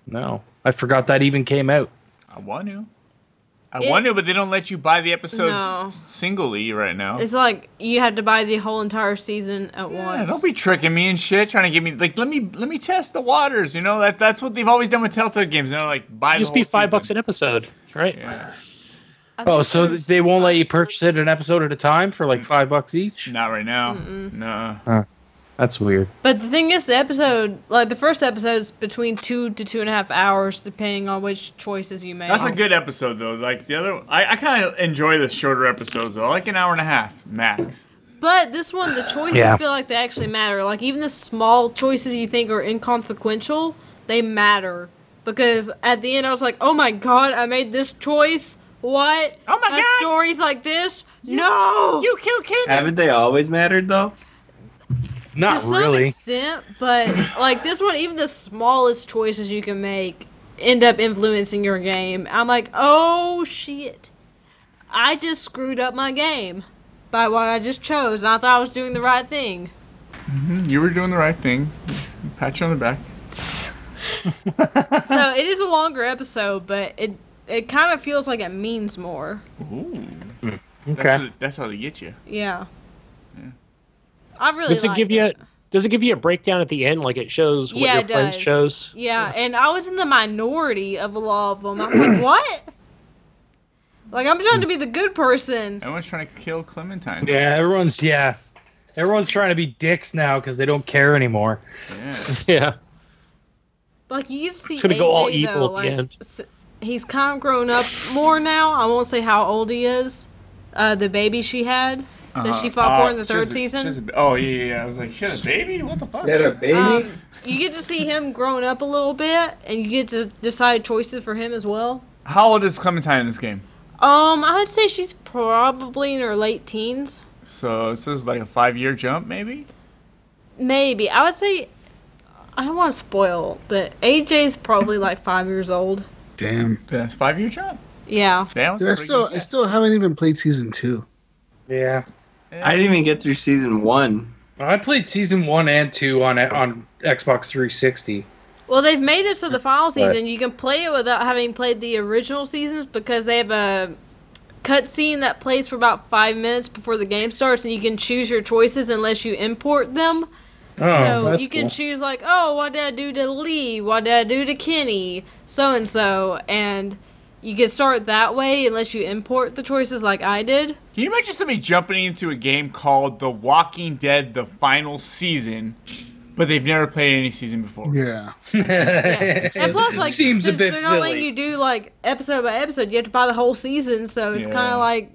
Speaker 7: no, I forgot that even came out.
Speaker 2: I want to. I
Speaker 4: It-
Speaker 2: want to, but they don't let you buy the episodes
Speaker 4: No.
Speaker 2: singly right now.
Speaker 4: It's like you have to buy the whole entire season at
Speaker 2: Yeah,
Speaker 4: once.
Speaker 2: don't be tricking me and shit, trying to get me like let me let me test the waters. You know that that's what they've always done with Telltale games. And they're like buy
Speaker 8: It
Speaker 2: the
Speaker 8: used to be
Speaker 2: whole
Speaker 8: five
Speaker 2: season.
Speaker 8: bucks an episode, right?
Speaker 2: Yeah.
Speaker 4: I
Speaker 7: Oh,
Speaker 4: think
Speaker 7: so
Speaker 4: there's-
Speaker 7: they won't let you purchase it an episode at a time for like five bucks each?
Speaker 2: Not right now. No.
Speaker 7: That's weird.
Speaker 4: But the thing is, the episode, like the first episode's between two to two and a half hours, depending on which choices you make.
Speaker 2: That's a good episode though. Like the other, I, I kind of enjoy the shorter episodes though. I like an hour and a half max.
Speaker 4: But this one, the choices
Speaker 7: Yeah.
Speaker 4: feel like they actually matter. Like even the small choices you think are inconsequential, they matter because at the end I was like, "Oh my god, I made this choice! What?
Speaker 2: Oh my God.
Speaker 4: story's like this? no,
Speaker 2: You kill Ken.
Speaker 6: Haven't they always mattered though?
Speaker 4: to
Speaker 7: Uh, Not
Speaker 4: some
Speaker 7: really.
Speaker 4: extent, but like this one, even the smallest choices you can make end up influencing your game. I'm like, oh shit, I just screwed up my game by what I just chose. And I thought I was doing the right thing.
Speaker 2: You were doing the right thing. Pat you on the back.
Speaker 4: so it is a longer episode, but it it kind of feels like it means more.
Speaker 2: Ooh.
Speaker 7: Okay.
Speaker 2: That's, what, that's how they get you.
Speaker 4: Yeah. I really
Speaker 8: Does it
Speaker 4: liked
Speaker 8: give you? A, does it give you a breakdown at the end, like it shows what
Speaker 4: yeah,
Speaker 8: your
Speaker 4: it
Speaker 8: friends
Speaker 4: does.
Speaker 8: chose?
Speaker 4: Yeah, and I was in the minority of a lot of them. I'm like, what? Like I'm trying to be the good person.
Speaker 2: Everyone's trying to kill Clementine.
Speaker 7: Yeah, everyone's yeah, everyone's trying to be dicks now because they don't care anymore.
Speaker 2: Yeah.
Speaker 8: Yeah.
Speaker 4: Like you get to see
Speaker 8: It's gonna
Speaker 4: AJ
Speaker 8: go all
Speaker 4: though,
Speaker 8: evil at
Speaker 4: like
Speaker 8: the end.
Speaker 4: s- he's kind of grown up more now. I won't say how old he is. Uh, the baby she had that she fought for in the
Speaker 2: Uh, she has
Speaker 4: third
Speaker 2: a- she has
Speaker 4: season.
Speaker 2: a- oh yeah, yeah, yeah. I was like, she had a baby. What the fuck?
Speaker 6: baby.
Speaker 4: Um, you get to see him grown up a little bit, and you get to decide choices for him as well.
Speaker 2: How old is Clementine in this game?
Speaker 4: Um, I would say she's probably in her late teens,
Speaker 2: So this is like a five-year jump, maybe.
Speaker 4: maybe. I would say, I don't want to spoil, but AJ's probably like five years old.
Speaker 3: Damn.
Speaker 2: That's five-year jump.
Speaker 4: Yeah,
Speaker 2: That was
Speaker 3: Dude, I still I still haven't even played season two.
Speaker 7: Yeah,
Speaker 6: I didn't even get through season one.
Speaker 7: I played season one and two on E, on Xbox 360.
Speaker 4: Well, they've made it so the final season you can play it without having played the original seasons because they have a cutscene that plays for about five minutes before the game starts, and you can choose your choices unless you import them.
Speaker 7: Oh,
Speaker 4: so you can choose like, oh, what did I do to Lee? What did I do to Kenny? So and so, and you can start that way unless you import the choices like I did.
Speaker 2: Can you imagine somebody jumping into a game called The Walking Dead: The Final Season, but they've never played any season before?
Speaker 3: Yeah.
Speaker 4: And plus, like,
Speaker 7: Seems a
Speaker 4: since
Speaker 7: bit
Speaker 4: they're not letting
Speaker 7: silly.
Speaker 4: you do like episode by episode, you have to buy the whole season. So it's
Speaker 2: Yeah.
Speaker 4: kind of like,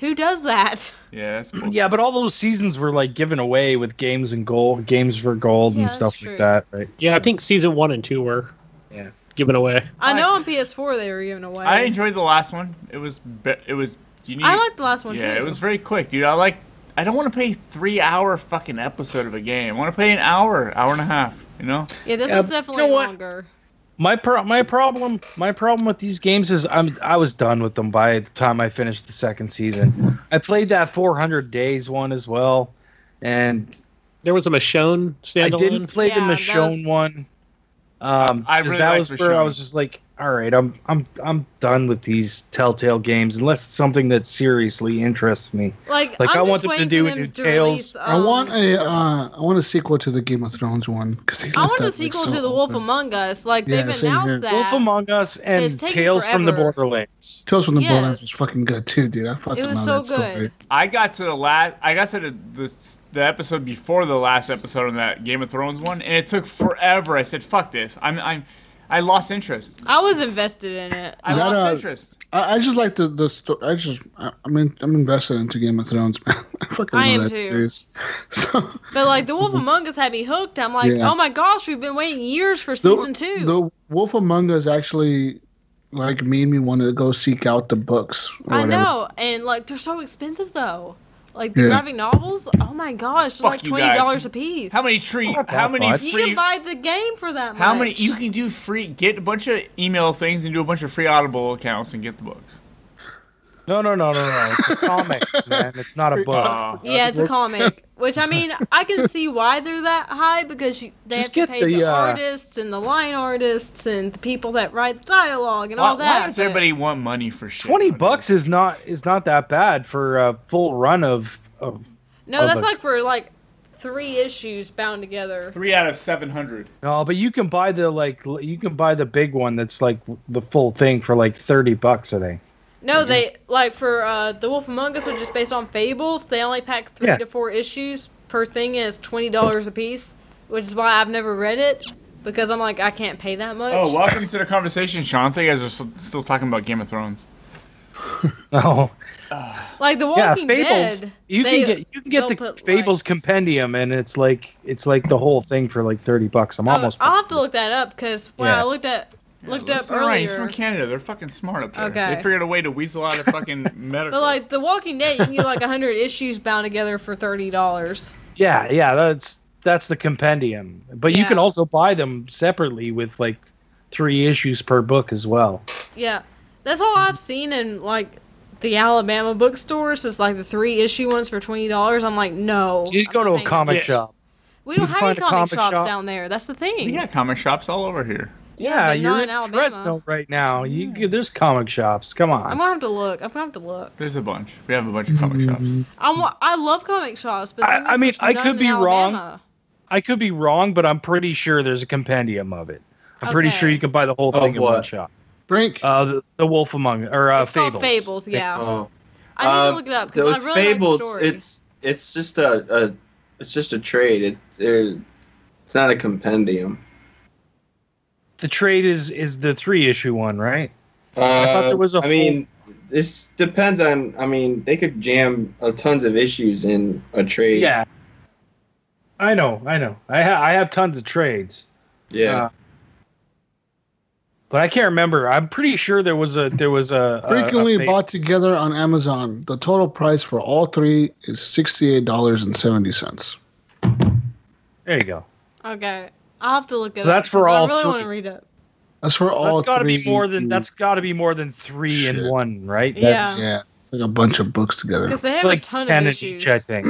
Speaker 4: Who does that?
Speaker 2: Yeah, that's bull-
Speaker 7: Yeah, but all those seasons were like given away with games and gold, games for gold
Speaker 4: Yeah,
Speaker 7: and
Speaker 4: that's
Speaker 7: stuff
Speaker 4: true.
Speaker 7: like that, right?
Speaker 8: Yeah, I think season one and two were
Speaker 6: Yeah.
Speaker 8: given away.
Speaker 4: I know on PS4 they were giving away.
Speaker 2: I enjoyed the last one. It was be- it was you need,
Speaker 4: I liked the last one
Speaker 2: Yeah,
Speaker 4: too.
Speaker 2: it was very quick, dude. I like I don't want to play 3 hour fucking episode of a game. I want to play an hour, hour and a half, you know?
Speaker 4: yeah, this
Speaker 7: Yeah,
Speaker 4: was
Speaker 7: but you
Speaker 4: definitely
Speaker 7: know what?
Speaker 4: longer.
Speaker 7: My pro- my problem my problem with these games is I'm I was done with them by the time I finished the second season. I played that 400 days one as well, and
Speaker 8: There was a Michonne
Speaker 7: I
Speaker 8: standalone.
Speaker 7: didn't play
Speaker 4: Yeah,
Speaker 7: the
Speaker 4: that
Speaker 7: Michonne
Speaker 4: was-
Speaker 7: one. Um,
Speaker 2: I- I
Speaker 7: 'cause
Speaker 2: really
Speaker 7: that
Speaker 2: like
Speaker 7: was where I
Speaker 2: Michonne.
Speaker 7: was just like, all right, I'm I'm I'm done with these Telltale games unless it's something that seriously interests me.
Speaker 4: Like,
Speaker 7: Like,
Speaker 4: I'm
Speaker 7: I
Speaker 4: just
Speaker 7: want them to
Speaker 4: waiting
Speaker 7: do
Speaker 4: for
Speaker 7: a
Speaker 4: them
Speaker 7: new
Speaker 4: to
Speaker 7: Tales.
Speaker 4: Release,
Speaker 3: I
Speaker 6: Oh.
Speaker 4: um,
Speaker 3: want a uh, I want a sequel to the Game of Thrones one because
Speaker 4: I want a sequel to The Wolf Among Us. Like
Speaker 3: Yeah,
Speaker 4: they've
Speaker 3: same here.
Speaker 4: announced that.
Speaker 7: Wolf Among Us and
Speaker 4: It's taking
Speaker 7: Tales from the
Speaker 4: forever.
Speaker 7: Borderlands.
Speaker 3: Tales from the
Speaker 4: Yes.
Speaker 3: Borderlands was fucking good too, dude. I fucking
Speaker 4: It was
Speaker 3: love
Speaker 4: so
Speaker 3: that stuff,
Speaker 4: good.
Speaker 3: dude.
Speaker 2: I got to the last. I got to the, the the episode before the last episode on that Game of Thrones one, and it took forever. I said, "Fuck this." I'm I'm I lost interest.
Speaker 4: I was invested in it.
Speaker 2: I
Speaker 3: That,
Speaker 2: lost
Speaker 3: uh,
Speaker 2: interest.
Speaker 3: I, I just like the the story. I just I, I mean I'm invested into Game of Thrones, man. I fucking
Speaker 4: I
Speaker 3: love
Speaker 4: am
Speaker 3: that
Speaker 4: too.
Speaker 3: series. So
Speaker 4: But like The Wolf Among Us had me hooked. I'm like,
Speaker 3: Yeah.
Speaker 4: oh my gosh, we've been waiting years for
Speaker 3: the,
Speaker 4: season two.
Speaker 3: the Wolf Among Us actually like made me want to go seek out the books. or
Speaker 4: I
Speaker 3: whatever.
Speaker 4: know, and like they're so expensive though. Like the
Speaker 3: Yeah.
Speaker 4: graphic novels, oh my gosh, they're
Speaker 2: Fuck
Speaker 4: like
Speaker 2: you
Speaker 4: twenty
Speaker 2: guys.
Speaker 4: dollars a piece.
Speaker 2: How many tree?
Speaker 7: Not that
Speaker 2: How many
Speaker 7: much.
Speaker 4: You
Speaker 2: free?
Speaker 4: can buy the game for that much.
Speaker 2: How many? You can do free. Get a bunch of email things and do a bunch of free Audible accounts and get the books.
Speaker 7: No, no, no, no, no. It's a comic, man. It's not a book.
Speaker 2: Uh,
Speaker 4: Yeah, it's a comic. Which I mean, I can see why they're that high because you, they
Speaker 7: Just
Speaker 4: have to
Speaker 7: get
Speaker 4: pay the,
Speaker 7: the, uh,
Speaker 4: artists and the line artists and the people that write the dialogue and
Speaker 2: why,
Speaker 4: all that.
Speaker 2: why does
Speaker 4: but-
Speaker 2: everybody want money for shit?
Speaker 7: 20
Speaker 2: nowadays?
Speaker 7: bucks is not is not that bad for a full run of, of
Speaker 4: No, that's
Speaker 7: other-
Speaker 4: like for like three issues bound together.
Speaker 2: Three out of seven hundred.
Speaker 7: no but you can buy the like l- you can buy the big one that's like the full thing for like 30 bucks i think
Speaker 4: No, they like for uh, the Wolf Among Us are just based on fables. They only pack three
Speaker 7: Yeah.
Speaker 4: to four issues per thing, and it's twenty dollars a piece, which is why I've never read it because I'm like I can't pay that much.
Speaker 2: Oh, welcome to the conversation, Sean. I think you guys are still, still talking about Game of Thrones.
Speaker 7: oh
Speaker 4: Like the
Speaker 7: yeah
Speaker 4: Walking
Speaker 7: fables
Speaker 4: Dead,
Speaker 7: you
Speaker 4: they-
Speaker 7: can get you can get
Speaker 4: they'll
Speaker 7: the
Speaker 4: put, like-
Speaker 7: fables compendium and it's like it's like the whole thing for like 30 bucks i'm
Speaker 4: Oh,
Speaker 7: almost
Speaker 4: I'll have to look that up because when I
Speaker 7: Yeah.
Speaker 4: looked at looked
Speaker 2: Look
Speaker 4: up
Speaker 2: to the right, He's
Speaker 4: earlier,
Speaker 2: from Canada. They're fucking smart up there.
Speaker 4: Okay.
Speaker 2: They figured a way to weasel out of fucking medical.
Speaker 4: but like the Walking Dead, you can get like hundred issues bound together for thirty dollars.
Speaker 7: yeah yeah that's that's the compendium but you
Speaker 4: Yeah.
Speaker 7: can also buy them separately with like three issues per book as well
Speaker 4: Yeah, that's all I've seen in like the Alabama bookstores is like the three issue ones for twenty dollars. I'm like, no.
Speaker 7: you
Speaker 4: I'm
Speaker 7: go
Speaker 4: not
Speaker 7: to a
Speaker 4: paying-
Speaker 7: comic
Speaker 8: Yeah.
Speaker 7: shop
Speaker 4: We don't
Speaker 7: you
Speaker 4: have
Speaker 7: can
Speaker 4: any
Speaker 7: find a
Speaker 4: comic,
Speaker 7: comic
Speaker 4: shops
Speaker 7: shop.
Speaker 4: down there. That's the thing.
Speaker 2: we got comic shops all over here.
Speaker 7: Yeah,
Speaker 4: but
Speaker 7: you're
Speaker 4: not
Speaker 7: in
Speaker 4: in Alabama.
Speaker 7: Fresno right now. You could- there's comic shops. Come on.
Speaker 4: I'm gonna have to look. I'm gonna have to look.
Speaker 2: There's a bunch. We have a bunch of comic shops.
Speaker 4: I want. I love comic shops, but
Speaker 7: I-
Speaker 4: then
Speaker 7: I
Speaker 4: there's
Speaker 7: mean,
Speaker 4: just
Speaker 7: I
Speaker 4: none
Speaker 7: could
Speaker 4: in
Speaker 7: be wrong.
Speaker 4: Alabama.
Speaker 7: I could be wrong, but I'm pretty sure there's a compendium of it. I'm pretty
Speaker 4: Okay.
Speaker 7: sure you could buy the whole
Speaker 6: Of
Speaker 7: thing in one
Speaker 6: what?
Speaker 7: shop.
Speaker 3: Frank.
Speaker 7: Uh, the, the Wolf Among or uh,
Speaker 4: it's
Speaker 7: Fables.
Speaker 4: called Fables. Yeah,
Speaker 6: Oh.
Speaker 4: I need
Speaker 6: Uh,
Speaker 4: to look it up
Speaker 6: so
Speaker 4: because
Speaker 6: with
Speaker 4: I really
Speaker 6: Fables,
Speaker 4: like the story.
Speaker 6: it's it's just a, a it's just a trade. It, it it's not a compendium.
Speaker 7: The trade is is the three issue one, right?
Speaker 6: Uh, I
Speaker 7: thought there was a
Speaker 6: I mean, this depends on. I mean, they could jam uh, tons of issues in a trade.
Speaker 7: Yeah. I know, I know. I ha- I have tons of trades.
Speaker 6: Yeah.
Speaker 7: Uh, But I can't remember. I'm pretty sure there was a there was a a- a
Speaker 3: Frequently
Speaker 7: Fables.
Speaker 3: bought together on Amazon. The total price for all three is sixty-eight dollars and seventy cents.
Speaker 7: There you go.
Speaker 4: okay. I'll have to look it
Speaker 7: So
Speaker 4: up.
Speaker 7: that's for
Speaker 4: 'cause
Speaker 7: all
Speaker 4: I really want to
Speaker 7: three.
Speaker 4: read it.
Speaker 3: That's for all.
Speaker 7: that's got to be
Speaker 3: three
Speaker 7: more than
Speaker 3: dudes.
Speaker 7: that's got to be more than three in
Speaker 3: Shit.
Speaker 7: one, right?
Speaker 4: Yeah.
Speaker 7: That's,
Speaker 3: Yeah, it's like a bunch of books together.
Speaker 4: Because they have
Speaker 7: It's like
Speaker 4: a ton
Speaker 7: ten
Speaker 4: of
Speaker 7: in
Speaker 4: issues.
Speaker 7: each, I think.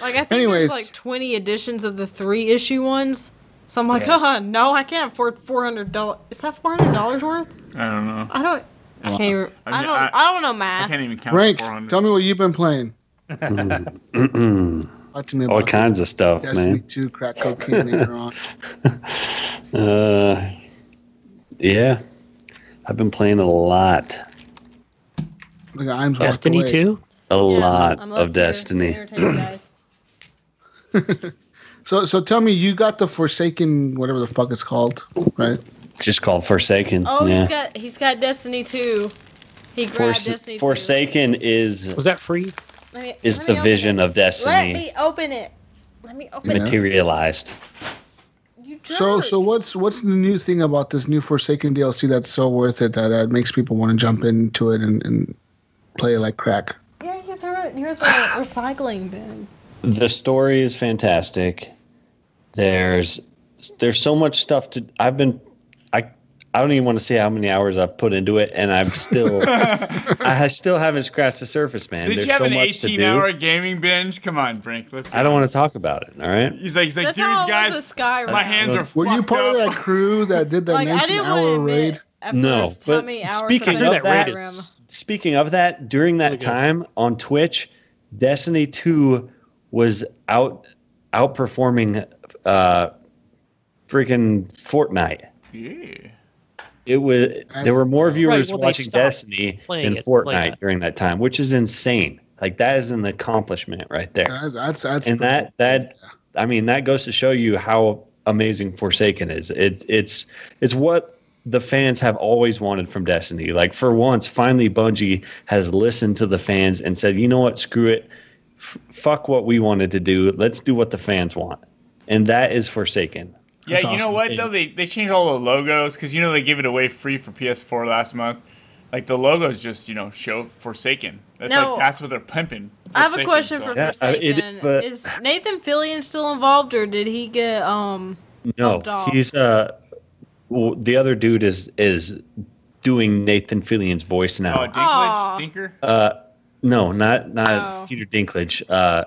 Speaker 4: Like I think
Speaker 3: Anyways.
Speaker 4: there's like 20 editions of the three issue ones. So I'm like, oh no, I can't afford 400 dollars. Is that 400 dollars worth?
Speaker 2: I don't know.
Speaker 4: I don't. I can't. Even,
Speaker 2: I
Speaker 4: I
Speaker 2: mean,
Speaker 4: don't.
Speaker 2: I-
Speaker 4: I, don't know
Speaker 2: I
Speaker 4: math.
Speaker 2: can't even count.
Speaker 3: Frank,
Speaker 2: to 400.
Speaker 3: tell me what you've been playing.
Speaker 5: Mm-mm.
Speaker 3: Talk to me
Speaker 5: All
Speaker 3: about
Speaker 5: kinds of stuff,
Speaker 3: Destiny
Speaker 5: man.
Speaker 3: Two crack cocaine later on.
Speaker 5: Uh, yeah, I've been playing a lot,
Speaker 3: Look at Imes walked
Speaker 8: Destiny
Speaker 3: away.
Speaker 8: two.
Speaker 5: a
Speaker 4: Yeah, I'm-
Speaker 5: lot
Speaker 4: I'm
Speaker 5: of
Speaker 4: up here.
Speaker 5: Destiny.
Speaker 4: Entertain you guys.
Speaker 3: So, so tell me, you got the Forsaken, whatever the fuck it's called, right?
Speaker 5: It's just called Forsaken.
Speaker 4: Oh,
Speaker 5: yeah.
Speaker 4: he's got he's got Destiny 2. He grabbed
Speaker 9: Fors-
Speaker 4: Destiny. 2.
Speaker 9: Forsaken is
Speaker 8: Was that free?
Speaker 4: Let me-
Speaker 9: is
Speaker 4: let
Speaker 9: the
Speaker 4: me open
Speaker 9: vision
Speaker 4: it.
Speaker 9: of destiny
Speaker 4: Let me open it. Let me open it.
Speaker 9: materialized.
Speaker 4: You
Speaker 3: So
Speaker 4: jerk.
Speaker 3: so what's what's the new thing about this new Forsaken DLC that's so worth it that, that makes people want to jump into it and, and play it like crack?
Speaker 4: Yeah, you can throw it near the recycling bin.
Speaker 9: The story is fantastic. There's there's so much stuff to I've been I I don't even want to say how many hours I've put into it and I'm still I still haven't scratched the surface, man.
Speaker 2: Did
Speaker 9: there's
Speaker 2: you have
Speaker 9: so
Speaker 2: an
Speaker 9: much to
Speaker 2: 18
Speaker 9: do.
Speaker 2: hour gaming binge? Come on, Frank. Let's.
Speaker 9: I don't want to talk about it, all right?
Speaker 2: He's like, he's like,
Speaker 4: That's
Speaker 2: dude,
Speaker 4: how I was with
Speaker 2: guys,
Speaker 4: Skyrim.
Speaker 2: my hands are.
Speaker 3: Were you
Speaker 2: fucked
Speaker 3: part of
Speaker 2: up."
Speaker 3: that crew that did that
Speaker 4: like I
Speaker 3: 19
Speaker 4: didn't want to
Speaker 3: hour
Speaker 4: admit
Speaker 3: raid?
Speaker 4: at
Speaker 9: No,
Speaker 4: first how
Speaker 9: but
Speaker 4: many hours
Speaker 9: speaking
Speaker 4: I
Speaker 9: of
Speaker 4: spent
Speaker 9: that
Speaker 4: in
Speaker 9: raid
Speaker 4: Skyrim.
Speaker 9: Speaking of that, during that
Speaker 8: Really good.
Speaker 9: time on Twitch, Destiny 2 was out outperforming uh freaking Fortnite.
Speaker 2: Yeah.
Speaker 9: It was there were more viewers
Speaker 8: well, they
Speaker 9: watching
Speaker 8: stopped
Speaker 9: Destiny
Speaker 8: playing
Speaker 9: than
Speaker 8: it uh, to play
Speaker 9: Fortnite
Speaker 8: that.
Speaker 9: during that time, which is insane. Like that is an accomplishment right there.
Speaker 3: That's that's, that's
Speaker 9: and that that I mean that goes to show you how amazing Forsaken is. It it's it's what the fans have always wanted from Destiny. Like for once, finally Bungie has listened to the fans and said, you know what, screw it, F- fuck what we wanted to do. Let's do what the fans want, and that is Forsaken.
Speaker 2: Yeah,
Speaker 9: That's
Speaker 2: you know
Speaker 9: awesome.
Speaker 2: what though? They they changed all the logos because you know they gave it away free for PS4 last month. Like the logos just you know show Forsaken. That's
Speaker 4: No.
Speaker 2: like that's what they're pimping.
Speaker 4: I have a
Speaker 2: Forsaken,
Speaker 4: question
Speaker 2: so-
Speaker 4: for
Speaker 9: Yeah, uh, it-
Speaker 4: Forsaken.
Speaker 9: but-
Speaker 4: Is Nathan Fillion still involved, or did he get um?
Speaker 9: No,
Speaker 4: Up dog.
Speaker 9: he's uh, w- the other dude is is doing Nathan Fillion's voice
Speaker 2: Oh,
Speaker 9: now.
Speaker 2: Dinklage,
Speaker 4: Aw.
Speaker 2: Dinker.
Speaker 9: uh, no, not not
Speaker 4: Oh.
Speaker 9: Peter Dinklage. Uh,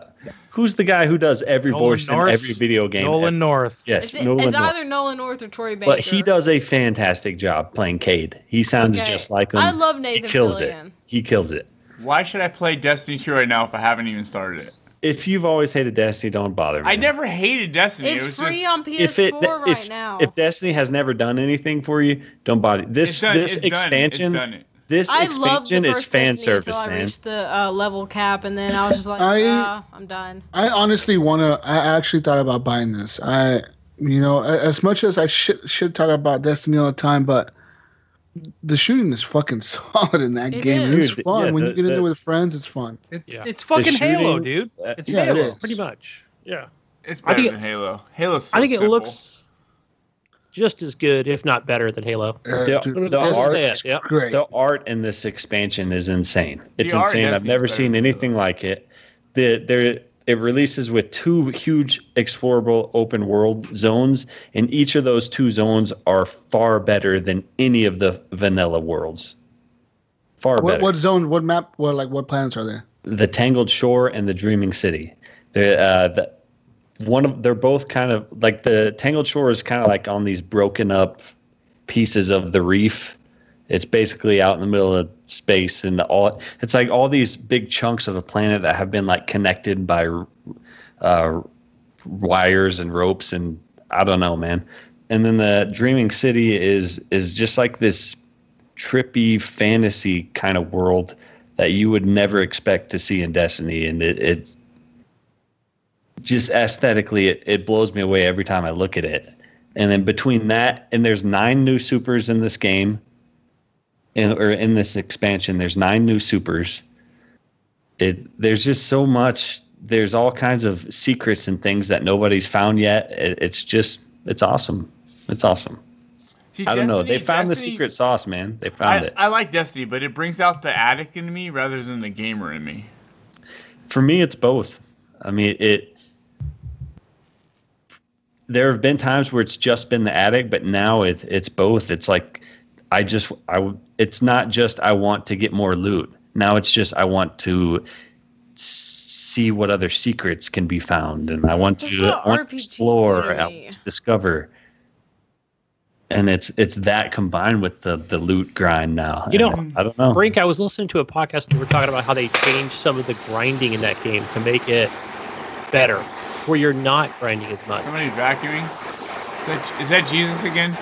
Speaker 9: who's the guy who does every
Speaker 7: Nolan
Speaker 9: voice
Speaker 7: North?
Speaker 9: in every video game?
Speaker 7: Nolan North.
Speaker 9: yes,
Speaker 4: Is, it,
Speaker 9: Nolan.
Speaker 4: is
Speaker 9: North.
Speaker 4: either Nolan North or Troy Baker?
Speaker 9: but he does a fantastic job playing Cade. He sounds
Speaker 4: Okay.
Speaker 9: just like him.
Speaker 4: I love
Speaker 9: he
Speaker 4: Nathan
Speaker 9: kills
Speaker 4: Fillion.
Speaker 9: it. He kills it.
Speaker 2: Why should I play Destiny 2 right now if I haven't even started it?
Speaker 9: If you've always hated Destiny, don't bother.
Speaker 2: I
Speaker 9: man.
Speaker 2: never hated Destiny. it was
Speaker 4: It's free
Speaker 2: just,
Speaker 4: on PS4
Speaker 9: If it
Speaker 4: right
Speaker 9: if,
Speaker 4: now.
Speaker 9: if Destiny has never done anything for you, don't bother. This
Speaker 2: it's done,
Speaker 9: this
Speaker 2: it's
Speaker 9: expansion
Speaker 2: Done, it's done it.
Speaker 9: this
Speaker 4: I loved the
Speaker 9: expansion is
Speaker 4: first
Speaker 9: fan
Speaker 4: Destiny
Speaker 9: service,
Speaker 4: until I
Speaker 9: man.
Speaker 4: reached the uh, level cap, and then I was just like,
Speaker 3: I-
Speaker 4: ah, I'm done.
Speaker 3: I honestly want to. I actually thought about buying this. I, you know, a- as much as I should should talk about Destiny all the time, but the shooting is fucking solid in that
Speaker 4: It
Speaker 3: game.
Speaker 4: is.
Speaker 3: and It's
Speaker 9: Dude,
Speaker 3: fun
Speaker 9: yeah,
Speaker 3: when
Speaker 9: the-
Speaker 3: you get in
Speaker 9: the-
Speaker 3: there with friends. It's fun.
Speaker 7: It-
Speaker 8: Yeah.
Speaker 7: It's fucking
Speaker 9: The
Speaker 7: Halo,
Speaker 9: shooting-
Speaker 7: dude.
Speaker 9: Uh,
Speaker 7: It's
Speaker 3: yeah, it
Speaker 7: Halo,
Speaker 3: is.
Speaker 8: Pretty much. Yeah.
Speaker 2: It's
Speaker 8: I
Speaker 2: better
Speaker 8: think
Speaker 2: than Halo. Halo's so
Speaker 8: I think it
Speaker 2: simple.
Speaker 8: looks just as good, if not better, than Halo.
Speaker 3: Uh,
Speaker 9: The-
Speaker 3: dude,
Speaker 9: the
Speaker 3: Destiny's
Speaker 9: art-
Speaker 8: That's it, yeah.
Speaker 3: great.
Speaker 9: The art in this expansion is insane. It's
Speaker 2: art
Speaker 9: insane. I've
Speaker 2: Destiny's
Speaker 9: never
Speaker 2: better
Speaker 9: seen
Speaker 2: than
Speaker 9: anything like it. The there it releases with two huge explorable open world zones, and each of those two zones are far better than any of the vanilla worlds. Far
Speaker 3: what,
Speaker 9: better.
Speaker 3: what zone? What map? What like? What planets are there?
Speaker 9: the Tangled Shore and the Dreaming City. They're uh, the, one of they're both kind of like the Tangled Shore is kind of like on these broken up pieces of the reef. It's basically out in the middle of space, and all it's like all these big chunks of a planet that have been like connected by uh, wires and ropes, and I don't know, man. And then the Dreaming City is is just like this trippy fantasy kind of world that you would never expect to see in Destiny, and it, it just aesthetically it, it blows me away every time I look at it. And then between that and there's nine new supers in this game, in, or in this expansion, there's nine new supers. It there's just so much. There's all kinds of secrets and things that nobody's found yet. It, it's just it's awesome. It's awesome.
Speaker 2: See,
Speaker 9: I don't know.
Speaker 2: Destiny-
Speaker 9: They found
Speaker 2: Destiny-
Speaker 9: the secret sauce, man. They found
Speaker 2: I,
Speaker 9: it.
Speaker 2: I like Destiny, but it brings out the addict in me rather than the gamer in me.
Speaker 9: For me, it's both. I mean, it. There have been times where it's just been the attic, but now it's it's both. It's like I just I w- it's not just I want to get more loot. Now it's just I want to s- see what other secrets can be found, and I want
Speaker 4: That's
Speaker 9: to,
Speaker 4: what
Speaker 9: I want to
Speaker 4: RPGs do
Speaker 9: explore,
Speaker 4: to
Speaker 9: I want
Speaker 4: me.
Speaker 9: to discover. And it's it's that combined with the the loot grind now.
Speaker 8: You know,
Speaker 9: And I don't know.
Speaker 8: Brink, I was listening to a podcast and we were talking about how they changed some of the grinding in that game to make it better, where you're not grinding as much.
Speaker 2: Somebody vacuuming? That- Is that Jesus again?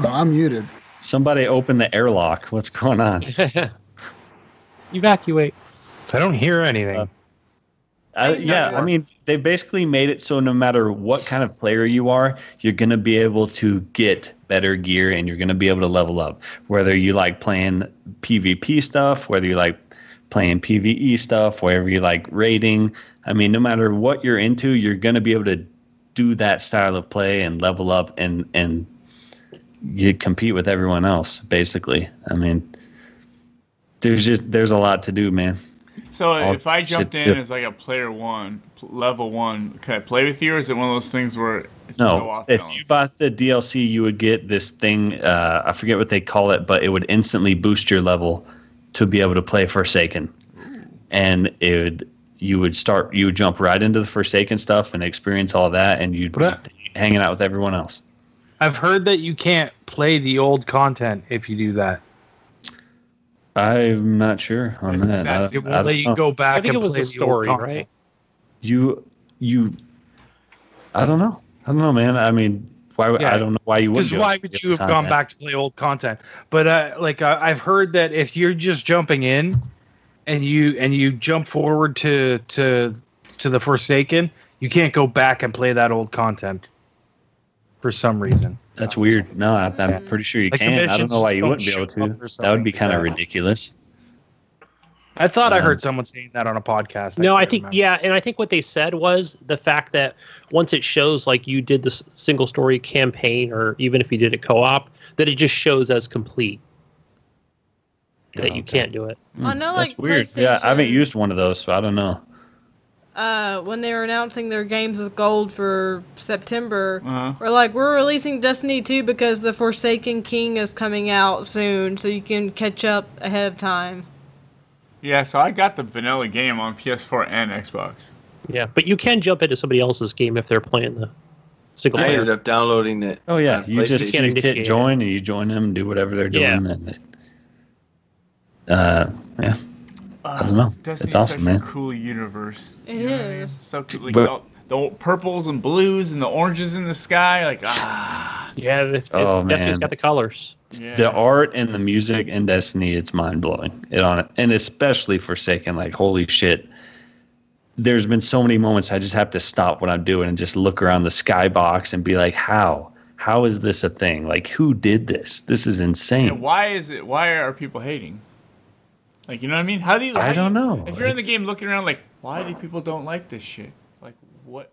Speaker 3: No, I'm muted.
Speaker 9: Somebody open the airlock. What's going on?
Speaker 8: Evacuate.
Speaker 7: I don't hear anything.
Speaker 9: Uh, Uh,
Speaker 4: Maybe
Speaker 9: yeah,
Speaker 4: not
Speaker 9: I mean, they basically made it so no matter what kind of player you are, you're going to be able to get better gear and you're going to be able to level up. Whether you like playing PvP stuff, whether you like playing PvE stuff, whether you like raiding, I mean, no matter what you're into, you're going to be able to do that style of play and level up and and you compete with everyone else basically. I mean, there's just there's a lot to do, man.
Speaker 2: So
Speaker 9: I'll
Speaker 2: if I
Speaker 9: sit
Speaker 2: jumped in
Speaker 9: there.
Speaker 2: as like a player one, pl- level one, can I play with you, or is it one of those things where it's so
Speaker 9: No,
Speaker 2: off
Speaker 9: if
Speaker 2: balance?
Speaker 9: you bought the DLC, you would get this thing. Uh, I forget what they call it, but it would instantly boost your level to be able to play Forsaken, and it would you would start you would jump right into the Forsaken stuff and experience all that, and you'd be
Speaker 7: What?
Speaker 9: hanging out with everyone else.
Speaker 7: I've heard that you can't play the old content if you do that.
Speaker 9: I'm not sure on
Speaker 2: Isn't
Speaker 9: that.
Speaker 2: that-
Speaker 9: I-
Speaker 2: it won't
Speaker 9: I don't
Speaker 7: Let you
Speaker 9: know.
Speaker 7: go back
Speaker 8: I think
Speaker 7: and
Speaker 8: it was
Speaker 7: play
Speaker 8: the story,
Speaker 7: old
Speaker 8: right?
Speaker 7: content.
Speaker 9: You you, I don't know. I don't know, man. I mean, why? would
Speaker 7: Yeah.
Speaker 9: I don't know why you would.
Speaker 7: Because why would you have gone back to play old content? But uh, like uh, I've heard that if you're just jumping in, and you and you jump forward to to to the Forsaken, you can't go back and play that old content for some reason.
Speaker 9: That's weird. No, I, I'm pretty sure you
Speaker 7: Like, the
Speaker 9: can. I don't
Speaker 7: missions
Speaker 9: know why
Speaker 7: just
Speaker 9: you
Speaker 7: don't
Speaker 9: wouldn't be
Speaker 7: show
Speaker 9: able
Speaker 7: up or
Speaker 9: to. That
Speaker 7: something
Speaker 9: would be
Speaker 7: like
Speaker 9: kind
Speaker 7: that.
Speaker 9: of ridiculous.
Speaker 7: I thought I
Speaker 9: Yeah.
Speaker 7: heard someone saying that on a podcast.
Speaker 8: No, I
Speaker 7: can't
Speaker 8: think
Speaker 7: remember.
Speaker 8: yeah, and I think what they said was the fact that once it shows like you did this single story campaign, or even if you did it co-op, that it just shows as complete. That you can't do it.
Speaker 4: I know,
Speaker 9: Hmm, That's
Speaker 4: like
Speaker 9: weird. Yeah, I haven't
Speaker 4: PlayStation-
Speaker 9: used one of those, so I don't know.
Speaker 4: uh, when they were announcing their games with gold for September,
Speaker 2: Uh-huh.
Speaker 4: we're like, we're releasing Destiny 2 because The Forsaken King is coming out soon, so you can catch up ahead of time.
Speaker 2: Yeah, so I got the vanilla game on PS4 and Xbox.
Speaker 8: Yeah, but you can jump into somebody else's game if they're playing the single
Speaker 6: I ended
Speaker 8: player.
Speaker 6: up downloading it.
Speaker 9: Oh yeah,
Speaker 6: on
Speaker 9: you just
Speaker 6: PlayStation.
Speaker 8: Can't
Speaker 9: you
Speaker 8: initiate
Speaker 9: hit
Speaker 8: it.
Speaker 9: join and you join them, and do whatever they're doing,
Speaker 8: Yeah.
Speaker 9: and it- uh, yeah, I don't know.
Speaker 2: Destiny's
Speaker 9: It's awesome,
Speaker 2: such
Speaker 9: man.
Speaker 2: a cool universe.
Speaker 4: It
Speaker 2: You know what I mean?
Speaker 4: is.
Speaker 2: So cool. Like,
Speaker 9: But-
Speaker 2: all- the, purples and blues and the oranges in the sky. Like, ah.
Speaker 8: Yeah, if,
Speaker 9: Oh,
Speaker 8: if Destiny's
Speaker 9: man.
Speaker 8: got the colors.
Speaker 2: Yeah.
Speaker 9: The art and the music in Destiny, it's mind blowing. It on and especially Forsaken, like holy shit. There's been so many moments I just have to stop what I'm doing and just look around the skybox and be like, how? How is this a thing? Like who did this? This is
Speaker 2: And
Speaker 9: insane.
Speaker 2: why is it? Why are people hating? Like, you know what I mean? How do you?
Speaker 9: I
Speaker 2: how do
Speaker 9: don't
Speaker 2: you-
Speaker 9: know.
Speaker 2: If you're in the
Speaker 9: It's-
Speaker 2: game looking around, like, why do people don't like this shit? Like, what?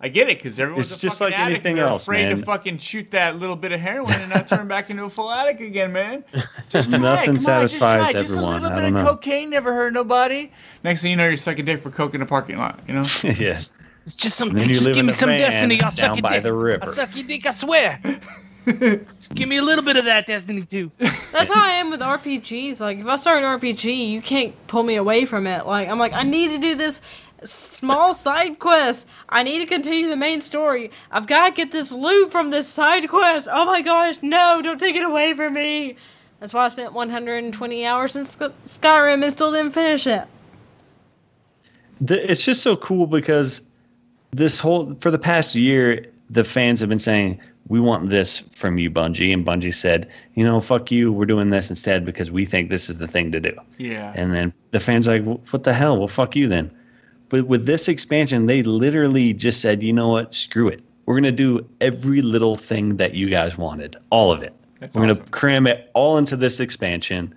Speaker 2: I get it, because everyone's
Speaker 9: It's
Speaker 2: a
Speaker 9: just
Speaker 2: fucking
Speaker 9: like
Speaker 2: addict
Speaker 9: anything
Speaker 2: and they're
Speaker 9: else,
Speaker 2: afraid to
Speaker 9: man.
Speaker 2: fucking shoot that little bit of heroin and not turn back into a full addict again, man. Just try.
Speaker 9: Nothing
Speaker 2: Come on, just try.
Speaker 9: satisfies
Speaker 2: Just a
Speaker 9: everyone.
Speaker 2: little
Speaker 9: I
Speaker 2: bit of
Speaker 9: don't know.
Speaker 2: cocaine never hurt nobody. Next thing you know, you're sucking dick for coke in a parking lot. You know?
Speaker 9: yeah.
Speaker 7: it's just some.
Speaker 9: And then you
Speaker 7: Just
Speaker 9: live
Speaker 7: give
Speaker 9: in
Speaker 7: me
Speaker 9: a
Speaker 7: some
Speaker 9: van
Speaker 7: Destiny. I'll suck
Speaker 9: down
Speaker 7: your
Speaker 9: by
Speaker 7: dick.
Speaker 9: the
Speaker 7: I'll
Speaker 9: river.
Speaker 7: suck your dick. I swear. just give me a little bit of that Destiny too.
Speaker 4: That's how I am with RPGs. Like, if I start an RPG, you can't pull me away from it. Like, I'm like, I need to do this small side quest. I need to continue the main story. I've got to get this loot from this side quest. Oh my gosh, no, don't take it away from me. That's why I spent 120 hours in Sk- Skyrim and still didn't finish it.
Speaker 9: the, it's just so cool because this whole for the past year the fans have been saying we want this from you bungie and bungie said you know fuck you we're doing this instead because we think this is the thing to do
Speaker 2: Yeah.
Speaker 9: and then the fans are like well, what the hell well fuck you then but with this expansion they literally just said you know what screw it we're going to do every little thing that you guys wanted all of it
Speaker 2: That's
Speaker 9: we're going
Speaker 2: awesome.
Speaker 9: to cram it all into this expansion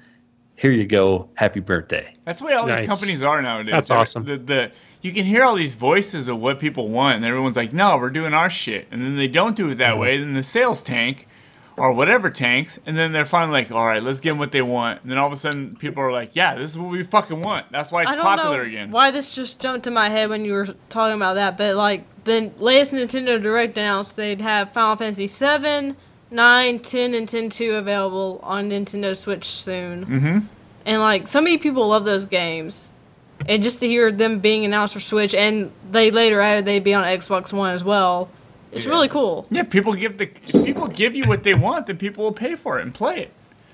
Speaker 9: here you go happy birthday
Speaker 2: That's the way all
Speaker 8: Nice.
Speaker 2: these companies are nowadays.
Speaker 8: That's
Speaker 2: They're-
Speaker 8: awesome.
Speaker 2: The, the you can hear all these voices of what people want, and everyone's like, "No, we're doing our shit," and then they don't do it that
Speaker 9: Mm-hmm.
Speaker 2: way. Then the sales tank, or whatever tanks, and then they're finally like, "All right, let's give them what they want." And then all of a sudden, people are like, "Yeah, this is what we fucking want." That's why it's
Speaker 4: I don't
Speaker 2: popular
Speaker 4: know
Speaker 2: again.
Speaker 4: why this just jumped to my head when you were talking about that, but like the latest Nintendo Direct announced they'd have Final Fantasy 7, 9, 10, and 10 2 available on Nintendo Switch soon. Mm-hmm. And like so many people love those games. And just to hear them being announced for Switch, and they later added they'd be on Xbox One as well, it's really cool.
Speaker 2: Yeah, people give the if people give you what they want, then people will pay for it and play it.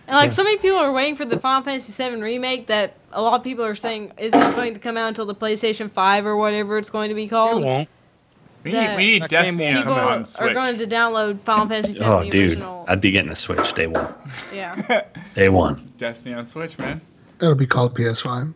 Speaker 4: And like so many people are waiting for the Final Fantasy VII remake that a lot of people are saying isn't going to come out until the PlayStation 5 or whatever it's going to be
Speaker 7: It
Speaker 4: called.
Speaker 7: won't.
Speaker 2: We
Speaker 4: That-
Speaker 2: need, we need
Speaker 7: That game
Speaker 2: Destiny
Speaker 7: won't
Speaker 2: on,
Speaker 4: people
Speaker 2: on
Speaker 4: are
Speaker 2: Switch.
Speaker 4: going to download Final Fantasy VII
Speaker 9: oh
Speaker 4: the
Speaker 9: dude
Speaker 4: original.
Speaker 9: i'd be getting the switch day one
Speaker 4: Yeah,
Speaker 9: Day one.
Speaker 2: Destiny on Switch, man.
Speaker 3: That'll be called PS5.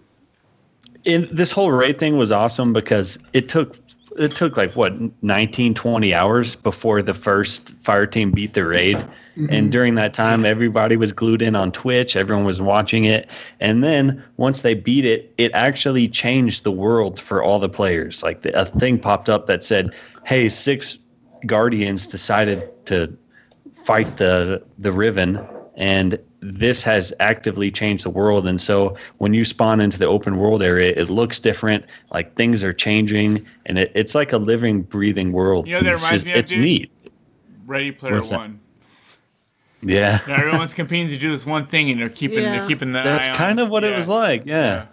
Speaker 9: in this whole raid thing was awesome because it took it took like what 19 20 hours before the first fire team beat the raid and during that time everybody was glued in on twitch everyone was watching it and then once they beat it it actually changed the world for all the players like the, a thing popped up that said hey six guardians decided to fight the the Riven, and this has actively changed the world. And so when you spawn into the open world area, it looks different. Like things are changing, and it, it's like a living, breathing world.
Speaker 2: You know what that
Speaker 9: it's
Speaker 2: reminds me of,
Speaker 9: it's
Speaker 2: dude?
Speaker 9: neat.
Speaker 2: Ready Player
Speaker 9: What's that?
Speaker 2: One.
Speaker 9: Yeah,
Speaker 2: Now everyone's competing to do this one thing, and they're keeping
Speaker 4: Yeah.
Speaker 2: they're keeping the.
Speaker 9: that's
Speaker 2: eye on
Speaker 9: kind
Speaker 2: us.
Speaker 9: of what it
Speaker 2: Yeah.
Speaker 9: was like. Yeah.
Speaker 2: Yeah.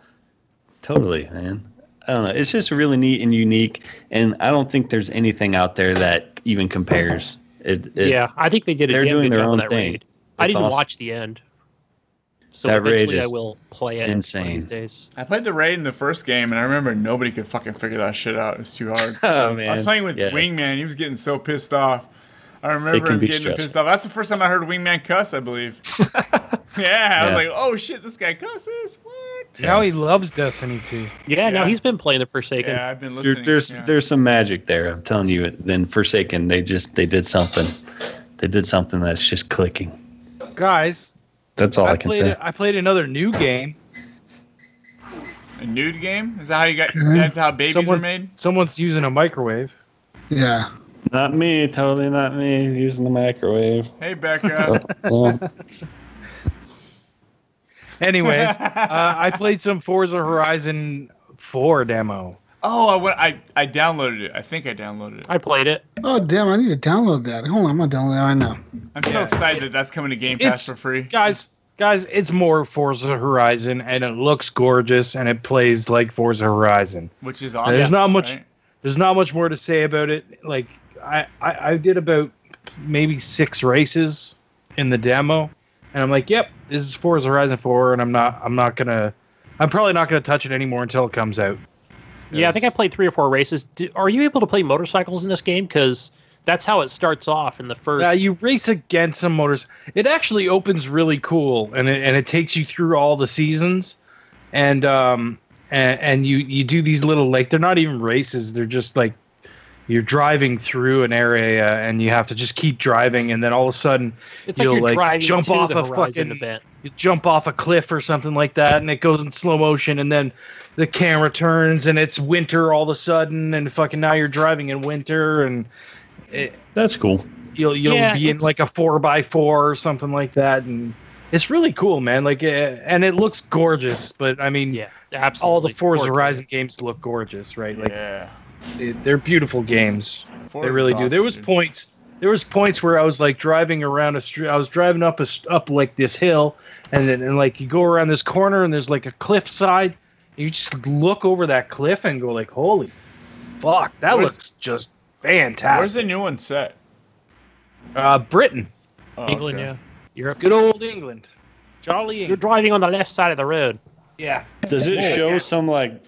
Speaker 9: totally, man. I don't know. It's just really neat and unique, and I don't think there's anything out there that even compares. It, it,
Speaker 8: yeah, I think they did. A
Speaker 9: they're
Speaker 8: damn
Speaker 9: doing
Speaker 8: good
Speaker 9: their
Speaker 8: job on
Speaker 9: own
Speaker 8: that
Speaker 9: thing.
Speaker 8: Raid. I
Speaker 9: It's
Speaker 8: didn't
Speaker 9: awesome.
Speaker 8: watch the end. So
Speaker 9: That raid
Speaker 8: eventually
Speaker 9: is
Speaker 8: I will play it. one of
Speaker 9: insane.
Speaker 8: these days.
Speaker 2: I played the raid in the first game, and I remember nobody could fucking figure that shit out. It's too hard.
Speaker 9: Oh man,
Speaker 2: I was playing with
Speaker 9: yeah.
Speaker 2: Wingman. He was getting so pissed off. I remember
Speaker 9: can
Speaker 2: him
Speaker 9: be
Speaker 2: getting
Speaker 9: stressful.
Speaker 2: pissed off. That's the first time I heard Wingman cuss, I believe. yeah, I was
Speaker 9: Yeah.
Speaker 2: like, oh shit, this guy cusses. What?
Speaker 7: Now he loves Destiny 2.
Speaker 8: Yeah, no,
Speaker 2: Yeah.
Speaker 8: he's been playing the Forsaken.
Speaker 2: Yeah, I've been
Speaker 9: There-
Speaker 2: listening.
Speaker 9: there's
Speaker 2: yeah.
Speaker 9: there's some magic there. I'm telling you. Then Forsaken, they just they did something. They did something that's just clicking.
Speaker 7: Guys,
Speaker 9: That's all I,
Speaker 7: I
Speaker 9: can
Speaker 7: played
Speaker 9: say.
Speaker 7: I played another new game.
Speaker 2: a nude game. Is that how you got? That's how babies
Speaker 7: Someone-
Speaker 2: were made.
Speaker 7: Someone's using a microwave.
Speaker 3: Yeah.
Speaker 9: Not me. Totally not me. Using the microwave. Oh,
Speaker 2: Hey Becca.
Speaker 9: Well,
Speaker 7: Anyways, uh, I played some Forza Horizon 4 demo.
Speaker 2: oh, I, went, I I downloaded it. I think I downloaded it.
Speaker 8: I played it.
Speaker 3: Oh damn! I need to download that. Hold on, I'm gonna download that right now.
Speaker 2: I'm so excited that that's coming to Game
Speaker 7: It's-
Speaker 2: Pass for free.
Speaker 7: Guys, guys, it's more Forza Horizon and it looks gorgeous and it plays like Forza Horizon.
Speaker 2: which is awesome.
Speaker 7: There's not much-
Speaker 2: right?
Speaker 7: There's not much more to say about it. Like I, I, I did about maybe six races in the demo, and I'm like, yep, this is Forza Horizon 4, and I'm not I'm not gonna I'm probably not gonna touch it anymore until it comes out.
Speaker 8: Yeah, I think I played three or four races. Do, are you able to play motorcycles in this game? Because that's how it starts off in the first.
Speaker 7: Uh, you race against some motors. It actually opens really cool, and it, and it takes you through all the seasons, and um and, and you you do these little like they're not even races. They're just like you're driving through an area, and you have to just keep driving, and then all of a sudden
Speaker 8: it's like
Speaker 7: you'll,
Speaker 8: you're
Speaker 7: like,
Speaker 8: driving
Speaker 7: jump
Speaker 8: to
Speaker 7: off
Speaker 8: the
Speaker 7: a
Speaker 8: Horizon
Speaker 7: fucking-
Speaker 8: event.
Speaker 7: you jump off a cliff or something like that and it goes in slow motion and then the camera turns and it's winter all of a sudden and fucking now you're driving in winter and it,
Speaker 9: that's cool.
Speaker 7: you'll you'll
Speaker 8: Yeah,
Speaker 7: be in
Speaker 8: it's-
Speaker 7: like a four by four or something like that and it's really cool man like uh, and it looks gorgeous but i mean
Speaker 8: Yeah, absolutely.
Speaker 7: all the forza
Speaker 8: Forza.
Speaker 7: horizon games look gorgeous right like
Speaker 2: yeah,
Speaker 7: they- they're beautiful games they really do. There was
Speaker 2: point.
Speaker 7: points. There was points where I was like driving around a street. I was driving up a st- up like this hill, and then and like you go around this corner and there's like a cliff side. And you just look over that cliff and go like, "Holy fuck, that
Speaker 2: Where's-
Speaker 7: looks just
Speaker 2: Where's
Speaker 7: fantastic."
Speaker 2: the new one set?
Speaker 7: Uh, Britain,
Speaker 2: Oh,
Speaker 8: England,
Speaker 2: okay.
Speaker 8: yeah. Europe.
Speaker 7: good old England, jolly
Speaker 8: You're
Speaker 7: England.
Speaker 8: driving on the left side of the road.
Speaker 7: Yeah,
Speaker 9: Does it show some like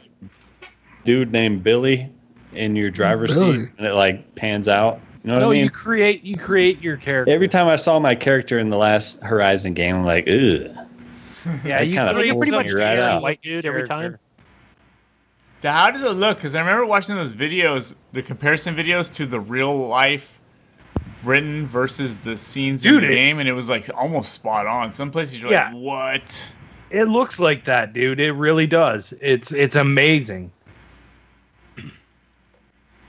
Speaker 9: dude named Billy in your driver's
Speaker 3: Billy.
Speaker 9: seat, and it like pans out? You know what
Speaker 7: no,
Speaker 9: I mean?
Speaker 7: you create you create your character.
Speaker 9: Every time I saw my character in the last Horizon game, I'm like, ugh.
Speaker 7: yeah,
Speaker 9: that
Speaker 7: you
Speaker 9: kinda
Speaker 7: create
Speaker 8: you're pretty
Speaker 9: pulls
Speaker 8: much
Speaker 9: me
Speaker 7: something
Speaker 9: right
Speaker 8: just a
Speaker 9: out.
Speaker 8: white dude every time.
Speaker 2: Now, How does it look? Because I remember watching those videos, the comparison videos to the real life Britain versus the scenes
Speaker 7: Dude,
Speaker 2: in the
Speaker 7: it-
Speaker 2: game, and it was like almost spot on. Some places you're
Speaker 7: Yeah.
Speaker 2: like, what?
Speaker 7: It looks like that, dude. It really does. It's it's amazing.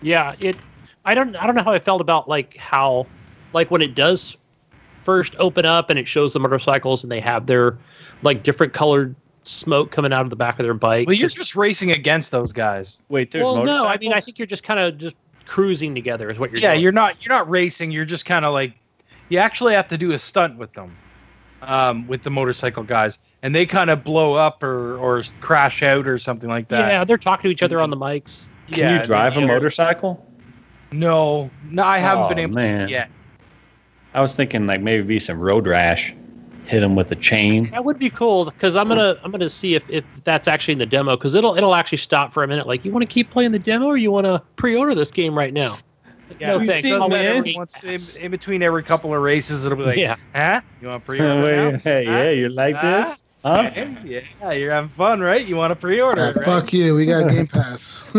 Speaker 8: Yeah, it. I don't. I don't know how I felt about like how, like when it does first open up and it shows the motorcycles and they have their like different colored smoke coming out of the back of their bike.
Speaker 7: Well, you're
Speaker 8: Just-
Speaker 7: just racing against those guys.
Speaker 9: Wait, there's
Speaker 8: well,
Speaker 9: motorcycles.
Speaker 8: no. I mean, I think you're just kind of just cruising together is what you're.
Speaker 7: yeah
Speaker 8: doing.
Speaker 7: you're not you're not racing you're just kind of like you actually have to do a stunt with them um, with the motorcycle guys and they kind of blow up or or crash out or something like that
Speaker 8: Yeah, they're talking to each other on the mics.
Speaker 7: yeah
Speaker 9: Can you drive a
Speaker 7: they-
Speaker 9: motorcycle?
Speaker 7: no no i haven't
Speaker 9: Oh,
Speaker 7: been able
Speaker 9: man.
Speaker 7: to yet
Speaker 9: I was thinking like maybe be some road rash, hit him with a chain.
Speaker 8: That would be cool because I'm gonna I'm gonna see if, if that's actually in the demo because it'll it'll actually stop for a minute. Like, you want to keep playing the demo or you want to pre-order this game right now?
Speaker 7: yeah,
Speaker 8: no thanks.
Speaker 9: seen
Speaker 8: I'll
Speaker 9: me,
Speaker 8: let
Speaker 9: eh?
Speaker 8: everybody
Speaker 7: Once in,
Speaker 8: pass.
Speaker 7: in between every couple of races it'll be like
Speaker 8: yeah,
Speaker 7: huh you want to pre
Speaker 9: Wait,
Speaker 7: order
Speaker 9: hey, yeah, you like
Speaker 7: Huh?
Speaker 9: this?
Speaker 7: Huh? Yeah, you're having fun, right? You want to pre-order,
Speaker 3: Ah,
Speaker 7: it, right?
Speaker 3: Fuck you. We got Game Pass.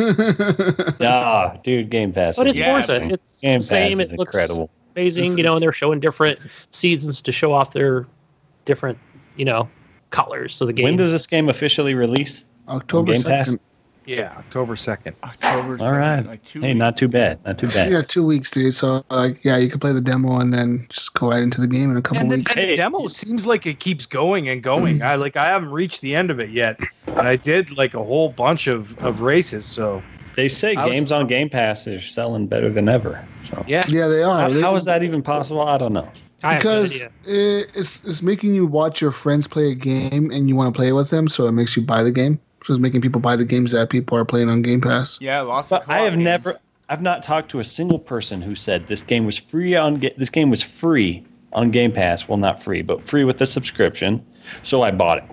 Speaker 9: Ah, dude, Game Pass.
Speaker 8: But
Speaker 9: is
Speaker 8: it's
Speaker 2: Yeah,
Speaker 8: worth it.
Speaker 9: amazing.
Speaker 8: It's
Speaker 9: Game
Speaker 8: the
Speaker 9: Pass
Speaker 8: same.
Speaker 9: is
Speaker 8: It looks
Speaker 9: incredible.
Speaker 8: amazing,
Speaker 3: This
Speaker 8: you know,
Speaker 3: is-
Speaker 8: and they're showing different seasons to show off their different, you know, colors. So the game.
Speaker 9: When does this game officially release? On
Speaker 3: October
Speaker 9: Game
Speaker 3: 2nd.
Speaker 9: Pass.
Speaker 7: Yeah, October second.
Speaker 2: October.
Speaker 9: All right.
Speaker 2: Like two
Speaker 9: Hey, not too bad. Not too
Speaker 3: You
Speaker 9: bad.
Speaker 3: got two weeks, dude. So, like, yeah, you can play the demo and then just go right into the game in a couple
Speaker 7: And the,
Speaker 3: weeks.
Speaker 7: and the demo seems like it keeps going and going. I like I haven't reached the end of it yet, and I did like a whole bunch of of races. So
Speaker 9: They say
Speaker 7: I was-
Speaker 9: games on Game Pass are selling better than ever. So.
Speaker 7: yeah,
Speaker 3: Yeah, they are.
Speaker 9: How-
Speaker 3: They-
Speaker 9: how is that even possible? I don't know.
Speaker 8: I have no
Speaker 3: because
Speaker 8: idea.
Speaker 3: it, it's it's making you watch your friends play a game and you want to play it with them, so it makes you buy the game. So it's making people buy the games that people are playing on Game Pass.
Speaker 2: Yeah, lots of.
Speaker 9: But I
Speaker 2: co-op
Speaker 9: have
Speaker 2: games.
Speaker 9: never, I've not talked to a single person who said this game was free on Ga- this game was free on Game Pass. Well, not free, but free with a subscription. So I bought it.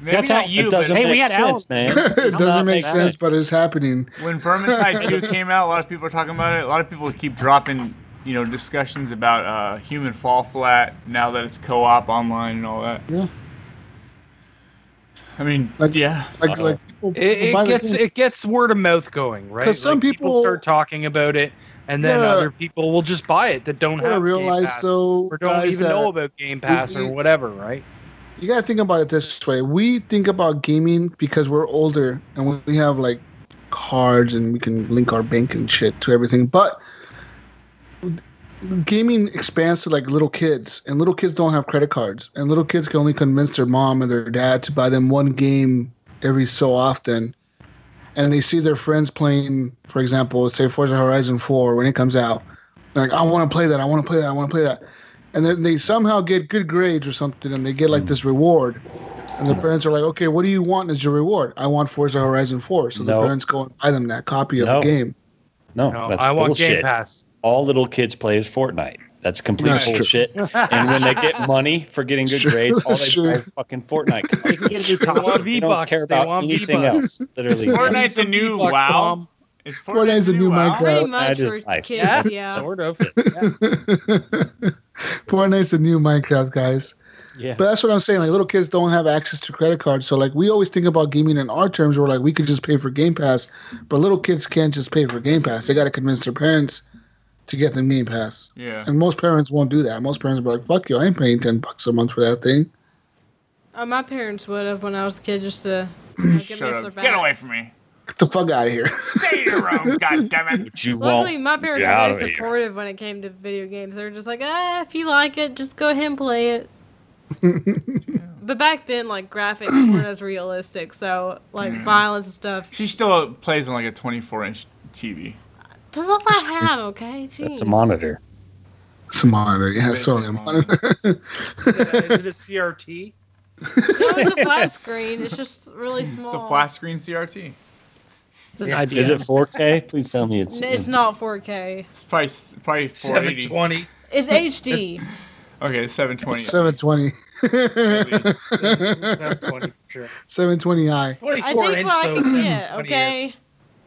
Speaker 2: Maybe
Speaker 8: That's
Speaker 2: not
Speaker 8: how-
Speaker 2: you,
Speaker 9: it doesn't
Speaker 8: hey,
Speaker 2: but
Speaker 8: we
Speaker 9: make
Speaker 8: had
Speaker 9: sense, man.
Speaker 3: it
Speaker 9: Does
Speaker 3: doesn't
Speaker 9: not
Speaker 3: make
Speaker 9: make
Speaker 3: sense,
Speaker 9: sense.
Speaker 3: but it's happening.
Speaker 2: when Vermintide 2 came out, a lot of people are talking about it. A lot of people keep dropping, you know, discussions about uh, Human Fall Flat now that it's co-op online and all that.
Speaker 3: Yeah.
Speaker 2: I mean,
Speaker 3: Like-
Speaker 2: yeah.
Speaker 3: Like,
Speaker 9: Uh-oh.
Speaker 3: like people,
Speaker 7: it, it gets it gets word of mouth going, right?
Speaker 3: 'Cause some
Speaker 7: Like,
Speaker 3: people-
Speaker 7: start talking about it, and then
Speaker 3: Yeah.
Speaker 7: other people will just buy it that don't
Speaker 3: I
Speaker 7: have Game
Speaker 3: realize
Speaker 7: Pass
Speaker 3: though,
Speaker 7: or don't
Speaker 3: guys,
Speaker 7: even know
Speaker 3: that
Speaker 7: about Game Pass
Speaker 3: we-
Speaker 7: or whatever, right?
Speaker 3: you gotta think about it this way. We think about gaming because we're older and we have like cards and we can link our bank and shit to everything, but gaming expands to like little kids and little kids don't have credit cards and little kids can only convince their mom and their dad to buy them one game every so often and they see their friends playing for example say forza horizon 4 when it comes out they're like i want to play that i want to play that i want to play that and then they somehow get good grades or something and they get like this reward and the parents are like okay what do you want as your reward i want forza horizon 4 so
Speaker 9: No.
Speaker 3: the parents go and buy them that copy of
Speaker 9: No.
Speaker 3: the game
Speaker 9: No,
Speaker 7: No,
Speaker 9: Oh, that's
Speaker 7: I want Game
Speaker 9: bullshit.
Speaker 7: Pass.
Speaker 9: All little kids play is Fortnite. That's complete
Speaker 3: That's true.
Speaker 9: bullshit. and when they get money for getting
Speaker 3: That's
Speaker 9: good
Speaker 3: true.
Speaker 9: grades, all
Speaker 3: That's
Speaker 9: they
Speaker 3: true.
Speaker 9: buy is fucking Fortnite. cards.
Speaker 7: They want
Speaker 9: they don't
Speaker 7: V-Bucks.
Speaker 9: care
Speaker 7: They
Speaker 9: about
Speaker 7: want
Speaker 9: anything
Speaker 7: V-Bucks.
Speaker 9: else. Literally,
Speaker 2: Fortnite the
Speaker 7: Some
Speaker 2: new
Speaker 7: V-Bucks,
Speaker 2: WoW?
Speaker 7: Tom.
Speaker 2: Is
Speaker 3: Fortnite's the new
Speaker 2: WoW?
Speaker 3: Minecraft.
Speaker 4: Pretty
Speaker 9: I
Speaker 4: much
Speaker 9: just-
Speaker 4: for
Speaker 9: I-
Speaker 4: kids,
Speaker 7: Yeah,
Speaker 4: yeah.
Speaker 7: sort of.
Speaker 3: Fortnite's the new Minecraft, guys.
Speaker 8: Yeah.
Speaker 3: But that's what I'm saying. Like little kids don't have access to credit cards, so like we always think about gaming in our terms. We're like we could just pay for Game Pass, but little kids can't just pay for Game Pass. They got to convince their parents to get them Game Pass,
Speaker 2: Yeah.
Speaker 3: and most parents won't do that. Most parents are like, "Fuck you, I ain't paying ten bucks a month for that thing."
Speaker 4: Oh, my parents would have when I was a kid just to you know, get me
Speaker 2: Shut
Speaker 4: off their
Speaker 2: up.
Speaker 4: back.
Speaker 2: Get away from me.
Speaker 3: Get the fuck out of here.
Speaker 2: Stay in your room, goddammit.
Speaker 9: But you
Speaker 4: Luckily,
Speaker 9: won't.
Speaker 4: my parents
Speaker 9: Get
Speaker 4: were
Speaker 9: out of
Speaker 4: very
Speaker 9: here.
Speaker 4: supportive when it came to video games. They were just like, ah, if you like it, just go ahead and play it. but back then, like graphics weren't as realistic, so like violence and stuff.
Speaker 2: She still plays on like a 24-inch TV.
Speaker 4: That's all I have, okay? Jeez.
Speaker 9: That's a monitor.
Speaker 3: It's a monitor. Yeah, sorry,
Speaker 2: Basically,
Speaker 3: a monitor.
Speaker 7: Is it a CRT?
Speaker 4: No, it's a flat screen. It's just really small.
Speaker 2: It's a flat screen CRT.
Speaker 8: It's an idea.
Speaker 9: Is it 4K? Please tell me it's.
Speaker 4: N- It's not 4K.
Speaker 2: It's probably s- probably 480.
Speaker 7: 720.
Speaker 4: It's HD.
Speaker 2: Okay, 720.
Speaker 3: Seven twenty.
Speaker 7: 720 for sure.
Speaker 3: Seven twenty i.
Speaker 4: I
Speaker 7: 24
Speaker 4: take
Speaker 7: inch
Speaker 4: what I
Speaker 7: though.
Speaker 4: can get,
Speaker 7: 20
Speaker 4: okay?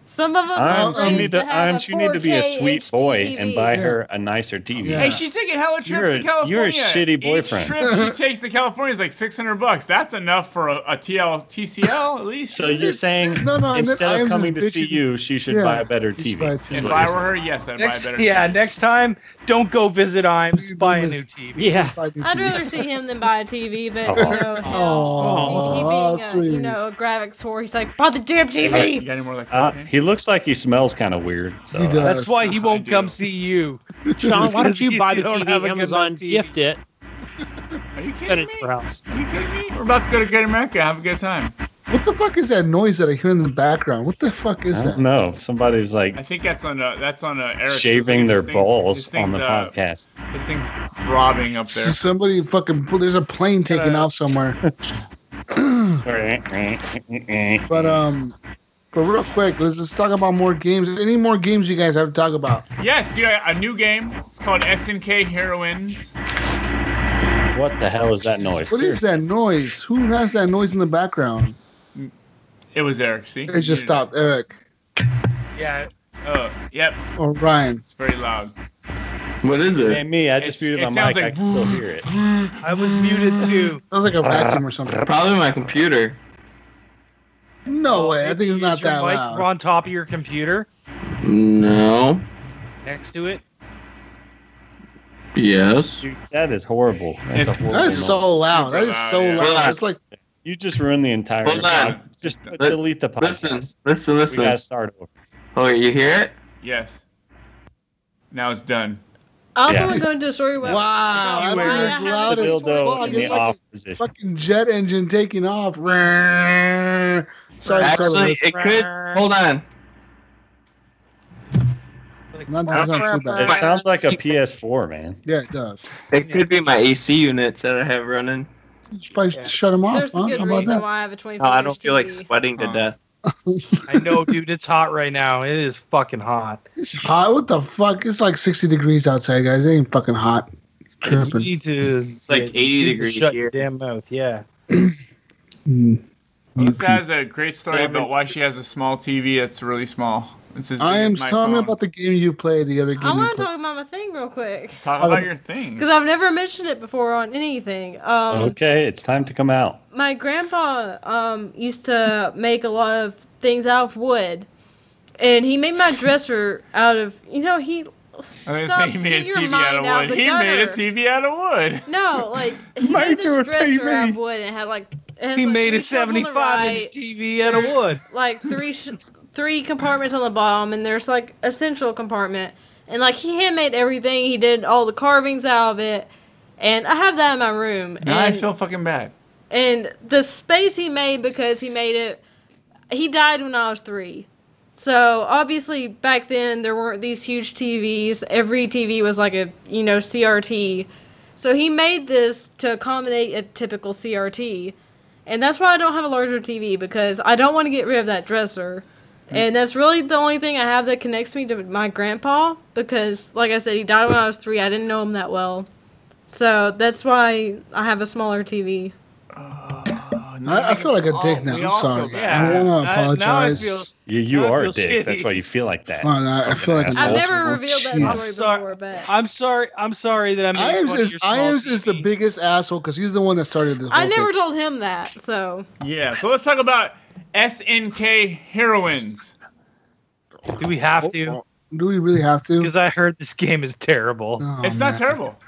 Speaker 4: Some of us
Speaker 9: I'm,
Speaker 4: aren't
Speaker 9: she
Speaker 4: raised
Speaker 9: need to,
Speaker 4: to have
Speaker 9: I'm,
Speaker 4: a
Speaker 9: she need to be a
Speaker 4: 4K
Speaker 9: sweet
Speaker 4: HD
Speaker 9: boy
Speaker 4: TV.
Speaker 9: and buy
Speaker 3: Yeah.
Speaker 9: her a nicer TV.
Speaker 3: Yeah.
Speaker 2: Hey, she's taking hella trips
Speaker 9: You're a-
Speaker 2: to California.
Speaker 9: you're a shitty boyfriend.
Speaker 2: Each trip she takes to California is like 600 bucks. That's enough for a, a TL, TCL at least.
Speaker 9: So you're saying
Speaker 3: No, no, and then I
Speaker 9: instead
Speaker 3: am
Speaker 9: of coming to
Speaker 3: just
Speaker 9: see
Speaker 3: bitching-
Speaker 9: you, she should
Speaker 3: Yeah,
Speaker 9: buy a better
Speaker 3: she should buy a
Speaker 9: TV.
Speaker 3: TV.
Speaker 9: is
Speaker 2: if
Speaker 9: what
Speaker 2: I
Speaker 9: you're
Speaker 2: were
Speaker 9: saying.
Speaker 2: her, yes, I'd
Speaker 7: Next,
Speaker 2: buy a better.
Speaker 7: yeah, next time, don't go visit IMES. Buy a new TV.
Speaker 8: Yeah.
Speaker 4: I'd rather see him than buy a TV, but
Speaker 9: Oh.
Speaker 4: you know,
Speaker 3: Oh,
Speaker 4: he, he being a,
Speaker 3: sweet.
Speaker 4: you know a graphics whore, he's like, buy the damn
Speaker 2: You
Speaker 4: TV.
Speaker 2: got any more like
Speaker 9: Uh,
Speaker 2: cocaine?
Speaker 9: he looks like he smells kind of weird. So
Speaker 3: He
Speaker 9: uh,
Speaker 3: does.
Speaker 7: That's why he won't
Speaker 2: do.
Speaker 7: come see you.
Speaker 8: Sean, why don't you buy the
Speaker 7: You don't
Speaker 8: TV?
Speaker 7: have a good
Speaker 8: Amazon
Speaker 7: enough TV.
Speaker 8: gift it,
Speaker 2: Are you
Speaker 8: send
Speaker 2: kidding
Speaker 8: it
Speaker 2: me?
Speaker 8: to her house.
Speaker 2: Are you kidding me? We're about to go to Great America. Have a good time.
Speaker 3: What the fuck is that noise that I hear in the background? What the fuck is
Speaker 9: I don't
Speaker 3: that?
Speaker 9: know. Somebody's like
Speaker 2: I think that's on uh that's on uh, Eric's.
Speaker 9: shaving their
Speaker 2: This thing's- this
Speaker 9: balls on
Speaker 2: thing's,
Speaker 9: the
Speaker 2: uh,
Speaker 9: podcast.
Speaker 2: This thing's throbbing up there.
Speaker 3: Somebody fucking there's a plane taking off somewhere. But um, but real quick, let's just talk about more games. Any more games you guys have to talk about?
Speaker 2: Yes, yeah, a new game. It's called SNK Heroines.
Speaker 9: what the hell is that noise?
Speaker 3: What is
Speaker 9: Seriously.
Speaker 3: that noise? Who has that noise in the background?
Speaker 2: It was Eric. See,
Speaker 3: It just
Speaker 2: You-
Speaker 3: stopped, Eric
Speaker 7: Yeah,
Speaker 2: Oh, yep.
Speaker 3: or Ryan.
Speaker 2: It's very loud.
Speaker 6: What is
Speaker 9: Hey,
Speaker 6: it?
Speaker 9: me, I just
Speaker 2: It's-
Speaker 9: muted
Speaker 2: it
Speaker 9: my
Speaker 2: sounds
Speaker 9: mic. I
Speaker 2: like
Speaker 9: can still hear it.
Speaker 7: I was muted too.
Speaker 3: Sounds
Speaker 9: Uh,
Speaker 3: like a vacuum or something.
Speaker 6: Probably my computer.
Speaker 3: No way. I
Speaker 7: Maybe
Speaker 3: think it's
Speaker 7: Oh, is
Speaker 3: not
Speaker 7: your
Speaker 3: that
Speaker 7: mic
Speaker 3: loud.
Speaker 7: On top of your computer,
Speaker 6: No.
Speaker 7: next to it.
Speaker 6: Yes.
Speaker 9: Dude, that is horrible. That's a
Speaker 2: It's-
Speaker 9: horrible
Speaker 3: That is so
Speaker 9: noise.
Speaker 3: loud. That is
Speaker 2: loud,
Speaker 3: so
Speaker 2: yeah.
Speaker 3: loud. It's like
Speaker 9: You just ruined the entire.
Speaker 6: Hold
Speaker 9: show.
Speaker 2: on.
Speaker 9: Just
Speaker 2: Let-
Speaker 9: delete the podcast.
Speaker 6: Listen, listen,
Speaker 9: We gotta
Speaker 6: listen.
Speaker 9: start over.
Speaker 6: Oh, you hear it?
Speaker 2: Yes. Now it's done.
Speaker 4: I also
Speaker 9: Yeah.
Speaker 4: want to go into a story where
Speaker 3: wow.
Speaker 4: Why I
Speaker 3: That
Speaker 4: have
Speaker 3: thing is loud
Speaker 9: The
Speaker 4: this
Speaker 3: as
Speaker 9: dildo
Speaker 3: fuck.
Speaker 9: in
Speaker 4: It's
Speaker 9: the
Speaker 3: It's like oh,
Speaker 9: off position.
Speaker 3: a fucking jet engine taking off. Sorry,
Speaker 6: Actually,
Speaker 3: Carlos.
Speaker 6: it could. Hold on.
Speaker 7: Like,
Speaker 3: None of these aren't too
Speaker 9: It
Speaker 3: bad.
Speaker 9: sounds like a PS4, man.
Speaker 3: Yeah, it does.
Speaker 6: It could be my AC units that I have running.
Speaker 3: You should probably shut him off.
Speaker 4: there's
Speaker 3: Huh?
Speaker 4: a good
Speaker 3: How about
Speaker 4: reason
Speaker 3: that?
Speaker 4: why I have a 25
Speaker 6: No, I don't feel like
Speaker 4: HDTV.
Speaker 6: sweating to
Speaker 2: Huh.
Speaker 6: death.
Speaker 7: I know, dude. It's hot right now. It is fucking hot.
Speaker 3: It's hot. What the fuck? It's like 60 degrees outside, guys. It ain't fucking hot.
Speaker 7: You
Speaker 3: Tripping.
Speaker 7: need to.
Speaker 6: It's like
Speaker 7: yeah, you
Speaker 6: 80
Speaker 7: need to
Speaker 6: degrees
Speaker 7: shut
Speaker 6: here.
Speaker 7: your damn mouth. Yeah.
Speaker 3: Mm.
Speaker 2: Lisa has a great story
Speaker 6: Seven.
Speaker 2: about why she has a small TV that's really small. It's as
Speaker 3: I
Speaker 2: big
Speaker 3: am
Speaker 2: as my
Speaker 3: telling me
Speaker 2: phone.
Speaker 3: about the game you played, the other game
Speaker 4: I
Speaker 3: you
Speaker 4: want to
Speaker 3: played.
Speaker 4: talk about my thing real quick
Speaker 2: Talk about your thing.
Speaker 4: because I've never mentioned it before on anything. Um,
Speaker 9: Okay, it's time to come out.
Speaker 4: my grandpa um, used to make a lot of things out of wood, and he made my dresser out of you know he.
Speaker 2: I didn't
Speaker 4: Stop,
Speaker 2: say he made
Speaker 4: get
Speaker 2: a
Speaker 4: your
Speaker 2: TV
Speaker 4: mind
Speaker 2: out of
Speaker 4: out
Speaker 2: wood.
Speaker 4: the
Speaker 2: he made a
Speaker 4: gutter.
Speaker 2: TV out of wood.
Speaker 4: No, like he made
Speaker 9: Made you a
Speaker 4: this dresser out of
Speaker 9: TV.
Speaker 4: wood and it had like it has,
Speaker 7: He
Speaker 4: like,
Speaker 7: made
Speaker 4: three
Speaker 7: a
Speaker 4: shelves on the
Speaker 7: 75
Speaker 4: right,
Speaker 7: inch TV out of wood.
Speaker 4: like three sh- three compartments on the bottom, and there's like a central compartment, and like he handmade everything. He did all the carvings out of it, and I have that in my room.
Speaker 2: Now I
Speaker 4: and
Speaker 2: feel fucking bad.
Speaker 4: and the space he made because he made it he died when i was three so obviously back then there weren't these huge tvs every tv was like a you know crt so he made this to accommodate a typical crt and that's why i don't have a larger tv because i don't want to get rid of that dresser and that's really the only thing i have that connects me to my grandpa because like i said he died when i was three i didn't know him that well so that's why i have a smaller tv
Speaker 3: I, I feel like a dick now.
Speaker 2: we
Speaker 3: I'm
Speaker 2: all
Speaker 3: sorry.
Speaker 2: feel
Speaker 7: bad.
Speaker 3: I want to
Speaker 7: Yeah. I- now I
Speaker 3: apologize.
Speaker 7: feel-
Speaker 9: You, you
Speaker 7: I
Speaker 9: are
Speaker 7: feel
Speaker 9: a dick.
Speaker 7: shitty.
Speaker 9: That's why you feel like that.
Speaker 3: Come on, I, I feel like an
Speaker 9: I've
Speaker 4: I've
Speaker 9: Also,
Speaker 4: never
Speaker 3: asshole.
Speaker 4: revealed that
Speaker 3: Jeez.
Speaker 4: story
Speaker 7: Sorry.
Speaker 4: before, but I,
Speaker 7: I'm sorry. I'm sorry that I'm.
Speaker 3: Iams is Iams is the biggest asshole because he's the one that started this. whole
Speaker 4: never
Speaker 3: thing.
Speaker 4: told him that. So
Speaker 2: Yeah, so let's talk about SNK heroines.
Speaker 7: Do we have to?
Speaker 3: Do we really have to?
Speaker 7: Because I heard this game is terrible.
Speaker 3: Oh,
Speaker 2: it's not
Speaker 3: man.
Speaker 2: terrible.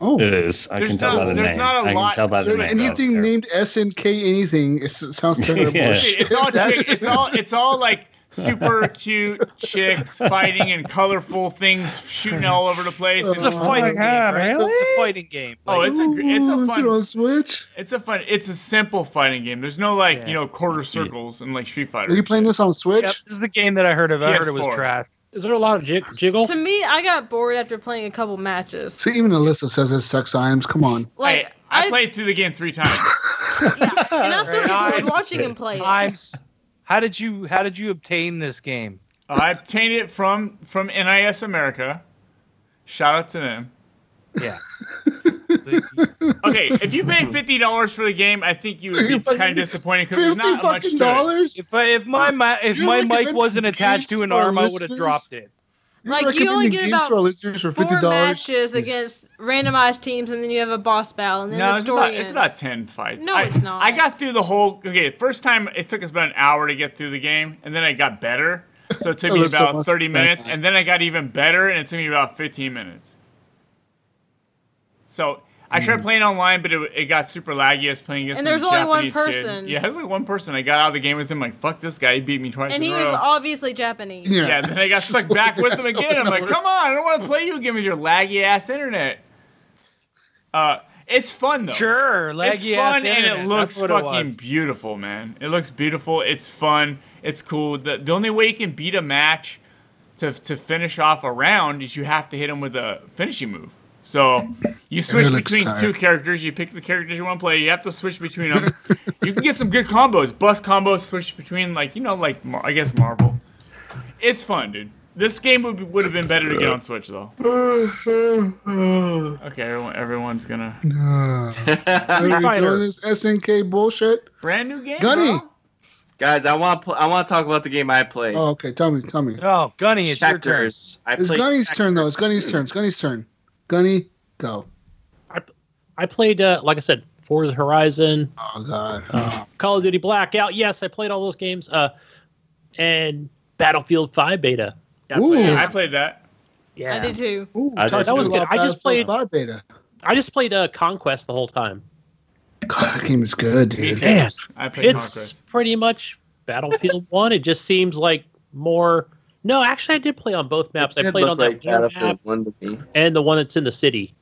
Speaker 3: Oh,
Speaker 9: It is. I
Speaker 2: There's
Speaker 9: can tell
Speaker 2: not-
Speaker 9: by the
Speaker 2: there's
Speaker 9: name.
Speaker 2: not a
Speaker 9: I can
Speaker 2: lot-
Speaker 9: tell by the
Speaker 3: So
Speaker 9: name.
Speaker 3: anything named SNK anything it s- sounds terrible.
Speaker 9: Yeah.
Speaker 3: as
Speaker 2: Dude,
Speaker 3: shit.
Speaker 2: It's all chick, it's all it's all like super cute chicks fighting and colorful things shooting all over the place.
Speaker 7: It's a
Speaker 3: Oh my
Speaker 7: fighting
Speaker 9: God,
Speaker 7: game. Right?
Speaker 9: really?
Speaker 7: It's a fighting game.
Speaker 2: oh, it's a gr- it's
Speaker 3: Ooh,
Speaker 2: a
Speaker 3: is it
Speaker 2: fun
Speaker 3: on Switch.
Speaker 2: it's a fun it's a simple fighting game. There's no like
Speaker 7: Yeah.
Speaker 2: you know quarter circles and like Street Fighter.
Speaker 3: Are you playing this on Switch?
Speaker 7: Yep, this is the game that I heard of. I heard it was
Speaker 2: PS4.
Speaker 7: trash.
Speaker 8: Is there a lot of jig- jiggle?
Speaker 4: to me, I got bored after playing a couple matches.
Speaker 3: See, even Alyssa says it sucks. Iams, come on.
Speaker 4: Like
Speaker 2: I, I
Speaker 4: I,
Speaker 2: played through the game three times.
Speaker 4: and I still get bored
Speaker 7: Nice.
Speaker 4: watching him play. it.
Speaker 7: Times. How did you? How did you obtain this game?
Speaker 2: Uh, I obtained it from from NIS America. Shout out to them.
Speaker 7: Yeah.
Speaker 2: Okay, if you pay fifty dollars for the game, I think you would be
Speaker 3: You fucking-
Speaker 2: kind of disappointed because there's
Speaker 3: Fifty
Speaker 2: not much
Speaker 3: fucking
Speaker 2: to it.
Speaker 3: dollars.
Speaker 7: If I, if my mi- if
Speaker 3: You
Speaker 7: my mic
Speaker 3: recommend
Speaker 7: wasn't attached
Speaker 3: games
Speaker 7: to an
Speaker 3: to our
Speaker 7: arm, I would have
Speaker 3: listeners?
Speaker 7: dropped it.
Speaker 4: Like, you only
Speaker 3: recommending
Speaker 4: get
Speaker 3: games
Speaker 4: about
Speaker 3: to our listeners for
Speaker 4: Four
Speaker 3: fifty dollars.
Speaker 4: matches against randomized teams, and then you have a boss battle, and then
Speaker 2: No,
Speaker 4: the
Speaker 2: it's
Speaker 4: story
Speaker 2: about,
Speaker 4: ends.
Speaker 2: it's about 10 fights.
Speaker 4: No,
Speaker 2: I,
Speaker 4: it's not.
Speaker 2: I got through the whole. Okay, first time it took us about an hour to get through the game, and then I got better. So it took me
Speaker 3: There's Oh, so
Speaker 2: about
Speaker 3: much
Speaker 2: 30
Speaker 3: to
Speaker 2: minutes,
Speaker 3: think.
Speaker 2: and then I got even better, and it took me about 15 minutes. So I
Speaker 3: Hmm.
Speaker 2: tried playing online, but it, it got super laggy. I was playing against
Speaker 4: And
Speaker 2: some
Speaker 4: there's only one
Speaker 2: Japanese kid.
Speaker 4: person.
Speaker 2: Yeah, there's only one person. I got out of the game with him, like, fuck this guy. He beat me twice.
Speaker 4: and
Speaker 2: in
Speaker 4: he
Speaker 2: a
Speaker 4: was
Speaker 2: row.
Speaker 4: obviously Japanese.
Speaker 2: Yeah, then I got stuck back with them again. I'm like, come on, I don't want to play you again with your laggy ass internet. Uh, it's fun though.
Speaker 7: Sure, laggy
Speaker 2: it's
Speaker 7: ass
Speaker 2: fun
Speaker 7: internet.
Speaker 2: and it looks
Speaker 7: That's what
Speaker 2: fucking
Speaker 7: was.
Speaker 2: beautiful, man. It looks beautiful. It's fun. It's cool. The, the only way you can beat a match to to finish off a round is you have to hit him with a finishing move. So you switch
Speaker 3: looks
Speaker 2: between
Speaker 3: tired.
Speaker 2: two characters. You pick the characters you want to play. You have to switch between them. you can get some good combos. Bust combos. Switch between like you know like Mar- I guess Marvel. It's fun, dude. This game would be, would have been better to get on Switch though. Okay, everyone, everyone's gonna
Speaker 3: Are you
Speaker 7: Fighter.
Speaker 3: doing this SNK bullshit?
Speaker 2: brand new game.
Speaker 3: Gunny.
Speaker 2: bro.
Speaker 6: Guys, I want pl- I want to talk about the game I play.
Speaker 3: Oh, okay. Tell me. Tell me.
Speaker 7: Oh, Gunny, it's your turn.
Speaker 6: Sectors. I
Speaker 3: It's
Speaker 6: play
Speaker 3: Gunny's turn though. It's Gunny's turn. It's Gunny's turn. Gunny, go.
Speaker 8: I played, uh, like I said, Forza Horizon,
Speaker 3: Oh God.
Speaker 8: uh, Call of Duty Blackout. Yes, I played all those games. Uh, and Battlefield 5 beta.
Speaker 2: Yeah, I played,
Speaker 3: Ooh.
Speaker 2: I played that.
Speaker 8: Yeah,
Speaker 4: I did too.
Speaker 3: Ooh,
Speaker 9: I
Speaker 3: talked
Speaker 9: did
Speaker 3: to you
Speaker 8: was good.
Speaker 3: about
Speaker 8: I just
Speaker 3: Battlefield
Speaker 8: played-
Speaker 3: 5 beta.
Speaker 8: I just played uh, Conquest the whole time.
Speaker 3: God, that game is good,
Speaker 2: Me
Speaker 3: dude.
Speaker 2: too.
Speaker 8: Man,
Speaker 2: I played
Speaker 8: it's
Speaker 2: Conquest.
Speaker 8: pretty much Battlefield One. It just seems like more. No, actually, I did play on both maps. I
Speaker 6: It
Speaker 8: played
Speaker 6: looked
Speaker 8: on
Speaker 6: like
Speaker 8: the war map
Speaker 6: Battlefield One to me.
Speaker 8: and the one that's in the city,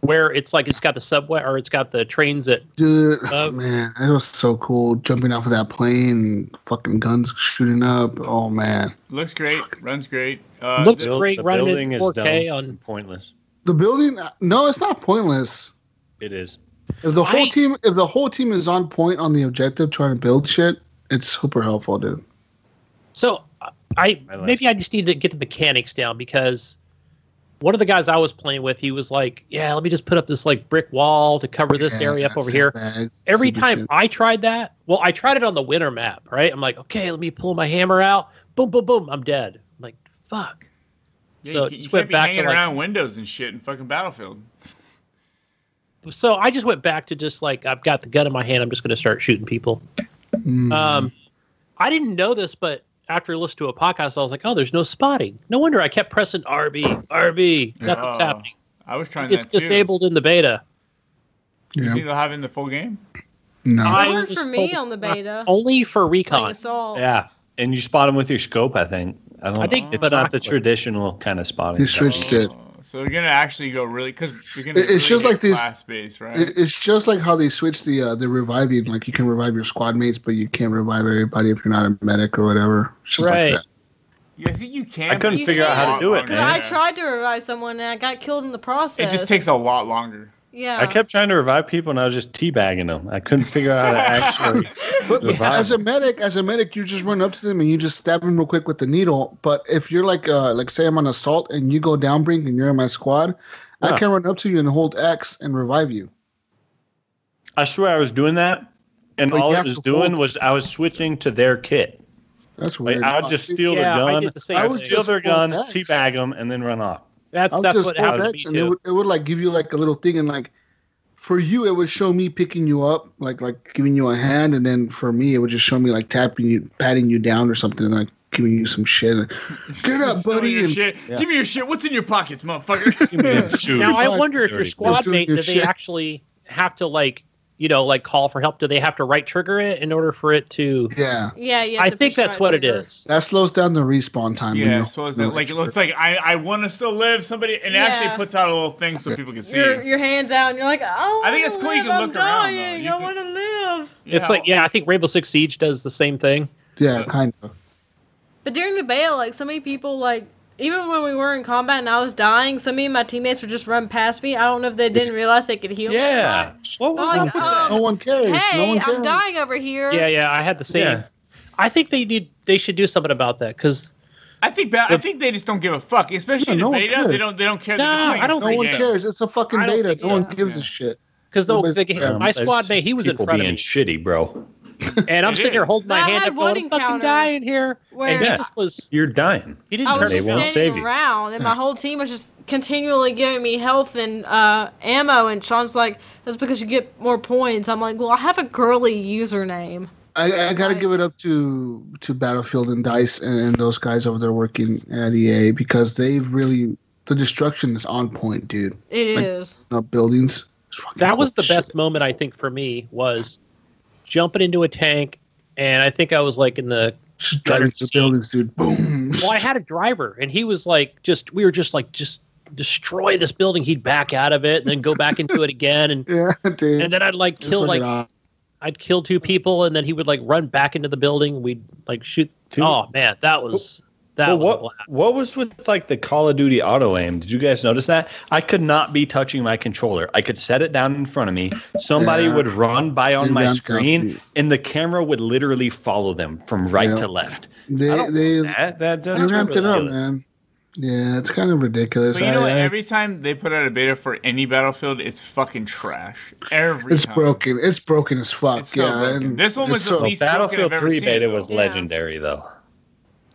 Speaker 8: where it's like it's got the subway or it's got the trains that.
Speaker 3: Dude,
Speaker 8: Uh,
Speaker 3: man, that was so cool. Jumping off of that plane, fucking guns shooting up. Oh man,
Speaker 2: Looks great. Runs great. Uh,
Speaker 8: Looks
Speaker 2: th-
Speaker 9: buil-
Speaker 8: great
Speaker 9: the
Speaker 8: running in
Speaker 9: building is
Speaker 8: 4K
Speaker 9: dumb
Speaker 8: on-
Speaker 9: and pointless.
Speaker 3: the building. No, it's not pointless.
Speaker 9: It is.
Speaker 3: If the whole
Speaker 8: I-
Speaker 3: team, if the whole team is on point on the objective, trying to build shit, it's super helpful, dude.
Speaker 8: So I
Speaker 9: My last-
Speaker 8: maybe I just need to get the mechanics down because one of the guys I was playing with, he was like, "Yeah, let me just put up this like brick wall to cover this
Speaker 3: Yeah,
Speaker 8: area up over here."
Speaker 3: sandbags,
Speaker 8: every
Speaker 3: super
Speaker 8: time
Speaker 3: shit.
Speaker 8: I tried that, well, I tried it on the winter map, right? I'm like, okay, let me pull my hammer out. Boom, boom, boom. I'm dead. I'm like, fuck.
Speaker 2: yeah,
Speaker 8: so
Speaker 2: you, ca-
Speaker 8: just
Speaker 2: you
Speaker 8: went
Speaker 2: can't be
Speaker 8: back to,
Speaker 2: hanging
Speaker 8: like-
Speaker 2: around windows and shit in fucking Battlefield.
Speaker 8: So I just went back to just like, I've got the gun in my hand. I'm just going to start shooting people.
Speaker 3: Mm.
Speaker 8: Um, I didn't know this, but after I listened to a podcast, I was like, oh, there's no spotting. No wonder I kept pressing RB, RB. Nothing's
Speaker 2: Oh,
Speaker 8: happening.
Speaker 2: I was trying
Speaker 8: It's
Speaker 2: that too.
Speaker 8: disabled in the beta.
Speaker 2: You
Speaker 3: Yeah.
Speaker 2: think they'll have it in the full game?
Speaker 3: no.
Speaker 8: I
Speaker 4: It
Speaker 8: was
Speaker 4: worked for
Speaker 8: just
Speaker 4: me
Speaker 8: told
Speaker 4: on the
Speaker 8: it's not
Speaker 4: beta.
Speaker 8: Only for
Speaker 4: Playing
Speaker 8: recon.
Speaker 4: assault.
Speaker 9: Yeah, and you spot them with your scope. I think. I don't.
Speaker 8: Oh. I think
Speaker 9: it's not the
Speaker 8: binoculars.
Speaker 9: traditional kind of spotting.
Speaker 3: You switched it.
Speaker 2: Oh, So they're gonna actually go really because they're gonna.
Speaker 3: It- it's just like these-
Speaker 2: class based, right?
Speaker 3: It- It's just like how they switch the uh, the reviving. Like you can revive your squad mates, but you can't revive everybody if you're not a medic or whatever. It's just
Speaker 8: Right.
Speaker 3: Like that.
Speaker 2: yeah, I think you can.
Speaker 9: I couldn't
Speaker 2: but-
Speaker 9: figure out how to do it,
Speaker 2: Yeah.
Speaker 4: Because I tried to revive someone and I got killed in the process.
Speaker 2: Oh, It just takes a lot longer.
Speaker 4: Yeah.
Speaker 9: I kept trying to revive people, and I was just teabagging them. I couldn't figure out how to actually.
Speaker 3: But
Speaker 9: Revive.
Speaker 3: as a medic, as a medic, you just run up to them and you just stab them real quick with the needle. But if you're like uh, like say I'm on assault and you go down brink and you're in my squad, I
Speaker 9: Yeah.
Speaker 3: can run up to you and hold X and revive you.
Speaker 9: I swear I was doing that, and
Speaker 3: Well, you
Speaker 9: all it
Speaker 3: have to
Speaker 9: was doing
Speaker 3: hold-
Speaker 9: was I was switching to their kit.
Speaker 3: That's
Speaker 9: Like
Speaker 3: weird.
Speaker 9: I'd just steal
Speaker 8: Yeah, I
Speaker 9: their gun.
Speaker 8: did the same
Speaker 9: I
Speaker 8: thing.
Speaker 9: would steal their gun,
Speaker 3: Well, that's-
Speaker 9: teabag them, and then run off.
Speaker 8: That's,
Speaker 3: I would
Speaker 8: that's
Speaker 3: just
Speaker 8: what
Speaker 3: hold
Speaker 8: happened
Speaker 3: X
Speaker 8: to
Speaker 3: and
Speaker 8: me
Speaker 3: it
Speaker 8: too.
Speaker 3: would, it would like give you like a little thing and like for you it would show me picking you up like like giving you a hand and then for me it would just show me like tapping you patting you down or something like giving you some shit. Like, Get up,
Speaker 2: Steal
Speaker 3: buddy,
Speaker 2: Your
Speaker 3: and-
Speaker 2: shit. Give me your shit. What's in your pockets, motherfucker?
Speaker 9: Shoot.
Speaker 8: Now I
Speaker 3: Besides
Speaker 8: wonder if your
Speaker 9: security.
Speaker 8: squad
Speaker 3: Doing
Speaker 8: mate
Speaker 3: your
Speaker 8: do they
Speaker 3: shit.
Speaker 8: actually have to like you know like call for help? Do they have to right trigger it in order for it to?
Speaker 3: yeah.
Speaker 4: yeah, yeah.
Speaker 8: I think that's what it is.
Speaker 3: That slows down the respawn time. when
Speaker 2: yeah.
Speaker 3: you-
Speaker 2: So is it like it looks like I I want to still live. Somebody and it
Speaker 4: Yeah.
Speaker 2: actually puts out a little thing so people can see.
Speaker 4: Your, your hands out and you're like, oh,
Speaker 2: I think
Speaker 4: wanna
Speaker 2: it's cool you
Speaker 4: live,
Speaker 2: can
Speaker 4: I'm
Speaker 2: look around, though.
Speaker 4: dying.
Speaker 2: You
Speaker 4: I
Speaker 2: can-
Speaker 4: want to live.
Speaker 8: It's like yeah, I think Rainbow Six Siege does the same thing.
Speaker 3: yeah, kind of.
Speaker 4: But during the bail, like so many people, like even when we were in combat and I was dying, so many of my teammates would just run past me. I don't know if they didn't realize they could heal. me or
Speaker 9: Yeah.
Speaker 4: not.
Speaker 9: What was
Speaker 4: Like,
Speaker 9: up with
Speaker 4: um,
Speaker 9: that?
Speaker 3: No one cares. no
Speaker 4: Hey,
Speaker 3: one cares.
Speaker 4: I'm dying over here.
Speaker 8: Yeah, yeah, I had the same.
Speaker 9: Yeah.
Speaker 8: I think they need they should do something about that because
Speaker 2: I think ba- I think they just don't give a fuck, especially
Speaker 3: No,
Speaker 2: in
Speaker 3: no
Speaker 2: the
Speaker 3: one
Speaker 2: beta.
Speaker 3: cares.
Speaker 2: They don't they don't care.
Speaker 8: No,
Speaker 2: They're just playing
Speaker 8: I don't
Speaker 2: a
Speaker 3: No
Speaker 2: free
Speaker 3: one
Speaker 2: game.
Speaker 3: cares. It's a fucking
Speaker 8: I don't
Speaker 3: beta.
Speaker 8: think-
Speaker 3: No one
Speaker 8: yeah.
Speaker 3: gives
Speaker 2: Yeah.
Speaker 3: a shit.
Speaker 8: because the,
Speaker 3: Nobody's
Speaker 8: the game-
Speaker 3: around.
Speaker 8: my
Speaker 9: It's
Speaker 8: squad
Speaker 9: just
Speaker 8: mate he was in
Speaker 9: people
Speaker 8: front of
Speaker 9: being
Speaker 8: me
Speaker 9: shitty, bro.
Speaker 8: and I'm
Speaker 2: It
Speaker 8: sitting here
Speaker 2: is.
Speaker 8: holding my
Speaker 4: I
Speaker 8: hand
Speaker 4: had
Speaker 8: up going
Speaker 4: one
Speaker 8: I'm fucking
Speaker 4: encounter
Speaker 8: dying here and he
Speaker 4: where-
Speaker 8: just was
Speaker 9: You're dying.
Speaker 8: he didn't
Speaker 4: I
Speaker 8: turn
Speaker 4: was
Speaker 9: They
Speaker 4: just
Speaker 9: won't save
Speaker 4: standing
Speaker 9: you.
Speaker 4: around, and my whole team was just continually giving me health and uh, ammo. And Sean's like, "That's because you get more points." I'm like, "Well, I have a girly username."
Speaker 3: I, I gotta
Speaker 4: Right.
Speaker 3: give it up to to Battlefield and Dice and, and those guys over there working at EA because they've really the destruction is on point, dude.
Speaker 4: It is.
Speaker 3: Like- Up buildings. It's fucking
Speaker 8: that
Speaker 3: cool
Speaker 8: was the
Speaker 3: shit.
Speaker 8: best moment I think for me was jumping into a tank, and I think I was like in the
Speaker 3: Just driving
Speaker 8: better
Speaker 3: through
Speaker 8: scene.
Speaker 3: buildings, dude. Boom.
Speaker 8: well, I had a driver, and he was like, just we were just like just destroy this building. He'd back out of it and then go back into it again, and
Speaker 3: yeah, dude.
Speaker 8: and then I'd like
Speaker 3: It's
Speaker 8: kill
Speaker 3: fucking
Speaker 8: like
Speaker 3: awesome.
Speaker 8: I'd kill two people, and then he would like run back into the building. We'd like shoot.
Speaker 9: Dude.
Speaker 8: Oh man, that was that
Speaker 9: Well,
Speaker 8: was a
Speaker 9: what
Speaker 8: blast.
Speaker 9: what was with like the Call of Duty auto aim? Did you guys notice that? I could not be touching my controller. I could set it down in front of me. Somebody
Speaker 3: Yeah.
Speaker 9: would run by on
Speaker 3: Dude,
Speaker 9: my
Speaker 3: I'm
Speaker 9: screen,
Speaker 3: confused.
Speaker 9: and the camera would literally follow them from right
Speaker 3: Yeah.
Speaker 9: to left. I
Speaker 3: They
Speaker 9: don't
Speaker 3: they, they
Speaker 9: That, that, that's
Speaker 3: ramped it up,
Speaker 9: ridiculous.
Speaker 3: man. Yeah, it's kind of ridiculous.
Speaker 2: But you know
Speaker 3: I-
Speaker 2: what?
Speaker 3: I-
Speaker 2: Every time they put out a beta for any Battlefield, it's fucking trash. Every
Speaker 3: it's
Speaker 2: time.
Speaker 3: broken. It's broken as fuck.
Speaker 2: It's so
Speaker 3: yeah,
Speaker 2: broken.
Speaker 3: and
Speaker 2: This one
Speaker 3: it's
Speaker 2: was the
Speaker 3: so-
Speaker 2: least- He's still
Speaker 9: Battlefield
Speaker 2: gonna have ever
Speaker 9: 3
Speaker 2: seen it,
Speaker 9: beta
Speaker 2: though.
Speaker 9: was
Speaker 4: Yeah.
Speaker 9: legendary, though.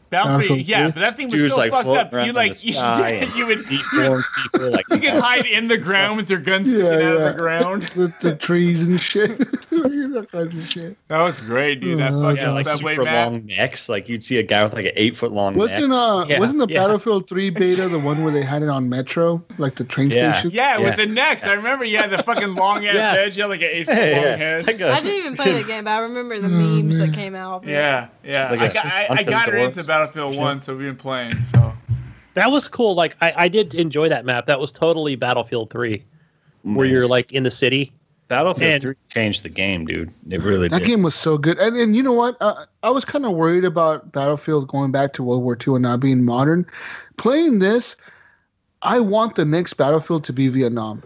Speaker 2: Bouncy,
Speaker 3: Bouncy.
Speaker 2: yeah, but that thing was
Speaker 9: Dude's
Speaker 2: so
Speaker 9: like
Speaker 2: fucked
Speaker 9: floating
Speaker 2: up.
Speaker 9: around
Speaker 2: You
Speaker 9: in
Speaker 2: like,
Speaker 9: the sky and
Speaker 2: you would, you would
Speaker 9: Deformed people like
Speaker 2: you could hide in the ground with your gun sticking
Speaker 3: Yeah,
Speaker 2: out
Speaker 3: yeah.
Speaker 2: of the ground.
Speaker 3: the, the trees and shit. that kinds of shit.
Speaker 2: That was great, dude. That
Speaker 3: Yeah,
Speaker 2: fucking
Speaker 9: yeah, like
Speaker 2: subway
Speaker 9: super
Speaker 2: map.
Speaker 9: long necks. Like you'd see a guy with like an eight foot long neck.
Speaker 3: Wasn't uh
Speaker 8: Yeah,
Speaker 3: wasn't the
Speaker 8: yeah.
Speaker 3: Battlefield 3 beta the one where they had it on Metro, like the train
Speaker 9: Yeah.
Speaker 3: station?
Speaker 2: Yeah, with
Speaker 9: Yeah.
Speaker 2: the necks. I remember you had the fucking long ass
Speaker 9: Yes.
Speaker 2: head. You had like an eight foot long
Speaker 9: Yeah,
Speaker 2: head.
Speaker 9: like a-
Speaker 4: I didn't even play the game, but I remember the memes that came out. of it.
Speaker 2: Yeah, yeah.
Speaker 9: Like
Speaker 2: I
Speaker 9: a
Speaker 2: got, I, I
Speaker 9: contest
Speaker 2: got her
Speaker 9: awards.
Speaker 2: into Battlefield 1, so we've been playing. So
Speaker 8: That was cool. Like I, I did enjoy that map. That was totally Battlefield Three, where
Speaker 9: Man.
Speaker 8: you're like in the city.
Speaker 9: Battlefield
Speaker 8: And-
Speaker 9: 3 changed the game, dude. It really
Speaker 3: That
Speaker 9: did.
Speaker 3: game was so good. And and you know what? Uh, I was kind of worried about Battlefield going back to World War II and not being modern. Playing this, I want the next Battlefield to be Vietnam.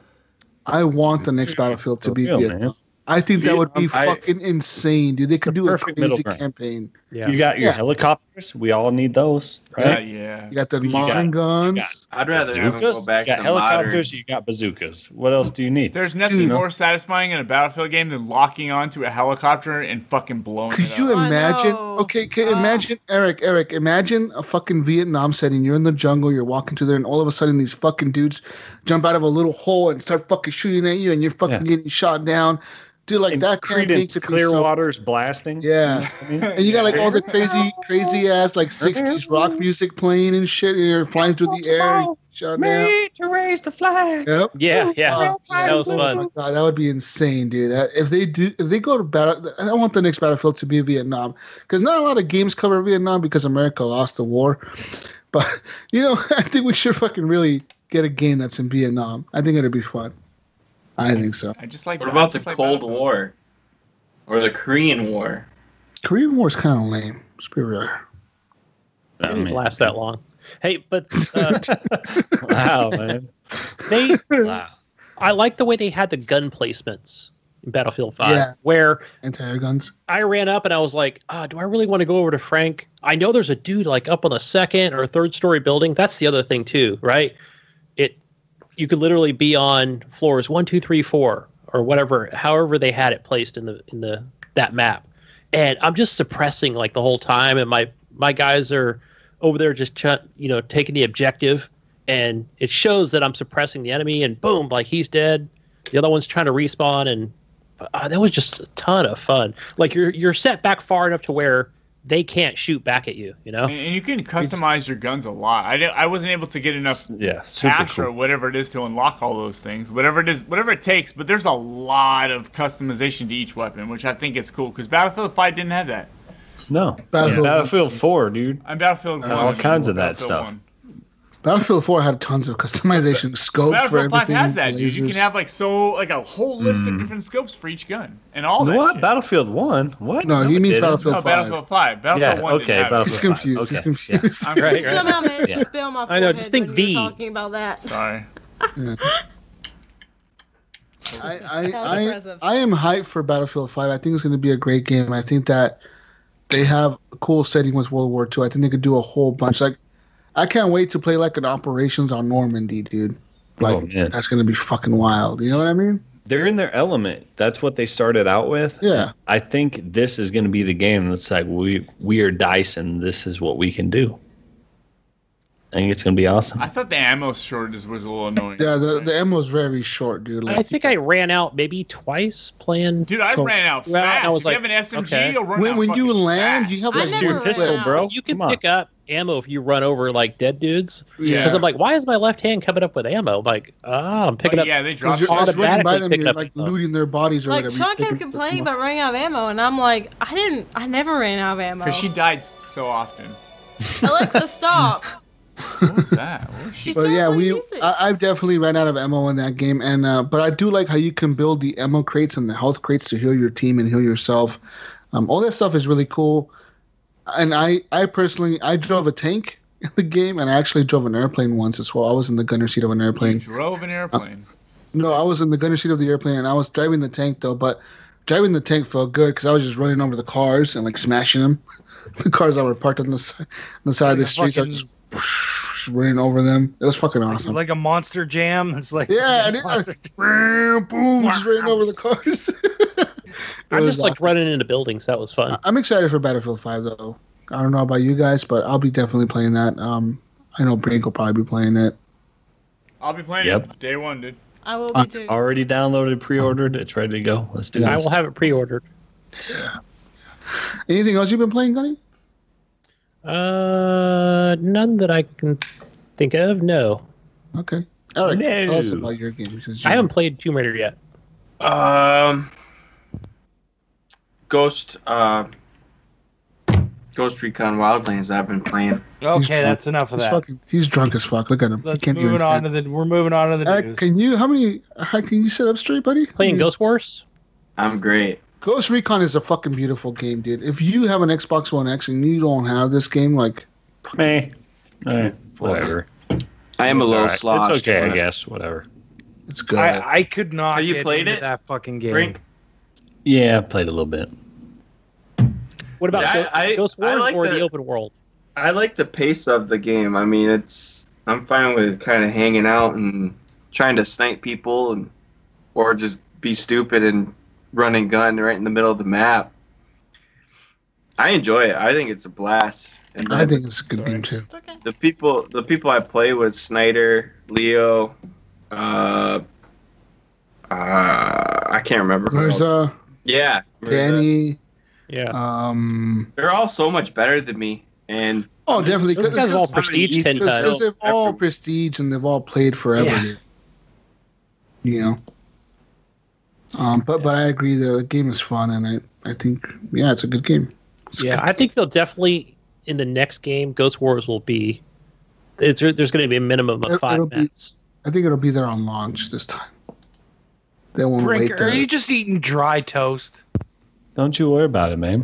Speaker 3: I want the next Battlefield to be
Speaker 9: Real,
Speaker 3: Vietnam.
Speaker 9: man.
Speaker 3: I think that would be
Speaker 9: Vietnam, I-
Speaker 3: fucking insane, dude. They could
Speaker 9: the
Speaker 3: do a
Speaker 9: perfect middle
Speaker 3: crazy
Speaker 9: ground.
Speaker 3: campaign.
Speaker 8: Yeah.
Speaker 9: You got your
Speaker 3: Yeah.
Speaker 9: helicopters. We all need those,
Speaker 2: yeah,
Speaker 9: right?
Speaker 2: yeah.
Speaker 3: You got the
Speaker 9: You got-
Speaker 3: modern guns.
Speaker 9: you got
Speaker 6: I'd rather have 'em go
Speaker 9: Bazookas.
Speaker 6: back
Speaker 9: you
Speaker 6: to
Speaker 9: got helicopters.
Speaker 6: modern.
Speaker 9: You got bazookas. What else do you need?
Speaker 2: There's nothing
Speaker 3: Dude.
Speaker 2: more satisfying in a Battlefield game than locking onto a helicopter and fucking blowing
Speaker 3: Could
Speaker 2: it
Speaker 3: you
Speaker 2: up.
Speaker 4: I
Speaker 3: imagine?
Speaker 4: know.
Speaker 3: Okay, okay
Speaker 4: Ah.
Speaker 3: imagine, Eric, Eric, imagine a fucking Vietnam setting. You're in the jungle, you're walking through there, and all of a sudden these fucking dudes jump out of a little hole and start fucking shooting at you, and you're fucking getting shot down. Dude, like
Speaker 9: And
Speaker 3: that campaign
Speaker 9: Credence
Speaker 3: could be so-
Speaker 9: Clearwater's blasting.
Speaker 3: Yeah. And you got like all the crazy, crazy ass, like 60s rock music playing and shit, and you're flying through the air, and shot down.
Speaker 9: to raise the flag.
Speaker 3: Yep.
Speaker 8: Yeah, yeah.
Speaker 3: Oh,
Speaker 8: that was
Speaker 3: Oh my
Speaker 8: fun.
Speaker 3: God, that would be insane, dude. That, if they do, if they go to battle, I want the next battlefield to be Vietnam because not a lot of games cover Vietnam because America lost the war. But you know, I think we should fucking really get a game that's in Vietnam. I think it'd be fun. I think so.
Speaker 2: I just like
Speaker 6: What
Speaker 2: that.
Speaker 6: about the
Speaker 2: Just like
Speaker 6: Cold
Speaker 2: Battlefield.
Speaker 6: War or the Korean War?
Speaker 3: Korean War is kind of lame. Let's be real.
Speaker 8: It didn't last that long. Hey, but uh,
Speaker 9: wow, man.
Speaker 8: they
Speaker 9: Wow.
Speaker 8: I like the way they had the gun placements in Battlefield Five,
Speaker 3: Yeah.
Speaker 8: where
Speaker 3: Anti-air guns.
Speaker 8: I ran up and I was like, oh, do I really want to go over to Frank? I know there's a dude like up on the second or third story building. That's the other thing too, right? It you could literally be on floors one, two, three, four, or whatever, however they had it placed in the in the that map. And I'm just suppressing like the whole time and my my guys are over there just ch- you know taking the objective and it shows that I'm suppressing the enemy and boom like he's dead the other one's trying to respawn and uh, that was just a ton of fun like you're you're set back far enough to where they can't shoot back at you you know
Speaker 2: And, and you can customize your guns a lot. I, didn't, I wasn't able to get enough
Speaker 9: Yeah, super
Speaker 2: cash or
Speaker 9: cool.
Speaker 2: whatever it is to unlock all those things. Whatever it is, whatever it takes. But there's a lot of customization to each weapon, which I think is cool because Battlefield 5 didn't have that.
Speaker 9: No, Battlefield,
Speaker 3: Battlefield-
Speaker 9: Battlefield 4, dude.
Speaker 2: And Battlefield 1
Speaker 9: Uh, all
Speaker 2: is
Speaker 9: kinds
Speaker 2: cool,
Speaker 9: of that
Speaker 2: Battlefield
Speaker 9: stuff.
Speaker 2: 1.
Speaker 3: Battlefield 4 had tons of customization scopes for
Speaker 2: Battlefield 5
Speaker 3: everything.
Speaker 2: has that, dude. You
Speaker 3: lasers.
Speaker 2: can have like so like a whole list of different scopes for each gun and all Oh, that.
Speaker 9: What?
Speaker 2: shit.
Speaker 9: Battlefield 1? What?
Speaker 3: No, he
Speaker 9: it
Speaker 3: means
Speaker 9: didn't.
Speaker 3: Battlefield
Speaker 2: No,
Speaker 3: 5.
Speaker 2: Battlefield 5. Battlefield
Speaker 9: Yeah,
Speaker 2: 1 didn't
Speaker 9: okay,
Speaker 2: have it.
Speaker 9: Battlefield-
Speaker 3: He's confused. He's
Speaker 9: Okay,
Speaker 3: confused.
Speaker 2: I'm right,
Speaker 4: Somehow managed
Speaker 9: Yeah.
Speaker 4: to spill my
Speaker 8: I know, just
Speaker 4: forehead when
Speaker 8: think
Speaker 4: you
Speaker 8: the-
Speaker 4: were talking about that.
Speaker 2: Sorry.
Speaker 3: I,
Speaker 4: That was
Speaker 3: I,
Speaker 4: impressive.
Speaker 3: I, I am hyped for Battlefield 5. I think it's going to be a great game. I think that they have a cool setting with World War II. I think they could do a whole bunch. Like, I can't wait to play like an operations on Normandy, dude. Like,
Speaker 9: Oh, man.
Speaker 3: that's going to be fucking wild. You know what I mean?
Speaker 9: They're in their element. That's what they started out with.
Speaker 3: Yeah.
Speaker 9: I think this is going to be the game that's like we we are Dyson. This is what we can do. I think it's going to be awesome.
Speaker 2: I thought the ammo shortage was a little annoying.
Speaker 3: Yeah, the, the ammo is very short, dude.
Speaker 8: i
Speaker 3: Like,
Speaker 8: think i ran out maybe twice playing
Speaker 2: Dude, I
Speaker 8: Col-
Speaker 2: ran out
Speaker 8: Well, I
Speaker 2: fast.
Speaker 8: was
Speaker 2: if
Speaker 8: like,
Speaker 2: you have an SMG,
Speaker 8: okay.
Speaker 2: you'll run
Speaker 3: when,
Speaker 2: out
Speaker 3: when you
Speaker 2: fucking
Speaker 3: land,
Speaker 2: fast.
Speaker 3: you have
Speaker 4: I
Speaker 3: like
Speaker 4: never
Speaker 9: to your
Speaker 4: ran
Speaker 9: pistol,
Speaker 4: out.
Speaker 9: bro.
Speaker 8: you can
Speaker 9: Come on.
Speaker 8: pick up ammo if you run over like dead dudes
Speaker 2: Yeah.
Speaker 8: because i'm like why is my left hand coming up with ammo I'm like oh i'm
Speaker 2: But
Speaker 8: picking up
Speaker 2: yeah, they dropped
Speaker 3: As you're, as you're running by
Speaker 8: automatically
Speaker 3: them,
Speaker 8: pick
Speaker 3: you're
Speaker 8: up
Speaker 3: like
Speaker 8: ammo.
Speaker 3: looting their bodies or
Speaker 4: Like
Speaker 3: whatever.
Speaker 4: Sean
Speaker 3: You're
Speaker 4: kept
Speaker 3: picking up
Speaker 4: complaining
Speaker 3: ammo.
Speaker 4: about running out of ammo, and I'm like, I didn't. I never ran out of ammo.
Speaker 2: because she died s- so often.
Speaker 4: Alexa, stop.
Speaker 2: What was that? What was she?
Speaker 4: She's
Speaker 3: But
Speaker 4: still
Speaker 3: yeah,
Speaker 4: playing
Speaker 3: we
Speaker 4: music.
Speaker 3: I, I've definitely ran out of ammo in that game, and uh, but I do like how you can build the ammo crates and the health crates to heal your team and heal yourself. Um, all that stuff is really cool. And I I personally I drove a tank in the game, and I actually drove an airplane once as well. I was in the gunner seat of an
Speaker 2: You
Speaker 3: airplane.
Speaker 2: drove an airplane.
Speaker 3: No, I was in the gunner seat of the airplane, and I was driving the tank though. But driving the tank felt good because I was just running over the cars and like smashing them. the cars that were parked on the si- on the side of the
Speaker 7: Like a
Speaker 3: streets, I was just running over them. It was fucking awesome.
Speaker 7: Like a monster jam. It's like
Speaker 3: Yeah, and it was boom, boom, just ran over the cars. It
Speaker 8: i'm
Speaker 3: was
Speaker 8: just like
Speaker 3: awesome.
Speaker 6: Uh,
Speaker 8: running into buildings that was fun
Speaker 3: I'm excited for Battlefield 5 though. I don't know about you guys, but I'll be definitely playing that. Um, I know Brink will probably be playing it.
Speaker 2: I'll be playing
Speaker 9: Yep.
Speaker 2: it day one, dude.
Speaker 4: I will be
Speaker 3: Uh,
Speaker 4: too.
Speaker 9: Already downloaded, pre-ordered. It's ready to go. Let's do
Speaker 8: I
Speaker 9: this.
Speaker 8: will have it pre-ordered.
Speaker 3: Anything else you've been playing, Gunny?
Speaker 8: Uh, none that I can think of. No,
Speaker 3: Okay. All right. Tell us
Speaker 9: No.
Speaker 3: about your games. 'cause
Speaker 8: I
Speaker 3: you-
Speaker 8: haven't played Tomb Raider yet.
Speaker 6: Um, Ghost, uh, Ghost Recon Wildlands. I've been playing.
Speaker 7: Okay, that's enough of
Speaker 3: He's,
Speaker 7: that.
Speaker 3: fucking, he's drunk as fuck. Look at him. he
Speaker 7: Let's
Speaker 3: can't do
Speaker 7: moving on to
Speaker 3: anything.
Speaker 7: the. We're moving on to the
Speaker 3: Eric,
Speaker 7: news.
Speaker 3: can you? How many? How can you sit up straight, buddy?
Speaker 6: Hmm.
Speaker 8: Playing
Speaker 3: Ghost.
Speaker 8: Ghost Wars.
Speaker 6: I'm great.
Speaker 3: Ghost Recon is a fucking beautiful game, dude. If you have an Xbox One X and you don't have this game, like
Speaker 9: Meh. Eh, whatever.
Speaker 6: I am a
Speaker 9: It's
Speaker 6: little
Speaker 9: all right.
Speaker 6: sloshed.
Speaker 9: It's okay, I
Speaker 6: but-
Speaker 9: guess. Whatever.
Speaker 3: it's good.
Speaker 7: I, I could not.
Speaker 6: Have you
Speaker 7: get
Speaker 6: played
Speaker 7: into
Speaker 6: it?
Speaker 7: That fucking game.
Speaker 6: Brink?
Speaker 9: Yeah, I played a little bit.
Speaker 8: What about
Speaker 6: Yeah,
Speaker 8: Ghost,
Speaker 6: I-
Speaker 8: Ghost
Speaker 6: I
Speaker 8: Wars
Speaker 6: like
Speaker 8: or
Speaker 6: the-
Speaker 8: the open world?
Speaker 6: I like the pace of the game. I mean, it's I'm fine with kind of hanging out and trying to snipe people and or just be stupid and run and gun right in the middle of the map. I enjoy it. I think it's a blast. And
Speaker 3: I think it's a good
Speaker 2: Sorry.
Speaker 3: game too.
Speaker 4: It's okay.
Speaker 6: the people the people I play with Snyder, Leo, uh, uh I can't remember. who else.
Speaker 3: Mirza,
Speaker 6: yeah, Mirza.
Speaker 3: Danny, Uh,
Speaker 8: Yeah,
Speaker 3: um,
Speaker 6: They're all so much better than me, and
Speaker 3: oh, definitely.
Speaker 8: those guys are all prestige
Speaker 6: Because-
Speaker 8: ten
Speaker 6: because-
Speaker 8: times.
Speaker 3: Because they've all
Speaker 6: Everyone.
Speaker 3: prestige and they've all played forever.
Speaker 8: Yeah.
Speaker 3: dude. You know. Um, but but I agree. The game is fun, and I I think yeah, it's a good game. It's
Speaker 8: Yeah,
Speaker 3: good.
Speaker 8: I think they'll definitely in the next game Ghost Wars will be. It's, there's going to be a minimum
Speaker 3: It-
Speaker 8: of five
Speaker 3: it'll be-
Speaker 8: maps.
Speaker 3: I think it'll be there on launch this time. They won't wait.
Speaker 7: Brink,
Speaker 3: to-
Speaker 7: are you just eating dry toast?
Speaker 9: Don't you worry about it, man.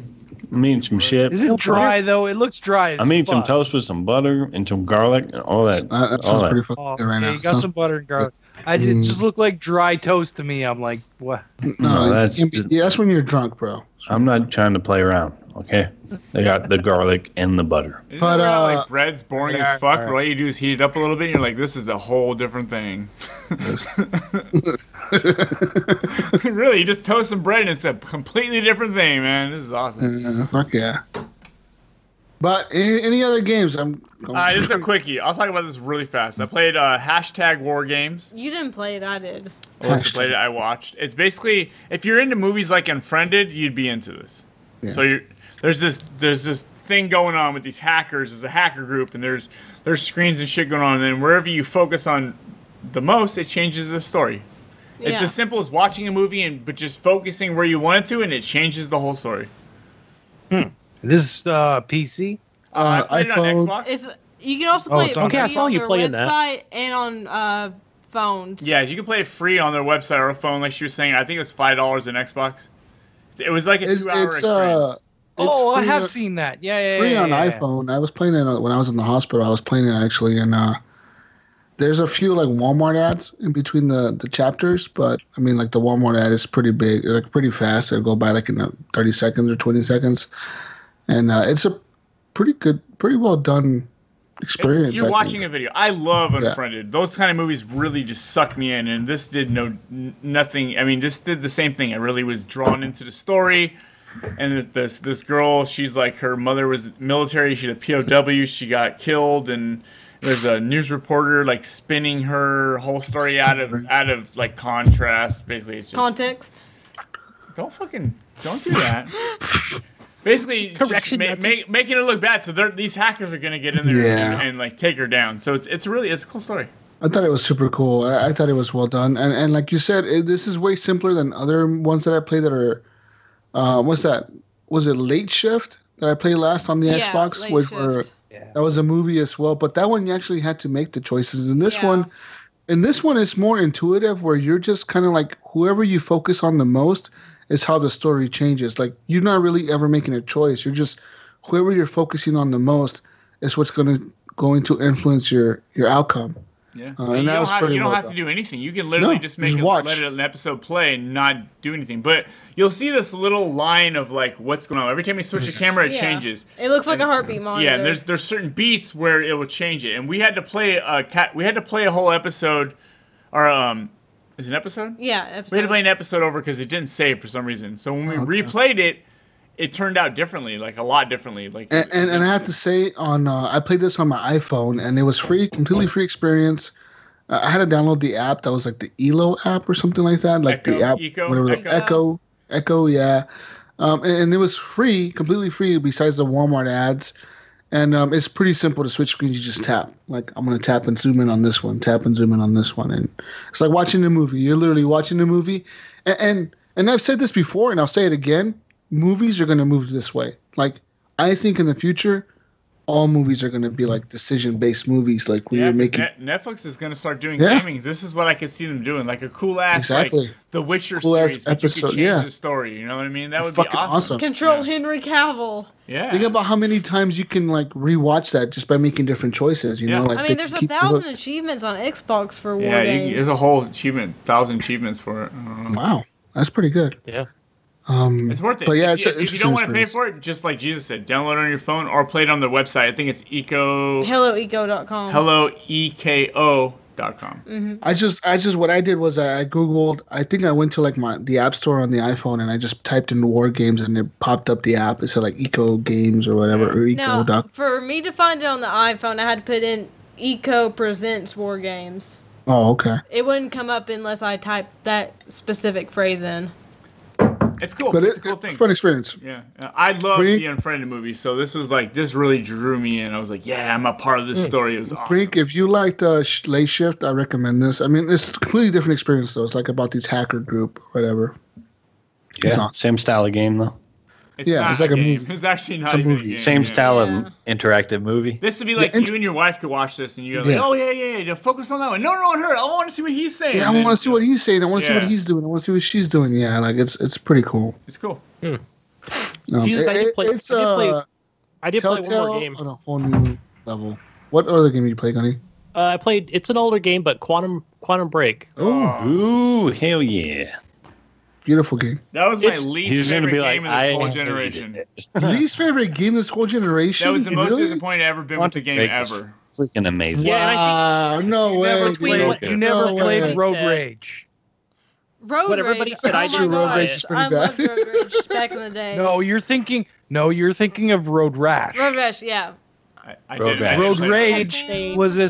Speaker 9: I'm eating some shit.
Speaker 7: Is it dry though? It looks dry. As
Speaker 9: I'm eating some
Speaker 7: fuck.
Speaker 9: toast with some butter and some garlic and all that.
Speaker 3: Uh, that
Speaker 9: all
Speaker 3: sounds
Speaker 9: that.
Speaker 3: pretty fucking
Speaker 7: Oh,
Speaker 3: good right now.
Speaker 7: yeah, you got
Speaker 3: Sounds-
Speaker 7: some butter and garlic. I just,
Speaker 3: Mm.
Speaker 7: just look like dry toast to me. I'm like, what?
Speaker 3: No,
Speaker 9: No,
Speaker 3: that's
Speaker 9: that's
Speaker 3: yeah, that's when you're drunk, bro.
Speaker 9: I'm not trying to play around. Okay, I got the garlic and the butter.
Speaker 2: Isn't
Speaker 3: But,
Speaker 2: but
Speaker 3: uh,
Speaker 2: like bread's boring as fuck. But all you do is heat it up a little bit. and You're like, this is a whole different thing. really, you just toast some bread and it's a completely different thing, man. This is awesome.
Speaker 3: Uh, fuck yeah. But any, any other games? I'm. I'm
Speaker 2: Uh, just a quickie. I'll talk about this really fast. I played uh, hashtag War Games.
Speaker 4: You didn't play it. I did.
Speaker 2: Alyssa played it. I watched. It's basically if you're into movies like Unfriended, you'd be into this. So you're, there's this there's this thing going on with these hackers. There's a hacker group, and there's there's screens and shit going on. And then wherever you focus on the most, it changes the story. It's
Speaker 4: Yeah.
Speaker 2: as simple as watching a movie and but just focusing where you want it to, and it changes the whole story.
Speaker 7: This is uh, PC.
Speaker 2: I
Speaker 3: uh,
Speaker 2: played it
Speaker 3: iPhone.
Speaker 2: on Xbox.
Speaker 4: It's you can also
Speaker 7: Oh,
Speaker 4: play
Speaker 7: it's
Speaker 4: it.
Speaker 7: on
Speaker 4: free
Speaker 7: Okay, I
Speaker 8: saw
Speaker 4: on
Speaker 8: you
Speaker 4: their
Speaker 8: playing that.
Speaker 4: website and on uh, phones.
Speaker 2: yeah, you can play it free on their website or phone, like she was saying. I think it was five dollars on Xbox. It was like a
Speaker 3: It's,
Speaker 2: two-hour
Speaker 3: it's
Speaker 2: experience.
Speaker 3: uh. it's
Speaker 7: Oh, I
Speaker 3: free
Speaker 7: have
Speaker 3: on-
Speaker 7: seen that. Yeah, yeah, yeah.
Speaker 3: free on
Speaker 7: yeah, yeah.
Speaker 3: iPhone. I was playing it on- when I was in the hospital. I was playing it actually, and uh, there's a few like Walmart ads in between the the chapters. But I mean, like the Walmart ad is pretty big, like pretty fast. It'll go by like in uh, 30 seconds or 20 seconds, and uh, it's a pretty good, pretty well done
Speaker 2: It's-
Speaker 3: experience.
Speaker 2: You're watching a video. I love
Speaker 3: Yeah.
Speaker 2: Unfriended. Those kind of movies really just suck me in, and this did no n- nothing. I mean, this did the same thing. I really was drawn into the story. And th- this this girl, she's like her mother was military. She's a POW. She got killed, and there's a news reporter like spinning her whole story out of out of like contrast. Basically, it's just
Speaker 4: Context.
Speaker 2: don't fucking don't do that. Basically, just
Speaker 8: Correction,
Speaker 2: ma-
Speaker 8: Nazi.
Speaker 2: make, making it look bad, so they're, these hackers are gonna get in there
Speaker 3: Yeah.
Speaker 2: and, and like take her down. So it's it's really it's a cool story.
Speaker 3: I thought it was super cool. I, I thought it was well done, and and like you said, it, this is way simpler than other ones that I played that are. Uh, what's that? Was it Late Shift that I played last on the
Speaker 4: Yeah,
Speaker 3: Xbox?
Speaker 4: Late
Speaker 3: Which were
Speaker 4: Shift.
Speaker 3: that was a movie as well, but that one you actually had to make the choices. And this
Speaker 4: Yeah.
Speaker 3: one, and this one is more intuitive, where you're just kind of like whoever you focus on the most is how the story changes. Like you're not really ever making a choice. You're just whoever you're focusing on the most is what's going to going to influence your your outcome.
Speaker 2: Yeah,
Speaker 3: Uh, and
Speaker 2: you
Speaker 3: that
Speaker 2: don't,
Speaker 3: was
Speaker 2: have,
Speaker 3: pretty
Speaker 2: you don't
Speaker 3: well
Speaker 2: have to
Speaker 3: done.
Speaker 2: do anything. You can literally
Speaker 3: No,
Speaker 2: just make
Speaker 3: just
Speaker 2: it,
Speaker 3: watch.
Speaker 2: let an episode play and not do anything. But you'll see this little line of like what's going on every time you switch the camera. It
Speaker 4: Yeah.
Speaker 2: changes.
Speaker 4: It looks like a heartbeat monitor.
Speaker 2: Yeah, and there's there's certain beats where it will change it, and we had to play a cat. We had to play a whole episode, or um, is it an episode?
Speaker 4: yeah.
Speaker 2: We had to
Speaker 4: Episode.
Speaker 2: play an episode over because it didn't save for some reason. So when we replayed it, it turned out differently, like a lot differently. Like
Speaker 3: And, and, and I have to say, on uh, I played this on my iPhone, and it was free, completely free experience. Uh, I had to download the app that was like the Elo app or something like that, like the
Speaker 2: Echo?
Speaker 3: app,
Speaker 2: Eco?
Speaker 3: whatever,
Speaker 2: Echo?
Speaker 3: Echo, Echo, yeah. Um, and, and it was free, completely free, besides the Walmart ads. And um, it's pretty simple to switch screens. You just tap. Like I'm gonna tap and zoom in on this one, tap and zoom in on this one, and it's like watching a movie. You're literally watching a movie, and and, and I've said this before, and I'll say it again. Movies are gonna move this way. Like I think in the future, all movies are gonna be like decision based movies, like we
Speaker 2: Yeah,
Speaker 3: were
Speaker 2: 'cause
Speaker 3: making.
Speaker 2: Net- Netflix is going to start doing
Speaker 3: Yeah.
Speaker 2: gaming. This is what I could see them doing, like a cool ass,
Speaker 3: Exactly.
Speaker 2: like The Witcher
Speaker 3: Cool ass
Speaker 2: series, but you could
Speaker 3: episode,
Speaker 2: change
Speaker 3: yeah.
Speaker 2: the story. You know what I mean? That would be
Speaker 3: Fucking
Speaker 2: awesome.
Speaker 3: awesome.
Speaker 4: Control Henry Cavill.
Speaker 2: Yeah,
Speaker 3: Think about how many times you can like rewatch that just by making different choices. You
Speaker 2: Yeah.
Speaker 3: know, like
Speaker 4: I
Speaker 3: they
Speaker 4: mean, there's a
Speaker 3: keep the
Speaker 4: thousand
Speaker 3: hook.
Speaker 4: achievements on Xbox for war
Speaker 2: yeah. You,
Speaker 4: games.
Speaker 2: there's a whole achievement, thousand achievements for it. I don't know.
Speaker 3: Wow, that's pretty good.
Speaker 8: Yeah.
Speaker 3: Um,
Speaker 2: It's worth it.
Speaker 3: But yeah,
Speaker 2: if,
Speaker 3: it's
Speaker 2: you,
Speaker 3: an
Speaker 2: if you don't
Speaker 3: interesting
Speaker 2: want to pay
Speaker 3: experience.
Speaker 2: for it, just like Jesus said, download it on your phone or play it on their website. I think it's eco
Speaker 4: HelloEco.com.
Speaker 2: hello eko dot com.
Speaker 3: I just, I just, what I did was I, I googled. I think I went to like my the app store on the iPhone and I just typed in war games and it popped up the app. It said like Eco Games or whatever or Eco
Speaker 4: Now,
Speaker 3: Doc.
Speaker 4: for me to find it on the iPhone, I had to put in Eco Presents War Games.
Speaker 3: Oh, okay.
Speaker 4: It wouldn't come up unless I typed that specific phrase in.
Speaker 2: It's cool.
Speaker 3: But
Speaker 2: it's
Speaker 3: it,
Speaker 2: a cool
Speaker 3: it's a
Speaker 2: thing.
Speaker 3: fun experience.
Speaker 2: Yeah, Uh, I love
Speaker 3: Brink-
Speaker 2: the Unfriended movies, so this was like this really drew me in. I was like, yeah, I'm a part of this
Speaker 3: Hmm.
Speaker 2: story. It was awesome.
Speaker 3: Brink, if you like the sh- late shift, I recommend this. I mean, it's a completely different experience though. It's like about these hacker group, whatever. It's
Speaker 9: Yeah,
Speaker 3: not-
Speaker 9: same style of game though.
Speaker 2: It's
Speaker 3: Yeah,
Speaker 2: not
Speaker 3: it's like a
Speaker 2: game.
Speaker 3: movie.
Speaker 2: It's actually not
Speaker 3: It's a
Speaker 2: even
Speaker 3: movie.
Speaker 2: game,
Speaker 9: Same
Speaker 2: yeah.
Speaker 9: style
Speaker 4: Yeah.
Speaker 9: of interactive movie.
Speaker 2: This would be like
Speaker 3: Yeah, and-
Speaker 2: you and your wife could watch this, and you're like,
Speaker 3: Yeah.
Speaker 2: oh yeah, yeah, yeah, yeah, focus on that one. No, no, on her. I want to see what he's saying.
Speaker 3: Yeah, I
Speaker 2: And
Speaker 3: want to see what he's saying. I want to see
Speaker 2: Yeah.
Speaker 3: what he's doing. I want to see what she's doing. Yeah, like it's it's pretty cool.
Speaker 2: It's cool.
Speaker 3: Um,
Speaker 8: Jesus, I did
Speaker 3: it-
Speaker 8: play-
Speaker 3: it's
Speaker 8: I did play
Speaker 3: uh,
Speaker 8: I did play one
Speaker 3: Telltale
Speaker 8: more game.
Speaker 3: on a whole new level. What other game you play, Gunny?
Speaker 8: Uh, I played. It's an older game, but Quantum Quantum Break.
Speaker 2: Oh,
Speaker 9: Ooh, hell yeah!
Speaker 3: Beautiful game.
Speaker 2: that was my
Speaker 8: It's-
Speaker 2: least
Speaker 9: He's gonna
Speaker 2: favorite
Speaker 9: be like,
Speaker 2: game of
Speaker 9: I
Speaker 2: this whole
Speaker 9: hated
Speaker 2: generation.
Speaker 9: it.
Speaker 3: Least favorite game this whole generation.
Speaker 2: That was the most
Speaker 3: Really?
Speaker 2: disappointed I've ever been with a
Speaker 9: Quantum
Speaker 2: game
Speaker 9: Break is
Speaker 2: ever.
Speaker 9: freaking amazing.
Speaker 8: Yeah, and I think-
Speaker 3: Wow, no
Speaker 7: You
Speaker 3: way.
Speaker 7: never
Speaker 3: dude.
Speaker 7: played,
Speaker 9: Okay.
Speaker 7: you never
Speaker 3: eh? No way.
Speaker 7: played Road
Speaker 8: Yeah.
Speaker 7: Rage.
Speaker 4: Road
Speaker 8: What
Speaker 4: Rage.
Speaker 8: everybody said,
Speaker 4: oh
Speaker 8: I
Speaker 4: my
Speaker 8: do
Speaker 3: Road
Speaker 4: gosh,
Speaker 3: Rage is pretty
Speaker 4: I loved
Speaker 3: bad.
Speaker 4: Road Rage back in the day.
Speaker 7: No, you're thinking. No, you're thinking of Road Rash.
Speaker 4: Road Rash, yeah.
Speaker 2: I, I
Speaker 9: Road
Speaker 2: did, I "Oh,
Speaker 9: Rash.
Speaker 2: did
Speaker 7: Road
Speaker 2: play it.
Speaker 7: Rage
Speaker 4: Same
Speaker 7: was a
Speaker 4: thing.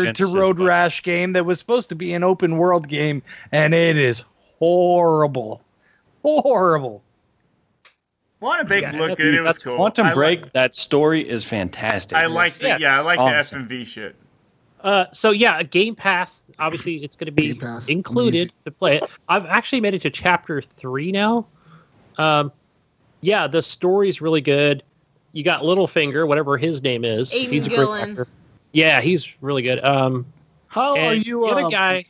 Speaker 9: Sega
Speaker 7: to
Speaker 9: Genesis,
Speaker 7: Road
Speaker 9: but-
Speaker 7: Rash game that was supposed to be an open world game, and it is horrible, horrible.
Speaker 2: Quantum Break
Speaker 8: Yeah,
Speaker 2: looked
Speaker 8: that's-
Speaker 2: good. It was
Speaker 9: That's
Speaker 2: cool.
Speaker 9: Quantum
Speaker 2: I li-
Speaker 9: Break. that story is fantastic.
Speaker 2: I like the
Speaker 8: Yes.
Speaker 2: yeah, I like the F
Speaker 9: Awesome.
Speaker 2: and V shit.
Speaker 8: Uh, so yeah, Game Pass. Obviously, it's going to be
Speaker 3: Game Pass,
Speaker 8: included
Speaker 3: amazing.
Speaker 8: to play it. I've actually made it to chapter three now. Um, yeah, the story's really good. You got Littlefinger, whatever his name is.
Speaker 4: Aidan
Speaker 8: he's a
Speaker 4: Gillen.
Speaker 8: great actor. Yeah, he's really good. Um,
Speaker 3: How are
Speaker 8: and
Speaker 3: you?
Speaker 8: the other
Speaker 3: um,
Speaker 8: guy,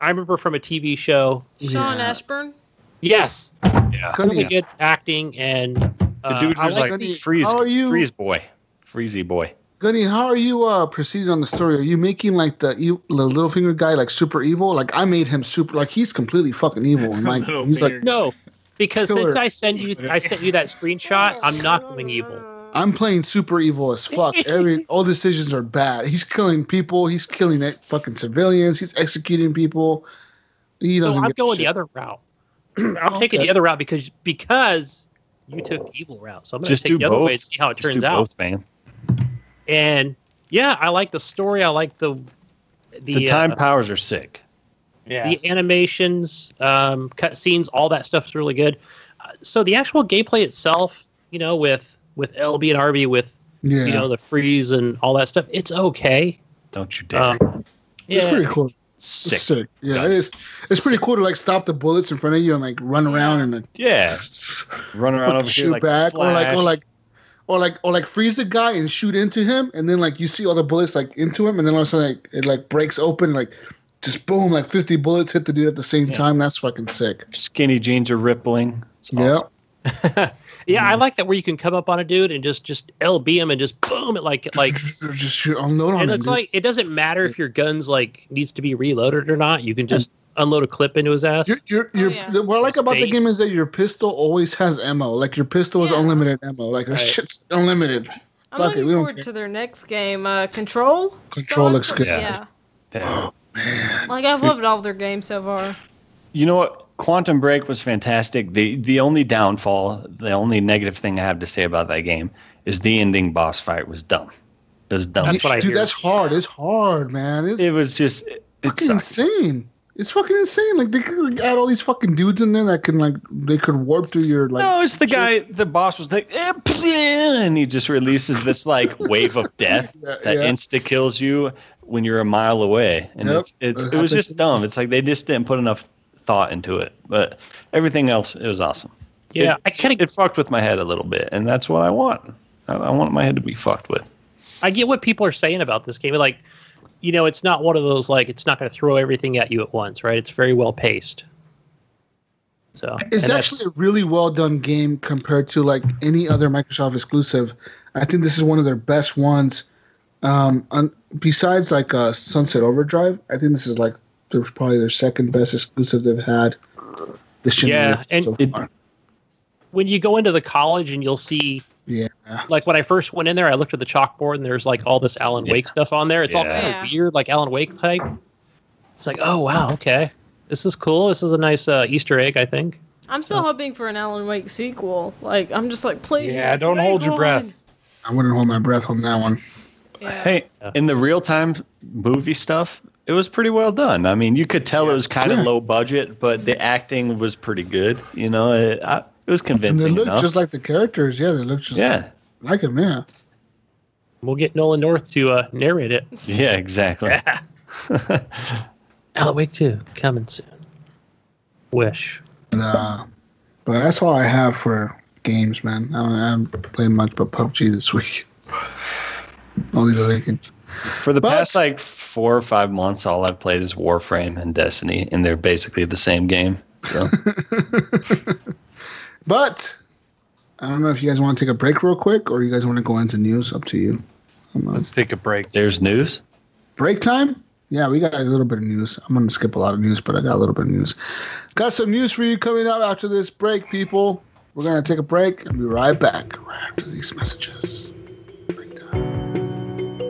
Speaker 8: I remember from a TV show.
Speaker 4: Sean
Speaker 3: Yeah.
Speaker 4: Ashburn.
Speaker 8: Yes, really
Speaker 3: Gunny,
Speaker 8: good acting and
Speaker 9: The
Speaker 8: uh,
Speaker 9: dude
Speaker 8: I
Speaker 9: who's
Speaker 8: like
Speaker 9: like,
Speaker 3: the-
Speaker 9: freeze,
Speaker 3: how are you-
Speaker 9: freeze boy, freezy boy.
Speaker 3: Gunny, how are you uh, proceeding on the story? Are you making like the e- the little finger guy like super evil? Like I made him super. Like he's completely fucking evil. And like
Speaker 2: Little
Speaker 3: he's like
Speaker 2: finger.
Speaker 8: no, because since
Speaker 3: Killer.
Speaker 8: I send you, I sent you that screenshot. I'm not going evil.
Speaker 3: I'm playing super evil as fuck. Every all decisions are bad. He's killing people. He's killing eh, fucking civilians. He's executing people. He
Speaker 8: So
Speaker 3: doesn't.
Speaker 8: I'm
Speaker 3: give a
Speaker 8: going the
Speaker 3: shit.
Speaker 8: other route. I'm taking
Speaker 3: Okay.
Speaker 8: the other route because because you took the evil route. So I'm going to
Speaker 9: Just
Speaker 8: take
Speaker 9: do
Speaker 8: the other way and
Speaker 9: both.
Speaker 8: see how it
Speaker 9: Just do
Speaker 8: turns out.
Speaker 9: both, man.
Speaker 8: And yeah, I like the story. I like the the,
Speaker 9: The, time
Speaker 8: uh,
Speaker 9: powers are sick.
Speaker 7: Yeah,
Speaker 8: the animations, um, cutscenes, all that stuff is really good. Uh, so the actual gameplay itself, you know, with with LB and RB, with
Speaker 3: Yeah,
Speaker 8: you know the freeze and all that stuff, it's okay.
Speaker 9: Don't you dare.
Speaker 8: Um,
Speaker 3: it's
Speaker 8: yeah,
Speaker 3: pretty cool.
Speaker 9: sick.
Speaker 3: It's sick. Yeah, it is. It's pretty cool to like stop the bullets in front of you and like run around and like
Speaker 9: Yeah. Run around over
Speaker 3: shoot
Speaker 9: here like
Speaker 3: back or like or
Speaker 9: Flash.
Speaker 3: like or like or like freeze the guy and shoot into him and then like you see all the bullets like into him and then all of a sudden like, it like breaks open like just boom like 50 bullets hit the dude at the same time. That's fucking sick.
Speaker 9: skinny jeans are rippling. It's
Speaker 8: Oh.
Speaker 3: Yeah.
Speaker 9: awesome.
Speaker 8: yeah,
Speaker 3: Mm.
Speaker 8: I like that where you can come up on a dude and just just LB him and just boom it like like
Speaker 3: just shoot unload on
Speaker 8: and
Speaker 3: him.
Speaker 8: it's
Speaker 3: dude.
Speaker 8: like it doesn't matter if your gun's like needs to be reloaded or not. You can just unload a clip into his ass.
Speaker 3: You're, you're,
Speaker 4: Oh,
Speaker 3: you're,
Speaker 4: yeah.
Speaker 3: the- What I like about the
Speaker 8: Space.
Speaker 3: game is that your pistol always has ammo. Like your pistol
Speaker 4: Yeah.
Speaker 3: is unlimited ammo. Like
Speaker 8: Right.
Speaker 3: shit's unlimited.
Speaker 4: I'm
Speaker 3: Fuck it,
Speaker 4: looking
Speaker 3: we don't
Speaker 4: forward
Speaker 3: care.
Speaker 4: to their next game, uh, Control.
Speaker 3: Control
Speaker 4: So-
Speaker 3: looks good.
Speaker 4: Yeah.
Speaker 9: Damn.
Speaker 4: Like I've loved all their games so far.
Speaker 9: You know what? Quantum Break was fantastic. The the only downfall, the only negative thing I have to say about that game is the ending boss fight was dumb. It was dumb.
Speaker 8: That's what I
Speaker 3: Dude,
Speaker 8: hear.
Speaker 3: that's hard. It's hard, man. It's
Speaker 9: it was just it, it
Speaker 3: fucking
Speaker 9: sucked.
Speaker 3: insane. It's fucking insane. Like they could add all these fucking dudes in there that can like they could warp through your like.
Speaker 9: No, it's the guy. The boss was like, "Eh, pff, eh," and he just releases this like wave of death
Speaker 3: Yeah,
Speaker 9: that
Speaker 3: yeah.
Speaker 9: insta kills you when you're a mile away, and
Speaker 3: Yep.
Speaker 9: it's, it's
Speaker 3: That
Speaker 9: it was
Speaker 3: happens.
Speaker 9: just dumb. It's like they just didn't put enough thought into it, but everything else it was awesome.
Speaker 8: Yeah, I kind
Speaker 9: It
Speaker 8: of
Speaker 9: fucked with my head a little bit, and that's what I want. I, I want my head to be fucked with.
Speaker 8: I get what people are saying about this game. Like, you know, it's not one of those like it's not going to throw everything at you at once, right? It's very well paced. So
Speaker 3: It's
Speaker 8: and
Speaker 3: actually
Speaker 8: that's-
Speaker 3: a really well done game compared to like any other Microsoft exclusive. I think this is one of their best ones. Um, on, besides like uh, Sunset Overdrive, I think this is like there's probably their second best exclusive they've had. This
Speaker 8: Yeah,
Speaker 3: generation
Speaker 8: and
Speaker 3: so
Speaker 9: it-
Speaker 3: far.
Speaker 8: when you go into the college and you'll see
Speaker 3: yeah,
Speaker 8: like when I first went in there, I looked at the chalkboard and there's like all this Alan Wake stuff on there. It's all
Speaker 9: Yeah.
Speaker 8: kind of
Speaker 4: Yeah.
Speaker 8: weird, like Alan Wake type. It's like, oh wow, okay, this is cool. This is a nice uh, Easter egg, I think.
Speaker 4: I'm still hoping for an Alan Wake sequel. Like, I'm just like, please.
Speaker 7: Yeah, don't hold
Speaker 4: make
Speaker 7: your breath.
Speaker 4: one.
Speaker 3: I wouldn't hold my breath on that one.
Speaker 4: Yeah.
Speaker 9: Hey,
Speaker 8: Yeah.
Speaker 9: in the real time movie stuff, it was pretty well done. I mean, you could tell it was kind of
Speaker 3: Yeah.
Speaker 9: low budget, but the acting was pretty good. You know, it, I, it was
Speaker 3: And they
Speaker 9: convincing
Speaker 3: look
Speaker 9: enough.
Speaker 3: just like the characters. Yeah, they look just
Speaker 9: yeah,
Speaker 3: like them. Yeah.
Speaker 8: We'll get Nolan North to uh, narrate it.
Speaker 9: yeah, exactly.
Speaker 8: Alan Wake two coming soon. Wish.
Speaker 3: But, uh, but that's all I have for games, man. I, don't, I haven't played much but PUBG this week. All these other games.
Speaker 9: For the
Speaker 3: But-
Speaker 9: past like four or five months, all I've played is Warframe and Destiny, and they're basically the same game. So
Speaker 3: But I don't know if you guys want to take a break real quick or you guys want to go into news. Up to you. I'm not-
Speaker 7: Let's take a break.
Speaker 9: there's news.
Speaker 3: break time? Yeah, we got a little bit of news. I'm going to skip a lot of news, but I got a little bit of news. Got some news for you coming up after this break, people. We're going to take a break and be right back right after these messages. Break time.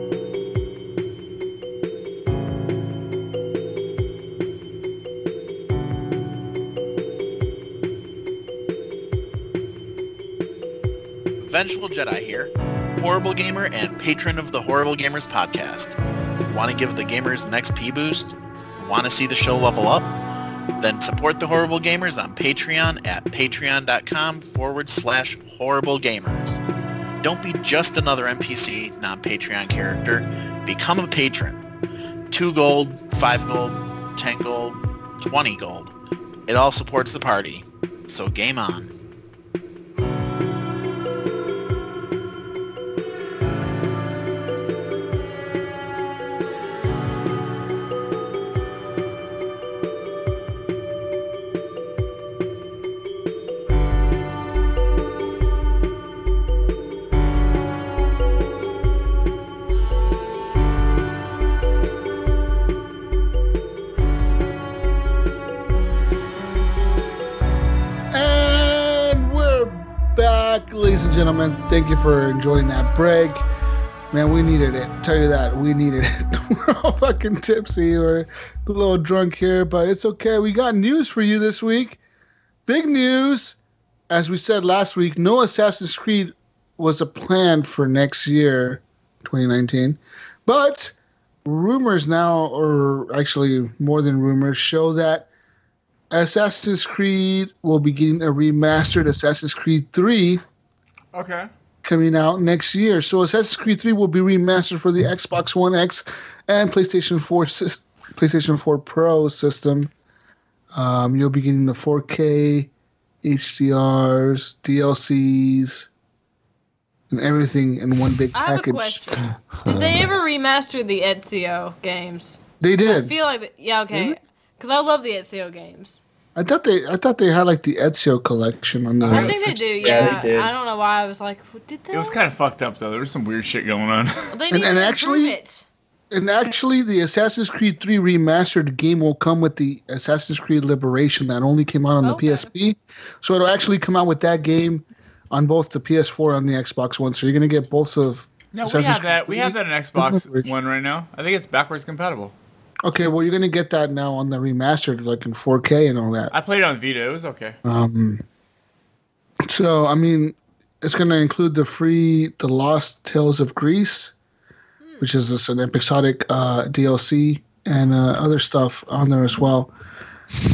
Speaker 10: Vengeful Jedi here, horrible gamer and patron of the Horrible Gamers podcast. Want to give the gamers an XP boost? Want to see the show level up? Then support the Horrible Gamers on Patreon at patreon.com forward slash horrible gamers. Don't be just another NPC, non-Patreon character. Become a patron. 2 gold, 5 gold, 10 gold, 20 gold. It all supports the party. So game on.
Speaker 3: And we're back, ladies and gentlemen. Thank you for enjoying that break. Man, we needed it. Tell you that we needed it. we're all fucking tipsy. We're a little drunk here, but it's okay. We got news for you this week. Big news. As we said last week, no Assassin's Creed was a plan for next year, 2019. But rumors now, or actually more than rumors, show that Assassin's Creed will be getting a remastered Assassin's Creed 3
Speaker 2: Okay.
Speaker 3: coming out next year. So Assassin's Creed 3 will be remastered for the Xbox One X and PlayStation 4 sys- PlayStation 4 Pro system. Um, you'll be getting the 4K HDRs, DLCs, and everything in one big
Speaker 4: I have a
Speaker 3: package.
Speaker 4: question. Did they ever remaster the Ezio games?
Speaker 3: They
Speaker 4: I
Speaker 3: did.
Speaker 4: feel like, th- yeah, okay. Because I love the Ezio games.
Speaker 3: I thought they I thought they had like the Ezio collection on the
Speaker 4: I think they do, yeah.
Speaker 6: Yeah, they did.
Speaker 4: I don't know why I was like, "What did they?
Speaker 2: It was kind of fucked up though. There was some weird shit going on.
Speaker 4: They
Speaker 3: And-
Speaker 4: need
Speaker 3: and
Speaker 4: to
Speaker 3: actually-
Speaker 4: actually, it.
Speaker 3: And actually, the Assassin's Creed 3 remastered game will come with the Assassin's Creed Liberation that only came out on
Speaker 4: Okay.
Speaker 3: the PSP. So it'll actually come out with that game on both the PS4 and the Xbox One. So you're going to get both of.
Speaker 2: no, we
Speaker 3: Assassin's
Speaker 2: have that. We have that in
Speaker 3: Creed
Speaker 2: Xbox
Speaker 3: Liberation.
Speaker 2: One right now. I think it's backwards compatible.
Speaker 3: Okay, well, you're gonna get that now on the remastered, like in 4K and all that.
Speaker 2: I played it on Vita. It was okay.
Speaker 3: Um, so I mean, it's gonna include the free The Lost Tales of Greece,
Speaker 4: Hmm.
Speaker 3: which is just an episodic uh, DLC and uh, other stuff on there as well.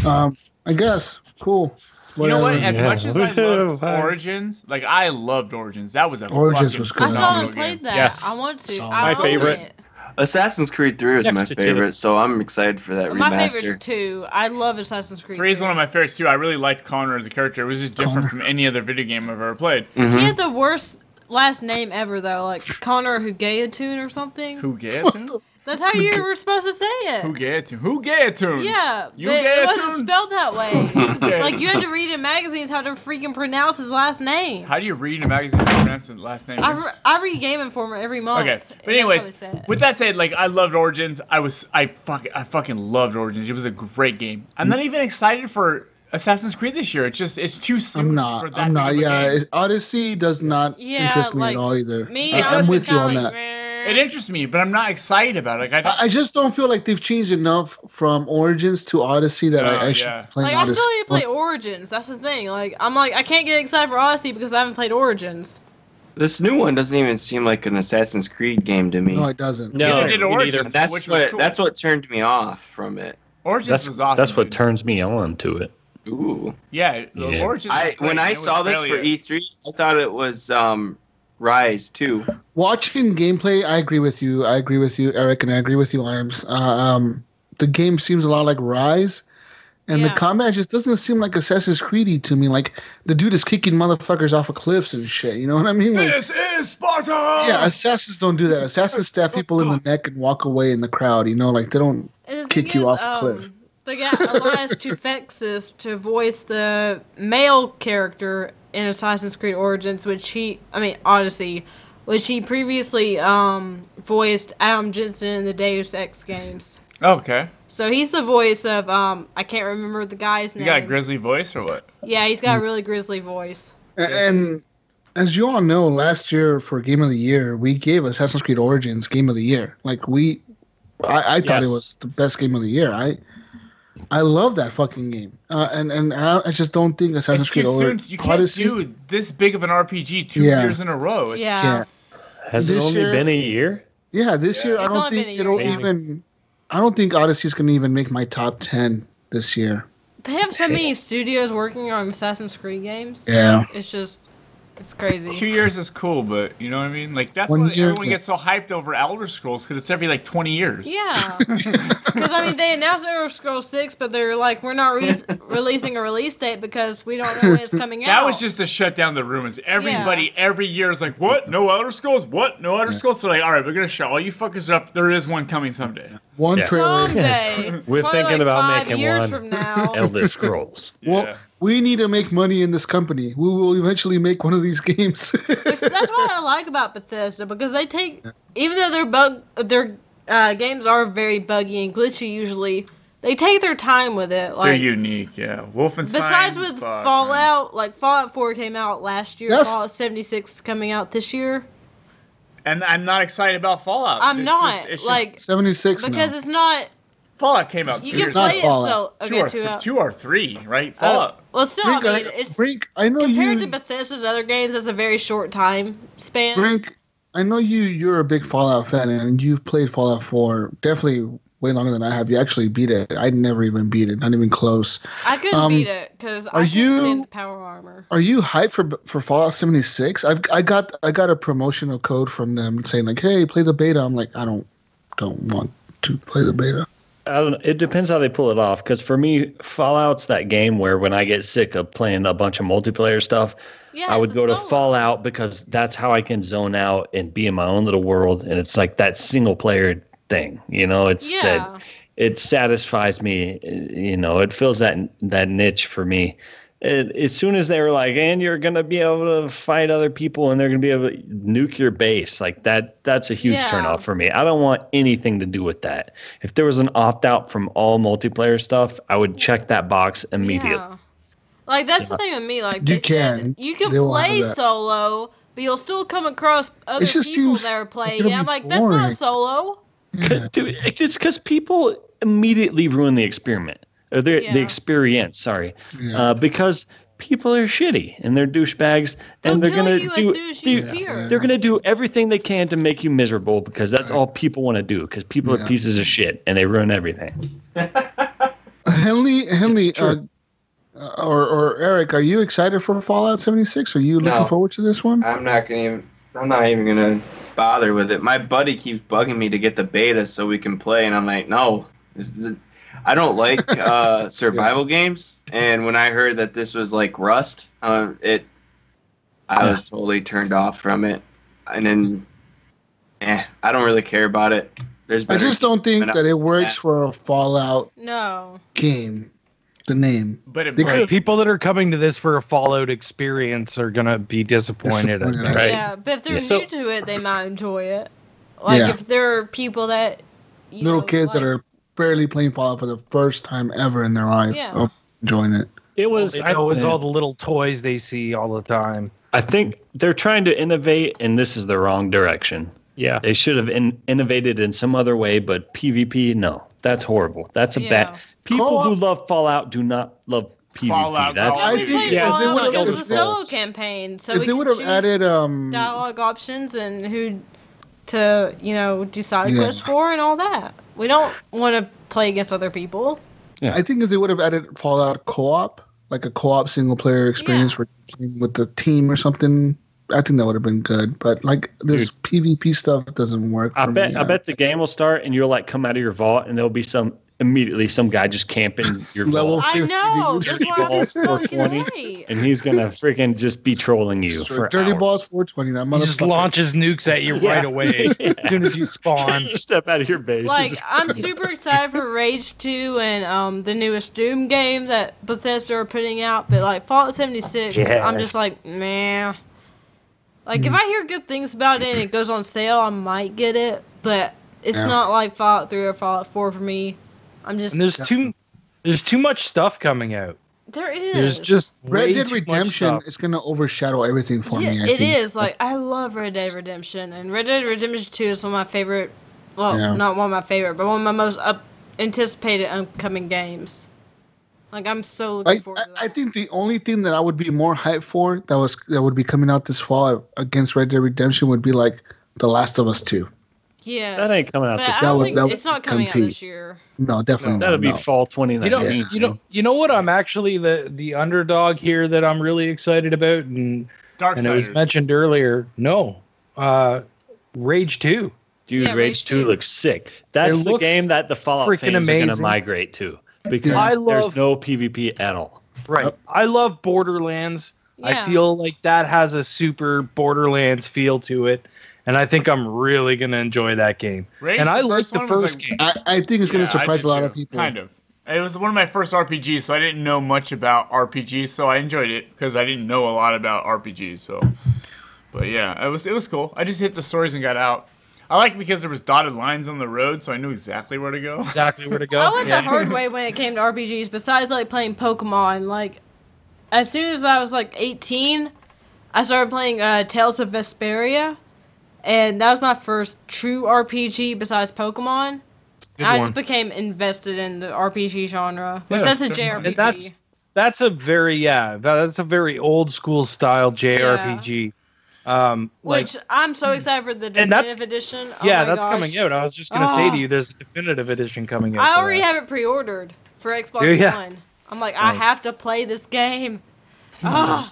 Speaker 3: Um, I guess cool.
Speaker 2: You know what? As
Speaker 3: Whatever.
Speaker 2: much as I loved Origins, like I loved Origins. That was a
Speaker 3: Origins
Speaker 2: fucking
Speaker 3: was good.
Speaker 4: I still
Speaker 2: phenomenal
Speaker 4: haven't played
Speaker 2: game.
Speaker 4: that.
Speaker 7: Yes.
Speaker 4: I want to.
Speaker 3: Solid.
Speaker 4: I
Speaker 8: My
Speaker 4: own
Speaker 8: favorite.
Speaker 4: it.
Speaker 6: Assassin's Creed 3 was my
Speaker 8: Next to Tatum.
Speaker 6: favorite, so I'm excited for that
Speaker 4: My
Speaker 6: remaster.
Speaker 4: favorite's two. I love Assassin's Creed.
Speaker 2: Three is
Speaker 4: two.
Speaker 2: one of my favorites too. I really liked Connor as a character. It was just different from any other video game I've ever played.
Speaker 4: He had the worst last name ever though, like Connor Hugatune or something.
Speaker 2: Who get to?
Speaker 4: That's how you were supposed to say it.
Speaker 2: Who get to? Who get to?
Speaker 4: Yeah,
Speaker 2: You
Speaker 4: but
Speaker 2: get
Speaker 4: it wasn't
Speaker 2: tuned.
Speaker 4: spelled that way.
Speaker 2: Yeah.
Speaker 4: like you had to read in magazines how to freaking pronounce his last name.
Speaker 2: How do you read in a magazine and pronounce the last name?
Speaker 4: I, re- I read Game Informer every month.
Speaker 2: Okay, but
Speaker 4: and Oh, that's how they
Speaker 2: anyways,
Speaker 4: say it.
Speaker 2: with that said, like I loved Origins. I was I fuck I fucking loved Origins. It was a great game. I'm not even excited for Assassin's Creed this year. It's just it's too soon.
Speaker 3: I'm
Speaker 2: For
Speaker 3: not.
Speaker 2: that
Speaker 3: I'm not.
Speaker 2: big of a
Speaker 3: Yeah,
Speaker 2: game.
Speaker 3: it- Odyssey does not
Speaker 4: Yeah,
Speaker 3: interest me
Speaker 4: like,
Speaker 3: at all either.
Speaker 4: me,
Speaker 3: Like,
Speaker 4: I was
Speaker 3: I'm with
Speaker 4: just
Speaker 3: you on
Speaker 4: kinda
Speaker 3: that.
Speaker 4: like,
Speaker 2: It interests me, but I'm not excited about it. Like, I,
Speaker 3: I I just don't feel like they've changed enough from Origins to Odyssey that I,
Speaker 2: Oh,
Speaker 3: I should
Speaker 2: yeah.
Speaker 3: play
Speaker 4: Like I
Speaker 3: Odyssey.
Speaker 4: still need to play Origins. That's the thing. Like I'm like I can't get excited for Odyssey because I haven't played Origins.
Speaker 6: This new one doesn't even seem like an Assassin's Creed game to me.
Speaker 3: no, it doesn't.
Speaker 8: No.
Speaker 2: neither did
Speaker 8: me
Speaker 2: Origins,
Speaker 8: neither.
Speaker 6: that's
Speaker 2: which was
Speaker 6: what
Speaker 2: cool.
Speaker 6: that's what turned me off from it.
Speaker 2: Origins
Speaker 9: That's
Speaker 2: was awesome.
Speaker 9: that's what
Speaker 2: dude.
Speaker 9: turns me on to it.
Speaker 6: Ooh.
Speaker 2: Yeah, the
Speaker 9: Yeah.
Speaker 2: Origins.
Speaker 6: I
Speaker 2: was great,
Speaker 6: when I
Speaker 2: it was
Speaker 6: saw this
Speaker 2: barely
Speaker 6: for E-
Speaker 2: a-
Speaker 6: E3, I thought it was um Rise 2.
Speaker 3: Watching gameplay, I agree with you. I agree with you, Eric, and I agree with you, Arms. Uh, um, the game seems a lot like Rise, and
Speaker 4: Yeah.
Speaker 3: the combat just doesn't seem like Assassin's Creedy to me. Like the dude is kicking motherfuckers off of cliffs and shit. You know what I mean? Like,
Speaker 2: This is Sparta.
Speaker 3: yeah, assassins don't do that. Assassins stab people in the neck and walk away in the crowd. You know, like they don't.
Speaker 4: And the
Speaker 3: Kick
Speaker 4: thing
Speaker 3: you
Speaker 4: is, um,
Speaker 3: off a cliff.
Speaker 4: They got Elias Tufexis to voice the male character in Assassin's Creed Origins, which he I mean Odyssey, which he previously um, voiced Adam Jensen in the Deus Ex games.
Speaker 2: Okay,
Speaker 4: So he's the voice of um I can't remember the guy's
Speaker 2: you
Speaker 4: name.
Speaker 2: got a grizzly voice or what?
Speaker 4: yeah, he's
Speaker 3: Hmm.
Speaker 4: got a really grizzly voice.
Speaker 3: And, and as you all know, last year for Game of the Year, we gave Assassin's Creed Origins Game of the Year. Like we, I, I thought it
Speaker 8: Yes.
Speaker 3: was the best game of the year. I, I love that fucking game. Uh, and and I, I just don't think Assassin's
Speaker 2: It's too
Speaker 3: Creed
Speaker 2: soon.
Speaker 3: Origins.
Speaker 2: You can't do this big of an RPG two
Speaker 3: Yeah.
Speaker 2: years in a row. It's,
Speaker 4: Yeah.
Speaker 3: Yeah,
Speaker 9: Has
Speaker 3: This
Speaker 9: it only
Speaker 3: year-
Speaker 9: been a year?
Speaker 3: yeah. This year, I
Speaker 4: It's
Speaker 3: don't
Speaker 4: only been
Speaker 3: think
Speaker 4: a
Speaker 3: it'll
Speaker 4: year now.
Speaker 3: even. I don't think Odyssey's gonna even make my top ten this year.
Speaker 4: They have so many studios working on Assassin's Creed games.
Speaker 3: Yeah.
Speaker 4: It's just it's crazy.
Speaker 2: Two years is cool, but you know what I mean. Like that's
Speaker 3: One
Speaker 2: why
Speaker 3: year-
Speaker 2: everyone gets so hyped over Elder Scrolls because it's every like 20 years.
Speaker 4: Yeah, because I mean, they announced Elder Scrolls Six, but they're like, we're not re- releasing a release date because we don't know when it's coming out.
Speaker 2: That was just to shut down the rumors. Everybody every year is like, "What? No Elder Scrolls? What? No Elder Scrolls?" So like, all right, we're gonna shut all you fuckers up. There is one coming someday.
Speaker 3: One
Speaker 9: Yeah.
Speaker 3: trailer.
Speaker 4: someday.
Speaker 9: We're
Speaker 4: Probably,
Speaker 9: thinking
Speaker 4: like,
Speaker 9: about
Speaker 4: five
Speaker 9: making
Speaker 4: years
Speaker 9: one.
Speaker 4: from now.
Speaker 9: Elder Scrolls.
Speaker 2: Yeah.
Speaker 3: Well, we need to make money in this company. We will eventually make one of these games.
Speaker 4: Which, that's what I like about Bethesda because they take, even though their bug, their uh, games are very buggy and glitchy usually, they take their time with
Speaker 2: They're
Speaker 4: it. Like
Speaker 2: unique. Yeah, Wolfenstein.
Speaker 4: besides with
Speaker 2: fuck, man.
Speaker 4: Fallout, like Fallout Four came out last year,
Speaker 3: Yes.
Speaker 4: Fallout seventy six is coming out this year.
Speaker 2: and I'm not excited about Fallout.
Speaker 4: I'm
Speaker 2: It's
Speaker 4: not
Speaker 2: just- it's just-
Speaker 4: like
Speaker 3: Seventy six.
Speaker 4: because it's not.
Speaker 2: Fallout came out.
Speaker 4: You
Speaker 2: two
Speaker 4: can
Speaker 2: years ago.
Speaker 3: not
Speaker 4: play it so
Speaker 3: Fallout.
Speaker 2: two,
Speaker 4: okay,
Speaker 2: or
Speaker 4: two
Speaker 2: th-
Speaker 4: out.
Speaker 2: two or three, right?
Speaker 4: Oh,
Speaker 2: Fallout.
Speaker 4: well, still,
Speaker 3: Brink,
Speaker 4: I mean,
Speaker 3: I,
Speaker 4: it's
Speaker 3: Brink, I know
Speaker 4: compared
Speaker 3: you.
Speaker 4: to Bethesda's other games, that's a very short time span.
Speaker 3: Brink, I know you. You're a big Fallout fan, and you've played Fallout Four definitely way longer than I have. You actually beat it. I never even beat it. Not even close.
Speaker 4: I couldn't
Speaker 3: um,
Speaker 4: beat it because I
Speaker 3: are
Speaker 4: couldn't stand
Speaker 3: you-
Speaker 4: the power armor.
Speaker 3: Are you hyped for for Fallout 76? I've I got I got a promotional code from them saying like, "Hey, play the beta." I'm like, I don't don't want to play the beta.
Speaker 9: I don't know. It depends how they pull it off. Because for me, Fallout's that game where when I get sick of playing a bunch of multiplayer stuff,
Speaker 4: Yeah,
Speaker 9: I
Speaker 4: it's
Speaker 9: would
Speaker 4: a
Speaker 9: go to
Speaker 4: solo.
Speaker 9: Fallout because that's how I can zone out and be in my own little world. And it's like that single player thing, you know. It's
Speaker 4: Yeah,
Speaker 9: that it satisfies me, you know. It fills that that niche for me. It, as soon as they were like, and you're gonna be able to fight other people, and they're gonna be able to nuke your base, like that. That's a huge
Speaker 4: Yeah.
Speaker 9: turnoff for me. I don't want anything to do with that. If there was an opt out from all multiplayer stuff, I would check that box immediately.
Speaker 4: Yeah. Like that's
Speaker 9: So-
Speaker 4: the thing with me. Like
Speaker 3: You
Speaker 4: they said,
Speaker 3: can.
Speaker 4: you can
Speaker 3: They will
Speaker 4: play
Speaker 3: have that.
Speaker 4: solo, but you'll still come across other people
Speaker 3: just
Speaker 4: that
Speaker 3: seems
Speaker 4: are
Speaker 3: like
Speaker 4: playing.
Speaker 3: it'll
Speaker 4: Yeah, I'm
Speaker 3: be
Speaker 4: like that's
Speaker 3: boring.
Speaker 4: not solo.
Speaker 9: Dude, it's because people immediately ruin the experiment or the,
Speaker 4: Yeah.
Speaker 9: the experience. Sorry,
Speaker 3: Yeah.
Speaker 9: uh, because people are shitty and they're douchebags,
Speaker 4: They'll
Speaker 9: and they're
Speaker 4: kill
Speaker 9: gonna
Speaker 4: you as
Speaker 9: do
Speaker 4: soon as you
Speaker 9: do-
Speaker 4: appear.
Speaker 9: they're gonna do everything they can to make you miserable because that's all people want to do. Because people
Speaker 3: Yeah.
Speaker 9: are pieces of shit and they ruin everything.
Speaker 3: Henley, Henley,
Speaker 9: It's
Speaker 3: uh,
Speaker 9: true.
Speaker 3: or or Eric, are you excited for Fallout 76? Are you looking
Speaker 6: No.
Speaker 3: forward to this one?
Speaker 6: I'm not gonna even. I'm not even gonna bother with it. My buddy keeps bugging me to get the beta so we can play, and I'm like, no. This, this, I don't like uh, survival games, and when I heard that this was like Rust, uh, it, I was totally turned off from it, and then, eh, I don't really care about it. There's
Speaker 3: I
Speaker 6: better
Speaker 3: just don't think
Speaker 6: But I-
Speaker 3: that it works for a Fallout
Speaker 4: No.
Speaker 3: game. The name.
Speaker 2: But it
Speaker 3: They
Speaker 2: breaks.
Speaker 7: Right. People that are coming to this for a Fallout experience are gonna be disappointed.
Speaker 3: Disappointed,
Speaker 7: I bet.
Speaker 9: Right.
Speaker 4: Yeah, but if they're
Speaker 9: Yeah.
Speaker 4: new
Speaker 9: So-
Speaker 4: to it, they might enjoy it. Like
Speaker 3: Yeah.
Speaker 4: if there are people that you
Speaker 3: Little
Speaker 4: know,
Speaker 3: kids that
Speaker 4: like-
Speaker 3: are barely playing Fallout for the first time ever in their life.
Speaker 4: Yeah.
Speaker 3: Oh, enjoying it.
Speaker 8: It
Speaker 7: Well,
Speaker 8: was
Speaker 7: they
Speaker 8: I-
Speaker 7: know it's all the little toys they see all the time.
Speaker 9: I think they're trying to innovate, and this is the wrong direction.
Speaker 8: yeah.
Speaker 9: They should have in- innovated in some other way, but PvP, no, that's horrible. That's a
Speaker 4: Yeah.
Speaker 9: bad. People
Speaker 3: Co-op-
Speaker 9: who love Fallout do not love PvP.
Speaker 2: Fallout,
Speaker 9: that's
Speaker 3: I
Speaker 4: I
Speaker 3: think
Speaker 4: think
Speaker 3: if
Speaker 4: yeah,
Speaker 3: they
Speaker 4: they
Speaker 3: would've-
Speaker 4: would have
Speaker 3: if
Speaker 4: the
Speaker 3: they-
Speaker 4: solo campaign. So
Speaker 3: if
Speaker 4: we
Speaker 3: they
Speaker 4: could
Speaker 3: would have
Speaker 4: choose
Speaker 3: added um,
Speaker 4: dialogue options and who to you know do side
Speaker 3: Yeah.
Speaker 4: quests for and all that. We don't want to play against other people.
Speaker 3: I think if they would have added Fallout co-op, like a co-op single-player experience where you're playing with the team or something, I think that would have been good. But like this PvP stuff doesn't work.
Speaker 9: I
Speaker 3: for
Speaker 9: bet.
Speaker 3: me.
Speaker 9: I bet the game will start, and you'll like come out of your vault, and there'll be some immediately some guy just camping your
Speaker 3: Level
Speaker 9: vault,
Speaker 4: I
Speaker 3: Dude,
Speaker 4: know.
Speaker 3: dude,
Speaker 4: That's
Speaker 9: dirty
Speaker 4: why I'm
Speaker 9: balls,
Speaker 4: fucking
Speaker 9: 420.
Speaker 4: right.
Speaker 9: and he's gonna freaking just be trolling you
Speaker 3: Straight
Speaker 9: for
Speaker 3: dirty
Speaker 9: hours.
Speaker 3: balls 420. That
Speaker 7: He just
Speaker 3: motherfucker.
Speaker 7: launches nukes at you right away as soon as you spawn.
Speaker 9: you step out of your base. and
Speaker 4: Like
Speaker 9: just-
Speaker 4: I'm super excited for Rage 2 and um the newest Doom game that Bethesda are putting out, but like Fallout 76, I'm just
Speaker 8: Yes.
Speaker 4: like meh. Like if I hear good things about it and it goes on sale, I might get it, but it's
Speaker 3: Yeah.
Speaker 4: not like Fallout 3 or Fallout 4 for me. I'm just
Speaker 7: And there's too there's too much stuff coming out.
Speaker 4: there is.
Speaker 7: There's just
Speaker 3: Red
Speaker 7: way
Speaker 3: Dead
Speaker 7: too much
Speaker 3: Redemption
Speaker 7: stuff.
Speaker 3: is gonna overshadow everything for
Speaker 4: yeah,
Speaker 3: me. I
Speaker 4: it
Speaker 3: think.
Speaker 4: is. Like I love Red Dead Redemption, and Red Dead Redemption Two is one of my favorite. Well,
Speaker 3: Yeah.
Speaker 4: not one of my favorite, but one of my most up anticipated upcoming games. Like I'm so looking
Speaker 3: Like,
Speaker 4: forward
Speaker 3: I,
Speaker 4: to that.
Speaker 3: I think the only thing that I would be more hyped for that was that would be coming out this fall against Red Dead Redemption would be like The Last of Us 2.
Speaker 4: yeah,
Speaker 9: that ain't coming out.
Speaker 4: but
Speaker 9: This,
Speaker 4: I
Speaker 3: that
Speaker 4: don't
Speaker 3: would-
Speaker 4: think
Speaker 3: that would
Speaker 4: it's not coming out
Speaker 3: compete.
Speaker 4: this year.
Speaker 3: No, definitely.
Speaker 9: that'll
Speaker 3: not,
Speaker 9: be
Speaker 3: Oh, no.
Speaker 9: fall 2019.
Speaker 7: You know, you know, you know what? I'm actually the the underdog here that I'm really excited about, and and it was
Speaker 2: Darksiders.
Speaker 7: mentioned earlier. No, uh, Rage Two.
Speaker 9: Dude,
Speaker 4: Yeah, Rage
Speaker 9: Rage 2
Speaker 4: two.
Speaker 9: looks sick. That's
Speaker 7: It
Speaker 9: the
Speaker 7: looks
Speaker 9: game that the Fallout
Speaker 7: freaking
Speaker 9: fans are going to
Speaker 7: amazing.
Speaker 9: migrate to because
Speaker 3: I
Speaker 9: there's
Speaker 7: love-
Speaker 9: no PvP at all.
Speaker 7: Right. I love Borderlands.
Speaker 4: Yeah.
Speaker 7: I feel like that has a super Borderlands feel to it, and I think I'm really gonna enjoy that game.
Speaker 2: Rage,
Speaker 7: and I like
Speaker 2: first
Speaker 7: the
Speaker 2: one was
Speaker 7: first
Speaker 2: like-
Speaker 7: game.
Speaker 3: I, I think it's gonna
Speaker 2: Yeah, I
Speaker 3: surprise
Speaker 2: did
Speaker 3: a lot
Speaker 2: too.
Speaker 3: of people.
Speaker 2: Kind of. It was one of my first RPGs, so I didn't know much about RPGs, so I enjoyed it because I didn't know a lot about RPGs. So, but yeah, it was it was cool. I just hit the stories and got out. I like it because there was dotted lines on the road, so I knew exactly where to go.
Speaker 7: Exactly where to go.
Speaker 4: I went
Speaker 7: Oh, Yeah.
Speaker 4: the hard way when it came to RPGs. Besides, like playing Pokemon, like as soon as I was like 18, I started playing uh, Tales of Vesperia, and that was my first true RPG besides Pokemon.
Speaker 7: Good
Speaker 4: I
Speaker 7: one.
Speaker 4: just became invested in the RPG genre, which
Speaker 2: Yeah,
Speaker 4: that's a
Speaker 2: sure.
Speaker 4: JRPG.
Speaker 7: and that's that's a very yeah that's a very old school style JRPG. Um, like
Speaker 4: which I'm so excited for the
Speaker 7: And that's-
Speaker 4: definitive edition. Oh
Speaker 7: yeah,
Speaker 4: my
Speaker 7: that's
Speaker 4: gosh.
Speaker 7: coming out. I was just gonna say
Speaker 4: Ah.
Speaker 7: to you, there's a definitive edition coming out.
Speaker 4: I
Speaker 7: for
Speaker 4: already
Speaker 7: that.
Speaker 4: have it pre-ordered for Xbox
Speaker 7: Do ya? Oh.
Speaker 4: One. I'm like, I have to play this game. Ah.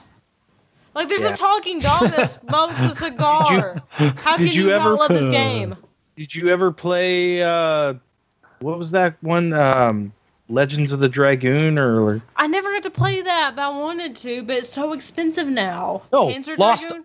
Speaker 4: Like there's
Speaker 7: Hmm. Yeah.
Speaker 4: a talking dog that smokes a cigar. How can
Speaker 7: did
Speaker 4: you,
Speaker 7: you ever-
Speaker 4: not love this game?
Speaker 7: Did you ever play? Uh, what was that one? Um, Legends of the Dragoon or
Speaker 4: I never got to play that, but I wanted to. But it's so expensive now.
Speaker 7: No,
Speaker 4: Panzer
Speaker 7: Lost-
Speaker 4: Dragoon?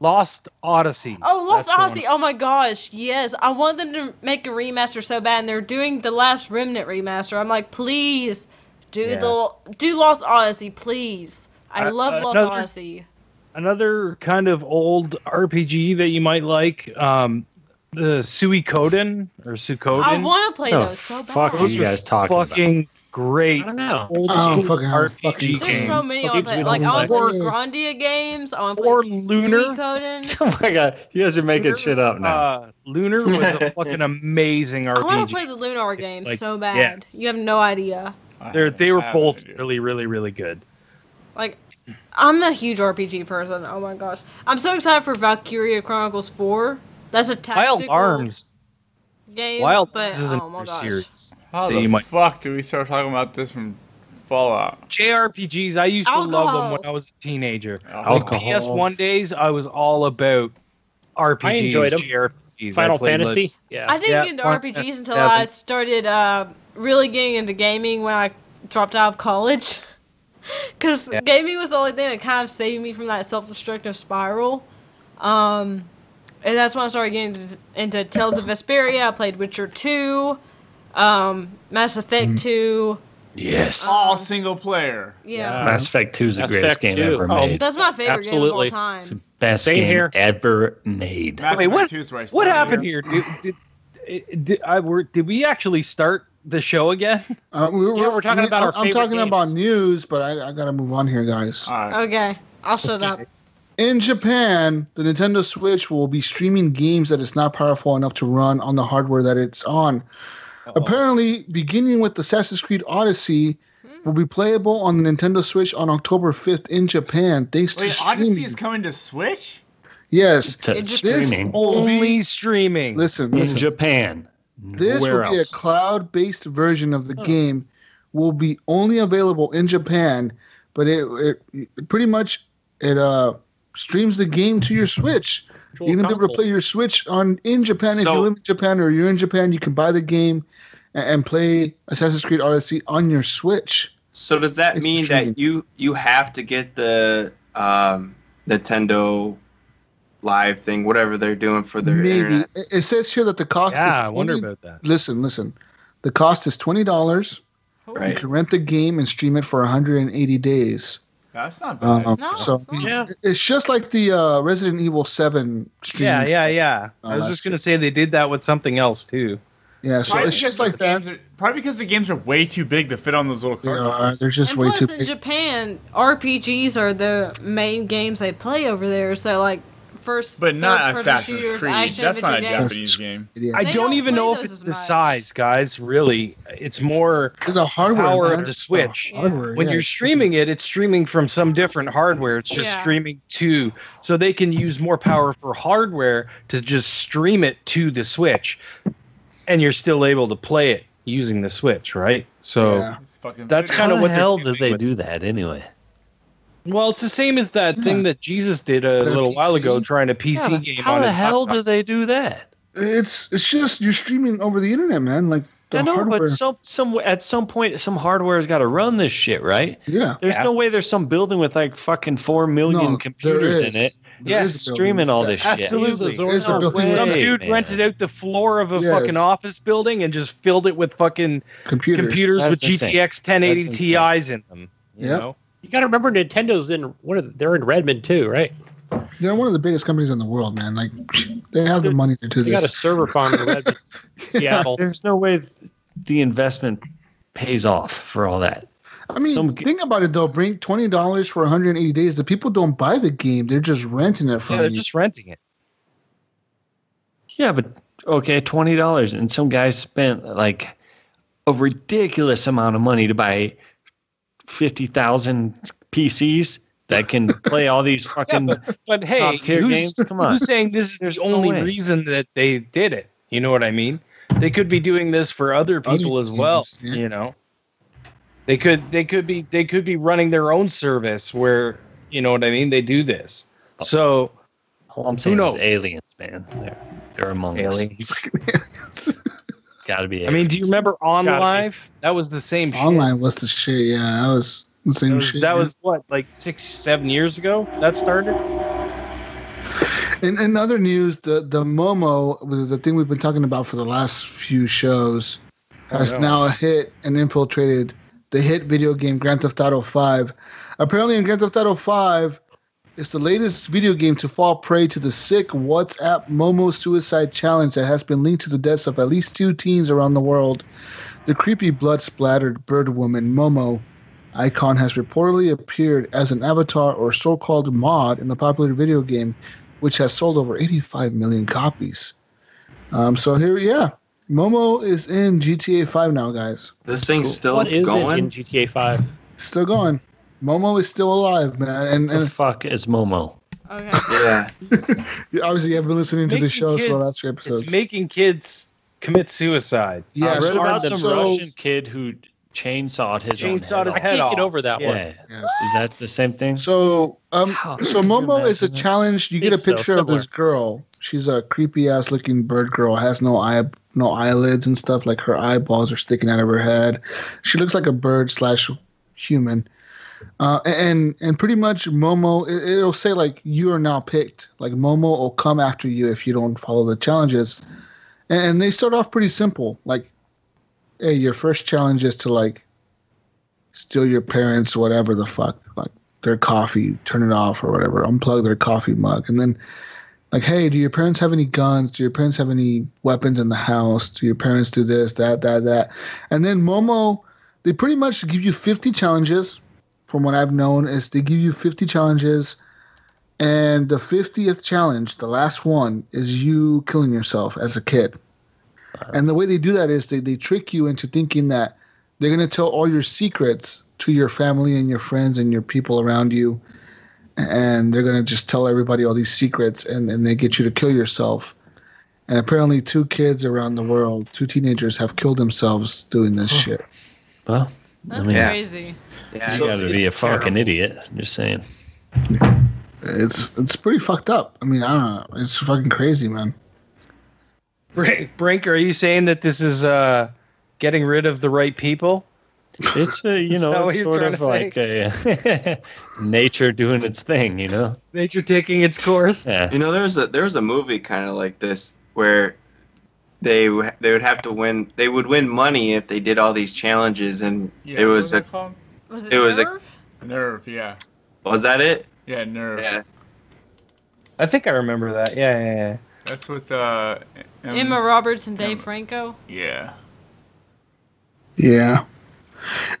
Speaker 7: Lost Odyssey?
Speaker 4: Oh, Lost
Speaker 7: That's the one.
Speaker 4: Odyssey. Oh my gosh, yes. I want them to make a remaster so bad, and they're doing the Last Remnant remaster. I'm like, please, do the do Lost Odyssey, please. I
Speaker 7: Uh,
Speaker 4: love Lost
Speaker 7: another-
Speaker 4: Odyssey.
Speaker 7: Another kind of old RPG that you might like. Um, the Suikoden or Suikoden.
Speaker 4: I want to play
Speaker 9: No,
Speaker 4: those so bad.
Speaker 9: fuck What are you guys talking about?
Speaker 7: fucking great.
Speaker 8: I don't know.
Speaker 7: Old
Speaker 3: I don't
Speaker 7: school
Speaker 3: fucking- fucking-
Speaker 7: RPG
Speaker 4: There's
Speaker 7: games.
Speaker 4: so many on
Speaker 8: Games
Speaker 4: play.
Speaker 8: we
Speaker 4: Like
Speaker 8: don't
Speaker 4: I want to
Speaker 3: like.
Speaker 4: play Grandia games. I want to play
Speaker 7: Or Lunar.
Speaker 4: Suikoden.
Speaker 9: oh my god, you guys are making shit up now.
Speaker 7: Uh, Lunar was a fucking amazing
Speaker 4: I want
Speaker 7: RPG.
Speaker 4: to play the Lunar games
Speaker 7: Like,
Speaker 4: so bad.
Speaker 7: yes.
Speaker 4: You have no idea.
Speaker 2: I
Speaker 7: They're, they were
Speaker 2: have no
Speaker 7: both
Speaker 2: idea.
Speaker 7: really, really, really good.
Speaker 4: Like, I'm a huge RPG person. Oh my gosh, I'm so excited for Valkyria Chronicles Four. That's a
Speaker 7: Wild
Speaker 4: tactical
Speaker 7: Arms.
Speaker 4: game.
Speaker 7: Wild
Speaker 4: but,
Speaker 7: Arms is
Speaker 4: oh my
Speaker 7: another
Speaker 4: gosh.
Speaker 7: series.
Speaker 2: How
Speaker 7: that
Speaker 2: the
Speaker 7: you might-
Speaker 2: fuck do we start talking about this from Fallout?
Speaker 7: JRPGs. I used to love them
Speaker 4: Alcohol.
Speaker 7: when I was a teenager.
Speaker 2: Oh,
Speaker 9: Alcohol.
Speaker 7: PS1 days, I was all about RPGs.
Speaker 8: enjoyed 'em.
Speaker 7: JRPGs. I
Speaker 8: Final
Speaker 7: played, like,
Speaker 8: Fantasy. yeah.
Speaker 4: I didn't
Speaker 7: Yeah,
Speaker 4: get into
Speaker 7: Final
Speaker 4: RPGs
Speaker 7: Fantasy
Speaker 4: until
Speaker 7: VII.
Speaker 4: I started uh, really getting into gaming when I dropped out of college. Because
Speaker 7: Yeah.
Speaker 4: gaming was the only thing that kind of saved me from that self destructive spiral. Um, and that's when I started getting into, into Tales of Vesperia. I played Witcher 2, um, Mass Effect 2.
Speaker 9: Yes.
Speaker 4: Oh.
Speaker 2: all single player.
Speaker 4: Yeah.
Speaker 9: Mass Effect 2 is the
Speaker 8: Mass
Speaker 9: greatest
Speaker 8: Effect
Speaker 9: game
Speaker 8: 2.
Speaker 9: ever
Speaker 8: Oh,
Speaker 9: made.
Speaker 4: That's my favorite
Speaker 8: Absolutely.
Speaker 4: game of all
Speaker 9: It's the
Speaker 4: time.
Speaker 9: best
Speaker 8: Same
Speaker 9: game
Speaker 8: here.
Speaker 9: ever made.
Speaker 2: Mass
Speaker 7: Wait,
Speaker 2: Effect
Speaker 7: what-
Speaker 2: 2 is where I
Speaker 7: What
Speaker 2: started.
Speaker 7: happened here? Did, did, did, I were did we actually start the show again?
Speaker 3: Uh, we,
Speaker 8: Yeah, we're talking about our
Speaker 3: I'm, I'm
Speaker 8: favorite
Speaker 3: talking
Speaker 8: games.
Speaker 3: about news, but I, I got to move on here, guys.
Speaker 2: All right.
Speaker 4: Okay. I'll shut up.
Speaker 3: In Japan, the Nintendo Switch will be streaming games that is not powerful enough to run on the hardware that it's on. Apparently, beginning with Assassin's Creed Odyssey, will be playable on the Nintendo Switch on October 5th in Japan, thanks to
Speaker 2: Wait, Odyssey
Speaker 3: streaming.
Speaker 2: is coming to Switch?
Speaker 3: yes,
Speaker 9: To
Speaker 4: It's-
Speaker 3: this
Speaker 9: streaming
Speaker 3: will
Speaker 7: Only
Speaker 3: be.
Speaker 7: streaming.
Speaker 3: Listen,
Speaker 9: in
Speaker 3: listen.
Speaker 9: Japan.
Speaker 3: This
Speaker 9: Where
Speaker 3: will be a
Speaker 9: else?
Speaker 3: cloud-based version of the
Speaker 2: Oh.
Speaker 3: game. Will be only available in Japan, but it, it, it pretty much it uh streams the game to your Switch.
Speaker 8: Virtual
Speaker 3: You're gonna be able to
Speaker 8: console.
Speaker 3: play your Switch on in Japan if you
Speaker 6: So-
Speaker 3: live in Japan or you're in Japan. You can buy the game and, and play Assassin's Creed Odyssey on your Switch.
Speaker 6: So does that
Speaker 3: It's
Speaker 6: mean
Speaker 3: streaming.
Speaker 6: that you you have to get the um, Nintendo Live thing, whatever they're doing for their
Speaker 3: Maybe
Speaker 6: internet?
Speaker 3: it, it says here that the cost. is
Speaker 7: yeah, I wonder
Speaker 3: 20
Speaker 7: about that.
Speaker 3: Listen, listen. The cost is twenty dollars. You
Speaker 6: Right.
Speaker 3: can rent the game and stream it for 180 days.
Speaker 2: That's not bad.
Speaker 3: Um,
Speaker 4: No,
Speaker 3: so
Speaker 4: it's not.
Speaker 8: Yeah.
Speaker 3: It's just like the uh, Resident Evil Seven stream.
Speaker 7: Yeah, yeah, yeah.
Speaker 3: Oh,
Speaker 7: I was
Speaker 3: that's
Speaker 7: just gonna say they did that with something else too.
Speaker 3: yeah. So
Speaker 2: Probably
Speaker 3: it's
Speaker 2: because
Speaker 3: just like
Speaker 2: the
Speaker 3: that.
Speaker 2: games Are, probably because the games are way too big to fit on those little
Speaker 3: They are,
Speaker 2: cartridges.
Speaker 3: uh, they're just
Speaker 4: and
Speaker 3: way
Speaker 4: plus
Speaker 3: too
Speaker 4: in
Speaker 3: big.
Speaker 4: Japan, RPGs are the main games they play over there. So like first,
Speaker 2: But not
Speaker 4: third-person
Speaker 2: Assassin's
Speaker 4: shooters,
Speaker 2: Creed.
Speaker 4: action
Speaker 2: That's not a
Speaker 4: adventure games.
Speaker 2: Japanese game.
Speaker 3: idiots.
Speaker 7: I
Speaker 4: They
Speaker 7: don't,
Speaker 4: don't
Speaker 7: even
Speaker 4: play
Speaker 7: know if
Speaker 4: those
Speaker 7: it's
Speaker 4: as
Speaker 7: the
Speaker 4: much.
Speaker 7: size, guys. Really, it's more
Speaker 3: It's a hardware
Speaker 7: power
Speaker 3: man.
Speaker 7: of the Switch.
Speaker 4: Oh,
Speaker 3: Hardware,
Speaker 7: when
Speaker 3: yeah.
Speaker 7: you're streaming it. It's streaming from some different hardware. It's just
Speaker 4: Yeah.
Speaker 7: streaming to, so they can use more power for hardware to just stream it to the Switch, and you're still able to play it using the Switch, right? So.
Speaker 3: Yeah.
Speaker 2: It's fucking
Speaker 7: That's
Speaker 2: video.
Speaker 7: kind
Speaker 9: How
Speaker 7: of
Speaker 9: the
Speaker 7: what they're
Speaker 9: hell did
Speaker 7: doing
Speaker 9: they
Speaker 7: with-
Speaker 9: do that anyway?
Speaker 7: Well, it's the same as that thing that Jesus did a
Speaker 3: The
Speaker 7: little while ago,
Speaker 3: PC?
Speaker 7: trying to PC
Speaker 9: Yeah,
Speaker 7: game.
Speaker 9: how
Speaker 7: on
Speaker 9: the
Speaker 7: his
Speaker 9: hell
Speaker 7: laptop.
Speaker 9: do they do that?
Speaker 3: It's it's just you're streaming over the internet, man. Like the
Speaker 9: I know,
Speaker 3: hardware.
Speaker 9: but some some at some point, some hardware's got to run this shit, right?
Speaker 3: yeah.
Speaker 9: There's
Speaker 7: Yeah.
Speaker 9: no way there's some building with like fucking four
Speaker 3: No,
Speaker 9: million
Speaker 3: there
Speaker 9: computers
Speaker 3: is.
Speaker 9: in it
Speaker 3: There
Speaker 7: Yeah,
Speaker 3: is a building
Speaker 9: streaming all
Speaker 3: with
Speaker 9: this
Speaker 3: that.
Speaker 9: shit.
Speaker 7: Absolutely.
Speaker 3: There's a
Speaker 9: No
Speaker 3: building with
Speaker 9: way,
Speaker 7: Some dude
Speaker 9: man.
Speaker 7: rented out the floor of a
Speaker 3: Yes.
Speaker 7: fucking office building and just filled it with fucking
Speaker 3: Computers.
Speaker 7: computers
Speaker 9: That's
Speaker 7: with
Speaker 9: insane.
Speaker 7: GTX 1080
Speaker 9: That's insane.
Speaker 7: Ti's in them. You
Speaker 3: Yep.
Speaker 7: know?
Speaker 8: You got to remember Nintendo's in one of they're in Redmond too, right?
Speaker 3: They're one of the biggest companies in the world, man. Like they have the money to do
Speaker 8: You got a
Speaker 3: this.
Speaker 8: server farm in Redmond, Seattle.
Speaker 9: There's no way th- the investment pays off for all that.
Speaker 3: I mean,
Speaker 9: some-
Speaker 3: think about it though. Bring twenty dollars for 180 days. The people don't buy the game; they're just renting it from
Speaker 7: Yeah, they're
Speaker 3: you.
Speaker 7: just renting it.
Speaker 9: Yeah, but okay, twenty dollars, and some guy spent like a ridiculous amount of money to buy fifty thousand PCs that can play all these fucking
Speaker 7: But hey,
Speaker 9: top tier
Speaker 7: who's,
Speaker 9: games. Come on,
Speaker 7: who's saying this is
Speaker 9: There's
Speaker 7: the
Speaker 9: no
Speaker 7: only
Speaker 9: way.
Speaker 7: reason that they did it? You know what I mean? They could be doing this for other
Speaker 3: Other
Speaker 7: people as well.
Speaker 3: games, yeah.
Speaker 7: You know, they could they could be they could be running their own service where you know what I mean. They do this. So
Speaker 9: all I'm saying
Speaker 7: knows?
Speaker 9: is aliens, man. They're they're among us. Got to be.
Speaker 7: I mean, do you remember On
Speaker 8: Gotta be.
Speaker 7: Live? That was the same shit.
Speaker 3: Online was the shit. Yeah, that was the
Speaker 7: That
Speaker 3: same
Speaker 7: was,
Speaker 3: shit.
Speaker 7: that
Speaker 3: yeah.
Speaker 7: was what, like six, seven years ago that started?
Speaker 3: In, in other news, the the Momo, was the thing we've been talking about for the last few shows, has now hit and infiltrated the hit video game Grand Theft Auto Five. Apparently, in Grand Theft Auto Five, It's the latest video game to fall prey to the sick WhatsApp Momo suicide challenge that has been linked to the deaths of at least two teens around the world. The creepy, blood splattered bird woman Momo icon has reportedly appeared as an avatar or so called mod in the popular video game, which has sold over 85 million copies. Um, so here, yeah, Momo is in GTA 5 now, guys.
Speaker 6: This thing's still
Speaker 8: what is it
Speaker 6: going.
Speaker 8: in GTA 5?
Speaker 3: Still going. Momo is still alive, man. And,
Speaker 9: The
Speaker 3: and
Speaker 9: fuck is Momo?
Speaker 4: Okay.
Speaker 6: yeah.
Speaker 3: obviously, you have been listening to
Speaker 7: Making
Speaker 3: the show, so
Speaker 7: kids-
Speaker 3: that's your episodes.
Speaker 7: It's making kids commit suicide.
Speaker 3: yeah,
Speaker 9: I read
Speaker 3: so-
Speaker 9: about
Speaker 3: so-
Speaker 9: some Russian kid who chainsawed his
Speaker 7: Chainsawed
Speaker 9: own head off.
Speaker 7: his
Speaker 8: I can't
Speaker 7: off.
Speaker 8: get over that one.
Speaker 9: Yeah. Is that the same thing?
Speaker 3: So, um,
Speaker 9: How
Speaker 3: so
Speaker 9: could Oh, you
Speaker 3: Momo is a
Speaker 9: imagine that?
Speaker 3: challenge. You get a
Speaker 8: Think so,
Speaker 3: picture of
Speaker 8: similar.
Speaker 3: this girl. She's a creepy ass looking bird girl. Has no eye, no eyelids and stuff. Like her eyeballs are sticking out of her head. She looks like a bird slash human. Uh, and and pretty much Momo, it, it'll say like you are now picked. Like Momo will come after you if you don't follow the challenges. And, and they start off pretty simple. Like, hey, your first challenge is to like steal your parents, whatever the fuck, like their coffee, turn it off or whatever, unplug their coffee mug. And then, like, hey, do your parents have any guns? Do your parents have any weapons in the house? Do your parents do this, that, that, that? And then Momo, they pretty much give you 50 challenges. From what I've known, is they give you 50 challenges. And the 50th challenge, the last one, is you killing yourself as a kid. And the way they do that is they, they trick you into thinking that they're going to tell all your secrets to your family and your friends and your people around you. And they're going to just tell everybody all these secrets and, and they get you to kill yourself. And apparently, two kids around the world, two teenagers, have killed themselves doing this shit.
Speaker 9: Well,
Speaker 4: That's
Speaker 9: mean-
Speaker 6: Yeah.
Speaker 4: crazy.
Speaker 6: yeah
Speaker 9: you
Speaker 6: it's-
Speaker 9: gotta be a
Speaker 6: it's
Speaker 9: fucking
Speaker 6: terrible.
Speaker 9: idiot. I'm just saying.
Speaker 3: It's it's pretty fucked up. I mean, I don't know. It's fucking crazy, man.
Speaker 7: Brink, Brink, are you saying that this is uh, getting rid of the right people?
Speaker 9: It's uh, you
Speaker 7: Is that
Speaker 9: know
Speaker 7: what
Speaker 9: it's
Speaker 7: you're
Speaker 9: sort
Speaker 7: trying
Speaker 9: of
Speaker 7: to
Speaker 9: like a nature doing its thing. You know.
Speaker 7: Nature taking its course.
Speaker 9: Yeah.
Speaker 6: You know, there was a there was a movie kind of like this where they w- they would have to win. They would win money if they did all these challenges, and
Speaker 2: Yeah,
Speaker 6: it
Speaker 2: what
Speaker 6: was a
Speaker 2: it called?
Speaker 4: Was it,
Speaker 6: It was a-
Speaker 4: Nerve?
Speaker 2: nerve. Yeah,
Speaker 6: was that it?
Speaker 2: yeah, nerve.
Speaker 6: Yeah,
Speaker 7: I think I remember that. Yeah, yeah, yeah.
Speaker 2: That's with uh, M-
Speaker 4: Emma Roberts and Dave
Speaker 2: Emma.
Speaker 4: Franco.
Speaker 2: Yeah,
Speaker 3: Yeah.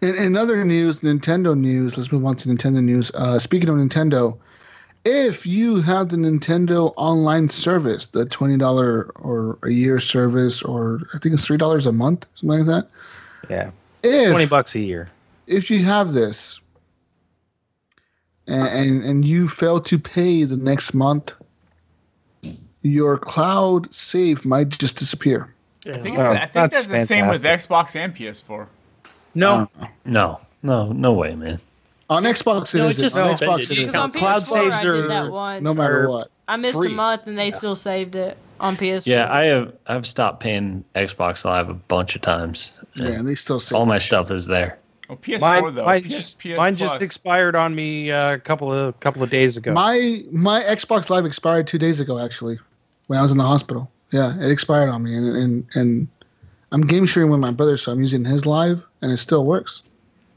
Speaker 3: In, in other news, Nintendo news, let's move on to Nintendo news. Uh, speaking of Nintendo, if you have the Nintendo online service, the $20 or a year service, or I think it's $3 a month, something like that.
Speaker 7: Yeah.
Speaker 3: If,
Speaker 7: Twenty bucks a year.
Speaker 3: if you have this and, and and you fail to pay the next month, your cloud save might just disappear.
Speaker 2: I think, it's,
Speaker 7: Wow,
Speaker 2: I think that's,
Speaker 7: that's
Speaker 2: the same with Xbox and PS4.
Speaker 7: No,
Speaker 9: No. No. No way, man.
Speaker 3: On Xbox, it
Speaker 8: No, it
Speaker 3: is.
Speaker 8: just
Speaker 3: on
Speaker 8: suspended.
Speaker 3: Xbox,
Speaker 8: You
Speaker 3: it
Speaker 8: just
Speaker 3: is.
Speaker 4: Because on PS4,
Speaker 7: Cloud saves
Speaker 4: I did
Speaker 7: are-
Speaker 4: that once.
Speaker 3: No matter
Speaker 7: are-
Speaker 3: what.
Speaker 4: I missed
Speaker 7: free.
Speaker 4: a month and they still saved it on PS4.
Speaker 9: Yeah, I have I've stopped paying Xbox Live a bunch of times.
Speaker 3: Yeah, and they still save.
Speaker 9: All Oh my
Speaker 3: it.
Speaker 9: stuff is there.
Speaker 2: Oh, PS4
Speaker 7: mine,
Speaker 2: though.
Speaker 7: mine
Speaker 2: PS,
Speaker 7: just,
Speaker 2: PS
Speaker 7: mine just
Speaker 2: Plus.
Speaker 7: expired on me uh, a couple of couple of days ago.
Speaker 3: My my Xbox Live expired two days ago, actually, when I was in the hospital. Yeah, it expired on me, and and and I'm game sharing with my brother, so I'm using his live, and it still works.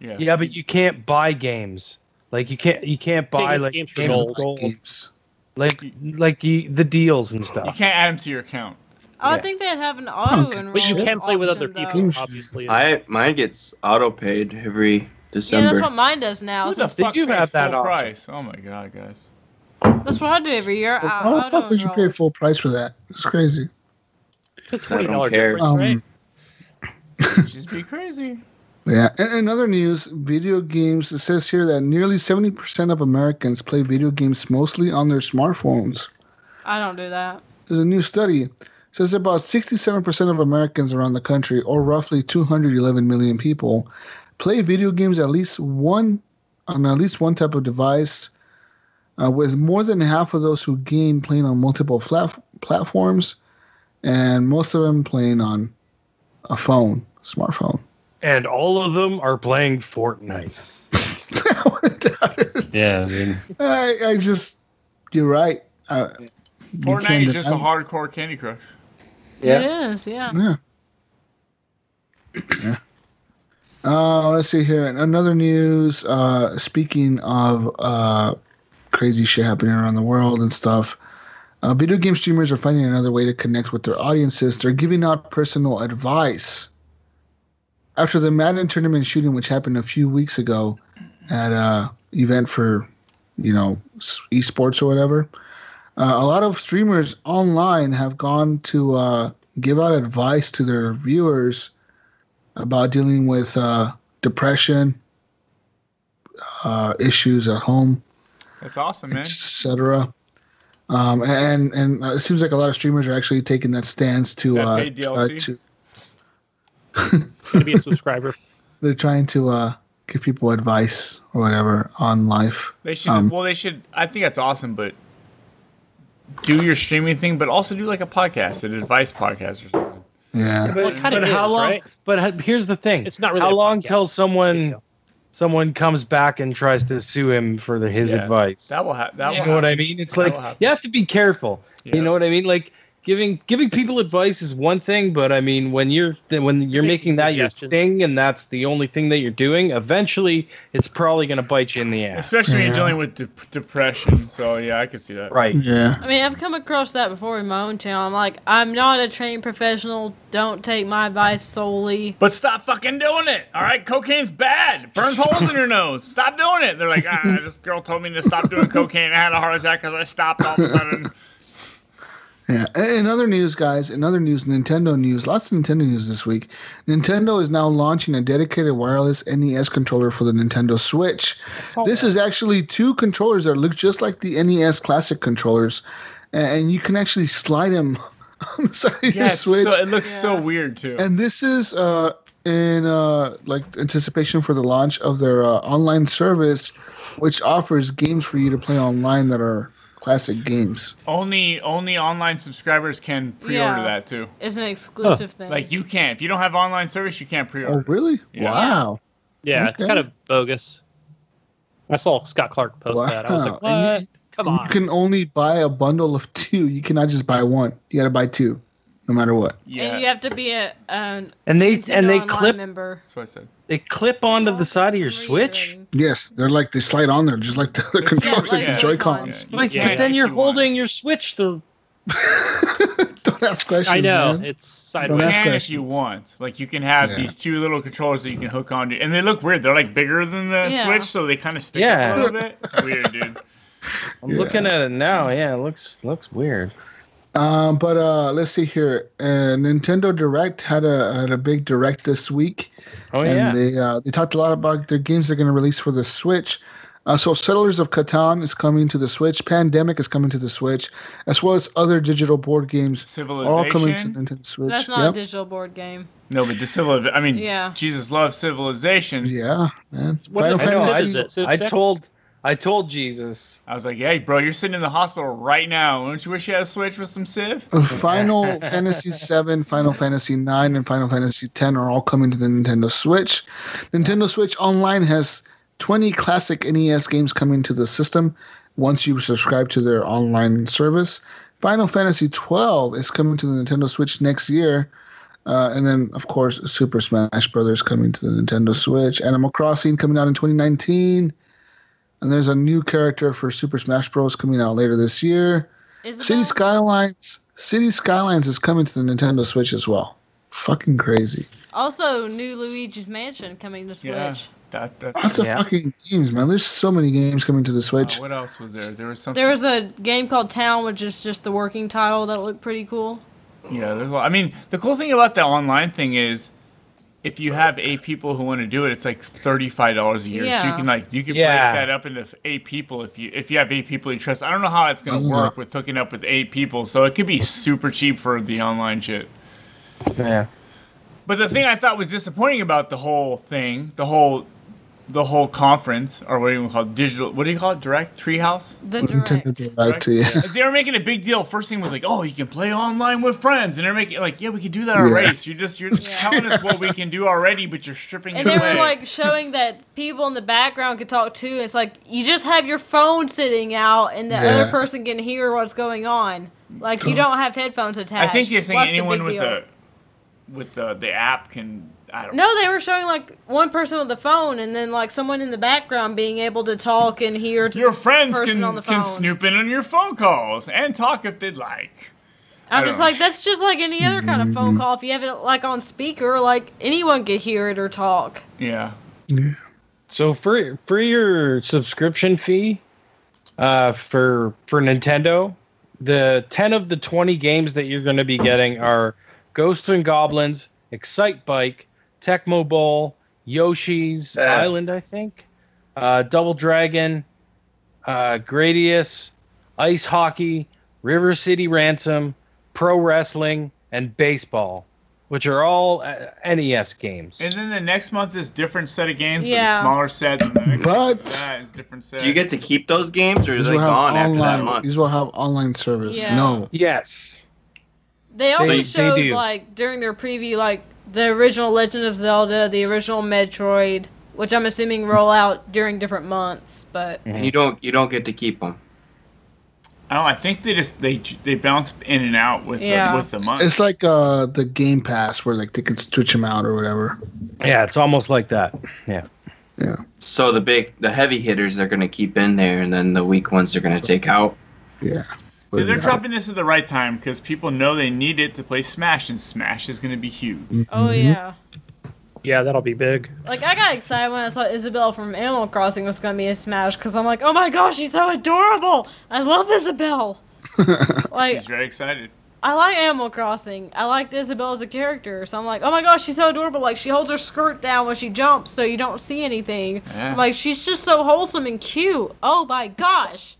Speaker 2: yeah.
Speaker 7: yeah, but you can't buy games. Like you can't you can't buy
Speaker 8: get
Speaker 7: like
Speaker 8: games
Speaker 7: games
Speaker 8: for
Speaker 7: with gold.
Speaker 8: gold.
Speaker 3: Games.
Speaker 7: like like you, the deals and
Speaker 2: you
Speaker 7: stuff.
Speaker 2: can't add them to your account.
Speaker 4: I
Speaker 7: Yeah.
Speaker 4: think they'd have an auto enroll.
Speaker 8: But you can play with other
Speaker 4: option, though.
Speaker 8: people, obviously.
Speaker 6: I mine gets auto paid every
Speaker 4: Yeah,
Speaker 6: December.
Speaker 4: that's what mine does now.
Speaker 2: Who the
Speaker 4: Since,
Speaker 7: they
Speaker 2: fuck
Speaker 7: do
Speaker 2: pays
Speaker 7: have that
Speaker 2: full
Speaker 7: option.
Speaker 2: price? Oh my god, guys.
Speaker 4: that's what I do every year. I,
Speaker 3: Why the
Speaker 4: auto
Speaker 3: fuck would you pay
Speaker 4: enroll.
Speaker 3: full price for that? It's crazy.
Speaker 8: It's a
Speaker 6: I
Speaker 8: twenty
Speaker 6: don't
Speaker 8: dollar
Speaker 6: care.
Speaker 8: difference,
Speaker 3: Um,
Speaker 8: right?
Speaker 2: Just be crazy.
Speaker 3: Yeah. And in other news, video games. It says here that nearly 70% of Americans play video games mostly on their smartphones.
Speaker 4: I don't do that.
Speaker 3: There's a new study. It says about 67% of Americans around the country, or roughly 211 million people, play video games at least one on at least one type of device. Uh, with more than half of those who game playing on multiple flat, platforms, and most of them playing on a phone, smartphone.
Speaker 7: And all of them are playing Fortnite.
Speaker 9: Yeah, dude.
Speaker 3: I, I just, you're right. I, you
Speaker 2: Fortnite
Speaker 3: can't
Speaker 2: is just a
Speaker 3: deny-
Speaker 2: hardcore Candy Crush.
Speaker 4: It is, yeah.
Speaker 3: Yeah. yeah. Oh, Uh, let's see here. In another news, uh, speaking of uh, crazy shit happening around the world and stuff. Uh, video game streamers are finding another way to connect with their audiences. They're giving out personal advice. After the Madden tournament shooting, which happened a few weeks ago at a event for, you know, s- esports or whatever, uh, a lot of streamers online have gone to uh, give out advice to their viewers about dealing with uh, depression, uh, issues at home,
Speaker 2: That's awesome, man.
Speaker 3: etc. Um, and and uh, it seems like a lot of streamers are actually taking that stance to
Speaker 2: that
Speaker 3: uh,
Speaker 2: paid
Speaker 3: try
Speaker 2: DLC?
Speaker 3: to
Speaker 8: It's gonna be a subscriber.
Speaker 3: they're trying to uh, give people advice or whatever on life.
Speaker 2: They should.
Speaker 3: Um,
Speaker 2: well, they should. I think that's awesome, but do your streaming thing, but also do like a podcast, an advice podcast or something.
Speaker 3: Yeah,
Speaker 8: Well, it kind of
Speaker 7: but
Speaker 8: is,
Speaker 7: how long?
Speaker 8: right?
Speaker 7: But h- here's the thing:
Speaker 8: It's not really
Speaker 7: how
Speaker 8: a
Speaker 7: long
Speaker 8: podcast.
Speaker 7: till someone
Speaker 8: Yeah.
Speaker 7: someone comes back and tries to sue him for the, his
Speaker 2: Yeah,
Speaker 7: advice.
Speaker 2: That will happen. That
Speaker 7: you
Speaker 2: will
Speaker 7: know what I
Speaker 2: happen.
Speaker 7: mean? It's
Speaker 2: That
Speaker 7: like
Speaker 2: will happen.
Speaker 7: you have to be careful.
Speaker 2: Yeah.
Speaker 7: You know what I mean? Like giving giving people advice is one thing, but I mean when you're th- when you're making
Speaker 8: Making
Speaker 7: that your
Speaker 8: suggestions.
Speaker 7: thing and that's the only thing that you're doing, eventually it's probably going to bite you in the ass.
Speaker 2: Especially when you're dealing with de- depression. So yeah, I could see that.
Speaker 7: Right.
Speaker 3: yeah.
Speaker 4: I mean, I've come across that before in my own channel. I'm like, I'm not a trained professional. Don't take my advice solely.
Speaker 2: But stop fucking doing it. All right, cocaine's bad. Burns holes in your nose. Stop doing it. They're like, ah, this girl told me to stop doing cocaine. I had a heart attack because I stopped all of a sudden.
Speaker 3: Yeah. And in other news, guys, in other news, Nintendo news, lots of Nintendo news this week. Nintendo is now launching a dedicated wireless NES controller for the Nintendo Switch.
Speaker 2: Oh,
Speaker 3: This is actually two controllers that look just like the NES classic controllers, and- and you can actually slide them on the side of
Speaker 2: Yeah,
Speaker 3: your
Speaker 2: it's so,
Speaker 3: Switch.
Speaker 2: it looks so weird too.
Speaker 3: and this is uh, in uh, like anticipation for the launch of their uh, online service, which offers games for you to play online that are classic games.
Speaker 2: only only online subscribers can pre-order
Speaker 4: Yeah.
Speaker 2: that too.
Speaker 4: It's an exclusive thing.
Speaker 2: Like you can't. If you don't have online service, you can't pre-order.
Speaker 3: Oh, really?
Speaker 2: Yeah.
Speaker 3: Wow.
Speaker 8: Yeah, it's
Speaker 3: Okay.
Speaker 8: kind of bogus. I saw Scott Clark post that. I was like,
Speaker 3: Wow. And
Speaker 8: what? Come
Speaker 3: you
Speaker 8: on.
Speaker 3: can only buy a bundle of two. You cannot just buy one. You got to buy two, no matter what.
Speaker 2: Yeah,
Speaker 4: And you have to be a an
Speaker 7: And they
Speaker 4: Nintendo
Speaker 7: and they
Speaker 4: Online
Speaker 7: clip
Speaker 4: member.
Speaker 2: that's what I said.
Speaker 7: they clip onto the side of your switch.
Speaker 3: Yes, they're like they slide on there, just like the other controllers, like
Speaker 2: yeah.
Speaker 3: the Joy Cons.
Speaker 2: Yeah.
Speaker 7: Like,
Speaker 8: Yeah,
Speaker 7: but then
Speaker 2: if
Speaker 7: you're
Speaker 2: you want.
Speaker 7: holding your switch through.
Speaker 3: Don't ask questions.
Speaker 8: I know
Speaker 7: Mm-hmm.
Speaker 3: man.
Speaker 8: it's
Speaker 2: You
Speaker 3: Don't
Speaker 8: sideways.
Speaker 3: ask
Speaker 2: can if
Speaker 3: questions.
Speaker 2: you want. Like you can have
Speaker 3: Yeah.
Speaker 2: these two little controllers that you can hook onto, and they look weird. They're like bigger than the
Speaker 4: Yeah.
Speaker 2: Switch, so they kind of stick
Speaker 7: Yeah.
Speaker 2: up a little bit. It's weird, dude.
Speaker 7: I'm looking at it now. Yeah, it looks looks weird.
Speaker 3: Um, but uh, let's see here. Uh, Nintendo Direct had a had a big direct this week,
Speaker 7: Oh
Speaker 3: and
Speaker 7: yeah.
Speaker 3: they uh, they talked a lot about their games they're going to release for the Switch. Uh, so Settlers of Catan is coming to the Switch. Pandemic is coming to the Switch, as well as other digital board games. All coming to
Speaker 2: Civilization.
Speaker 3: Nintendo Switch.
Speaker 4: That's not
Speaker 3: Yep.
Speaker 4: a digital board game.
Speaker 2: No, but the civil. I mean,
Speaker 4: Yeah.
Speaker 2: Jesus loves civilization.
Speaker 3: Yeah, man.
Speaker 8: What is
Speaker 3: Final
Speaker 8: it? I know,
Speaker 3: Fantasy-
Speaker 8: I- is it? Civ
Speaker 7: I
Speaker 8: six?
Speaker 7: told I told Jesus.
Speaker 2: I was like, hey, bro, you're sitting in the hospital right now. Don't you wish you had a Switch with some Civ?
Speaker 3: Uh-huh. Final Fantasy VII, Final Fantasy IX, and Final Fantasy X are all coming to the Nintendo Switch. Nintendo Switch Online has 20 classic NES games coming to the system once you subscribe to their online service. Final Fantasy XII is coming to the Nintendo Switch next year. Uh, and then, of course, Super Smash Brothers coming to the Nintendo Switch. Animal Crossing coming out in 2019. And there's a new character for Super Smash Bros. coming out later this year.
Speaker 4: Is it
Speaker 3: City
Speaker 4: not?
Speaker 3: Skylines. City Skylines is coming to the Nintendo Switch as well. Fucking crazy.
Speaker 4: also new Luigi's Mansion coming to Switch?
Speaker 2: Yeah. That, that's,
Speaker 3: Lots of
Speaker 7: Yeah.
Speaker 3: fucking games, man. There's so many games coming
Speaker 6: Oh,
Speaker 3: to the
Speaker 2: uh,
Speaker 3: Switch.
Speaker 2: what else was there? There was something.
Speaker 4: There was a game called Town, which is just the working title that looked pretty cool.
Speaker 2: Yeah, there's a lot. I mean, the cool thing about the online thing is, if you have eight people who want to do it, it's like thirty five dollars a year. So you
Speaker 4: Yeah.
Speaker 2: can like you can
Speaker 7: Yeah.
Speaker 2: break that up into eight people if you if you have eight people you trust. I don't know how it's gonna
Speaker 7: Mm-hmm.
Speaker 2: work with hooking up with eight people, so it could be super cheap for the online shit.
Speaker 7: Yeah.
Speaker 2: But the thing I thought was disappointing about the whole thing, the whole the whole conference or what do you call it? digital? What do you call it? Direct treehouse?
Speaker 4: The
Speaker 3: Nintendo
Speaker 4: direct.
Speaker 3: Direct, yeah.
Speaker 2: Is they were making a big deal. First thing was like, "Oh, you can play online with friends," and they're making like, "Yeah, we could do that already." So you're just you're telling us what we can do already, but you're stripping
Speaker 4: And
Speaker 2: it
Speaker 4: they
Speaker 2: away.
Speaker 4: were like showing that people in the background could talk too. It's like you just have your phone sitting out, and the
Speaker 3: Yeah.
Speaker 4: other person can hear what's going on. Like you don't have headphones attached.
Speaker 2: I think you're saying
Speaker 4: What's the
Speaker 2: anyone
Speaker 4: big
Speaker 2: with
Speaker 4: deal?
Speaker 2: a with the, the app can. I don't.
Speaker 4: No, they were showing like one person with the phone and then like someone in the background being able to talk and hear. To
Speaker 2: Your
Speaker 4: the
Speaker 2: friends
Speaker 4: person
Speaker 2: can
Speaker 4: on the
Speaker 2: can
Speaker 4: phone.
Speaker 2: snoop in on your phone calls and talk if they'd like.
Speaker 4: I'm
Speaker 2: I
Speaker 4: just
Speaker 2: don't-
Speaker 4: like that's just like any other kind of phone call. If you have it like on speaker, like anyone could hear it or talk.
Speaker 2: Yeah.
Speaker 7: So for for your subscription fee, uh, for for Nintendo, the ten of the twenty games that you're going to be getting are Ghosts and Goblins, Excite Bike, Tecmo Bowl, Yoshi's
Speaker 6: Yeah.
Speaker 7: Island, I think, uh, Double Dragon, uh, Gradius, Ice Hockey, River City Ransom, Pro Wrestling, and Baseball, which are all uh, NES games.
Speaker 2: And then the next month is different set of games, but
Speaker 4: Yeah.
Speaker 2: a smaller set. than the next
Speaker 3: But-
Speaker 2: month. that is different set.
Speaker 6: Do you get to keep those games, or is
Speaker 3: These
Speaker 6: they
Speaker 3: will have
Speaker 6: gone after that
Speaker 3: online.
Speaker 6: month?
Speaker 3: These will have online service.
Speaker 4: Yeah.
Speaker 3: No,
Speaker 7: Yes.
Speaker 4: They also
Speaker 7: They- they
Speaker 4: showed
Speaker 7: do.
Speaker 4: like during their preview like the original Legend of Zelda, the original Metroid, which I'm assuming roll out during different months, but
Speaker 7: Mm-hmm.
Speaker 6: And you don't you don't get to keep them.
Speaker 2: Oh, I think they just they they bounce in and out with
Speaker 4: Yeah.
Speaker 2: the, with the month.
Speaker 3: it's like uh the Game Pass where like they can switch them out or whatever.
Speaker 7: Yeah, it's almost like that.
Speaker 6: So the big the heavy hitters they're gonna keep in there, and then the weak ones they're gonna take out.
Speaker 3: Yeah.
Speaker 2: Dude, they're dropping this at the right time because people know they need it to play Smash, and Smash is going to be
Speaker 7: Mm.
Speaker 2: huge.
Speaker 4: oh yeah.
Speaker 8: Yeah, that'll be big.
Speaker 4: Like I got excited when I saw Isabelle from Animal Crossing was gonna be in Smash because I'm like, oh my gosh, she's so adorable! I love Isabelle. like
Speaker 2: She's very excited.
Speaker 4: I like Animal Crossing. I liked Isabelle as a character, so I'm like, oh my gosh, she's so adorable. Like she holds her skirt down when she jumps, so you don't see anything.
Speaker 2: Yeah.
Speaker 4: Like she's just so wholesome and cute. Oh my gosh.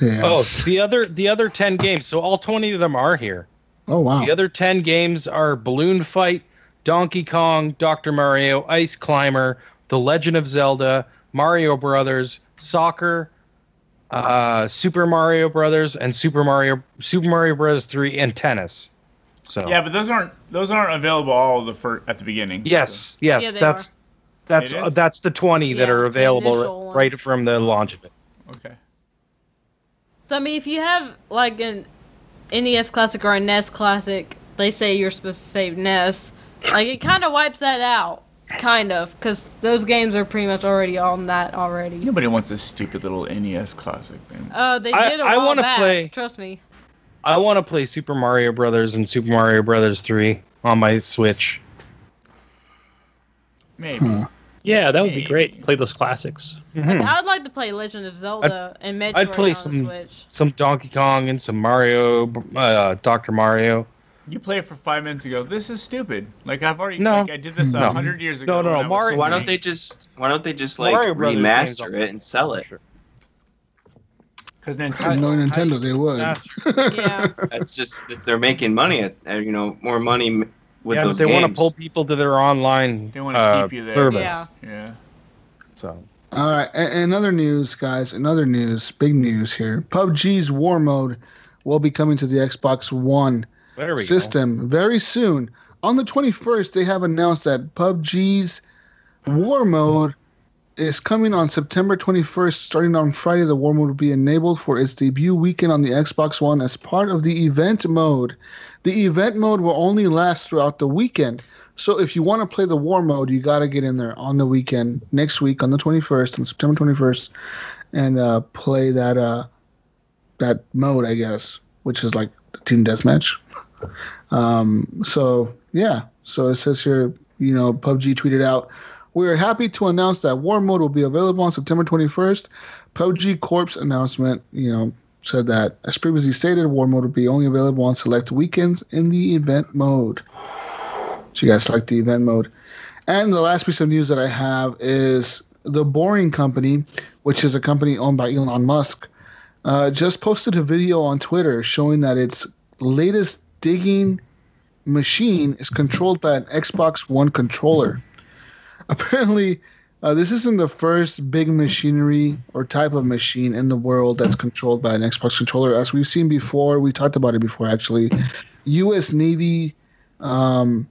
Speaker 3: Yeah.
Speaker 7: Oh, the other the other ten games. So all twenty of them are here.
Speaker 3: Oh, wow.
Speaker 7: The other ten games are Balloon Fight, Donkey Kong, Doctor Mario, Ice Climber, The Legend of Zelda, Mario Brothers, Soccer, uh, Super Mario Brothers, and Super Mario Super Mario Brothers Three and Tennis. So
Speaker 2: Yeah, but those aren't those aren't available all the fir- at the beginning.
Speaker 7: yes,
Speaker 4: Yeah,
Speaker 7: yes,
Speaker 4: they
Speaker 7: that's that's
Speaker 2: It
Speaker 7: uh,
Speaker 2: is?
Speaker 7: that's the twenty that
Speaker 4: Yeah,
Speaker 7: are
Speaker 4: the
Speaker 7: available
Speaker 4: initial
Speaker 7: right, right
Speaker 4: ones.
Speaker 7: from the launch of it.
Speaker 2: So, okay.
Speaker 4: So I mean, if you have like an NES classic or a NES classic, they say you're supposed to save NES. Like it kind of wipes that out, kind of, because those games are pretty much already on that already.
Speaker 2: Nobody wants a stupid little NES classic thing.
Speaker 4: Uh, they
Speaker 7: I-
Speaker 4: did a
Speaker 7: I
Speaker 4: while
Speaker 7: wanna
Speaker 4: back.
Speaker 7: play-
Speaker 4: Trust me.
Speaker 7: I want to play Super Mario Brothers and Super Mario Brothers 3 on my Switch.
Speaker 2: Maybe.
Speaker 7: Hmm.
Speaker 8: Yeah, that would be
Speaker 2: Hey.
Speaker 8: great. Play those classics.
Speaker 4: I would like to play Legend of Zelda and Metroid
Speaker 7: Mm-hmm. I'd play
Speaker 4: on
Speaker 7: some-
Speaker 4: Switch.
Speaker 7: Some Donkey Kong and some Mario, uh, Dr. Mario.
Speaker 2: You play it for five minutes ago. This is stupid. Like I've already.
Speaker 7: No.
Speaker 2: Like, I did this a
Speaker 7: No.
Speaker 2: hundred years
Speaker 7: No,
Speaker 2: ago.
Speaker 7: no,
Speaker 2: when I was
Speaker 7: no, Mario-
Speaker 6: So why don't
Speaker 2: three.
Speaker 6: they just why don't they just like
Speaker 7: Mario Brothers games
Speaker 6: remaster
Speaker 7: on-
Speaker 6: it and sell it?
Speaker 2: Because
Speaker 3: I
Speaker 2: Nintendo.
Speaker 3: know Nintendo, they would.
Speaker 4: yeah.
Speaker 6: That's just that they're making money at uh, you know more money m- with
Speaker 7: yeah, but
Speaker 6: those
Speaker 7: they want to
Speaker 6: games.
Speaker 7: pull people to their online
Speaker 2: They wanna
Speaker 7: uh,
Speaker 2: keep you there.
Speaker 7: service.
Speaker 2: Yeah.
Speaker 7: So
Speaker 3: All right. a- And other news, guys. Another news. Big news here. PUBG's War Mode will be coming to the Xbox One
Speaker 7: there we
Speaker 3: system very soon. On the 21st, they have announced that PUBG's War Mode is coming on September 21st. Starting on Friday, the War Mode will be enabled for its debut weekend on the Xbox One as part of the Event Mode. The Event Mode will only last throughout the weekend. So if you want to play the War Mode, you got to get in there on the weekend next week on the 21st, on September 21st, and uh, play that uh, that mode, I guess, which is like the team deathmatch. Um, so yeah, so it says here, you know, PUBG tweeted out, "We are happy to announce that War Mode will be available on September 21st." PUBG Corp's announcement, you know, said that as previously stated, War Mode will be only available on select weekends in the event mode. So you guys like the event mode. And the last piece of news that I have is the Boring Company, which is a company owned by Elon Musk, uh, just posted a video on Twitter showing that its latest digging machine is controlled by an Xbox One controller. Apparently, uh, this isn't the first big machinery or type of machine in the world that's controlled by an Xbox controller. As we've seen before, we talked about it before actually. U.S. Navy um,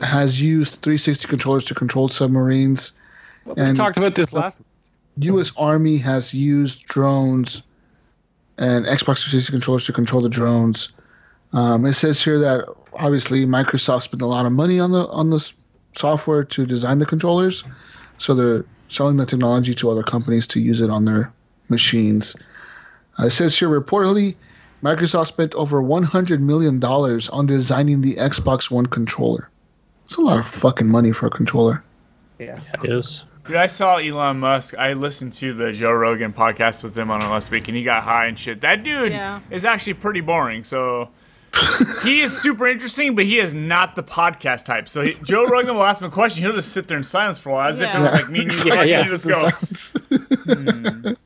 Speaker 3: has used 360 controllers to control submarines.
Speaker 7: go. we
Speaker 3: and-
Speaker 7: talked about this last.
Speaker 3: U.S. Army has used drones and Xbox 360 controllers to control the drones. Um, it says here that obviously Microsoft spent a lot of money on the on this software to design the controllers. So they're selling the technology to other companies to use it on their machines. Uh, it says here reportedly, Microsoft spent over $100 million on designing the Xbox One controller. It's a lot of fucking money for a controller.
Speaker 8: It is.
Speaker 2: Dude, I saw Elon Musk. I listened to the Joe Rogan podcast with him on it last week, and he got high and shit. That dude
Speaker 4: Yeah.
Speaker 2: is actually pretty boring. So he is super interesting, but he is not the podcast type. So he, Joe Rogan will ask him a question. He'll just sit there in silence for a while, as if it
Speaker 4: Yeah.
Speaker 2: was like me and you.
Speaker 8: Yeah,
Speaker 2: Yeah,
Speaker 8: yeah.
Speaker 2: Just go.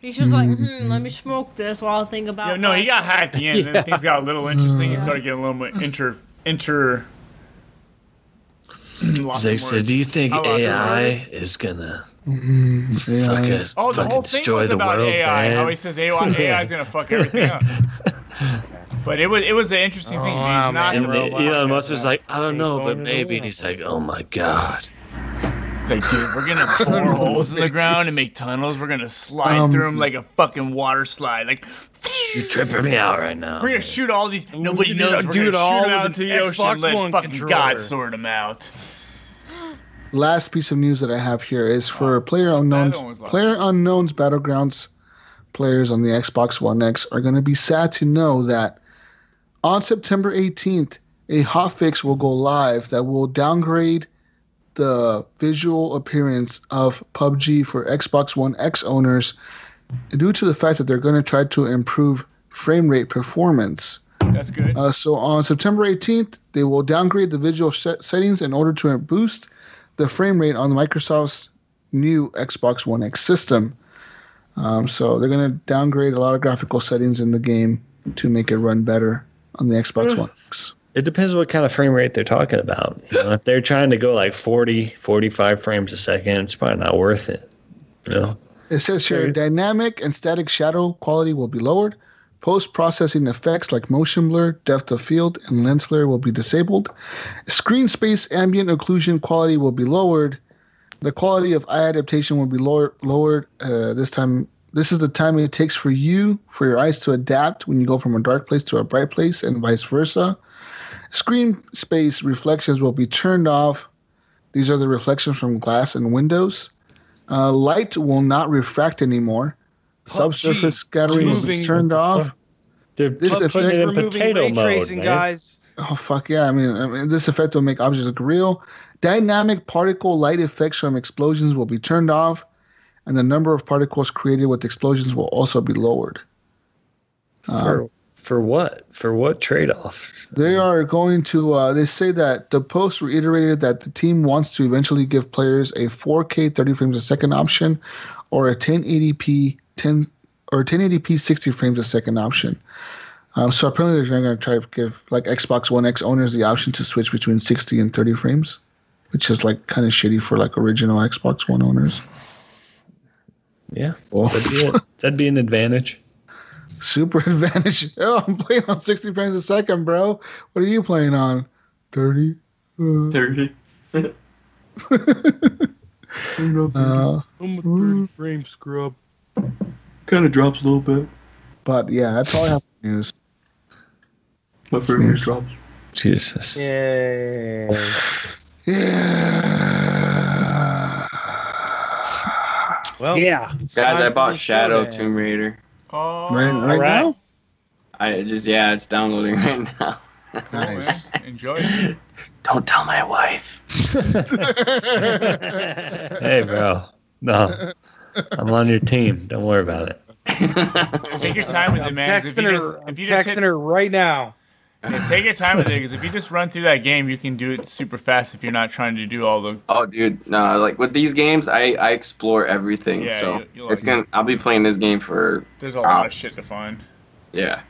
Speaker 4: He's just like,
Speaker 7: Mm-hmm.
Speaker 4: hmm, let me smoke this while I think about.
Speaker 2: Yeah, no, he got
Speaker 4: myself."
Speaker 2: high at the end, and then things got a little interesting. He started getting a little bit inter inter. lost some
Speaker 9: Zig said,
Speaker 2: words.
Speaker 9: "Do you think
Speaker 2: I lost some
Speaker 9: AI is gonna
Speaker 3: Yeah,
Speaker 9: fuck
Speaker 3: I-
Speaker 9: us,
Speaker 2: Oh, the
Speaker 9: fucking
Speaker 2: whole thing
Speaker 9: destroy
Speaker 2: was
Speaker 9: the
Speaker 2: about
Speaker 9: world,
Speaker 2: AI. How he
Speaker 9: man?"
Speaker 2: says AI, AI is gonna fuck everything up. But it was it was an interesting thing. but
Speaker 7: wow,
Speaker 2: He's not
Speaker 9: And
Speaker 2: the robot.
Speaker 9: Elon Musk was like, "I don't know,
Speaker 7: Take
Speaker 9: but
Speaker 7: over the
Speaker 9: maybe." And
Speaker 7: world.
Speaker 9: he's like, "Oh my god."
Speaker 2: It's like, dude, we're gonna bore holes in the ground and make tunnels. We're gonna slide
Speaker 3: Um,
Speaker 2: through them like a fucking water slide. Like,
Speaker 9: You're tripping me out right now.
Speaker 2: we're gonna shoot all these. Nobody
Speaker 7: do
Speaker 2: knows.
Speaker 7: it-
Speaker 2: We're
Speaker 7: do
Speaker 2: gonna
Speaker 7: it all
Speaker 2: shoot them out
Speaker 7: with
Speaker 2: into the
Speaker 7: an
Speaker 2: ocean.
Speaker 7: Xbox
Speaker 2: Let
Speaker 7: One
Speaker 2: fucking
Speaker 7: controller.
Speaker 2: God sort them out.
Speaker 3: last piece of news that I have here is for Player
Speaker 2: Oh, one was
Speaker 3: Unknown's
Speaker 2: last.
Speaker 3: Player Unknown's Battlegrounds players on the Xbox One X are going to be sad to know that on September 18th, a hotfix will go live that will downgrade the visual appearance of PUBG for Xbox One X owners due to the fact that they're going to try to improve frame rate performance.
Speaker 2: That's good.
Speaker 3: Uh, so on September 18th, they will downgrade the visual set- settings in order to boost the frame rate on Microsoft's new Xbox One X system. Um, so they're going to downgrade a lot of graphical settings in the game to make it run better on the Xbox One X.
Speaker 9: It depends what kind of frame rate they're talking about. You know, if they're trying to go like 40, 45 frames a second, it's probably not worth it. You know?
Speaker 3: It says here dynamic and static shadow quality will be lowered. Post processing effects like motion blur, depth of field, and lens flare will be disabled. Screen space ambient occlusion quality will be lowered. The quality of eye adaptation will be lower, lowered uh, this time. This is the time it takes for you, for your eyes to adapt when you go from a dark place to a bright place, and vice versa. Screen space reflections will be turned off. These are the reflections from glass and windows. Uh, light will not refract anymore. Subsurface scattering will be
Speaker 7: Moving-
Speaker 3: turned off.
Speaker 9: They're
Speaker 3: This
Speaker 9: putting
Speaker 3: effect-
Speaker 9: it in
Speaker 7: Removing
Speaker 9: potato
Speaker 7: ray
Speaker 9: mode.
Speaker 7: tracing,
Speaker 9: man.
Speaker 7: guys.
Speaker 3: Oh fuck yeah! I mean, I mean, this effect will make objects look real. Dynamic particle light effects from explosions will be turned off, and the number of particles created with explosions will also be lowered.
Speaker 9: For, for what? For what trade off?
Speaker 3: They are going to. Uh, they say that the post reiterated that the team wants to eventually give players a 4K 30 frames a second option, or a 1080p 10 or 1080p 60 frames a second option. Um, so apparently they're going to try to give like Xbox One X owners the option to switch between 60 and 30 frames, which is like kind of shitty for like original Xbox One owners.
Speaker 9: Yeah.
Speaker 3: Well,
Speaker 9: That'd be, a- that'd be an advantage.
Speaker 3: super advantage. Oh, I'm playing on 60 frames a second, bro. What are you playing on? 30. Uh,
Speaker 6: Dirty.
Speaker 3: Uh,
Speaker 7: I'm a 30
Speaker 9: Mm.
Speaker 7: frame scrub.
Speaker 6: Kind of drops a little bit.
Speaker 3: but yeah, that's all I have for news.
Speaker 6: My frame rate drops.
Speaker 9: Jesus.
Speaker 7: Yay.
Speaker 3: Yeah.
Speaker 7: Well,
Speaker 8: Oh. Yeah.
Speaker 6: Guys, I
Speaker 7: Time for
Speaker 6: bought
Speaker 7: the
Speaker 6: Shadow
Speaker 7: showdown.
Speaker 6: Tomb Raider.
Speaker 2: Oh,
Speaker 3: Right, right,
Speaker 8: right.
Speaker 3: now?
Speaker 6: I just yeah, it's downloading right now.
Speaker 2: cool, man.
Speaker 3: Nice.
Speaker 2: Enjoy. it.
Speaker 6: Don't tell my wife.
Speaker 9: Hey, bro. No. I'm on your team. Don't worry about it.
Speaker 2: Take your time with it, man. 'cause If
Speaker 7: texting
Speaker 2: you
Speaker 7: her,
Speaker 2: just,
Speaker 7: I'm
Speaker 2: if you
Speaker 7: texting
Speaker 2: just hit
Speaker 7: her right now.
Speaker 2: Yeah, take your time with it because if you just run through that game, you can do it super fast if you're not trying to do all the.
Speaker 6: oh, dude, no. Like with these games, I I explore everything.
Speaker 2: Yeah,
Speaker 6: so
Speaker 2: you- you'll
Speaker 6: it's
Speaker 2: like
Speaker 6: gonna. I'll be playing this game for
Speaker 2: There's a lot of shit to find.
Speaker 6: yeah.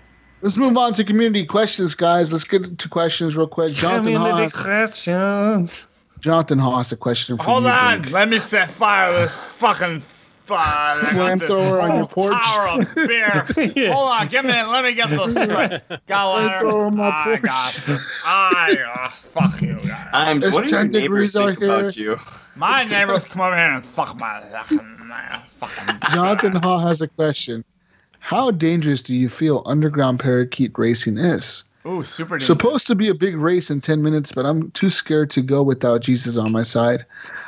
Speaker 3: Let's move on to community questions, guys. Let's get to questions real quick. Jonathan Haas,
Speaker 9: questions.
Speaker 3: Jonathan Haas, a question for
Speaker 2: Hold
Speaker 3: you.
Speaker 2: on,
Speaker 3: Jake.
Speaker 2: let me set fire to this fucking fire. I got this
Speaker 3: Flamethrower on
Speaker 2: whole
Speaker 3: your porch.
Speaker 2: Tower of beer. Hold on, give me. Let me get this. Right. Got one.
Speaker 3: Flamethrower on my
Speaker 2: I
Speaker 3: porch.
Speaker 2: got this. I uh, fuck you. guys.
Speaker 6: I'm.
Speaker 3: It's
Speaker 6: What do
Speaker 3: 10
Speaker 6: your
Speaker 3: degrees
Speaker 6: neighbors think
Speaker 3: out here.
Speaker 6: about you?
Speaker 2: My neighbors come over here and fuck my fucking. my fucking
Speaker 3: Jonathan Haas has a question. How dangerous do you feel underground parakeet racing is?
Speaker 2: Ooh, Super Ninja.
Speaker 3: Supposed to be a big race in 10 minutes, but I'm too scared to go without Jesus on my side.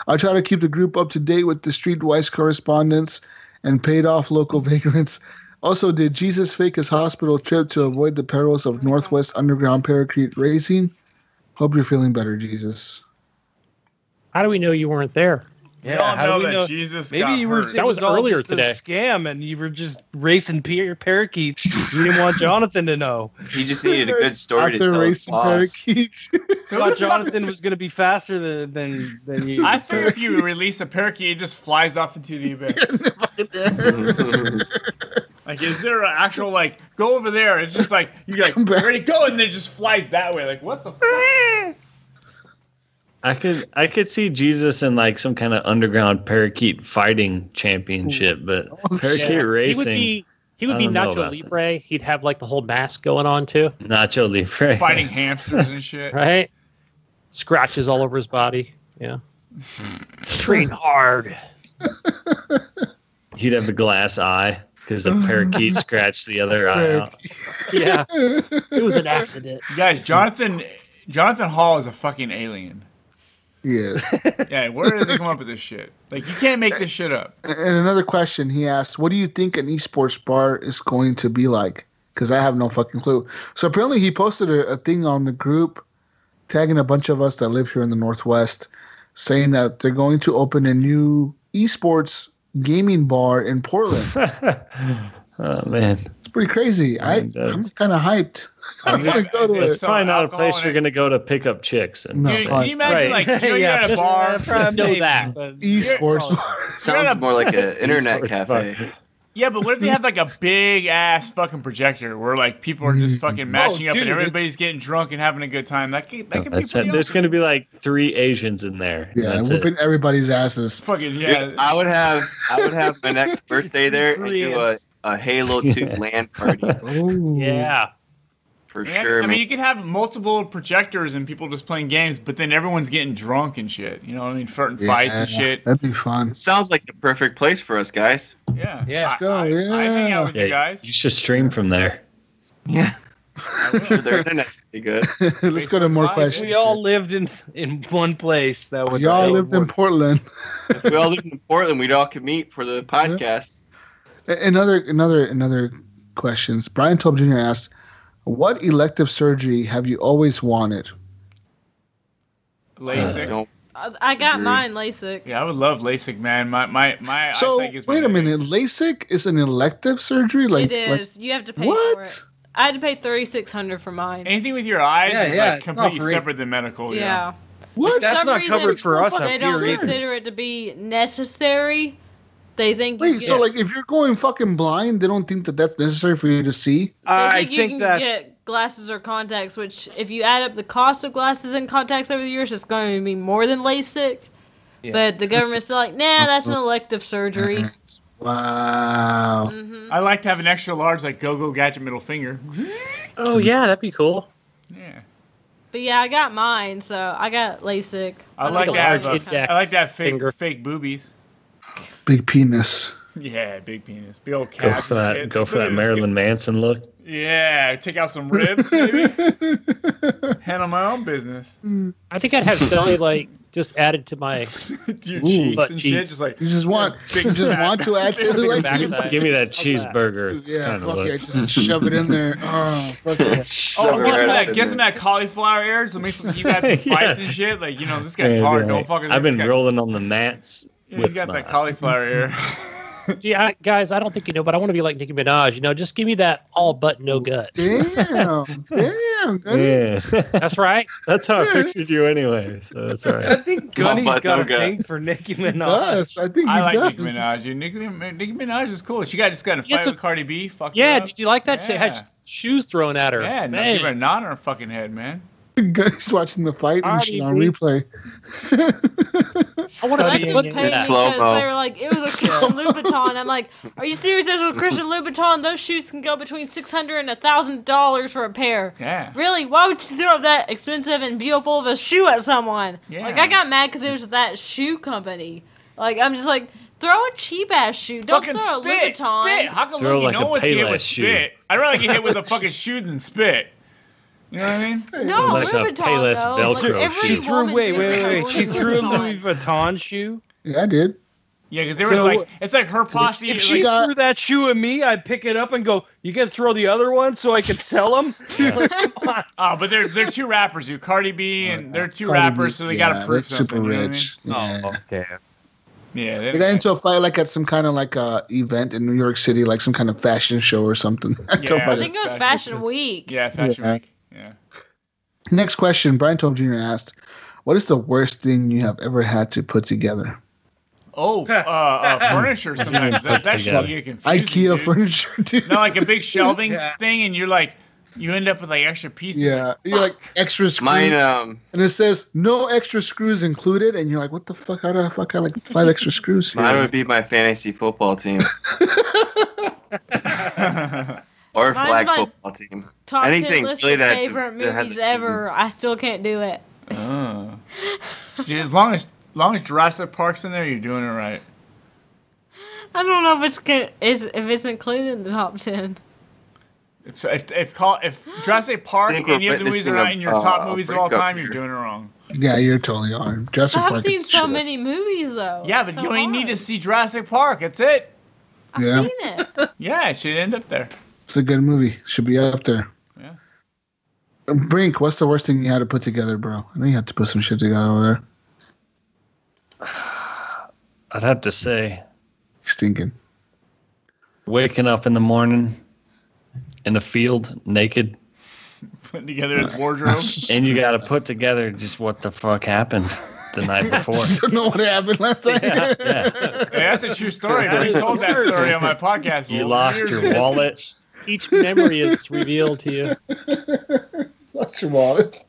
Speaker 3: I try to keep the group up to date with the streetwise correspondence and paid off local vagrants. Also, did Jesus fake his hospital trip to avoid the perils of Northwest Underground Paracrete racing? Hope you're feeling better, Jesus.
Speaker 8: How do we know you weren't there?
Speaker 2: We
Speaker 7: Yeah,
Speaker 2: all
Speaker 7: how do
Speaker 2: know
Speaker 7: we
Speaker 2: that
Speaker 7: know-
Speaker 2: Jesus
Speaker 7: Maybe
Speaker 2: got
Speaker 7: you were
Speaker 2: hurt.
Speaker 7: it
Speaker 8: That was
Speaker 7: all
Speaker 8: earlier
Speaker 7: just a
Speaker 8: today.
Speaker 7: Scam, and you were just racing peer parakeets. you didn't want Jonathan to know.
Speaker 6: He just needed a good story
Speaker 3: Out
Speaker 6: to
Speaker 3: there
Speaker 6: tell his
Speaker 3: racing
Speaker 6: boss.
Speaker 3: parakeets.
Speaker 2: So
Speaker 7: thought
Speaker 2: who the fuck-
Speaker 7: Jonathan was going to be faster than than, than you.
Speaker 2: I figure if you release a parakeet, it just flies off into the abyss.
Speaker 6: Mm-hmm.
Speaker 2: like, is there an actual like go over there? It's just like you like
Speaker 3: Come back.
Speaker 2: ready go, and then it just flies that way. Like what the fuck?
Speaker 9: I could I could see Jesus in like some kind of underground parakeet fighting championship, but
Speaker 2: Oh,
Speaker 9: parakeet
Speaker 8: He
Speaker 9: racing,
Speaker 8: would be he
Speaker 9: I
Speaker 8: would be
Speaker 9: don't know
Speaker 8: Nacho
Speaker 9: about that.
Speaker 8: Libre. He'd have like the whole mask going on too,
Speaker 9: Nacho Libre,
Speaker 2: Fighting hamsters and shit.
Speaker 8: right? Scratches all over his body. Yeah. Train hard.
Speaker 9: He'd have a glass eye because the parakeet scratched the other eye out.
Speaker 8: Yeah. It was an accident.
Speaker 2: You guys, Jonathan, Jonathan Hall is a fucking alien.
Speaker 3: yeah.
Speaker 2: Yeah, where does he come up with this shit? Like you can't make this shit up.
Speaker 3: And another question he asked, what do you think an esports bar is going to be like? Because I have no fucking clue. So apparently he posted a, a thing on the group tagging a bunch of us that live here in the Northwest saying that they're going to open a new esports gaming bar in Portland.
Speaker 9: Oh man,
Speaker 3: It's pretty crazy. I,
Speaker 9: Mine does.
Speaker 3: I'm kind of hyped. I
Speaker 2: mean,
Speaker 3: want to go
Speaker 2: it's-
Speaker 3: to it.
Speaker 9: that's
Speaker 2: So
Speaker 9: probably not a
Speaker 2: alcohol
Speaker 9: place
Speaker 2: in
Speaker 9: you're
Speaker 2: it.
Speaker 9: gonna go to pick up chicks. And
Speaker 3: No.
Speaker 2: Dude, can you imagine
Speaker 8: Right.
Speaker 2: like you know,
Speaker 7: Yeah,
Speaker 2: you're at a
Speaker 7: just-
Speaker 2: bar,
Speaker 8: Just know that.
Speaker 7: But
Speaker 3: Esports.
Speaker 6: Sounds more like an internet cafe.
Speaker 2: Yeah, but what if they have like a big ass fucking projector where like people are just fucking matching up
Speaker 7: dude,
Speaker 2: and everybody's
Speaker 7: it's-
Speaker 2: getting drunk and having a good time? That could, that could be
Speaker 9: That's
Speaker 2: pretty
Speaker 9: it. There's
Speaker 2: awesome.
Speaker 9: gonna be like three Asians in there. and
Speaker 3: yeah,
Speaker 9: that's it.
Speaker 3: whooping everybody's asses.
Speaker 2: fucking yeah.
Speaker 6: Dude, I would have I would have my next birthday there and do a,
Speaker 7: Koreans.
Speaker 6: a Halo 2
Speaker 9: Yeah.
Speaker 6: LAN party
Speaker 3: Oh.
Speaker 8: Yeah.
Speaker 6: for
Speaker 2: Yeah,
Speaker 6: sure,
Speaker 2: I
Speaker 6: man.
Speaker 2: mean, you could have multiple projectors and people just playing games, but then everyone's getting drunk and shit. You know what I mean? Flirting fights and shit.
Speaker 3: That'd be fun.
Speaker 6: It sounds like the perfect place for us guys.
Speaker 2: Yeah.
Speaker 7: Yeah, let's
Speaker 2: I-
Speaker 3: go,
Speaker 2: I, I hang out with
Speaker 9: Yeah,
Speaker 2: you guys.
Speaker 9: You should stream from there.
Speaker 6: Yeah.
Speaker 2: I will.
Speaker 6: Sure their internet's pretty good.
Speaker 3: Let's go to more
Speaker 2: Live.
Speaker 7: if
Speaker 3: questions.
Speaker 7: we all lived in in one place, that would
Speaker 3: Y'all
Speaker 7: that would
Speaker 3: lived in
Speaker 7: work.
Speaker 3: Portland.
Speaker 6: If we all lived in Portland, we'd all could meet for the podcast.
Speaker 3: A- Another another another questions. Brian Tobe Jr. asked, "What elective surgery have you always wanted?"
Speaker 2: LASIK.
Speaker 6: Don't
Speaker 4: I, I got
Speaker 6: Agree.
Speaker 4: mine LASIK.
Speaker 2: yeah, I would love LASIK, man. My my my.
Speaker 3: so
Speaker 2: eyesight is my
Speaker 3: wait a minute,
Speaker 2: biggest-
Speaker 3: LASIK is an elective surgery? Like,
Speaker 4: it
Speaker 3: like-
Speaker 4: is. you have to pay for it.
Speaker 3: what?
Speaker 4: I had to pay thirty six hundred for mine.
Speaker 2: Anything with your eyes
Speaker 7: Yeah,
Speaker 2: is
Speaker 7: yeah,
Speaker 2: like
Speaker 7: it's not
Speaker 2: completely
Speaker 7: free.
Speaker 2: separate than medical.
Speaker 4: yeah.
Speaker 3: What?
Speaker 7: That's
Speaker 4: some
Speaker 7: not
Speaker 4: reason
Speaker 7: covered for us.
Speaker 3: They
Speaker 7: up
Speaker 4: they
Speaker 7: here
Speaker 4: don't
Speaker 7: either.
Speaker 4: consider it to be necessary. They think you
Speaker 3: Wait,
Speaker 4: get,
Speaker 3: so like if you're going fucking blind, they don't think that that's necessary for you to see?
Speaker 4: they
Speaker 7: I
Speaker 4: you
Speaker 7: think
Speaker 4: can
Speaker 7: that
Speaker 4: get glasses or contacts, which if you add up the cost of glasses and contacts over the years, it's going to be more than LASIK. But the government's still like, nah, that's an elective surgery.
Speaker 3: Mm-hmm. Wow.
Speaker 2: I like to have an extra large, like go go gadget middle finger.
Speaker 8: Oh yeah, that'd be cool.
Speaker 2: Yeah.
Speaker 4: But yeah, I got mine, so I got LASIK.
Speaker 2: I
Speaker 8: I'll
Speaker 2: like
Speaker 8: take
Speaker 2: to
Speaker 8: a
Speaker 2: have
Speaker 8: large
Speaker 2: a,
Speaker 8: index
Speaker 2: I like to have fake
Speaker 8: finger.
Speaker 2: fake boobies.
Speaker 3: Big penis.
Speaker 2: Yeah, big penis, big old
Speaker 9: Go
Speaker 2: cat.
Speaker 9: for that. Go for that Marilyn Manson look.
Speaker 2: Yeah, take out some ribs, maybe. Handle my own business.
Speaker 8: I think I'd have Sally like just added to my
Speaker 2: Your
Speaker 8: butt
Speaker 2: cheeks and shit,
Speaker 8: cheeks.
Speaker 2: just like
Speaker 3: You just want
Speaker 2: big
Speaker 3: you just
Speaker 2: fat-
Speaker 3: want to add to the like
Speaker 8: back
Speaker 3: to
Speaker 8: side.
Speaker 9: Give me that
Speaker 8: How's that?
Speaker 9: cheeseburger
Speaker 3: Yeah,
Speaker 9: kind of
Speaker 3: fuck
Speaker 9: look.
Speaker 3: yeah, just shove it in there. Oh, fuck yeah.
Speaker 2: Oh,
Speaker 6: Shove
Speaker 2: get some
Speaker 6: it
Speaker 2: of
Speaker 6: right up
Speaker 2: that,
Speaker 6: in
Speaker 2: get some of
Speaker 6: there.
Speaker 2: that cauliflower air. So make some you guys some
Speaker 9: Yeah.
Speaker 2: fights and shit. Like you know, this guy's
Speaker 9: Yeah,
Speaker 2: hard.
Speaker 9: right.
Speaker 2: Don't fucking.
Speaker 9: I've been
Speaker 2: this guy-
Speaker 9: rolling on the mats.
Speaker 2: yeah,
Speaker 9: with
Speaker 2: He's got
Speaker 9: my-
Speaker 2: that cauliflower ear.
Speaker 8: Yeah, I- guys, I don't think you know, but I want to be like Nicki Minaj. You know, just give me that all but no gut.
Speaker 3: Damn. Damn. Gunny.
Speaker 9: Yeah,
Speaker 8: That's right.
Speaker 9: that's how I pictured you anyway. So that's all
Speaker 7: I
Speaker 9: right.
Speaker 7: think
Speaker 6: Come on,
Speaker 7: Gunny's
Speaker 6: bud,
Speaker 7: got
Speaker 6: no
Speaker 7: a
Speaker 6: good.
Speaker 7: thing for Nicki
Speaker 3: He
Speaker 7: Minaj.
Speaker 3: does. I think he
Speaker 2: I like
Speaker 3: does.
Speaker 2: Nicki Minaj. dude. Nicki, Nicki Minaj is cool. She got just got in a fight
Speaker 8: Yeah, it's
Speaker 2: with
Speaker 8: a-
Speaker 2: Cardi B. Fucked
Speaker 8: Yeah,
Speaker 2: her up.
Speaker 8: did you like that? She had
Speaker 2: Yeah.
Speaker 8: sh- shoes thrown at her.
Speaker 2: Yeah, no,
Speaker 8: Man.
Speaker 2: give her a knot on her fucking head, man.
Speaker 3: Gunny's watching the fight and shit on
Speaker 8: Cardi B.
Speaker 3: replay.
Speaker 8: I want to
Speaker 4: I
Speaker 8: see
Speaker 4: just
Speaker 8: what
Speaker 4: paid because
Speaker 6: Slow-mo.
Speaker 4: they were like, it was a Christian Louboutin. I'm like, are you serious? Those were Christian Louboutin. Those shoes can go between six hundred and a thousand dollars for a pair.
Speaker 2: Yeah.
Speaker 4: Really? Why would you throw that expensive and beautiful of a shoe at someone?
Speaker 2: Yeah.
Speaker 4: Like I got mad because it was that shoe company. Like I'm just like, throw a cheap ass shoe. Don't
Speaker 2: Fucking
Speaker 4: throw a
Speaker 2: spit,
Speaker 4: Louboutin.
Speaker 2: spit. How come
Speaker 9: Throw
Speaker 2: Loki
Speaker 9: like
Speaker 2: no
Speaker 9: a
Speaker 2: one's get hit
Speaker 9: Payless
Speaker 2: with
Speaker 9: shoe.
Speaker 2: spit? I'd rather get hit with a fucking shoe than spit. You know what I mean?
Speaker 4: No,
Speaker 8: Like a
Speaker 4: Louis Vuitton.
Speaker 8: Payless
Speaker 4: though. Like,
Speaker 8: Velcro
Speaker 4: every
Speaker 8: shoe.
Speaker 7: She threw
Speaker 4: woman
Speaker 7: wait,
Speaker 4: drinks
Speaker 7: wait, wait,
Speaker 4: like
Speaker 7: wait. She
Speaker 4: Louis
Speaker 7: threw a
Speaker 4: Vuittons.
Speaker 7: Louis Vuitton shoe.
Speaker 3: Yeah, I did.
Speaker 2: Yeah, because there was
Speaker 7: So-
Speaker 2: like it's like her posse.
Speaker 7: If
Speaker 2: like,
Speaker 7: she
Speaker 3: got-
Speaker 7: threw that shoe at me, I'd pick it up and go, "You gonna throw the other one so I could sell them?"
Speaker 2: oh, but they're they're two rappers, you Cardi B, and they're two
Speaker 3: Cardi B,
Speaker 2: rappers, so they
Speaker 3: yeah,
Speaker 2: gotta prove
Speaker 3: they're
Speaker 2: something.
Speaker 3: super
Speaker 2: you know what I
Speaker 3: rich. yeah.
Speaker 7: okay.
Speaker 2: mean? Yeah,
Speaker 3: They
Speaker 2: they-
Speaker 3: got into a fight like at some kind of like uh, event in New York City, like some kind of fashion show or something. I don't
Speaker 2: Yeah.
Speaker 3: buy
Speaker 4: I
Speaker 3: that.
Speaker 4: think it was Fashion Week.
Speaker 2: yeah, Fashion
Speaker 3: Yeah.
Speaker 2: Week. Yeah.
Speaker 3: Next question: Brian Tove Jr. asked, "What is the worst thing you have ever had to put together?"
Speaker 2: Oh, f- uh, uh, furniture sometimes. That, that should get confusing.
Speaker 3: IKEA
Speaker 2: dude.
Speaker 3: furniture, dude.
Speaker 2: No, like a big shelving thing, and you're like, you end up with like extra pieces.
Speaker 3: yeah, you're like extra screws,
Speaker 6: Mine, um,
Speaker 3: and it says no extra screws included, and you're like, "What the fuck? How do I fuck out like five extra screws?" Here?
Speaker 6: mine would be my fantasy football team or
Speaker 4: Mine's
Speaker 6: flag
Speaker 4: my-
Speaker 6: football team.
Speaker 4: Top ten
Speaker 6: Anything
Speaker 4: list
Speaker 6: really
Speaker 4: of
Speaker 6: that-
Speaker 4: favorite
Speaker 6: that has
Speaker 4: movies
Speaker 6: a team.
Speaker 4: ever. I still can't do it.
Speaker 2: Oh. Dude, as long as long as Jurassic Park's in there, you're doing it right.
Speaker 4: I don't know if it's con- is if it's included in the top ten.
Speaker 2: If so if if, call, if Jurassic Park
Speaker 6: I think
Speaker 2: and
Speaker 6: we're
Speaker 2: any of the movies are
Speaker 6: witnessing a-
Speaker 2: not in your
Speaker 6: uh,
Speaker 2: top movies of all
Speaker 6: breakup
Speaker 2: time, you're
Speaker 6: here.
Speaker 2: doing it wrong.
Speaker 3: Yeah, you're totally on. Jurassic
Speaker 4: I've
Speaker 3: Park
Speaker 4: seen
Speaker 3: is
Speaker 4: so
Speaker 3: shit.
Speaker 4: many movies though.
Speaker 2: Yeah,
Speaker 4: It's
Speaker 2: but
Speaker 4: so
Speaker 2: you only need to
Speaker 4: hard.
Speaker 2: see Jurassic Park. That's it.
Speaker 4: I've
Speaker 3: Yeah.
Speaker 4: seen it.
Speaker 2: Yeah, it should end up there.
Speaker 3: It's a good movie. Should be up there.
Speaker 2: Yeah.
Speaker 3: Brink, what's the worst thing you had to put together, bro? I know you had to put some shit together over there.
Speaker 9: I'd have to say,
Speaker 3: Stinking.
Speaker 9: waking up in the morning in a field naked,
Speaker 2: Putting together his wardrobe.
Speaker 9: and you got to put together just what the fuck happened the night before.
Speaker 3: Don't know what happened last night.
Speaker 2: Hey, that's a true story. I told that story on my podcast.
Speaker 9: You
Speaker 2: Well,
Speaker 9: lost
Speaker 2: years
Speaker 9: your
Speaker 2: ago.
Speaker 9: wallet.
Speaker 8: Each memory is revealed to you.
Speaker 3: Lost your wallet.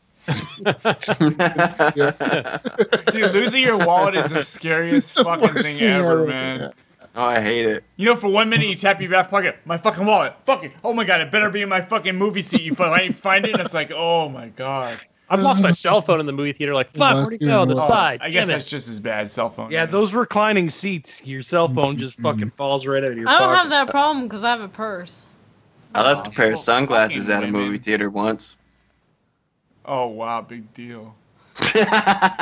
Speaker 2: Dude, losing your wallet is the scariest fucking
Speaker 3: Worst
Speaker 2: thing
Speaker 3: thing
Speaker 2: ever,
Speaker 3: ever,
Speaker 2: man.
Speaker 3: yeah.
Speaker 6: Oh, I hate it.
Speaker 2: You know, for one minute you tap your back pocket, my fucking wallet, fuck it. Oh my god, it better be in my fucking movie seat. You fuck, I ain't find it, and it's like, oh my god.
Speaker 8: I've lost my cell phone in the movie theater. Like, fuck, where'd it go? The
Speaker 3: Oh,
Speaker 8: side.
Speaker 2: I guess
Speaker 8: Damn
Speaker 2: that's
Speaker 8: it.
Speaker 2: just as bad. Cell phone.
Speaker 7: Yeah, those reclining seats, your cell phone just fucking falls right out of your
Speaker 4: I don't
Speaker 7: pocket.
Speaker 4: have that problem because I have a purse. Oh,
Speaker 6: I left a pair
Speaker 2: fuck-
Speaker 6: of sunglasses
Speaker 2: fucking
Speaker 6: at a
Speaker 2: women.
Speaker 6: movie theater once.
Speaker 2: Oh wow, big deal.
Speaker 8: They
Speaker 2: You know,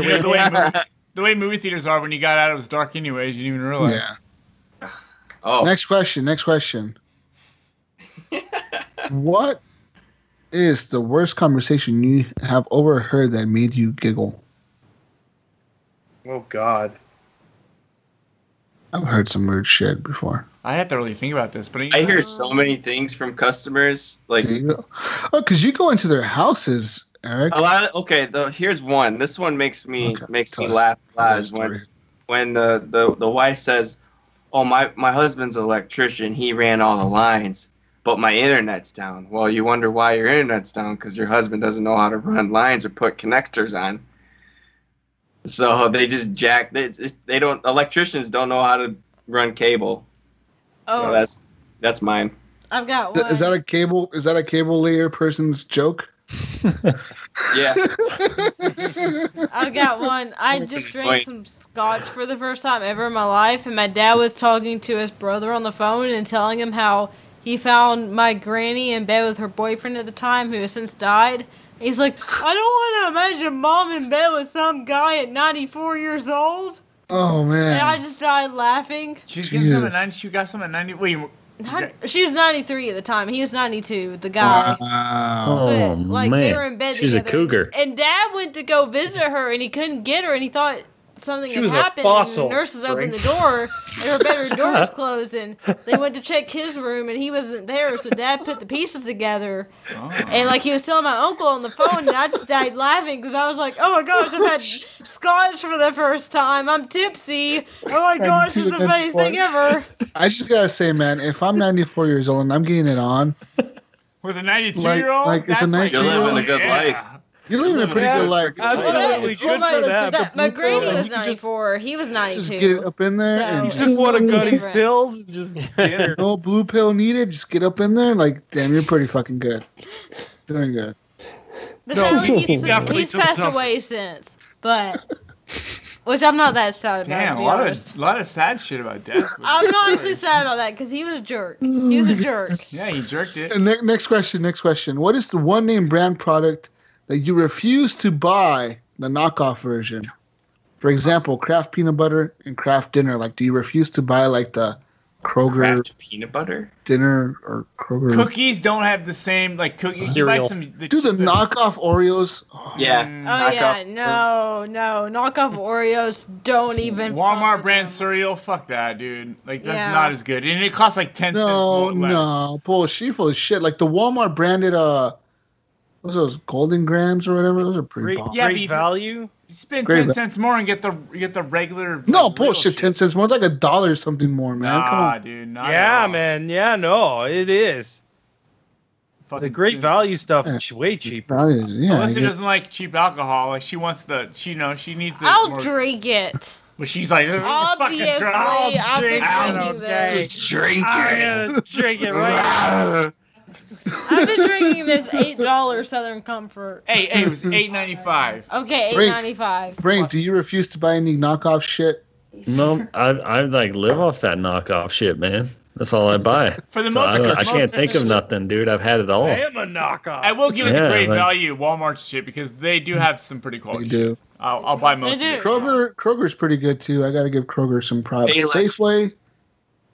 Speaker 8: were-
Speaker 2: the, way movie, the way movie theaters are when you got out, it was dark anyways. You didn't even realize.
Speaker 3: Yeah.
Speaker 6: oh,
Speaker 3: Next question. Next question. what is the worst conversation you have overheard that made you giggle?
Speaker 7: Oh God.
Speaker 3: I've heard some weird shit before.
Speaker 2: I had to really think about this, but
Speaker 6: I hear so many things from customers. Like
Speaker 3: There you go. Oh, because you go into their houses, Eric.
Speaker 6: a lot. Of, okay, the, here's one. This one makes me
Speaker 3: Okay,
Speaker 6: makes
Speaker 3: tell
Speaker 6: me
Speaker 3: us.
Speaker 6: laugh. a lot
Speaker 3: That
Speaker 6: is
Speaker 3: story.
Speaker 6: when when the, the the wife says, "Oh, my my husband's an electrician. He ran all the lines, but my internet's down." Well, you wonder why your internet's down because your husband doesn't know how to run lines or put connectors on. So they just jack. They, they don't. Electricians don't know how to run cable. So
Speaker 4: Oh,
Speaker 6: that's that's mine.
Speaker 4: I've got
Speaker 3: Th-
Speaker 4: one.
Speaker 3: Is that a cable? Is that a cable layer person's joke?
Speaker 6: Yeah.
Speaker 4: I've got one. I just drank
Speaker 6: Wait.
Speaker 4: some scotch for the first time ever in my life, and my dad was talking to his brother on the phone and telling him how he found my granny in bed with her boyfriend at the time, who has since died. He's like, I don't want to imagine mom in bed with some guy at 94 years old.
Speaker 3: Oh man!
Speaker 4: And I just died laughing.
Speaker 2: she's getting some at
Speaker 3: Jesus.
Speaker 2: ninety. She got some at ninety. Wait,
Speaker 4: Not- She was 93 at the time. He was 92, the guy.
Speaker 3: wow.
Speaker 4: But,
Speaker 9: Oh
Speaker 4: like they were in
Speaker 9: man,
Speaker 4: bed
Speaker 9: she's a
Speaker 4: together.
Speaker 9: cougar.
Speaker 4: And dad went to go visit her, and he couldn't get her, and he thought something
Speaker 7: She
Speaker 4: had
Speaker 7: was a
Speaker 4: happened.
Speaker 7: fossil,
Speaker 4: and the nurses opened
Speaker 7: Frank.
Speaker 4: the door, and her bedroom door was closed, and they went to check his room, and he wasn't there. So dad put the pieces together,
Speaker 7: Oh.
Speaker 4: and like he was telling my uncle on the phone, and I just died laughing because I was like, "Oh my gosh, I've had scotch for the first time. I'm tipsy. Oh my gosh, this is the
Speaker 3: tipsy.
Speaker 4: funniest thing ever."
Speaker 3: I just gotta say, man, if I'm 94 years old and I'm getting it on,
Speaker 2: with a ninety-two
Speaker 3: Like-
Speaker 2: year old,
Speaker 3: like, it's a
Speaker 2: that's like
Speaker 3: 92
Speaker 6: You're living
Speaker 2: oh,
Speaker 6: a good
Speaker 2: yeah.
Speaker 6: life.
Speaker 3: you're living a pretty
Speaker 7: Yeah,
Speaker 3: good life.
Speaker 7: absolutely.
Speaker 3: Like,
Speaker 7: Good for that, but
Speaker 4: my
Speaker 3: you
Speaker 4: granny
Speaker 3: know,
Speaker 4: was
Speaker 3: you just-
Speaker 4: 94. he was 92.
Speaker 3: Just get it up in there. and
Speaker 4: So-
Speaker 7: Just
Speaker 3: just
Speaker 7: want to gun his
Speaker 4: Different.
Speaker 7: pills and just get her.
Speaker 3: no blue pill needed. Just get up in there. Like, damn, you're pretty fucking good. Doing good.
Speaker 4: But
Speaker 3: No,
Speaker 4: sadly,
Speaker 7: he
Speaker 4: he's,
Speaker 7: definitely
Speaker 4: he's
Speaker 7: took
Speaker 4: passed
Speaker 7: something.
Speaker 4: away since. But which I'm not that sad about.
Speaker 2: Damn,
Speaker 4: to
Speaker 2: a
Speaker 4: be
Speaker 2: lot
Speaker 4: honest.
Speaker 2: of lot of sad shit about death.
Speaker 4: I'm not actually sad about that because he was a jerk. He was a jerk.
Speaker 2: Yeah, he jerked it.
Speaker 3: And ne- next question. Next question. What is the one name brand product that you refuse to buy the knockoff version? For example, Kraft peanut butter and Kraft dinner. Like, do you refuse to buy like the Kroger
Speaker 6: Kraft peanut butter.
Speaker 3: dinner or Kroger?
Speaker 2: Cookies don't have the same like cookies. You buy
Speaker 8: Cereal.
Speaker 2: some the,
Speaker 3: Do the knockoff Oreos?
Speaker 6: Yeah.
Speaker 4: Oh
Speaker 6: knockoff
Speaker 4: yeah,
Speaker 6: Oreos.
Speaker 4: no, no, knockoff Oreos. Don't even. fuck
Speaker 2: Walmart
Speaker 4: with
Speaker 2: brand
Speaker 4: them.
Speaker 2: cereal. Fuck that, dude. Like that's
Speaker 4: Yeah.
Speaker 2: not as good, and it costs like ten cents
Speaker 3: No,
Speaker 2: more less.
Speaker 3: no, bull. She full of shit. Like the Walmart branded uh, what's those Golden Grams or whatever? Those are pretty.
Speaker 7: Great,
Speaker 3: bomb.
Speaker 2: Yeah, but
Speaker 7: great
Speaker 2: you-
Speaker 7: value.
Speaker 2: You spend
Speaker 3: Great,
Speaker 2: ten
Speaker 3: but-
Speaker 2: cents more and get the get the regular.
Speaker 3: No
Speaker 2: like, real
Speaker 3: bullshit. Ten cents more, like a dollar something more, man.
Speaker 2: Nah,
Speaker 3: Come on.
Speaker 2: dude. Not at
Speaker 7: yeah,
Speaker 2: all.
Speaker 7: man. Yeah, no, it is. The
Speaker 2: Fucking-
Speaker 7: great value stuff's
Speaker 3: Yeah.
Speaker 7: ch- way cheaper.
Speaker 3: Probably- yeah, I
Speaker 2: Alyssa
Speaker 3: guess.
Speaker 2: doesn't like cheap alcohol. Like she wants the, she you know, she needs. it
Speaker 4: I'll
Speaker 2: more-
Speaker 4: drink it.
Speaker 2: But she's like,
Speaker 4: Obviously,
Speaker 2: fucking drunk.
Speaker 4: I've been
Speaker 7: I'll
Speaker 4: drinking
Speaker 7: drink.
Speaker 4: this.
Speaker 6: Drink
Speaker 7: I'm
Speaker 6: it.
Speaker 7: gonna drink it right.
Speaker 4: I've been drinking this eight dollar Southern Comfort.
Speaker 2: Hey, hey, it was eight ninety five.
Speaker 4: Okay, eight
Speaker 3: Drink.
Speaker 4: ninety five.
Speaker 3: Frank, do you refuse to buy any knockoff shit?
Speaker 9: No, I I like live off that knockoff shit, man. That's all I buy.
Speaker 2: For the
Speaker 9: So
Speaker 2: most,
Speaker 9: I, don't- I
Speaker 2: most-
Speaker 9: can't think of nothing, dude. I've had it all.
Speaker 7: I am a knockoff.
Speaker 2: I will give it the
Speaker 9: Yeah,
Speaker 2: great
Speaker 9: like-
Speaker 2: value Walmart's shit because they do have some pretty
Speaker 3: You
Speaker 2: quality. Shit.
Speaker 3: do.
Speaker 2: I'll, I'll buy most of
Speaker 4: They
Speaker 2: it.
Speaker 4: do.
Speaker 3: Kroger, Kroger's pretty good too. I gotta give Kroger some props.
Speaker 6: Bayless.
Speaker 3: Safeway,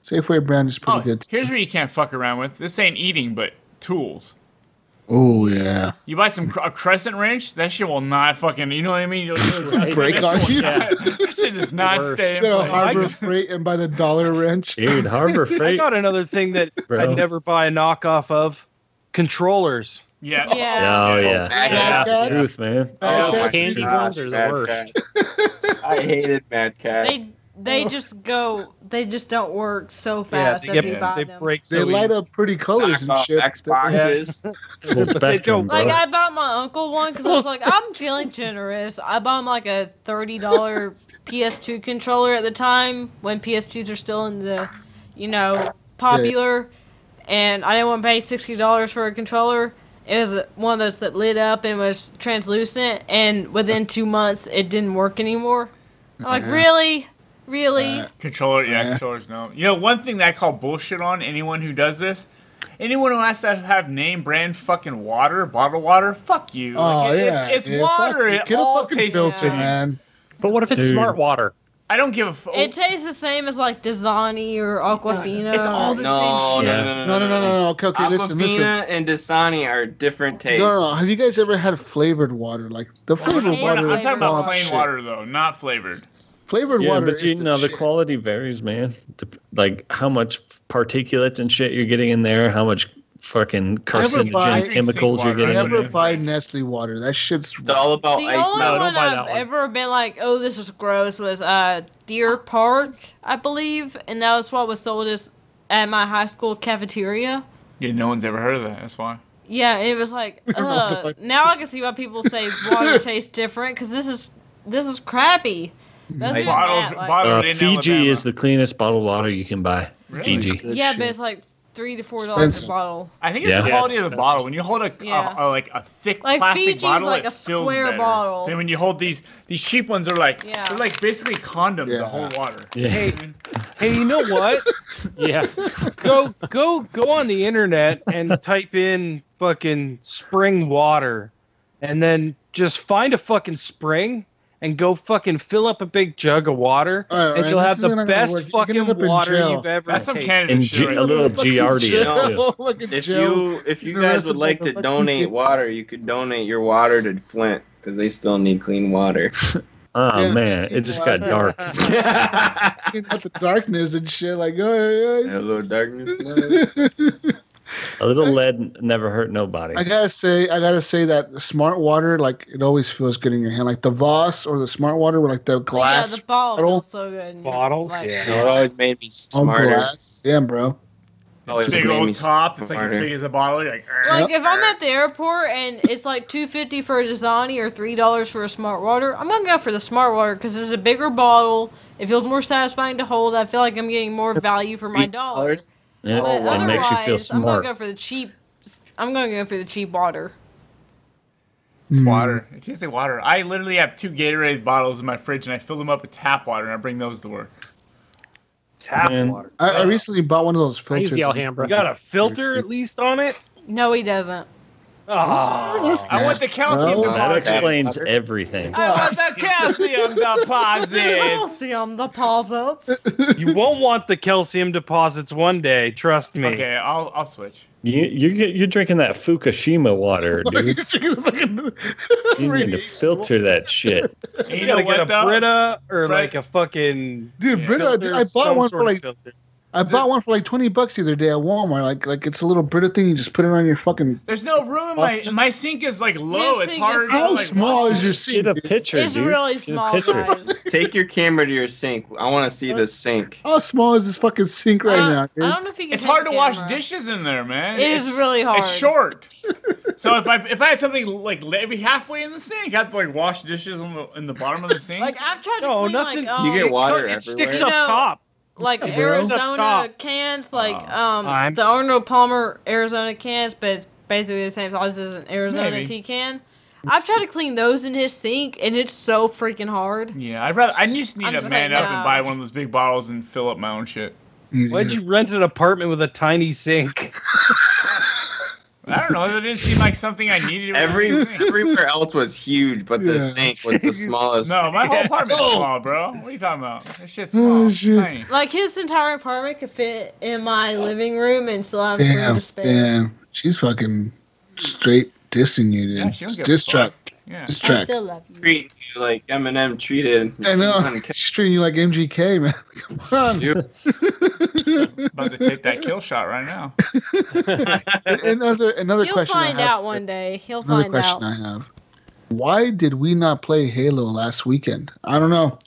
Speaker 3: Safeway brand is pretty
Speaker 2: Oh,
Speaker 3: good.
Speaker 2: here's where you can't fuck around with. This ain't eating, but tools.
Speaker 3: Oh yeah.
Speaker 2: You buy some cr- a crescent wrench, that shit will not fucking. You know what I mean? You'll, you'll
Speaker 3: Break
Speaker 2: that
Speaker 3: on
Speaker 2: shit will
Speaker 3: you.
Speaker 2: not- That shit does not
Speaker 9: Worse.
Speaker 2: stay in
Speaker 3: Go to
Speaker 2: place.
Speaker 3: Harbor Freight and buy the dollar wrench.
Speaker 9: Dude, Harbor
Speaker 7: I
Speaker 9: Freight.
Speaker 7: got another thing that
Speaker 9: Bro.
Speaker 7: I'd never buy a knockoff of controllers.
Speaker 2: Yeah.
Speaker 4: Yeah.
Speaker 9: Oh yeah,
Speaker 3: Mad
Speaker 9: that's
Speaker 3: Cats.
Speaker 9: the truth, man.
Speaker 3: Mad
Speaker 6: Oh my
Speaker 3: Cats.
Speaker 8: Candy
Speaker 6: God,
Speaker 8: ones are the
Speaker 6: Mad
Speaker 8: worst.
Speaker 6: Cats. I hated Mad Cats.
Speaker 4: They they just go. They just don't work so fast.
Speaker 7: they,
Speaker 4: if
Speaker 7: get,
Speaker 4: you
Speaker 2: yeah.
Speaker 4: buy
Speaker 7: they
Speaker 4: them.
Speaker 7: break. So
Speaker 3: They light
Speaker 7: easy.
Speaker 3: up pretty colors and
Speaker 6: Knockoff
Speaker 3: shit.
Speaker 6: Xboxes.
Speaker 9: Full spectrum, bro.
Speaker 4: Like I bought my uncle one because I was like, I'm feeling generous. I bought him like a thirty dollar PS2 controller at the time when PS2s are still in the, you know, popular, and I didn't want to pay sixty dollars for a controller. It was one of those that lit up and was translucent, and within two months it didn't work anymore. I'm like, really, really?
Speaker 2: Controller, yeah,
Speaker 3: Yeah.
Speaker 2: controllers, no. You know, one thing that I call bullshit on anyone who does this, anyone who has to have name brand fucking water, bottled water, fuck you.
Speaker 3: Oh
Speaker 2: Like, it-
Speaker 3: yeah,
Speaker 2: it's, it's
Speaker 3: dude.
Speaker 2: water.
Speaker 3: Fuck,
Speaker 2: It
Speaker 3: get
Speaker 2: all
Speaker 3: a fucking
Speaker 2: tastes
Speaker 3: filter,
Speaker 2: the same.
Speaker 3: man.
Speaker 8: But what if it's
Speaker 9: Dude.
Speaker 8: smart water?
Speaker 2: I don't give a fuck.
Speaker 4: it tastes the same as like Dasani or Aquafina.
Speaker 2: It's all the
Speaker 6: No, no,
Speaker 2: same shit.
Speaker 9: Yeah.
Speaker 3: No,
Speaker 6: no,
Speaker 3: no, no, no, no. Okay, okay. Listen, listen.
Speaker 6: Aquafina and Dasani are different
Speaker 3: No,
Speaker 6: tastes.
Speaker 3: no, no. Have you guys ever had flavored water? Like the flavored
Speaker 4: I'm
Speaker 3: water.
Speaker 2: I'm
Speaker 3: is
Speaker 2: talking about
Speaker 3: dog
Speaker 2: plain
Speaker 3: shit.
Speaker 2: water though, not flavored.
Speaker 3: Flavored
Speaker 9: yeah,
Speaker 3: water.
Speaker 9: but you
Speaker 3: is the
Speaker 9: know the
Speaker 3: shit.
Speaker 9: quality varies, man. Dep- Like how much particulates and shit you're getting in there, how much fucking
Speaker 3: buy- I drink
Speaker 9: carcinogen
Speaker 2: sink
Speaker 9: chemicals you're
Speaker 2: water.
Speaker 9: getting in
Speaker 2: Never
Speaker 9: there.
Speaker 3: Never buy Nestle water. That shit's.
Speaker 6: It's all about
Speaker 4: the
Speaker 6: ice
Speaker 4: only
Speaker 6: melt.
Speaker 4: one
Speaker 8: buy that
Speaker 4: I've
Speaker 8: one.
Speaker 4: ever been like, oh, this is gross, was uh, Deer Park, I believe, and that was what was sold as at my high school cafeteria.
Speaker 2: Yeah, no one's ever heard of that. That's why.
Speaker 4: Yeah, and it was like,
Speaker 3: all
Speaker 4: uh,
Speaker 3: like
Speaker 4: now I can see why people say water tastes different because this is this is crappy. That's just
Speaker 2: Bottles,
Speaker 4: that, like-
Speaker 9: Uh,
Speaker 2: bottled in
Speaker 9: Fiji is
Speaker 2: Alabama.
Speaker 9: the cleanest bottled water you can buy. Fiji.
Speaker 3: Good
Speaker 4: yeah,
Speaker 3: shit.
Speaker 4: but it's like three to four dollars a
Speaker 3: Expensive.
Speaker 4: bottle.
Speaker 2: I think it's the
Speaker 9: Yeah.
Speaker 2: quality of the bottle. When you hold a,
Speaker 4: Yeah.
Speaker 2: a, a- like a thick
Speaker 4: Like
Speaker 2: plastic
Speaker 4: Fiji's
Speaker 2: bottle,
Speaker 4: like
Speaker 2: it
Speaker 4: a
Speaker 2: feels
Speaker 4: square
Speaker 2: better.
Speaker 4: bottle.
Speaker 2: Then when you hold these, these cheap ones are like
Speaker 4: Yeah.
Speaker 2: they're like basically condoms.
Speaker 3: Yeah.
Speaker 2: A whole water.
Speaker 9: Yeah.
Speaker 7: Hey, you know what?
Speaker 8: Yeah.
Speaker 7: go go go on the internet and type in fucking spring water and then just find a fucking spring and go fucking fill up a big jug of water
Speaker 3: All right,
Speaker 7: and
Speaker 3: Ryan,
Speaker 7: you'll
Speaker 3: this
Speaker 7: have the
Speaker 3: isn't gonna
Speaker 7: best
Speaker 3: work. You're gonna end up
Speaker 7: fucking
Speaker 3: in
Speaker 7: water
Speaker 3: jail.
Speaker 7: you've ever
Speaker 2: That's some
Speaker 7: tasted.
Speaker 2: Canada
Speaker 9: And
Speaker 2: shit.
Speaker 9: G-
Speaker 2: right
Speaker 9: a
Speaker 2: there.
Speaker 9: little Giardia.
Speaker 6: jail.
Speaker 9: too.
Speaker 3: like a
Speaker 6: If
Speaker 3: joke.
Speaker 6: you if you
Speaker 3: The
Speaker 6: guys
Speaker 3: rest
Speaker 6: would
Speaker 3: of
Speaker 6: like
Speaker 3: the
Speaker 6: to
Speaker 3: fucking
Speaker 6: donate
Speaker 3: people.
Speaker 6: water, you could donate your water to Flint because they still need clean water.
Speaker 9: Oh
Speaker 3: Yeah.
Speaker 9: man, it just got dark.
Speaker 3: Looking at the darkness and shit. Like, oh, yeah,
Speaker 6: Hello, darkness.
Speaker 3: yeah.
Speaker 9: A little lead n- never hurt nobody.
Speaker 3: I gotta say, I gotta say that the smart water, like, it always feels good in your hand. Like the Voss or the smart water, where like the
Speaker 4: But yeah,
Speaker 3: glass
Speaker 4: the bottle
Speaker 3: bottle.
Speaker 4: feels so good.
Speaker 7: Bottles?
Speaker 4: Like,
Speaker 6: You know, it always made me
Speaker 3: on
Speaker 6: smarter.
Speaker 3: glass. Damn, bro.
Speaker 6: Always
Speaker 2: big
Speaker 6: made me
Speaker 2: old top. It's like as
Speaker 6: smarter.
Speaker 2: big as a bottle. You're like, "Arr."
Speaker 4: Like if I'm at the airport and it's like two fifty for a Dasani or three dollars for a Smart Water, I'm gonna go for the Smart Water because it's a bigger bottle. It feels more satisfying to hold. I feel like I'm getting more value for my dollar.
Speaker 6: $3?
Speaker 9: Yeah,
Speaker 4: But
Speaker 9: it makes you feel
Speaker 4: otherwise, I'm gonna
Speaker 9: smart.
Speaker 4: go for the cheap. I'm gonna go for the cheap water.
Speaker 2: It's water. It tastes like water. Mm. I literally have two Gatorade bottles in my fridge, and I fill them up with tap water, and I bring those to work.
Speaker 7: Tap
Speaker 9: Man.
Speaker 7: water.
Speaker 3: I, I recently bought one of those
Speaker 8: I
Speaker 3: filters.
Speaker 8: use the Alhambra.
Speaker 7: You got a filter at least on it?
Speaker 4: No, he doesn't.
Speaker 7: Oh,
Speaker 2: I want the calcium
Speaker 3: Well,
Speaker 9: That
Speaker 2: deposit.
Speaker 9: explains everything.
Speaker 2: I want the calcium deposit.
Speaker 4: Calcium deposits.
Speaker 7: you won't want the calcium deposits one day. Trust me.
Speaker 2: Okay, I'll I'll switch.
Speaker 9: You you get- you're drinking that Fukushima water, dude. You need to filter that shit.
Speaker 2: And you
Speaker 7: You
Speaker 2: know
Speaker 7: gotta get
Speaker 2: what
Speaker 7: a
Speaker 2: though?
Speaker 7: Brita or
Speaker 2: Fred-
Speaker 7: like a fucking.
Speaker 3: Dude,
Speaker 2: Yeah.
Speaker 3: Brita,
Speaker 7: filter,
Speaker 3: I bought
Speaker 7: some
Speaker 3: one
Speaker 7: sort
Speaker 3: for
Speaker 7: of
Speaker 3: like
Speaker 7: filter.
Speaker 3: I bought one for like twenty bucks the other day at Walmart. Like like it's a little Brita thing. You just put it on your fucking.
Speaker 2: There's no room in my my sink is like low.
Speaker 4: Your
Speaker 2: It's
Speaker 4: sink
Speaker 2: hard.
Speaker 4: is-
Speaker 2: to,
Speaker 3: How
Speaker 2: like,
Speaker 3: small
Speaker 2: wash.
Speaker 3: is your
Speaker 9: Get
Speaker 3: seat?
Speaker 9: a
Speaker 3: dude?
Speaker 9: picture,
Speaker 4: It's
Speaker 9: dude.
Speaker 4: really
Speaker 9: Get a
Speaker 4: small,
Speaker 9: picture.
Speaker 4: guys.
Speaker 6: Take your camera to your sink. I want to see the sink.
Speaker 3: How small is this fucking sink right now?
Speaker 4: I, don't, Uh, I
Speaker 3: Dude?
Speaker 4: don't know if you can.
Speaker 2: It's
Speaker 4: take
Speaker 2: hard to
Speaker 4: the
Speaker 2: wash
Speaker 4: camera.
Speaker 2: dishes in there, man.
Speaker 4: It is really hard.
Speaker 2: It's short. so if I if I had something like maybe halfway in the sink, I have to like wash dishes in the, in the bottom of the sink.
Speaker 4: Like I've tried to
Speaker 7: No,
Speaker 4: clean
Speaker 7: nothing.
Speaker 4: like um,
Speaker 6: You get
Speaker 7: it,
Speaker 6: water
Speaker 7: it sticks
Speaker 4: everywhere.
Speaker 7: up
Speaker 4: No.
Speaker 7: top.
Speaker 4: like
Speaker 7: Yeah, bro. Up
Speaker 4: Arizona
Speaker 7: top.
Speaker 4: cans, like
Speaker 2: Oh.
Speaker 4: um
Speaker 7: I'm
Speaker 4: the
Speaker 7: s-
Speaker 4: Arnold Palmer Arizona cans, but it's basically the same size as an Arizona
Speaker 2: Maybe.
Speaker 4: tea can. I've tried to clean those in his sink, and it's so freaking hard.
Speaker 2: yeah, I'd rather I just need
Speaker 4: I'm
Speaker 2: to
Speaker 4: just
Speaker 2: man
Speaker 4: saying,
Speaker 2: up and
Speaker 4: uh,
Speaker 2: buy one of those big bottles and fill up my own shit.
Speaker 7: Why'd you rent an apartment with a tiny sink?
Speaker 2: I don't know. It didn't seem like something I needed. It was
Speaker 6: Every
Speaker 2: a big thing.
Speaker 6: everywhere else was huge, but the
Speaker 3: Yeah.
Speaker 6: sink was the smallest.
Speaker 2: no, my whole apartment's
Speaker 7: Oh.
Speaker 2: small, bro. What are you talking about? That shit's small.
Speaker 3: Oh, shit.
Speaker 2: Tiny.
Speaker 4: Like his entire apartment could fit in my living room and still have room
Speaker 3: Damn,
Speaker 4: to spare.
Speaker 3: damn, she's fucking straight dissing you, dude.
Speaker 2: Yeah, she don't give
Speaker 3: diss
Speaker 2: a
Speaker 3: track,
Speaker 2: fuck. Yeah.
Speaker 3: diss
Speaker 4: I
Speaker 3: track.
Speaker 4: still love you.
Speaker 6: treat you like Eminem treated.
Speaker 3: I know. She's treating you like MGK, man. Come on.
Speaker 6: Dude.
Speaker 2: About to take that kill shot right now.
Speaker 3: another another
Speaker 4: He'll
Speaker 3: question. I
Speaker 4: find
Speaker 3: have-
Speaker 4: out one day. He'll
Speaker 3: Another
Speaker 4: find
Speaker 3: question
Speaker 4: out.
Speaker 3: I have. Why did we not play Halo last weekend? I don't know.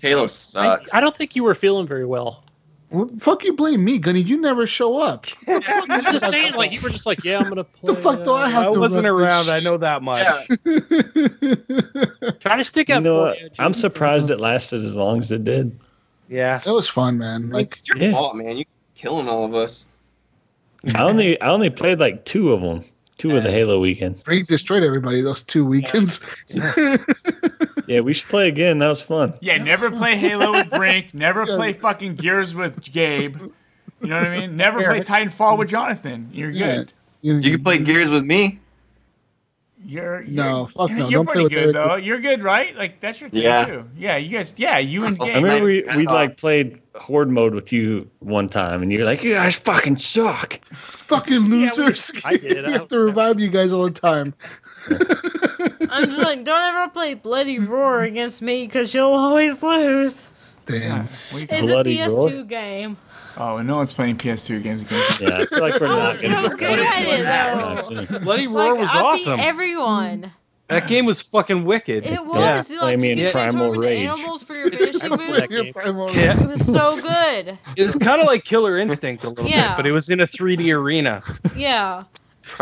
Speaker 6: Halo
Speaker 8: I,
Speaker 6: sucks.
Speaker 8: I don't think you were feeling very well.
Speaker 3: What- Fuck you, blame me, Gunny. You never show up.
Speaker 8: I'm just saying, like you were just like, yeah, I'm gonna play.
Speaker 3: The fuck do I
Speaker 8: uh,
Speaker 3: have
Speaker 7: I
Speaker 3: to
Speaker 7: wasn't
Speaker 3: run this
Speaker 7: around. I
Speaker 3: shit?
Speaker 7: know that much.
Speaker 6: yeah,
Speaker 8: Try to stick
Speaker 9: You
Speaker 8: up.
Speaker 9: know
Speaker 8: for
Speaker 9: what?
Speaker 8: you,
Speaker 9: I'm
Speaker 8: Jesus.
Speaker 9: surprised it lasted as long as it did.
Speaker 7: yeah.
Speaker 3: That was fun, man. Like
Speaker 6: it's your
Speaker 9: Yeah.
Speaker 6: fault, man. You're killing all of us.
Speaker 9: I only I only played like two of them, two of the Halo weekends.
Speaker 3: Drake destroyed everybody those two weekends.
Speaker 9: Yeah, we should play again. That was fun.
Speaker 2: Yeah, never play Halo with Brink. Never play fucking Gears with Gabe. You know what I mean? Never play Titanfall with Jonathan. You're
Speaker 3: Yeah.
Speaker 2: good.
Speaker 6: You can
Speaker 3: Mm-hmm.
Speaker 6: play Gears with me.
Speaker 2: You're, you're
Speaker 3: No, fuck no,
Speaker 2: You're
Speaker 3: don't play
Speaker 2: pretty
Speaker 3: with
Speaker 2: good
Speaker 3: Eric.
Speaker 2: though. You're good, right? Like that's your thing
Speaker 6: Yeah.
Speaker 2: too. Yeah, you guys. Yeah, you and
Speaker 9: I
Speaker 2: Gabe.
Speaker 9: remember we, we
Speaker 6: Uh,
Speaker 9: like played horde mode with you one time, and you're like, "You guys fucking suck."
Speaker 3: fucking losers.
Speaker 8: I did.
Speaker 3: we have to revive you guys all the time.
Speaker 4: I'm just like, don't ever play Bloody Roar against me because you'll always lose.
Speaker 3: Damn.
Speaker 2: We-
Speaker 4: It's
Speaker 9: Bloody
Speaker 4: a PS2
Speaker 9: Roar?
Speaker 4: game.
Speaker 2: oh, and no one's playing PS2 games against
Speaker 9: Yeah, I feel like we're
Speaker 4: I
Speaker 9: not
Speaker 4: was
Speaker 9: gonna
Speaker 4: so
Speaker 9: get
Speaker 4: good at it though.
Speaker 9: that soon.
Speaker 7: Bloody Roar
Speaker 4: like,
Speaker 7: was
Speaker 4: I
Speaker 7: awesome.
Speaker 4: beat everyone.
Speaker 7: that game was fucking wicked.
Speaker 4: It was.
Speaker 9: Yeah.
Speaker 4: dude,
Speaker 9: Play
Speaker 4: like,
Speaker 9: me
Speaker 4: you
Speaker 9: in
Speaker 4: could turn
Speaker 9: Primal
Speaker 4: into
Speaker 9: Rage.
Speaker 4: Animals for your finishing move.
Speaker 8: game.
Speaker 3: You're primal.
Speaker 7: Yeah.
Speaker 4: It was so good.
Speaker 7: It was kind of like Killer Instinct a little
Speaker 4: Yeah.
Speaker 7: bit, but it was in a 3D arena.
Speaker 4: Yeah.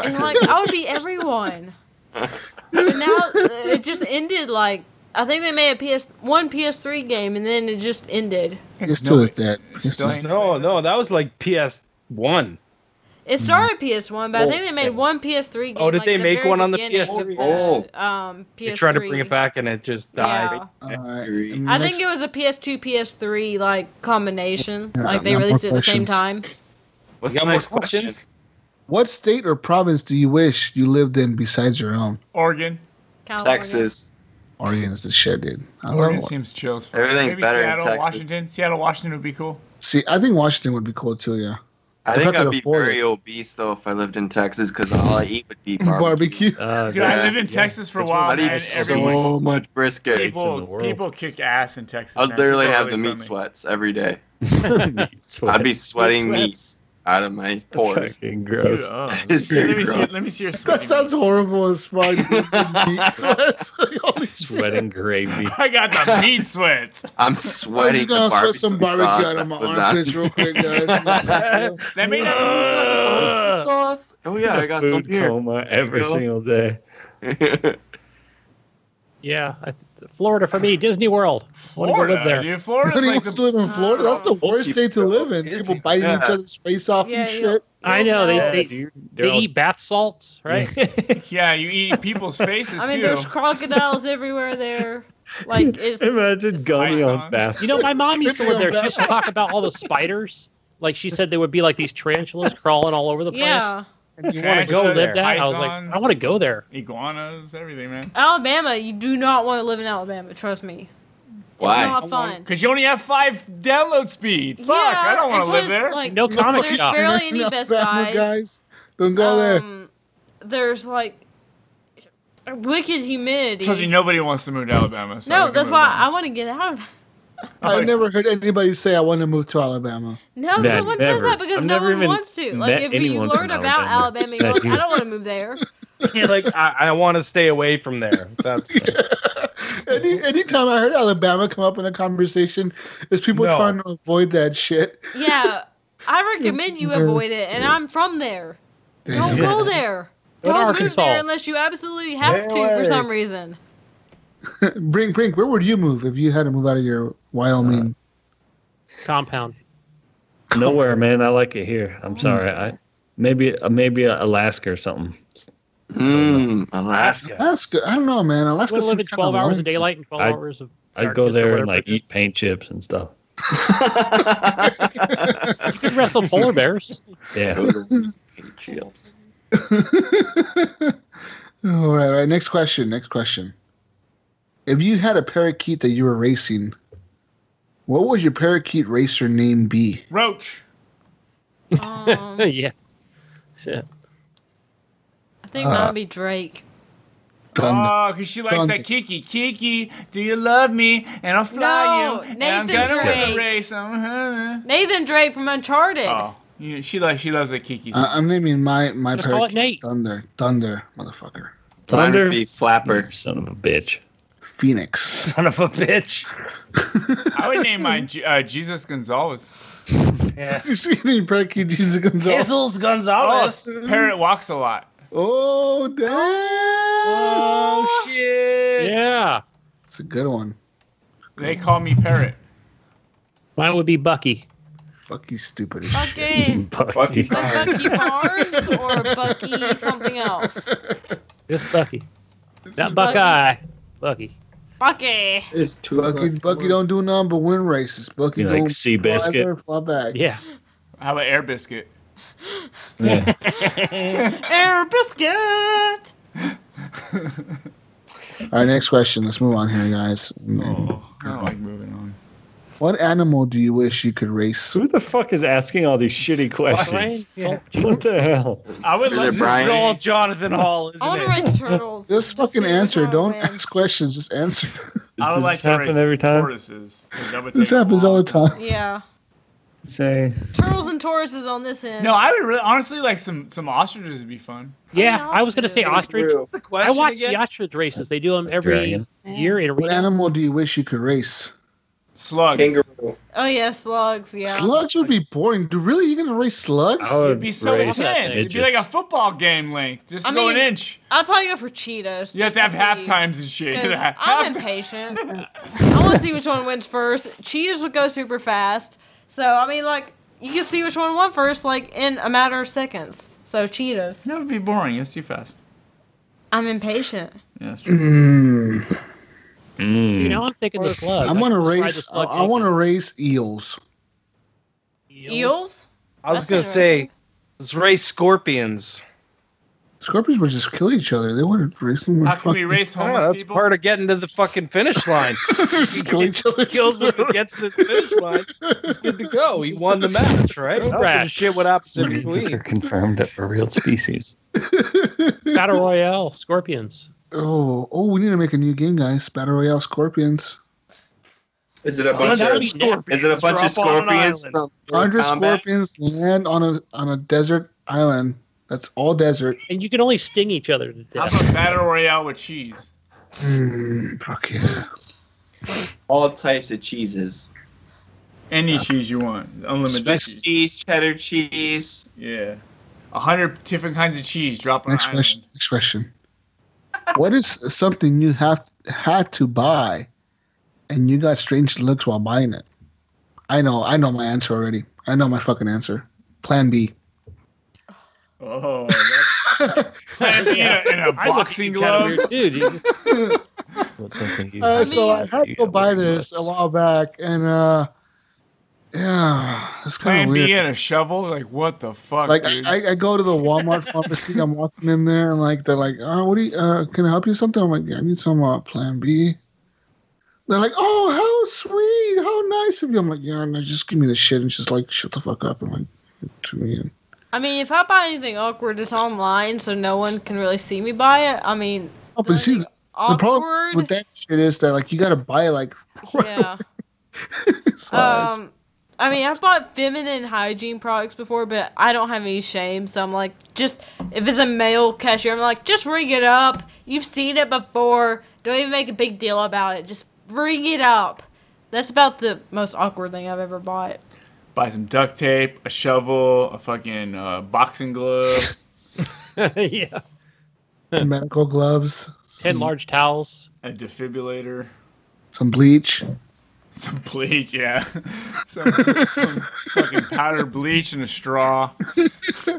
Speaker 4: And like I would beat everyone. But now uh, it just ended like I think they made a PS one PS3 game and then it just ended.
Speaker 3: It's
Speaker 2: No,
Speaker 3: two is dead.
Speaker 2: you. Still ain't-
Speaker 7: No, no, that was like PS1.
Speaker 4: It
Speaker 9: Mm.
Speaker 4: started PS1, but I
Speaker 7: Oh,
Speaker 4: think they made
Speaker 7: yeah.
Speaker 4: one PS3 game.
Speaker 7: Oh, did
Speaker 4: like,
Speaker 7: they
Speaker 4: the
Speaker 7: make
Speaker 4: very
Speaker 7: one on the
Speaker 4: beginning
Speaker 7: PS3?
Speaker 4: of
Speaker 6: Oh.
Speaker 4: um, PS3.
Speaker 7: They tried to bring it back and it just died.
Speaker 4: Yeah.
Speaker 3: All right.
Speaker 4: I think it was a PS2 PS3 like combination.
Speaker 3: Yeah,
Speaker 4: like they
Speaker 3: no more
Speaker 4: released it at the same
Speaker 3: questions.
Speaker 4: time.
Speaker 6: What's
Speaker 7: You got
Speaker 6: the
Speaker 7: more
Speaker 6: next question?
Speaker 7: questions?
Speaker 3: What state or province do you wish you lived in besides your own?
Speaker 2: Oregon.
Speaker 4: California.
Speaker 6: Texas.
Speaker 3: Oregon is the shit, dude. I love
Speaker 2: Oregon
Speaker 3: it.
Speaker 2: seems chill as fuck.
Speaker 6: Everything's
Speaker 2: Maybe
Speaker 6: better in
Speaker 2: Seattle,
Speaker 6: Texas.
Speaker 2: Washington. Seattle, Washington would be cool.
Speaker 3: See, I think Washington would be cool too, yeah.
Speaker 6: I
Speaker 3: If I
Speaker 6: think
Speaker 3: could
Speaker 6: I'd be
Speaker 3: afford
Speaker 6: very
Speaker 3: it.
Speaker 6: obese though if I lived in Texas because all I eat would be barbecue.
Speaker 3: Barbecue.
Speaker 9: Uh,
Speaker 2: Dude, I lived in Texas for a
Speaker 9: It's
Speaker 2: while,
Speaker 6: I'd
Speaker 2: and
Speaker 6: eat
Speaker 2: everyone
Speaker 6: so much
Speaker 9: in
Speaker 6: brisket.
Speaker 9: the
Speaker 2: people
Speaker 9: world.
Speaker 2: people kick ass in Texas.
Speaker 6: I'd
Speaker 2: man.
Speaker 6: literally
Speaker 2: People are
Speaker 6: have the
Speaker 2: really
Speaker 6: meat
Speaker 2: friendly.
Speaker 6: sweats every day.
Speaker 3: Oh,
Speaker 9: that's
Speaker 6: I'd be sweating
Speaker 9: sweats.
Speaker 6: meat out of my
Speaker 9: fucking
Speaker 6: pores.
Speaker 2: Dude,
Speaker 9: gross.
Speaker 2: oh, let, me
Speaker 6: It's
Speaker 2: see, let, me
Speaker 6: very
Speaker 2: see,
Speaker 6: gross.
Speaker 2: let me see your sweaty
Speaker 3: That sounds
Speaker 2: meat.
Speaker 3: horrible as fuck. dude. Meat sweats. Holy shit.
Speaker 9: Sweating gravy.
Speaker 2: I got the meat sweats.
Speaker 6: I'm
Speaker 3: I'm
Speaker 6: sweating.
Speaker 3: just gonna
Speaker 6: the
Speaker 3: sweat some
Speaker 6: barbecue
Speaker 3: barbecue
Speaker 6: sauce
Speaker 3: out of my
Speaker 6: that was on-
Speaker 3: armpits real quick, guys.
Speaker 2: That may not.
Speaker 9: Ugh.
Speaker 6: Sauce. Oh yeah, I got some
Speaker 9: Food
Speaker 6: here.
Speaker 9: coma every
Speaker 6: Go.
Speaker 9: single day.
Speaker 8: Yeah, I, Florida for me, Disney World. Wanna go
Speaker 2: Florida,
Speaker 8: live there.
Speaker 2: dude. Florida's
Speaker 3: Nobody
Speaker 2: like
Speaker 3: wants
Speaker 2: the
Speaker 3: to live in Florida. That's the worst state to live in. People biting each
Speaker 6: Yeah.
Speaker 3: other's face off
Speaker 4: Yeah,
Speaker 3: and
Speaker 4: yeah.
Speaker 3: shit.
Speaker 8: I know
Speaker 2: Yeah,
Speaker 8: they they,
Speaker 2: dude.
Speaker 8: they eat bath salts, right?
Speaker 2: yeah, you eat people's faces
Speaker 4: I mean,
Speaker 2: too.
Speaker 4: there's crocodiles everywhere there. Like it's
Speaker 9: Imagine gummy
Speaker 2: pythons.
Speaker 9: on bath.
Speaker 8: You know, my mom used to live there. She
Speaker 3: Trivial
Speaker 8: used to talk about all the spiders. Like she said, there would be like these tarantulas crawling all over the place.
Speaker 4: yeah.
Speaker 8: And you want to go
Speaker 2: Tarantulas,
Speaker 8: live there? I was like,
Speaker 2: pythons.
Speaker 8: I want to go there.
Speaker 2: Iguanas, everything, man.
Speaker 4: Alabama, you do not want to live in Alabama. Trust me.
Speaker 6: Why?
Speaker 4: It's not fun.
Speaker 2: Cause you only have five download speed. Fuck, I don't want
Speaker 4: and
Speaker 2: to live
Speaker 4: plus,
Speaker 2: there.
Speaker 4: Like,
Speaker 8: No comic
Speaker 4: there's
Speaker 8: shop.
Speaker 4: barely any
Speaker 3: Enough
Speaker 4: Best
Speaker 3: bad
Speaker 4: Buys.
Speaker 3: Don't go there.
Speaker 4: Um, there's like wicked humidity.
Speaker 2: Trust me, nobody wants to move to Alabama. so we
Speaker 4: no,
Speaker 2: can
Speaker 4: that's
Speaker 2: move
Speaker 4: why
Speaker 2: on.
Speaker 4: I want to get out. of
Speaker 3: I've never heard anybody say I want to move to Alabama.
Speaker 4: No,
Speaker 9: Yeah,
Speaker 4: no one says
Speaker 9: never.
Speaker 4: that because
Speaker 9: I've
Speaker 4: no
Speaker 9: never
Speaker 4: one
Speaker 9: even
Speaker 4: wants to. Like,
Speaker 9: met
Speaker 4: if you
Speaker 9: anyone from
Speaker 4: learn about
Speaker 9: Alabama.
Speaker 4: Alabama, you're like, I
Speaker 9: Yeah.
Speaker 4: don't want to move there.
Speaker 7: Yeah, like I, I want to stay away from there. That's
Speaker 3: Any anytime I heard Alabama come up in a conversation, is people
Speaker 7: No.
Speaker 3: trying to avoid that shit.
Speaker 4: Yeah, I recommend you avoid it, and I'm from there. Don't go there.
Speaker 8: Go to
Speaker 4: Don't move
Speaker 8: Arkansas.
Speaker 4: there unless you absolutely have to for some reason.
Speaker 3: Brink, Brink, where would you move if you had to move out of your Wyoming?
Speaker 8: Compound.
Speaker 9: Nowhere, man. I like it here.
Speaker 8: Mm.
Speaker 9: I'm sorry. I maybe uh, maybe Alaska or something.
Speaker 6: Mm,
Speaker 7: Uh,
Speaker 6: Alaska.
Speaker 3: Alaska. I don't know, man. Alaska.
Speaker 8: You want to live in
Speaker 3: seems kinda
Speaker 8: 12 hours
Speaker 3: lonely.
Speaker 8: of daylight and 12
Speaker 9: I-
Speaker 8: hours of.
Speaker 9: I'd go
Speaker 8: darkness or
Speaker 9: there and
Speaker 8: whatever
Speaker 9: like
Speaker 8: it is.
Speaker 9: eat paint chips and stuff.
Speaker 8: You could wrestle polar bears.
Speaker 9: Yeah.
Speaker 6: Chill.
Speaker 3: All right, all right. Next question. Next question. If you had a parakeet that you were racing, what would your parakeet racer name be?
Speaker 2: Roach.
Speaker 4: Um,
Speaker 8: yeah. Shit.
Speaker 4: I think mine would be Drake.
Speaker 3: Dun-
Speaker 2: Oh, because she likes
Speaker 3: Dun-
Speaker 2: that Kiki. Kiki, do you love me? And I'll fly
Speaker 4: No,
Speaker 2: you. and I'm
Speaker 4: Nathan
Speaker 2: gonna win
Speaker 4: Drake.
Speaker 2: the race. I'm-
Speaker 4: Nathan Drake from Uncharted.
Speaker 2: Oh, you- she likes. She loves that Kiki.
Speaker 3: I- I'm naming my my
Speaker 8: Just call it
Speaker 3: parakeet
Speaker 8: Nate.
Speaker 3: Thunder. Thunder, motherfucker.
Speaker 6: Mine
Speaker 9: Thunder.
Speaker 6: would be flapper.
Speaker 9: Son of a bitch.
Speaker 3: Phoenix.
Speaker 7: son of a bitch.
Speaker 2: I would name mine Je- uh, Jesus Gonzalez.
Speaker 7: Yeah.
Speaker 3: you see the parakeet Jesus Gonzalez?
Speaker 7: Gonzalez.
Speaker 8: Oh,
Speaker 2: Parrot walks a lot.
Speaker 3: Oh, damn!
Speaker 7: Oh shit.
Speaker 8: Yeah.
Speaker 3: It's a good one.
Speaker 2: They call me Parrot.
Speaker 8: Mine would be Bucky.
Speaker 3: Fuck you, stupid. as shit.
Speaker 4: Okay.
Speaker 9: Bucky.
Speaker 4: Like Bucky Barnes or Bucky something else?
Speaker 8: Just Bucky. Not Buckeye. Bucky.
Speaker 4: Bucky.
Speaker 6: There's two
Speaker 3: Bucky, Bucky don't do nothing but win races. Bucky
Speaker 9: Be like
Speaker 3: don't
Speaker 9: sea
Speaker 3: fly
Speaker 9: biscuit.
Speaker 3: there, fly back.
Speaker 8: Yeah.
Speaker 2: How about Air Biscuit?
Speaker 9: Yeah.
Speaker 4: Air biscuit.
Speaker 3: All right, next question. Let's move on here, guys.
Speaker 2: Oh, I don't like moving on.
Speaker 3: What animal do you wish you could race?
Speaker 9: Who the fuck is asking all these shitty questions? What the hell?
Speaker 2: I would
Speaker 6: Is
Speaker 2: love
Speaker 6: it
Speaker 2: to
Speaker 6: Brian?
Speaker 7: It's all
Speaker 2: race-
Speaker 7: Jonathan Hall, isn't
Speaker 4: I want to
Speaker 7: it?
Speaker 4: race turtles.
Speaker 3: Just fucking
Speaker 4: see who's
Speaker 3: answer.
Speaker 4: gonna
Speaker 3: Don't
Speaker 4: win.
Speaker 3: ask questions. Just answer.
Speaker 2: I would
Speaker 9: Does
Speaker 2: like
Speaker 9: this
Speaker 2: to
Speaker 9: happen
Speaker 2: race
Speaker 9: every time?
Speaker 2: tortoises. 'cause that would
Speaker 3: This
Speaker 2: take a
Speaker 3: happens all
Speaker 2: long
Speaker 3: the time.
Speaker 4: Yeah,
Speaker 9: Say
Speaker 4: turtles and Tauruses on this end.
Speaker 2: No, I would really, honestly like some some ostriches would be fun.
Speaker 8: Yeah. I was going to say ostrich.
Speaker 7: What's the
Speaker 8: I
Speaker 7: question
Speaker 8: watch
Speaker 7: again?
Speaker 8: the ostrich races. They do them every
Speaker 9: Dragon.
Speaker 8: year in
Speaker 3: What
Speaker 8: Reno.
Speaker 3: animal do you wish you could race?
Speaker 2: Slugs.
Speaker 6: Kangaroo.
Speaker 4: Oh yeah, slugs. Yeah.
Speaker 3: Slugs would be boring. Do really you gonna race slugs?
Speaker 9: I would
Speaker 2: It'd be so
Speaker 9: race
Speaker 2: intense. It'd be like a
Speaker 9: midgets.
Speaker 2: football game length. Just
Speaker 4: I
Speaker 2: go an
Speaker 4: mean-
Speaker 2: inch.
Speaker 4: I'd probably go for cheetahs.
Speaker 2: You have to have
Speaker 4: just
Speaker 2: half
Speaker 4: see,
Speaker 2: times and shit.
Speaker 4: 'cause
Speaker 2: Half
Speaker 4: I'm
Speaker 2: time.
Speaker 4: impatient. I want to see which one wins first. Cheetahs would go super fast. So I mean, like you can see which one won first, like in a matter of seconds. So cheetahs.
Speaker 2: That would be boring. It's too fast.
Speaker 4: I'm impatient.
Speaker 2: Yeah, that's true.
Speaker 3: Mm.
Speaker 8: See, now I'm thinking the slug.
Speaker 3: I'm
Speaker 8: I
Speaker 3: gonna
Speaker 8: could just
Speaker 3: race. Hmm.
Speaker 8: ride the
Speaker 3: I,
Speaker 8: slug naked.
Speaker 3: want to race eels.
Speaker 4: Eels.
Speaker 7: I was
Speaker 4: That's
Speaker 7: gonna
Speaker 4: interesting.
Speaker 7: say, let's race scorpions.
Speaker 3: Scorpions would just kill each other. They wouldn't race. Them
Speaker 2: How can we race
Speaker 7: I don't know,
Speaker 2: homeless
Speaker 7: Ah, that's
Speaker 2: people?
Speaker 7: part of getting to the fucking finish line.
Speaker 3: just kill each other?
Speaker 7: Kills him, gets to the finish line. He's good to go. He won the match, right? I don't give a shit what happens in
Speaker 9: Midgets are
Speaker 7: between.
Speaker 9: confirmed that we're real species.
Speaker 8: Battle Royale, scorpions.
Speaker 3: Oh, oh, we need to make a new game, guys. Battle Royale Scorpions.
Speaker 6: Is it a
Speaker 8: So
Speaker 6: bunch
Speaker 8: that would
Speaker 6: of
Speaker 8: be next.
Speaker 6: is it a bunch of
Speaker 7: Drop on an
Speaker 6: scorpions?
Speaker 7: island.
Speaker 6: from
Speaker 3: Hundred
Speaker 6: combat?
Speaker 3: scorpions land on a on a desert island. That's all desert.
Speaker 8: And you can only sting each other to
Speaker 2: How
Speaker 8: death.
Speaker 2: about battle royale with cheese?
Speaker 3: Mm, fuck yeah.
Speaker 6: All types of cheeses.
Speaker 2: Any cheese you want, unlimited cheese.
Speaker 6: Cheese, cheddar cheese.
Speaker 2: Yeah, a hundred different kinds of cheese. Drop on an
Speaker 3: Next
Speaker 2: island.
Speaker 3: question. Next question. What is something you have had to buy, and you got strange looks while buying it. I know, I know my answer already. I know my fucking answer. Plan B.
Speaker 2: Oh, that's in a, in a boxing glove.
Speaker 8: Dude, you just-
Speaker 9: What's something you,
Speaker 3: Uh, so I
Speaker 9: mean-
Speaker 3: had to go buy
Speaker 9: Yeah,
Speaker 3: this a
Speaker 9: nuts.
Speaker 3: while back, and uh, yeah, it's
Speaker 2: Plan
Speaker 3: kind of
Speaker 2: B
Speaker 3: weird.
Speaker 2: and a shovel. Like what the fuck,
Speaker 3: like
Speaker 2: dude?
Speaker 3: I, I- I go to the Walmart pharmacy, I'm walking in there, and like they're like, "Oh, what do you? Uh, can I help you with something?" I'm like, "Yeah, I need some uh, Plan B." They're like, "Oh, how sweet, how nice of you." I'm like, "Yeah, no, just give me the shit," and she's like, "Shut the fuck up." I'm like, "To me."
Speaker 4: I mean, if I buy anything awkward, it's online, so no one can really see me buy it. I mean,
Speaker 3: Oh, but see, the
Speaker 4: awkward.
Speaker 3: problem with that shit is that like you gotta buy like.
Speaker 4: yeah.
Speaker 3: it's like-
Speaker 4: Um, I mean, I've bought feminine hygiene products before, but I don't have any shame, so I'm like, just if it's a male cashier, I'm like, just ring it up. You've seen it before. Don't even make a big deal about it. Just ring it up. That's about the most awkward thing I've ever bought.
Speaker 2: Buy some duct tape, a shovel, a fucking uh, boxing glove.
Speaker 8: yeah.
Speaker 4: uh,
Speaker 3: medical gloves,
Speaker 8: Ten
Speaker 3: Hmm.
Speaker 8: large towels.
Speaker 2: A defibrillator,
Speaker 3: some bleach.
Speaker 2: some bleach, yeah, some, some fucking powder bleach and a straw.
Speaker 3: Uh,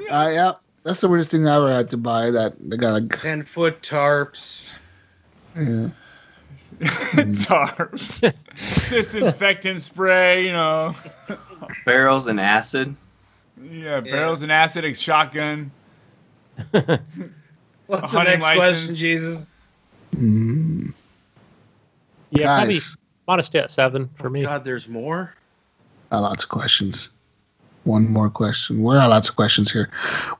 Speaker 3: yeah, that's the weirdest thing I ever had to buy. That they got like,
Speaker 7: Ten foot tarps.
Speaker 3: yeah. Mm-hmm.
Speaker 2: tarps, disinfectant spray, you know.
Speaker 6: Barrels and acid.
Speaker 2: Yeah, barrels and acid, a shotgun.
Speaker 7: What's
Speaker 2: A
Speaker 7: the
Speaker 2: hunting
Speaker 7: next
Speaker 2: license.
Speaker 7: question, Jesus?
Speaker 3: Mm.
Speaker 8: Yeah, probably
Speaker 3: Guys.
Speaker 8: modest at seven for me.
Speaker 7: God, there's more.
Speaker 3: Uh, lots of questions. One more question. Well, lots of questions here.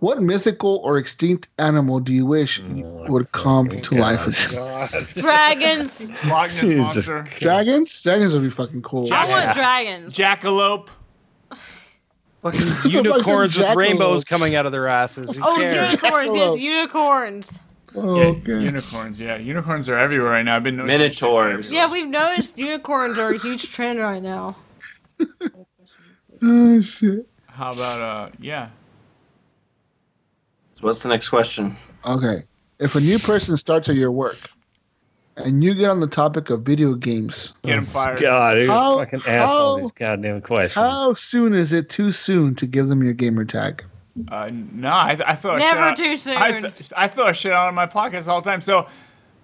Speaker 3: What mythical or extinct animal do you wish
Speaker 9: Oh,
Speaker 3: would come to life? again?
Speaker 4: Dragons.
Speaker 2: Loch Ness
Speaker 9: Jesus.
Speaker 2: monster,
Speaker 3: Dragons? Dragons would be fucking cool.
Speaker 4: I
Speaker 2: Jack-
Speaker 4: want dragons.
Speaker 2: jackalope.
Speaker 7: Fucking
Speaker 3: fuck's a
Speaker 7: unicorns with
Speaker 3: jackalope?
Speaker 7: rainbows coming out of their asses. Who
Speaker 4: Oh,
Speaker 7: cares?
Speaker 4: unicorns. Yes,
Speaker 3: Jackalope.
Speaker 4: unicorns.
Speaker 3: Oh,
Speaker 2: Yeah,
Speaker 3: okay.
Speaker 2: Unicorns, yeah, unicorns are everywhere right now. I've been noticing
Speaker 6: Minotaurs.
Speaker 4: Yeah, we've noticed unicorns are a huge trend right now.
Speaker 3: Oh, shit.
Speaker 2: How about uh, yeah,
Speaker 6: So what's the next question?
Speaker 3: Okay. If a new person starts at your work and you get on the topic of video games,
Speaker 2: get him fired.
Speaker 9: Oh God, who
Speaker 3: How-
Speaker 9: fucking asked all
Speaker 3: how-
Speaker 9: these goddamn questions?
Speaker 3: how soon is it too soon to give them your gamer tag?
Speaker 2: Uh, no, I, th- I thought
Speaker 4: Never
Speaker 2: I shit out-
Speaker 4: too soon.
Speaker 2: I, th- I throw shit out on my podcast all the time. So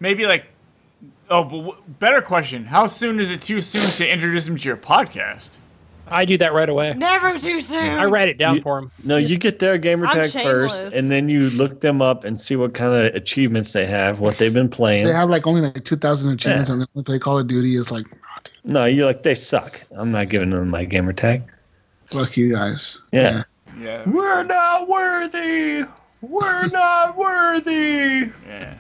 Speaker 2: maybe like, oh, but w- better question: How soon is it too soon to introduce him to your podcast?
Speaker 8: I do that right away.
Speaker 4: Never too soon.
Speaker 8: I write it down
Speaker 9: You-
Speaker 8: for him.
Speaker 9: No, you get their gamer
Speaker 4: I'm
Speaker 9: tag first,
Speaker 4: shameless.
Speaker 9: and then you look them up and see what kind of achievements they have, what they've been playing.
Speaker 3: They have like only like 2,000 achievements and they only play Call of Duty. It's like, oh, dude,
Speaker 9: no, you're like they suck. I'm not giving them my gamer tag.
Speaker 3: fuck you guys.
Speaker 9: Yeah,
Speaker 2: Yeah,
Speaker 7: We're not worthy. We're not worthy.
Speaker 2: yeah.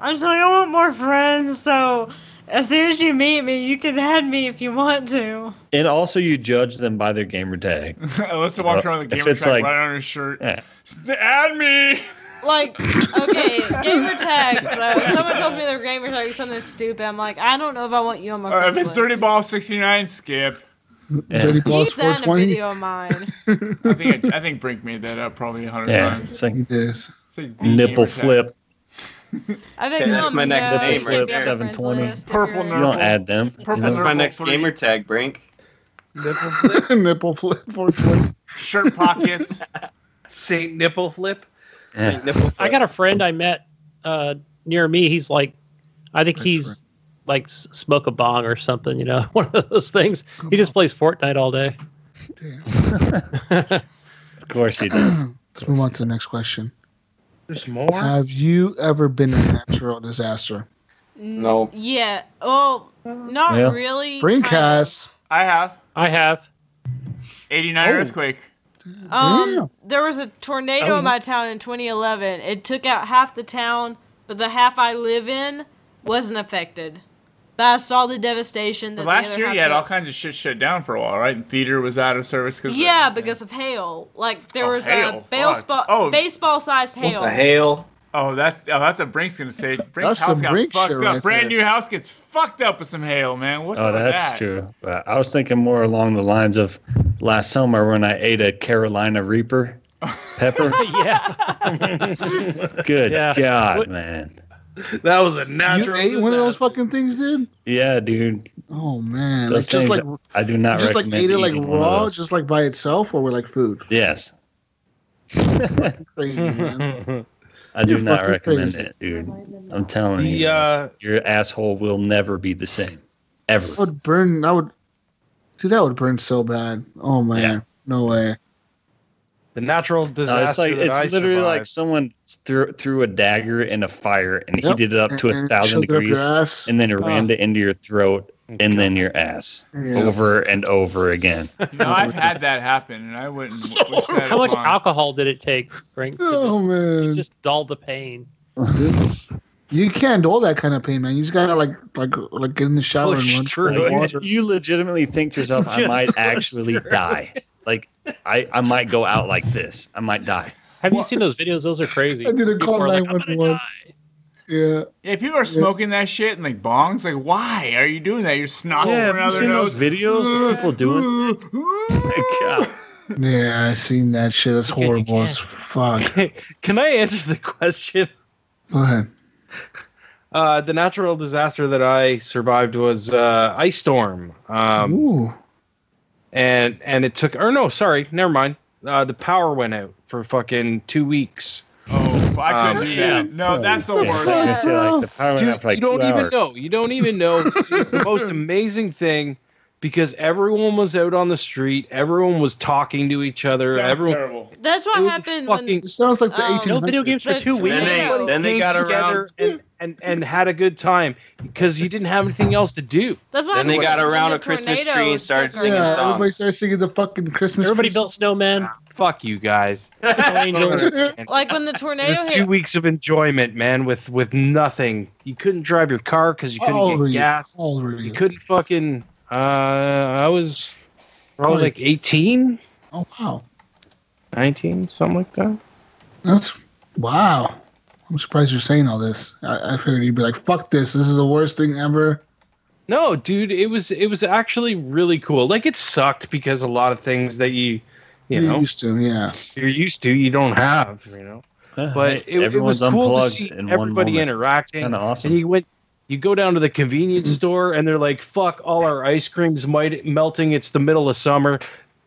Speaker 4: I'm just like, I want more friends, so as soon as you meet me, you can add me if you want to.
Speaker 9: and also you judge them by their gamer tag.
Speaker 2: Alyssa walks around with a
Speaker 9: If
Speaker 2: gamer
Speaker 9: it's
Speaker 2: tag
Speaker 9: like-
Speaker 2: right on her shirt.
Speaker 9: Yeah.
Speaker 2: Add me.
Speaker 4: Like, okay, gamer tags. Though. If someone tells me their gamer tag is something stupid, I'm like, I don't know if I want you on my
Speaker 2: All right,
Speaker 4: friends
Speaker 2: if it's
Speaker 4: list.
Speaker 2: dirty ball sixty nine, skip.
Speaker 3: Dirty
Speaker 9: Yeah,
Speaker 3: Balls
Speaker 4: Use that in a
Speaker 3: 420.
Speaker 4: video of mine.
Speaker 2: I think I, I think Brink made that up probably a hundred
Speaker 9: yeah.
Speaker 2: times.
Speaker 9: It's like
Speaker 3: It is.
Speaker 2: It's like the gamer
Speaker 9: nipple
Speaker 2: tag.
Speaker 9: flip.
Speaker 4: I think
Speaker 6: Okay, that's my next name right there.
Speaker 9: 720.
Speaker 2: Purple
Speaker 9: You
Speaker 2: nerd.
Speaker 9: don't add them. you
Speaker 2: Purple
Speaker 9: know?
Speaker 6: That's my
Speaker 2: Nurple
Speaker 6: next
Speaker 2: three.
Speaker 6: gamer tag, Brink.
Speaker 3: Nipple flip 420.
Speaker 2: Shirt pockets.
Speaker 7: Saint nipple flip.
Speaker 9: Yeah.
Speaker 6: Nipple
Speaker 8: I got a friend I met uh, near me. He's like, I think
Speaker 3: Nice
Speaker 8: he's
Speaker 3: friend.
Speaker 8: like s- smoke a bong or something. You know, one of those things. He just plays Fortnite all day.
Speaker 9: Of course he does.
Speaker 3: Let's move on to the next question.
Speaker 7: There's more.
Speaker 3: Have you ever been in a natural disaster?
Speaker 6: No.
Speaker 4: Yeah. Oh, not
Speaker 9: Yeah.
Speaker 4: really.
Speaker 3: Brink
Speaker 4: kind of.
Speaker 3: has.
Speaker 2: I have
Speaker 8: I have.
Speaker 2: eighty nine
Speaker 9: Oh.
Speaker 2: earthquake.
Speaker 4: Um,
Speaker 3: Yeah.
Speaker 4: there was a tornado
Speaker 8: Oh,
Speaker 4: in
Speaker 2: Uh-huh.
Speaker 4: my town in 2011. It took out half the town, but the half I live in wasn't affected. But I saw the devastation.
Speaker 2: But
Speaker 4: That the
Speaker 2: last
Speaker 4: other
Speaker 2: year,
Speaker 4: half
Speaker 2: you had
Speaker 4: took.
Speaker 2: all kinds of shit shut down for a while, right? And theater was out of service because
Speaker 4: Yeah, because of hail. Like there
Speaker 2: Oh,
Speaker 4: was
Speaker 2: hail,
Speaker 4: a baseball
Speaker 2: fuck. Oh.
Speaker 4: baseball sized hail.
Speaker 6: The hail.
Speaker 2: Oh, that's oh, that's what Brink's gonna say. Brink's
Speaker 3: That's
Speaker 2: house
Speaker 3: some
Speaker 2: got
Speaker 3: Brink
Speaker 2: fucked
Speaker 3: shit
Speaker 2: up.
Speaker 3: right
Speaker 2: Brand
Speaker 3: there.
Speaker 2: new house gets fucked up with some hail, man. What's
Speaker 9: Oh,
Speaker 2: up with
Speaker 9: that's
Speaker 2: that?
Speaker 9: true. But I was thinking more along the lines of last summer when I ate a Carolina Reaper pepper.
Speaker 8: Yeah.
Speaker 9: Good
Speaker 8: Yeah.
Speaker 9: God,
Speaker 8: What-
Speaker 9: man.
Speaker 7: That was a natural.
Speaker 3: you ate one of those
Speaker 7: disaster.
Speaker 3: fucking things, dude?
Speaker 9: Yeah, dude.
Speaker 3: Oh man,
Speaker 9: Those
Speaker 3: like, just
Speaker 9: things
Speaker 3: like
Speaker 9: I do not
Speaker 3: just like
Speaker 9: recommend
Speaker 3: ate it like
Speaker 9: eating one of
Speaker 3: raw,
Speaker 9: those.
Speaker 3: just like by itself, or with like food.
Speaker 9: yes,
Speaker 3: Crazy man.
Speaker 9: I do
Speaker 3: You're
Speaker 9: not
Speaker 3: fucking
Speaker 9: recommend
Speaker 3: crazy.
Speaker 9: it, dude. I'm telling you,
Speaker 7: the uh,
Speaker 9: your asshole will never be the same,
Speaker 3: I
Speaker 9: ever.
Speaker 3: would burn. I would. Dude, that would burn so bad. Oh man,
Speaker 9: Yeah.
Speaker 3: no way.
Speaker 7: the natural disaster.
Speaker 9: No, it's like
Speaker 7: that
Speaker 9: it's
Speaker 7: I
Speaker 9: literally like
Speaker 7: survived.
Speaker 9: someone threw, threw a dagger in a fire and
Speaker 3: Yep.
Speaker 9: heated it up to a
Speaker 3: And
Speaker 9: thousand
Speaker 3: shoved it up your
Speaker 9: degrees,
Speaker 3: ass.
Speaker 9: and then it rammed it into your throat and then your ass
Speaker 3: Yeah.
Speaker 9: over and over again.
Speaker 2: You know, I've had that happen, and I wouldn't. wish that
Speaker 8: How much
Speaker 2: upon-
Speaker 8: alcohol did it take, Frank? to
Speaker 3: Oh
Speaker 8: just-
Speaker 3: man,
Speaker 8: Just dull the pain.
Speaker 3: you can't do all that kind of pain, man. You just gotta like like like get in the shower
Speaker 7: Push
Speaker 3: and run
Speaker 7: through
Speaker 3: cold
Speaker 7: it.
Speaker 3: water.
Speaker 9: you legitimately think to yourself, I
Speaker 8: Just
Speaker 9: might
Speaker 8: push
Speaker 9: actually
Speaker 8: through.
Speaker 9: die. Like I, I might go out like this. I might die.
Speaker 8: Have you seen those videos? Those are crazy.
Speaker 3: I didn't
Speaker 8: People
Speaker 3: call
Speaker 8: are like, "I'm gonna
Speaker 3: 911. Yeah.
Speaker 2: Yeah, people are smoking that shit and like bongs. Like, why are you doing that? You're snorting
Speaker 9: Yeah,
Speaker 2: one
Speaker 9: have you
Speaker 2: another
Speaker 9: seen
Speaker 2: nose.
Speaker 9: those videos of people doing? Oh God.
Speaker 3: Yeah, I seen that shit. That's
Speaker 8: Dude, you
Speaker 3: horrible
Speaker 8: can't.
Speaker 3: as fuck.
Speaker 7: Can I answer the question?
Speaker 3: Go ahead.
Speaker 7: Uh, the natural disaster that I survived was uh, ice storm. Um,
Speaker 3: Ooh.
Speaker 9: Mm-hmm.
Speaker 7: and and it took or no sorry never mind uh, the power went out for fucking two weeks
Speaker 2: Oh, I
Speaker 7: Um,
Speaker 2: couldn't do that. No, that's the
Speaker 9: Yeah, I was gonna
Speaker 2: worst.
Speaker 9: say, like, the power went
Speaker 7: Dude,
Speaker 9: out for, like,
Speaker 7: you don't
Speaker 9: two
Speaker 7: even
Speaker 9: hours.
Speaker 7: know you don't even know it's the most amazing thing because everyone was out on the street everyone was talking to each other
Speaker 2: Sounds
Speaker 7: everyone
Speaker 2: terrible.
Speaker 4: That's what
Speaker 7: it was
Speaker 4: happened when
Speaker 7: fucking
Speaker 3: It sounds like the
Speaker 4: Um,
Speaker 3: 1800s.
Speaker 8: No video games for
Speaker 4: The
Speaker 8: two
Speaker 4: tornado.
Speaker 8: weeks.
Speaker 6: Then they- then they
Speaker 7: came
Speaker 6: got around.
Speaker 7: together and, and and had a good time because you didn't have anything else to do
Speaker 4: that's what
Speaker 6: Then they
Speaker 4: happened
Speaker 6: got
Speaker 4: when
Speaker 6: around
Speaker 4: the
Speaker 6: a Christmas
Speaker 4: tornado
Speaker 6: tree and started
Speaker 4: struck our-
Speaker 6: singing
Speaker 3: yeah,
Speaker 6: songs.
Speaker 3: everybody started singing the fucking Christmas.
Speaker 8: Everybody
Speaker 3: tree
Speaker 8: built snowmen.
Speaker 7: fuck you guys
Speaker 8: Little angels.
Speaker 4: Like when the tornado
Speaker 7: There's
Speaker 4: hit,
Speaker 7: two weeks of enjoyment, man, with with nothing. You couldn't drive your car because you couldn't
Speaker 3: How old were
Speaker 7: get
Speaker 3: you?
Speaker 7: gas.
Speaker 3: How old were
Speaker 7: You
Speaker 3: you?
Speaker 7: couldn't fucking. Uh, I was probably like 18,
Speaker 3: Oh wow,
Speaker 7: 19, something like that.
Speaker 3: that's wow. I'm surprised you're saying all this. I, I figured you'd be like, "Fuck this! This is the worst thing ever."
Speaker 7: No, dude, it was it was actually really cool. Like it sucked because a lot of things that you you
Speaker 3: You're
Speaker 7: know
Speaker 3: used to, yeah.
Speaker 7: you're used to you don't have, you know. But it, it was
Speaker 9: Everyone's
Speaker 7: cool to
Speaker 9: unplugged
Speaker 7: see
Speaker 9: in one
Speaker 7: everybody
Speaker 9: moment.
Speaker 7: interacting.
Speaker 9: Kind of
Speaker 7: And
Speaker 9: awesome. Mm-hmm.
Speaker 7: you went, you go down to the convenience store, and they're like, "Fuck, all our ice creams might melting. It's the middle of summer.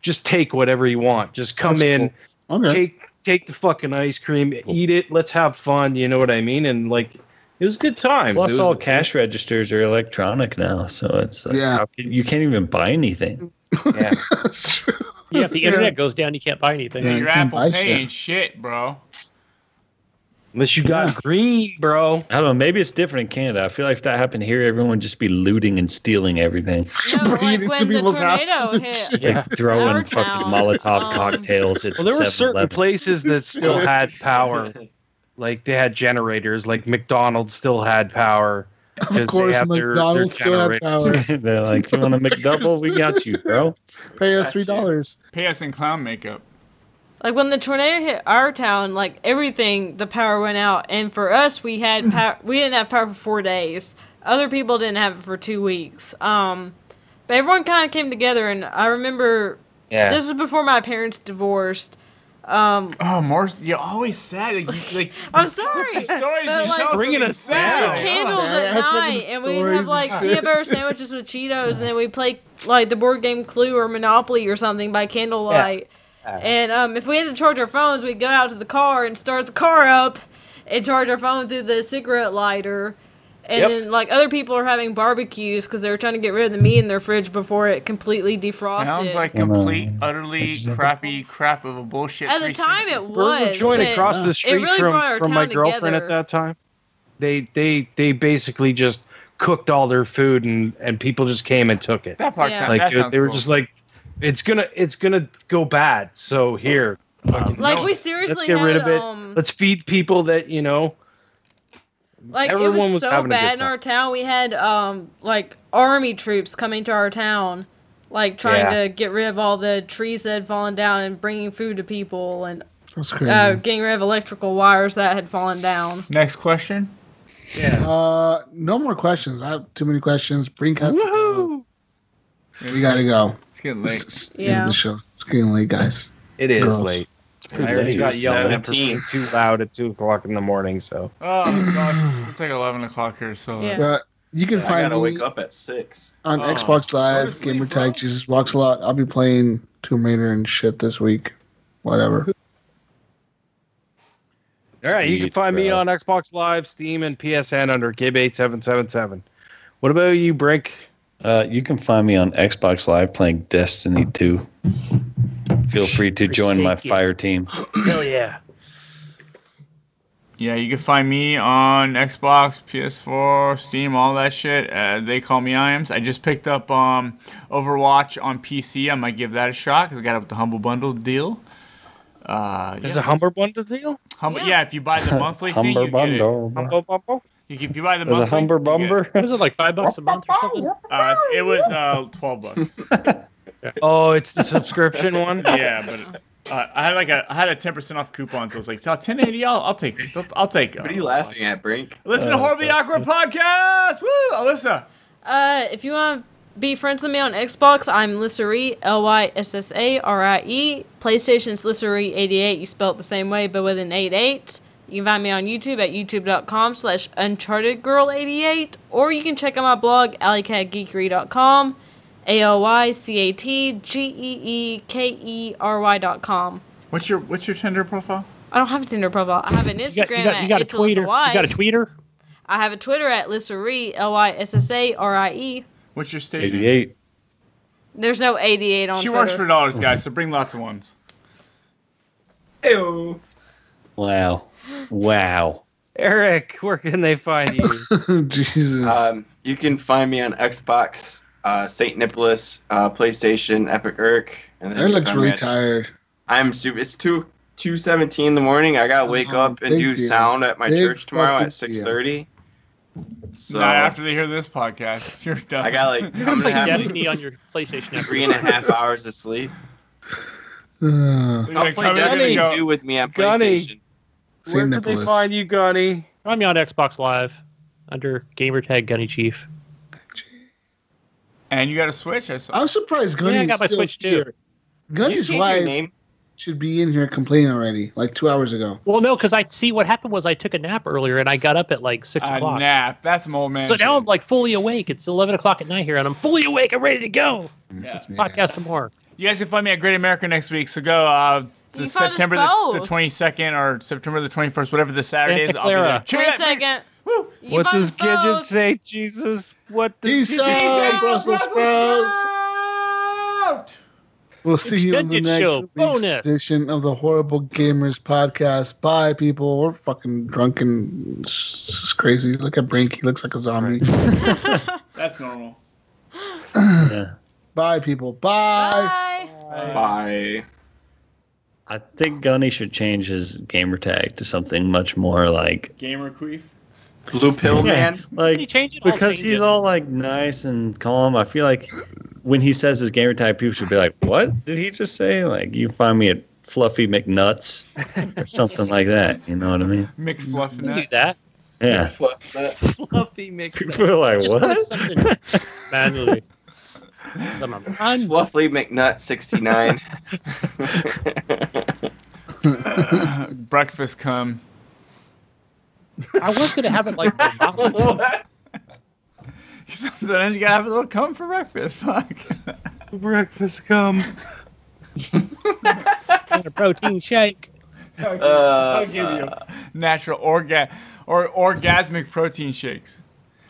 Speaker 7: Just take whatever you want. Just come
Speaker 3: That's
Speaker 7: in,
Speaker 3: Okay.
Speaker 7: take take the fucking ice cream,
Speaker 9: Cool.
Speaker 7: eat it. Let's have fun. You know what I mean? And like, it was good times. It
Speaker 9: Plus,
Speaker 7: was-
Speaker 9: all cash registers are electronic now, so it's like,
Speaker 3: Yeah.
Speaker 9: how can- you can't even buy anything.
Speaker 7: Yeah.
Speaker 3: That's true.
Speaker 8: Yeah, if the internet goes down, you can't buy anything.
Speaker 3: Yeah.
Speaker 2: Your
Speaker 3: you can't
Speaker 2: Apple
Speaker 3: buy
Speaker 2: Pay
Speaker 3: shit.
Speaker 2: ain't shit, bro.
Speaker 7: Unless you got green, bro.
Speaker 9: I don't know. Maybe it's different in Canada. I feel like if that happened here, everyone would just be looting and stealing everything,
Speaker 4: no,
Speaker 3: Bring
Speaker 4: like
Speaker 3: it to
Speaker 4: when the
Speaker 3: people's houses
Speaker 4: tornado
Speaker 3: and
Speaker 4: hit.
Speaker 7: Yeah.
Speaker 9: like throwing
Speaker 4: Our
Speaker 9: fucking
Speaker 4: town,
Speaker 9: Molotov
Speaker 4: um,
Speaker 9: cocktails at
Speaker 7: Well, there were certain
Speaker 9: 7-Eleven.
Speaker 7: places that still had power. Like they had generators. Like McDonald's still had power.
Speaker 3: Of course, McDonald's still have power.
Speaker 9: They're like, you want a McDouble? We got you, bro.
Speaker 3: Pay us three dollars.
Speaker 2: Pay us in clown makeup.
Speaker 4: Like when the tornado hit our town, like everything, the power went out, and for us, we had power. We didn't have power for four days. Other people didn't have it for two weeks. Um, but everyone kind of came together, and I remember
Speaker 7: Yeah.
Speaker 4: this is before my parents divorced.
Speaker 2: Oh, more. You're always sad. Like, you, like
Speaker 4: I'm sorry,
Speaker 2: stories you
Speaker 4: but
Speaker 2: tell
Speaker 4: like
Speaker 7: Bringing
Speaker 2: really
Speaker 7: us
Speaker 2: sad.
Speaker 7: down.
Speaker 4: candles
Speaker 3: Yeah,
Speaker 4: at
Speaker 3: that's what
Speaker 4: night,
Speaker 3: the
Speaker 4: and we'd
Speaker 3: stories
Speaker 4: have like
Speaker 3: are.
Speaker 4: peanut butter sandwiches with Cheetos, and then we play like the board game Clue or Monopoly or something by candlelight. And um, if we had to charge our phones, we'd go out to the car and start the car up and charge our phone through the cigarette lighter. And
Speaker 7: Yep.
Speaker 4: then like other people are having barbecues because they were trying to get rid of the meat in their fridge before it completely defrosted.
Speaker 2: Sounds like complete, utterly crappy crap of a bullshit.
Speaker 4: at the time
Speaker 2: 360.
Speaker 4: it
Speaker 7: Burger
Speaker 4: was.
Speaker 7: joint
Speaker 4: but
Speaker 7: across the street
Speaker 4: really brought
Speaker 7: from,
Speaker 4: our
Speaker 7: from my
Speaker 4: town
Speaker 7: girlfriend at
Speaker 4: together.
Speaker 7: that time. They they they basically just cooked all their food and and people just came and took it.
Speaker 2: that part
Speaker 4: Yeah.
Speaker 2: sounds
Speaker 7: Like
Speaker 2: that
Speaker 7: they,
Speaker 2: sounds
Speaker 7: they were
Speaker 2: cool.
Speaker 7: just like, it's gonna it's gonna go bad. So here, fucking-
Speaker 4: like
Speaker 2: No,
Speaker 4: we
Speaker 2: let's
Speaker 4: seriously
Speaker 7: get
Speaker 4: had,
Speaker 7: rid of it.
Speaker 4: Um,
Speaker 7: let's feed people that you know.
Speaker 4: Like it
Speaker 7: Everyone
Speaker 4: was,
Speaker 7: was
Speaker 4: so
Speaker 7: having a good
Speaker 4: bad in
Speaker 7: time.
Speaker 4: our town. We had um like army troops coming to our town, like trying
Speaker 7: Yeah.
Speaker 4: to get rid of all the trees that had fallen down and bringing food to people and
Speaker 3: That's crazy.
Speaker 4: uh,
Speaker 7: Mm-hmm.
Speaker 4: getting rid of electrical wires that had fallen down.
Speaker 2: Next question.
Speaker 3: Uh, no more questions. I have too many questions. Brinkcast.
Speaker 7: Woohoo!
Speaker 3: We gotta go.
Speaker 2: It's getting late.
Speaker 3: It's
Speaker 4: Yeah.
Speaker 3: the show. It's getting late, guys.
Speaker 7: It is
Speaker 3: Girls.
Speaker 7: late.
Speaker 3: It's
Speaker 7: I already
Speaker 9: Hey,
Speaker 7: got yelled at for
Speaker 6: 17.
Speaker 7: being too loud at two o'clock in the morning. So
Speaker 2: Oh my gosh, it's like eleven o'clock here. So uh,
Speaker 4: Yeah.
Speaker 3: Uh, you can
Speaker 6: I
Speaker 3: find
Speaker 6: gotta
Speaker 3: me
Speaker 6: wake up at six.
Speaker 3: on
Speaker 2: Oh.
Speaker 3: Xbox
Speaker 2: Go
Speaker 3: Live,
Speaker 2: to sleep,
Speaker 3: gamertag
Speaker 2: bro.
Speaker 3: Jesus Walks a lot. I'll be playing Tomb Raider and shit this week. Whatever.
Speaker 7: all right, you can
Speaker 9: Sweet,
Speaker 7: find me
Speaker 9: bro.
Speaker 7: on Xbox Live, Steam, and PSN under Gib8777. What about you, Brink?
Speaker 9: Uh, you can find me on Xbox Live playing Destiny 2. Feel free to join my
Speaker 8: Forsake it.
Speaker 9: fire team.
Speaker 4: Oh,
Speaker 8: Hell yeah.
Speaker 2: yeah, you can find me on Xbox, PS4, Steam, all that shit. Uh, they call me Iams. I just picked up um, Overwatch on PC. I might give that a shot because I got it with the Humble Bundle deal. Uh,
Speaker 7: There's
Speaker 2: yeah.
Speaker 7: a Humber Bundle deal?
Speaker 2: Humble,
Speaker 4: Yeah.
Speaker 2: yeah. if you buy the monthly thing,
Speaker 9: Humber
Speaker 2: you get it.
Speaker 9: bundle.
Speaker 7: Humble Bumble?
Speaker 2: You can- if you buy the
Speaker 9: There's
Speaker 2: monthly,
Speaker 9: a humber
Speaker 2: you get it.
Speaker 9: bumber.
Speaker 8: What is it, like five bucks a month or something?
Speaker 2: Uh, it was uh, twelve bucks.
Speaker 7: Oh, it's the subscription one?
Speaker 2: yeah, but uh, I had like a I had a ten percent off coupon, so I was like, "Oh, ten eighty, I'll I'll take I'll, I'll take. it."
Speaker 6: What are you laughing at, Brink?
Speaker 2: Listen
Speaker 9: Uh,
Speaker 2: to horribly awkward podcast. Woo, Alyssa.
Speaker 4: Uh, if you want to be friends with me on Xbox, I'm Lisserie, L Y S S A R I E. PlayStation's Lisserie88. You spell it the same way, but with an 8 8. You can find me on YouTube at youtube.com slash unchartedgirl88, or you can check out my blog, alleycatgeekery.com, A L Y C A T G E E K E R Y dot com.
Speaker 2: What's your what's your Tinder profile?
Speaker 4: I don't have a Tinder profile. I have an
Speaker 8: You got, you
Speaker 4: Instagram
Speaker 8: got, you got a
Speaker 4: at It's
Speaker 8: tweeter. You got a tweeter.
Speaker 4: I have a Twitter at Lisserie, L Y S S A R I E.
Speaker 2: What's your station?
Speaker 9: 88.
Speaker 4: There's no 88 on
Speaker 2: She
Speaker 4: Twitter.
Speaker 2: works for dollars, guys. So bring lots of ones.
Speaker 9: Wow. Wow.
Speaker 7: Eric, where can they find you?
Speaker 3: Jesus.
Speaker 2: Uh,
Speaker 6: Um, you can find me on Xbox, uh, Saint Nicholas, uh, PlayStation, Epic Irk. And then
Speaker 3: that
Speaker 6: you can
Speaker 3: looks
Speaker 6: find me
Speaker 3: really
Speaker 6: at-
Speaker 3: tired.
Speaker 6: I'm super. It's two two seventeen in the morning. I gotta wake
Speaker 3: Oh,
Speaker 6: up and
Speaker 3: big
Speaker 6: do
Speaker 3: deal.
Speaker 6: sound at my
Speaker 3: Big
Speaker 6: church tomorrow
Speaker 3: fucking
Speaker 6: at six thirty. So
Speaker 2: Not after they hear this podcast. You're done.
Speaker 6: I got like I'm
Speaker 8: You
Speaker 6: gonna
Speaker 8: play
Speaker 6: have like
Speaker 8: Destiny on your PlayStation after
Speaker 6: three and a half hours of sleep.
Speaker 3: Uh,
Speaker 2: You're
Speaker 6: I'll
Speaker 2: gonna
Speaker 6: play
Speaker 2: come in and
Speaker 6: Destiny
Speaker 2: go-
Speaker 6: two with me on
Speaker 7: Gunny.
Speaker 6: PlayStation.
Speaker 7: where
Speaker 3: Saint
Speaker 7: can they
Speaker 3: Nicholas.
Speaker 7: find you, Gunny?
Speaker 8: Find me on Xbox Live under gamertag Gunny Chief.
Speaker 2: And you got a switch. I saw.
Speaker 3: I'm surprised Gunny's
Speaker 8: Yeah, I got my
Speaker 3: still
Speaker 8: Switch too.
Speaker 3: here.
Speaker 6: Can you
Speaker 3: Gunny's
Speaker 6: change your
Speaker 3: wife
Speaker 6: name?
Speaker 3: should be in here complaining already, like two hours ago.
Speaker 8: Well, no, because I see what happened was I took a nap earlier and I got up at like six
Speaker 2: A
Speaker 8: o'clock.
Speaker 2: nap. "Ah, That's some old man.
Speaker 8: So now I'm
Speaker 2: shit.
Speaker 8: like fully awake. It's eleven o'clock at night here, and I'm fully awake. I'm ready to go.
Speaker 2: Yeah.
Speaker 8: Podcast some more.
Speaker 2: You guys can find me at Great America next week. So go uh,
Speaker 4: You
Speaker 2: the
Speaker 4: can find us
Speaker 2: September the, the
Speaker 4: both.
Speaker 2: 22nd or September the 21st, whatever the Saturday is. I'll be
Speaker 8: Clara.
Speaker 2: there. Cheer
Speaker 4: Wait a
Speaker 2: it up,
Speaker 4: second.
Speaker 2: Woo.
Speaker 4: You
Speaker 7: What
Speaker 4: find
Speaker 7: does
Speaker 4: us both.
Speaker 7: Gidget say, Jesus? What does
Speaker 3: Peace out, Brussels sprouts.
Speaker 2: Out.
Speaker 3: We'll see you on the
Speaker 8: Extended
Speaker 3: next
Speaker 8: show.
Speaker 3: week's
Speaker 8: Bonus.
Speaker 3: edition of the Horrible Gamers podcast. Bye, people. We're fucking drunk and s- s- crazy. Look at Brink. He looks like a zombie.
Speaker 2: That's normal.
Speaker 3: Bye, people. Bye.
Speaker 4: Bye.
Speaker 6: Bye.
Speaker 9: I think Gunny should change his gamer tag to something much more like
Speaker 2: Gamer queef.
Speaker 6: Blue
Speaker 7: Oh,
Speaker 6: pill man.
Speaker 8: Can you
Speaker 9: like
Speaker 8: change it? I'll
Speaker 9: because
Speaker 8: change
Speaker 9: he's
Speaker 8: it.
Speaker 9: all like nice and calm. I feel like when he says his gamer tag, people should be like, "What did he just say?" Like you find me at Fluffy McNuts or something like that. You know what I mean?
Speaker 2: McFluff
Speaker 8: You can do
Speaker 2: nut.
Speaker 8: that.
Speaker 9: Yeah.
Speaker 6: Plus that.
Speaker 7: Fluffy mix.
Speaker 9: People are like,
Speaker 8: Just put
Speaker 9: "What?"
Speaker 8: something manually. Something.
Speaker 6: Fluffy McNutt sixty nine.
Speaker 2: Breakfast come.
Speaker 8: I was gonna have it like Romali.
Speaker 2: Sometimes you gotta have a little come for breakfast. Fuck.
Speaker 7: Breakfast come.
Speaker 8: a protein shake.
Speaker 2: I'll,
Speaker 6: Uh,
Speaker 2: give you natural orga or orgasmic protein shakes.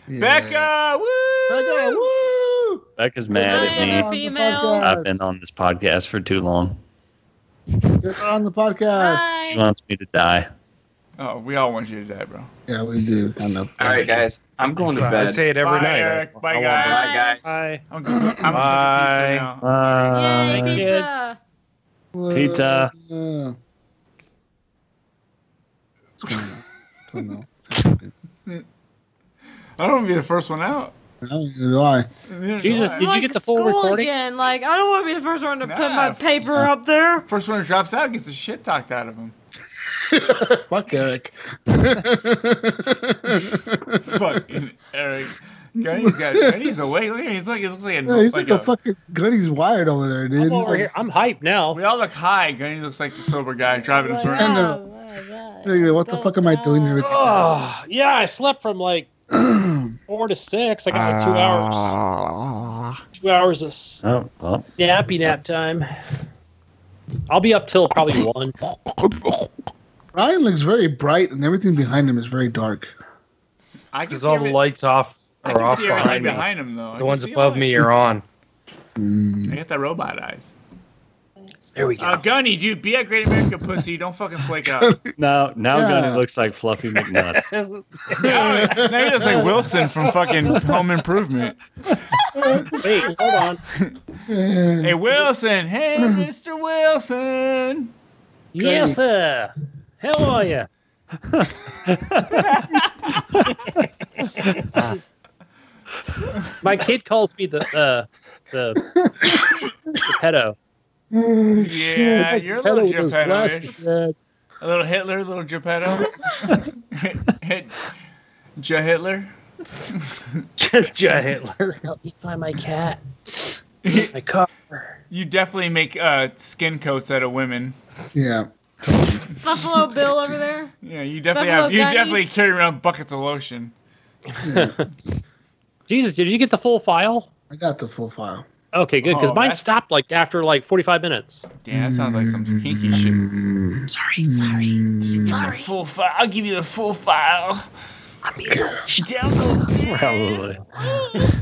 Speaker 2: Becca, woo!
Speaker 3: Becca, woo!
Speaker 9: Becca's mad
Speaker 4: I am
Speaker 9: at
Speaker 4: a
Speaker 9: me.
Speaker 4: female.
Speaker 9: I've been on this podcast for too long.
Speaker 3: Get on the podcast.
Speaker 4: Bye.
Speaker 9: She wants me to die.
Speaker 2: Oh, we all want you to die, bro.
Speaker 3: Yeah, we do. I know.
Speaker 6: All right, guys. I'm going to
Speaker 7: I
Speaker 6: bed.
Speaker 7: say it every
Speaker 2: Bye,
Speaker 7: night.
Speaker 2: Eric.
Speaker 7: I-
Speaker 2: Bye,
Speaker 7: I want
Speaker 2: guys.
Speaker 6: Bye, guys.
Speaker 8: Bye.
Speaker 2: I'm, I'm cooking pizza now.
Speaker 9: Uh,
Speaker 4: Yay, pizza.
Speaker 7: Bye.
Speaker 8: kids.
Speaker 9: Pizza.
Speaker 3: Yeah. What's going on? Don't know.
Speaker 2: I don't want to be the first one out.
Speaker 3: I don't know why.
Speaker 2: Neither do
Speaker 8: Jesus,
Speaker 2: I.
Speaker 8: did you
Speaker 4: Like
Speaker 8: get the full
Speaker 4: school
Speaker 8: recording?
Speaker 4: again. Like I don't want to be the first one to put
Speaker 2: Nah.
Speaker 4: my paper up there.
Speaker 2: First one who drops out gets the shit talked out of him.
Speaker 3: Fuck Eric.
Speaker 2: Fucking Eric. Gunny's got Gunny's awake. Look at him. He's like it looks like a,
Speaker 3: Yeah, he's like,
Speaker 2: like
Speaker 3: a, fucking gunny's wired over there, dude.
Speaker 8: I'm
Speaker 3: He's
Speaker 8: over
Speaker 3: like,
Speaker 8: here. I'm hyped now.
Speaker 2: We all look high. Gunny looks like the sober guy driving us
Speaker 4: oh
Speaker 2: around.
Speaker 3: Kinda. Hey, what the fuck am I doing here with these assholes?
Speaker 8: Oh, yeah, I slept from like four to six. I got like two hours. Two hours of s-
Speaker 9: Oh, well.
Speaker 8: nappy nap time. I'll be up till probably one.
Speaker 3: Ryan looks very bright, and everything behind him is very dark.
Speaker 2: I can
Speaker 7: Because
Speaker 2: see
Speaker 7: all the
Speaker 2: every-
Speaker 7: lights off
Speaker 2: I
Speaker 7: are
Speaker 2: can
Speaker 7: off
Speaker 2: see everything
Speaker 7: behind me.
Speaker 2: behind him though. I
Speaker 7: The
Speaker 2: can
Speaker 7: ones
Speaker 2: see
Speaker 7: above
Speaker 2: all
Speaker 7: me are on.
Speaker 2: that. I got the robot eyes.
Speaker 8: There we go.
Speaker 2: Uh, Gunny, dude, be a great American pussy. Don't fucking flake out.
Speaker 9: Now, now
Speaker 3: Yeah.
Speaker 9: Gunny looks like Fluffy McNuts.
Speaker 2: now he now he looks like Wilson from fucking Home Improvement.
Speaker 8: Wait, hold on.
Speaker 2: Hey Wilson, hey Mr. Wilson.
Speaker 8: Yes, sir. How are you? My kid calls me the uh, the, the pedo.
Speaker 2: Yeah, you're a little
Speaker 3: Hello, those
Speaker 2: Geppetto. eh?
Speaker 3: glasses, man.
Speaker 2: A little Hitler, a little Geppetto. Hit Ja Hitler.
Speaker 7: Ja Hitler.
Speaker 8: Help me find my cat. My car.
Speaker 2: You definitely make uh, skin coats out of women.
Speaker 3: Yeah.
Speaker 4: Buffalo Bill over there.
Speaker 2: Yeah, you definitely
Speaker 4: Buffalo
Speaker 2: have. You
Speaker 4: Gunny.
Speaker 2: definitely carry around buckets of lotion.
Speaker 8: Jesus, did you get the full file?
Speaker 3: I got the full file.
Speaker 8: Okay, good. Because
Speaker 2: Oh,
Speaker 8: mine
Speaker 2: that's-
Speaker 8: stopped like after like 45 minutes.
Speaker 2: Damn, that sounds like some kinky shit. Sorry, sorry, sorry. full file. I'll give you the full file. Download this.
Speaker 9: Probably.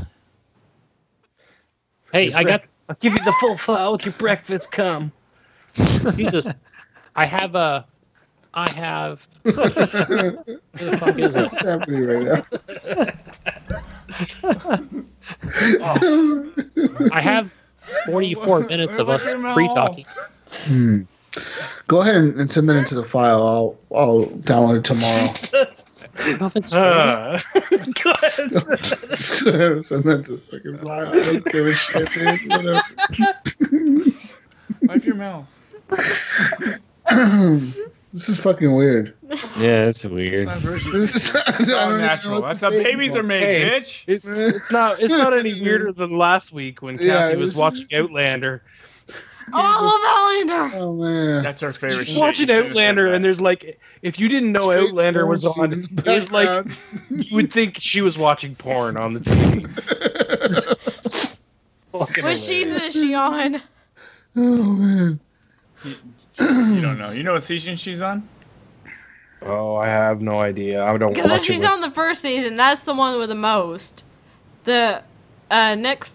Speaker 8: Hey, I got
Speaker 7: I'll give you the full file with your breakfast. Come.
Speaker 8: Jesus. I have a. I have. Where the fuck is it?
Speaker 3: What's happening right now?
Speaker 8: I have 44 minutes of us free talking.
Speaker 3: Go ahead and and send that into the file. I'll I'll download it tomorrow.
Speaker 8: Nothing's
Speaker 7: Uh,
Speaker 3: Go ahead and send that to the fucking file. I don't give a shit, dude. Whatever.
Speaker 2: Wipe your mouth.
Speaker 3: This is fucking weird.
Speaker 9: Yeah, that's weird.
Speaker 2: That's virgin.
Speaker 3: This is I don't
Speaker 2: It's all
Speaker 3: even know
Speaker 2: natural.
Speaker 3: what to
Speaker 2: That's how
Speaker 3: say
Speaker 2: babies are
Speaker 3: anymore.
Speaker 2: made,
Speaker 7: Hey.
Speaker 2: bitch.
Speaker 7: it's, it's not. It's not any weirder than last week when Kathy
Speaker 3: Yeah, this
Speaker 7: was
Speaker 3: is-
Speaker 7: watching Outlander.
Speaker 4: Oh, I love Outlander.
Speaker 3: Oh man.
Speaker 2: That's her favorite.
Speaker 7: She's
Speaker 2: shit.
Speaker 7: watching
Speaker 2: You should've said
Speaker 7: Outlander,
Speaker 2: that.
Speaker 7: and there's like, if you didn't know Outlander was on, it was like you would think she was watching porn on the TV.
Speaker 4: What season is she on?
Speaker 3: Oh man.
Speaker 2: You don't know. You know what season she's on?
Speaker 7: Oh, I have no idea. I don't
Speaker 4: Because if
Speaker 7: watch it.
Speaker 4: she's on the first season, that's the one with the most. The uh, next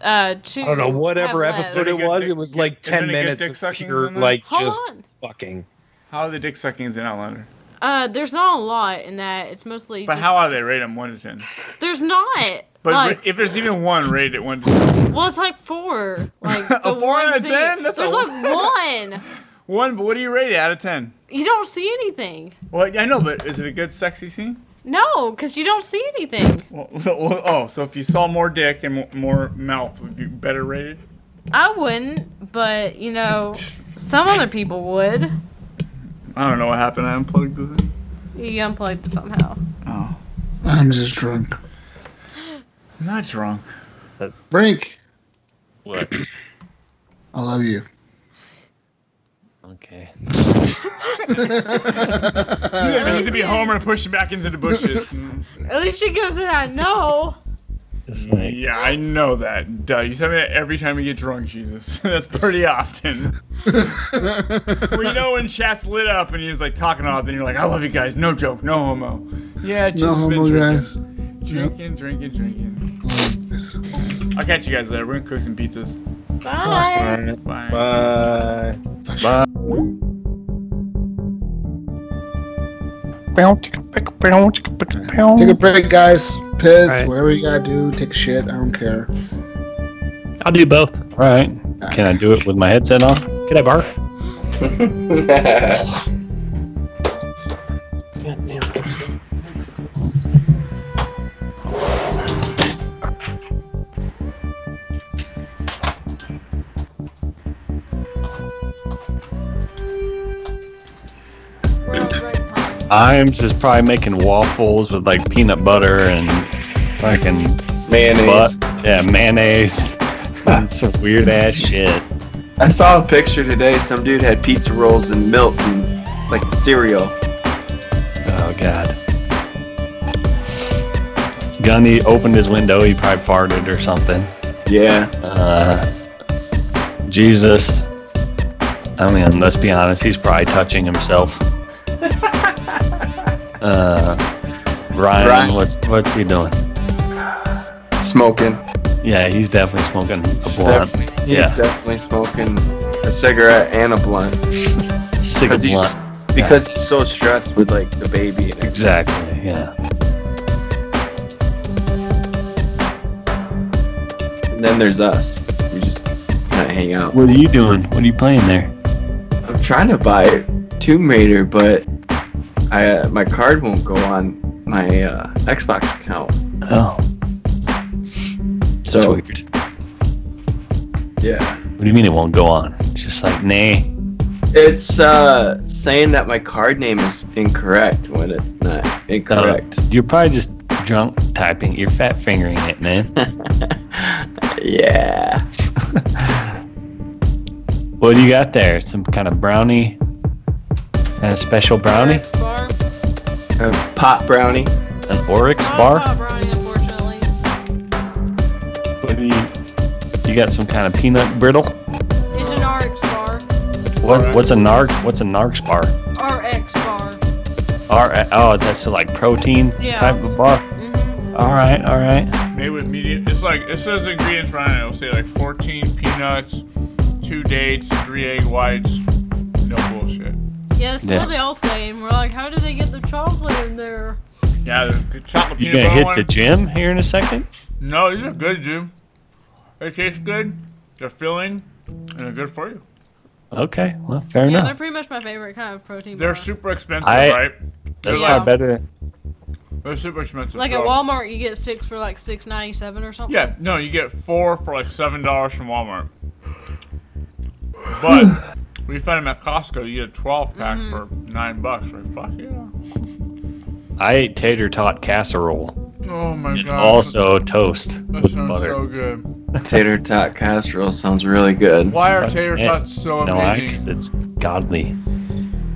Speaker 4: uh, two.
Speaker 7: I don't know whatever
Speaker 4: have less.
Speaker 7: episode
Speaker 2: Is it
Speaker 7: it
Speaker 2: good
Speaker 7: was.
Speaker 2: dick-
Speaker 7: It was like
Speaker 2: is there
Speaker 7: ten
Speaker 2: any good
Speaker 7: minutes
Speaker 2: dick
Speaker 7: of
Speaker 2: suckings
Speaker 7: pure
Speaker 2: in there?
Speaker 7: like
Speaker 4: Hold
Speaker 7: just
Speaker 4: on.
Speaker 7: fucking.
Speaker 2: How are the dick suckings in Outlander?
Speaker 4: Uh, there's not a lot in that. It's mostly.
Speaker 2: But
Speaker 4: just,
Speaker 2: how are they? Rate them one to ten.
Speaker 4: There's not.
Speaker 2: But
Speaker 4: like,
Speaker 2: if there's even one, rate it one to ten.
Speaker 4: well, it's like four. Like the
Speaker 2: A four
Speaker 4: one
Speaker 2: out of
Speaker 4: scene-
Speaker 2: 10? That's a-
Speaker 4: There's like one.
Speaker 2: One, but what do you rate it out of ten?
Speaker 4: You don't see anything.
Speaker 2: Well, I know, but is it a good sexy scene?
Speaker 4: No, because you don't see anything.
Speaker 2: Well, well, oh, so if you saw more dick and mo- more mouth, would be better rated?
Speaker 4: I wouldn't, but you know, some other people would.
Speaker 2: I don't know what happened. I unplugged the thing.
Speaker 4: You unplugged it somehow.
Speaker 2: Oh,
Speaker 3: I'm just drunk.
Speaker 2: I'm not drunk.
Speaker 3: Brink,
Speaker 9: What?
Speaker 3: I love you.
Speaker 9: Okay.
Speaker 2: It needs to be Homer pushing back into the bushes. Mm.
Speaker 4: At least she gives it. I know.
Speaker 9: It's like,
Speaker 2: yeah, I know that. Duh, you tell me that every time you get drunk, Jesus. That's pretty often. well, you know when chat's lit up and you're just like talking off, and you're like, "I love you guys. No joke, no homo." Yeah,
Speaker 3: No
Speaker 2: just been
Speaker 3: homo,
Speaker 2: drinking,
Speaker 3: guys.
Speaker 2: drinking, drinking, drinking.
Speaker 3: Yes.
Speaker 2: I'll catch you guys later. We're gonna cook some pizzas.
Speaker 4: Bye.
Speaker 2: Bye.
Speaker 7: Bye.
Speaker 3: Take a break, guys. Piss,
Speaker 8: Alright.
Speaker 3: whatever you gotta do. Take a shit. I don't care.
Speaker 8: I'll do both.
Speaker 9: all right. Can I do it with my headset on?
Speaker 8: Can I bark?
Speaker 6: That's
Speaker 4: We're on break time.
Speaker 9: Iams is probably making waffles with like peanut butter and fucking
Speaker 6: Mayonnaise.
Speaker 9: But yeah, mayonnaise. That's some weird ass shit.
Speaker 6: I saw a picture today. Some dude had pizza rolls and milk and like cereal.
Speaker 9: Oh god. Gunny opened his window. He probably farted or something.
Speaker 6: Yeah.
Speaker 9: Uh, Jesus. I mean, let's be honest. He's probably touching himself. uh, Ryan,
Speaker 6: Ryan.
Speaker 9: what's what's he doing?
Speaker 6: Smoking.
Speaker 9: Yeah, he's definitely smoking a
Speaker 6: He's
Speaker 9: blunt,
Speaker 6: definitely- He's
Speaker 9: Yeah.
Speaker 6: definitely smoking a cigarette and a blunt.
Speaker 9: Cig a
Speaker 6: Because he's
Speaker 9: blunt.
Speaker 6: because he's so stressed with like the baby and everything.
Speaker 9: Exactly. Yeah.
Speaker 6: And then there's us. We just kind of hang out.
Speaker 9: What are you doing? What are you playing there?
Speaker 6: I'm trying to buy Tomb Raider, but I uh, my card won't go on my uh, Xbox account.
Speaker 9: Oh, that's
Speaker 6: So
Speaker 9: weird.
Speaker 6: yeah,
Speaker 9: What do you mean it won't go on? It's just like, nay.
Speaker 6: it's uh, saying that my card name is incorrect when it's not incorrect.
Speaker 9: You're probably just drunk typing. You're fat fingering it, man.
Speaker 6: Oh, Yeah,
Speaker 9: what do you got there? Some kind of brownie? Kind of special brownie?
Speaker 4: Bar.
Speaker 6: a pot Uh, brownie.
Speaker 9: An Oryx
Speaker 4: I'm
Speaker 9: bar?
Speaker 4: not brownie, unfortunately.
Speaker 9: What do you, you got some kind of peanut brittle?
Speaker 4: It's an RX bar.
Speaker 9: What, what's a narc? What's a narcs bar?
Speaker 4: RX bar.
Speaker 9: R- oh, that's like protein
Speaker 4: Yeah.
Speaker 9: type of bar. All right, all right.
Speaker 2: Made with medium. It's like it says ingredients right. It'll say like 14 peanuts, two dates, three egg whites. No bullshit.
Speaker 4: Yeah, that's
Speaker 9: Yeah.
Speaker 4: what they all say. And we're like, how do they get the chocolate in there?
Speaker 2: Yeah, there's good chocolate
Speaker 9: You
Speaker 2: peanut
Speaker 9: gonna
Speaker 2: butter
Speaker 9: hit
Speaker 2: one.
Speaker 9: the gym here in a second?
Speaker 2: No, these are good, dude. They taste good. They're filling, and they're good for you.
Speaker 9: Okay, well, fair
Speaker 4: Yeah, they're
Speaker 9: enough.
Speaker 4: pretty much my favorite kind of protein
Speaker 2: They're
Speaker 4: bar.
Speaker 2: super expensive,
Speaker 9: I-
Speaker 2: right? They're
Speaker 9: That's
Speaker 4: Yeah.
Speaker 2: like
Speaker 9: probably better.
Speaker 2: they're super expensive.
Speaker 4: like at
Speaker 2: so-
Speaker 4: Walmart, you get six for like six ninety seven or something.
Speaker 2: Yeah, no, you get four for like seven dollars from Walmart. But we found them at Costco. You get a 12 pack
Speaker 4: Mm-hmm.
Speaker 2: for nine bucks. Like fuck yeah.
Speaker 9: I ate tater tot casserole.
Speaker 2: Oh my god.
Speaker 9: Also toast
Speaker 2: that
Speaker 9: with
Speaker 2: sounds
Speaker 9: butter.
Speaker 2: so good.
Speaker 6: Tater tot casserole sounds really good.
Speaker 2: Why are
Speaker 9: Fuck
Speaker 2: tater
Speaker 9: it.
Speaker 2: tots so
Speaker 9: No, I, 'cause
Speaker 2: amazing?
Speaker 9: it's godly.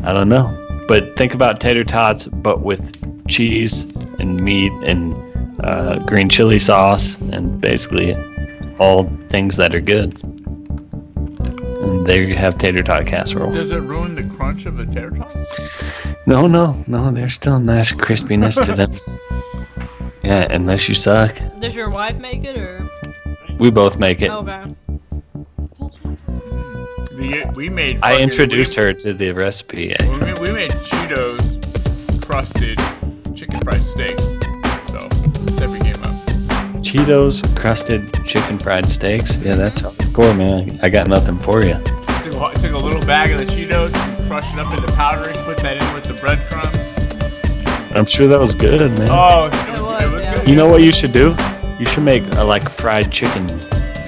Speaker 9: I don't know. But think about tater tots, but with cheese and meat and uh, green chili sauce and basically all things that are good. And there you have tater tot casserole.
Speaker 2: Does it ruin the crunch of the tater tots?
Speaker 9: No, no, no. There's still a nice crispiness to them. Yeah, unless you suck.
Speaker 4: Does your wife make it or? Oh,
Speaker 9: We both make it.
Speaker 4: Okay.
Speaker 2: We, we made.
Speaker 9: I
Speaker 2: fucking-
Speaker 9: introduced
Speaker 2: we,
Speaker 9: her to the recipe. eh,
Speaker 2: We made, we made Cheetos crusted chicken fried steaks. So step your game up.
Speaker 9: Cheetos crusted chicken fried steaks. Yeah, that's hardcore, man. I got nothing for you.
Speaker 2: Took a, took a little bag of the Cheetos, and crushed it up into powder, and put that in with the breadcrumbs.
Speaker 9: I'm sure that was good, man.
Speaker 2: Oh, it was, it
Speaker 4: was,
Speaker 2: was
Speaker 4: yeah.
Speaker 2: good.
Speaker 9: You know what you should do? You should make uh, like fried chicken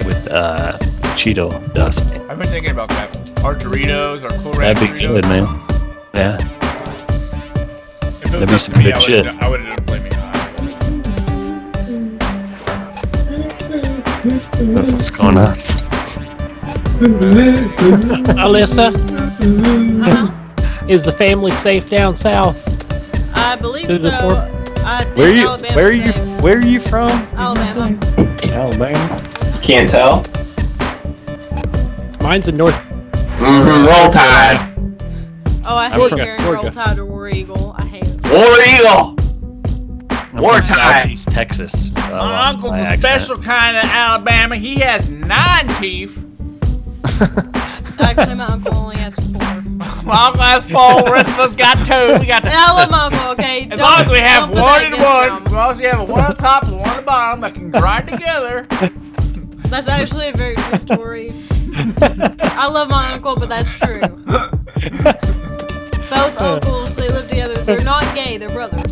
Speaker 9: with uh, Cheeto dust.
Speaker 2: I've been thinking about that. Our Doritos, our Cool Ranch
Speaker 9: That'd be
Speaker 2: Doritos.
Speaker 9: good, man. Yeah.
Speaker 2: If it was
Speaker 9: That'd be
Speaker 2: up
Speaker 9: some
Speaker 2: to me,
Speaker 9: good
Speaker 2: I
Speaker 9: shit.
Speaker 2: would've- I would have done flaming hot.
Speaker 9: What's going on?
Speaker 8: Alyssa,
Speaker 4: Uh-huh.
Speaker 8: is the family safe down south?
Speaker 4: I believe
Speaker 8: Does
Speaker 4: so.
Speaker 8: this work?
Speaker 4: I think
Speaker 9: Where are you?
Speaker 4: Alabama's
Speaker 9: Where are you?
Speaker 4: safe.
Speaker 9: Where are you from? Did you
Speaker 4: Alabama.
Speaker 9: say? Alabama.
Speaker 6: Can't tell.
Speaker 8: Mine's in North.
Speaker 6: hmm Roll Tide.
Speaker 4: Oh, I
Speaker 8: I'm
Speaker 4: hate
Speaker 8: from
Speaker 4: hearing
Speaker 8: Georgia.
Speaker 4: Roll Tide or War Eagle. I hate it.
Speaker 6: War Eagle.
Speaker 9: I'm
Speaker 6: War
Speaker 9: from
Speaker 6: time.
Speaker 9: Southeast Texas. I
Speaker 2: My
Speaker 9: lost
Speaker 2: uncle's
Speaker 9: my
Speaker 2: a
Speaker 9: accent.
Speaker 2: special kind of Alabama. He has nine teeth.
Speaker 4: Actually, my uncle only has four. And
Speaker 2: My uncle has four. The rest of us got two. We got the.
Speaker 4: I love my uncle. Okay.
Speaker 2: As long as we have one and one, as
Speaker 4: Them.
Speaker 2: long as we have a one on top and one on the bottom that can grind together.
Speaker 4: That's actually a very good story. I love my uncle, but that's true. Both
Speaker 9: Uh.
Speaker 4: uncles, they live together. They're not gay. They're brothers,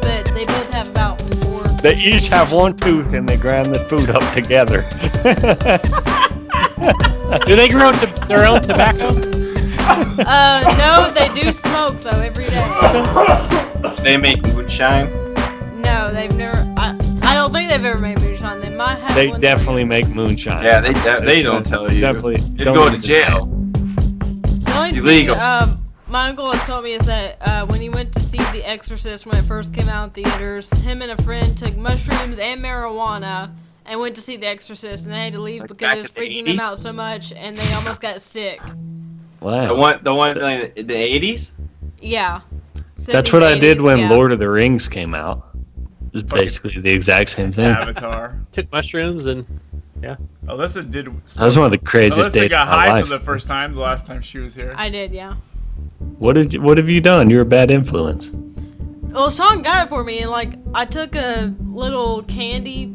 Speaker 4: but they both have about four.
Speaker 9: They each have one tooth and they grind the food up together.
Speaker 8: Do they grow to their own tobacco?
Speaker 4: Uh, no, they do smoke though every day.
Speaker 6: They make moonshine.
Speaker 4: No, they've never. I, I don't think they've ever made moonshine. They might have
Speaker 9: They
Speaker 4: one
Speaker 9: definitely make moonshine.
Speaker 6: Yeah, they de- they
Speaker 9: It's
Speaker 6: don't
Speaker 9: de-
Speaker 6: tell you.
Speaker 9: Definitely.
Speaker 6: You
Speaker 9: don't
Speaker 6: go to
Speaker 9: even-
Speaker 6: jail.
Speaker 4: The only
Speaker 6: It's
Speaker 4: thing,
Speaker 6: illegal.
Speaker 4: um, my uncle has told me is that uh, when he went to see The Exorcist when it first came out in theaters, him and a friend took mushrooms and marijuana and went to see The Exorcist, and they had to leave
Speaker 6: Like
Speaker 4: because
Speaker 6: back
Speaker 4: it was
Speaker 6: in the
Speaker 4: freaking them
Speaker 6: 80s?
Speaker 4: out so much, and they almost got sick.
Speaker 9: Wow.
Speaker 6: The one, the one like, in the eighties.
Speaker 4: Yeah.
Speaker 9: That's what I did
Speaker 4: 70s,
Speaker 9: when
Speaker 4: yeah.
Speaker 9: Lord of the Rings came out. It's basically the exact same thing.
Speaker 2: Avatar.
Speaker 8: Took mushrooms and
Speaker 2: Alyssa did.
Speaker 9: That was one of the craziest
Speaker 2: Alyssa
Speaker 9: days of
Speaker 2: got
Speaker 9: my
Speaker 2: high
Speaker 9: life.
Speaker 2: for the first time the last time she was here.
Speaker 4: I did, yeah.
Speaker 9: What did you, what have you done? You're a bad influence.
Speaker 4: Well, Sean got it for me, and like I took a little candy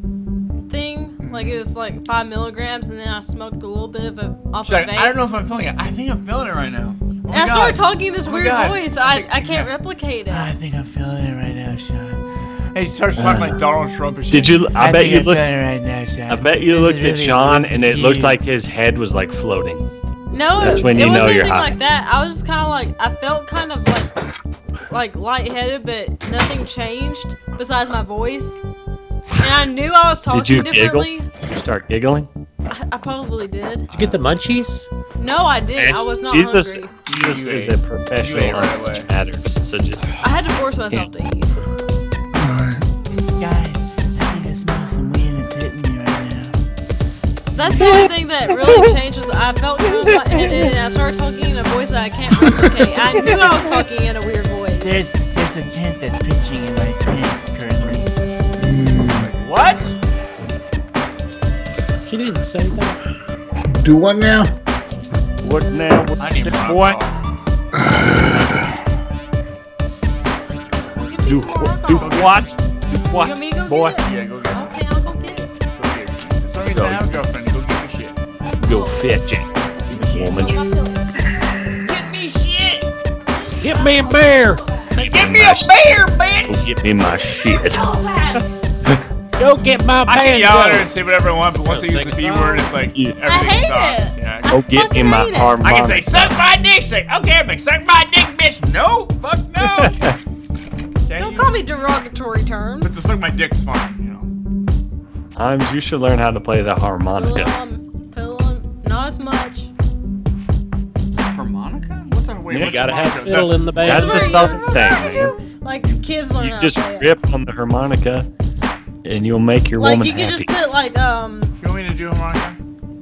Speaker 4: thing, like it was like five milligrams, and then I smoked a little bit of a off
Speaker 2: She's
Speaker 4: a
Speaker 2: like,
Speaker 4: vape.
Speaker 2: I don't know if I'm feeling it. I think I'm feeling it right now. Oh my
Speaker 4: And I
Speaker 2: God.
Speaker 4: started talking in this
Speaker 2: Oh my
Speaker 4: weird
Speaker 2: God.
Speaker 4: voice. I, I can't
Speaker 2: yeah.
Speaker 4: replicate it.
Speaker 2: I think I'm feeling it right now, Sean. And he starts talking like Donald Trump. and shit.
Speaker 9: Uh, Did you- I bet
Speaker 2: think
Speaker 9: you
Speaker 2: I'm
Speaker 9: looked-
Speaker 2: feeling it right now, Sean.
Speaker 9: I bet you
Speaker 2: This
Speaker 9: looked
Speaker 2: is
Speaker 9: at
Speaker 2: really
Speaker 9: Sean
Speaker 2: good
Speaker 9: and
Speaker 2: for
Speaker 9: it looked
Speaker 2: you.
Speaker 9: like his head was like floating.
Speaker 4: No,
Speaker 9: That's when you
Speaker 4: it
Speaker 9: know
Speaker 4: wasn't
Speaker 9: you're
Speaker 4: anything
Speaker 9: high.
Speaker 4: like that. I was just kind of like I felt kind of like like lightheaded, but nothing changed besides my voice. And I knew I was talking
Speaker 9: Did you giggle?
Speaker 4: differently.
Speaker 9: Did you start giggling?
Speaker 4: I, I probably did.
Speaker 8: did you get the munchies?
Speaker 4: No, I did. not I
Speaker 9: Yes,
Speaker 4: was not
Speaker 9: Jesus.
Speaker 4: hungry.
Speaker 9: This
Speaker 2: You
Speaker 9: is
Speaker 2: ate.
Speaker 9: a
Speaker 2: You ate
Speaker 9: professional on
Speaker 2: right
Speaker 9: such
Speaker 2: away.
Speaker 9: matters. So just
Speaker 4: I had to force myself to eat. That's the only thing that really changed was I felt kind of lightheaded and I started talking in a voice that I can't replicate. I knew I was talking in a weird voice.
Speaker 2: There's there's a tent that's pitching in my pants currently. What?
Speaker 8: She didn't say that.
Speaker 3: Do what now?
Speaker 9: what
Speaker 2: I
Speaker 9: now? What
Speaker 2: need
Speaker 9: is it,
Speaker 2: more
Speaker 9: boy?
Speaker 2: alcohol.
Speaker 9: Do,
Speaker 4: You
Speaker 9: wh- do what? Do
Speaker 4: want
Speaker 9: what?
Speaker 4: me to go
Speaker 9: Boy,
Speaker 4: get it?
Speaker 2: Yeah, go get it.
Speaker 4: Okay, I'll go get it.
Speaker 2: Go get it. For some reason I have a girlfriend. Go get the shit.
Speaker 9: go fetch it, woman.
Speaker 4: Get me shit!
Speaker 7: Get me a bear.
Speaker 9: Give me a beer, bitch! Give me my shit.
Speaker 7: Go get my
Speaker 2: I can
Speaker 7: banjo.
Speaker 2: yell at her and say whatever I want, but once I use the B word, it's like
Speaker 9: Yeah.
Speaker 2: everything
Speaker 4: I hate
Speaker 2: stops.
Speaker 4: it.
Speaker 2: Yeah,
Speaker 4: I
Speaker 9: Go get me
Speaker 4: fucking
Speaker 9: my
Speaker 4: hate it.
Speaker 9: harmonica.
Speaker 2: I can say, suck my dick. She's like, okay, but suck my dick, bitch. No, fuck no. Can
Speaker 4: Don't
Speaker 2: you?
Speaker 4: call me derogatory
Speaker 2: But
Speaker 4: terms.
Speaker 2: to suck my dick's fine, you know.
Speaker 9: Hans, you should learn how to play the
Speaker 4: Pull
Speaker 9: harmonica.
Speaker 4: on, pull on, not as much.
Speaker 2: Harmonica? What's a wait?
Speaker 8: You
Speaker 2: what's
Speaker 8: gotta have
Speaker 2: harmonica?
Speaker 8: fiddle in the band.
Speaker 9: That's a southern thing, man.
Speaker 4: Like kids learn how
Speaker 9: You
Speaker 4: to
Speaker 9: just
Speaker 4: play it.
Speaker 9: rip on the harmonica, and you'll make your
Speaker 4: Like
Speaker 9: woman
Speaker 4: you could
Speaker 9: happy.
Speaker 4: just put like um,
Speaker 2: You want me to do harmonica?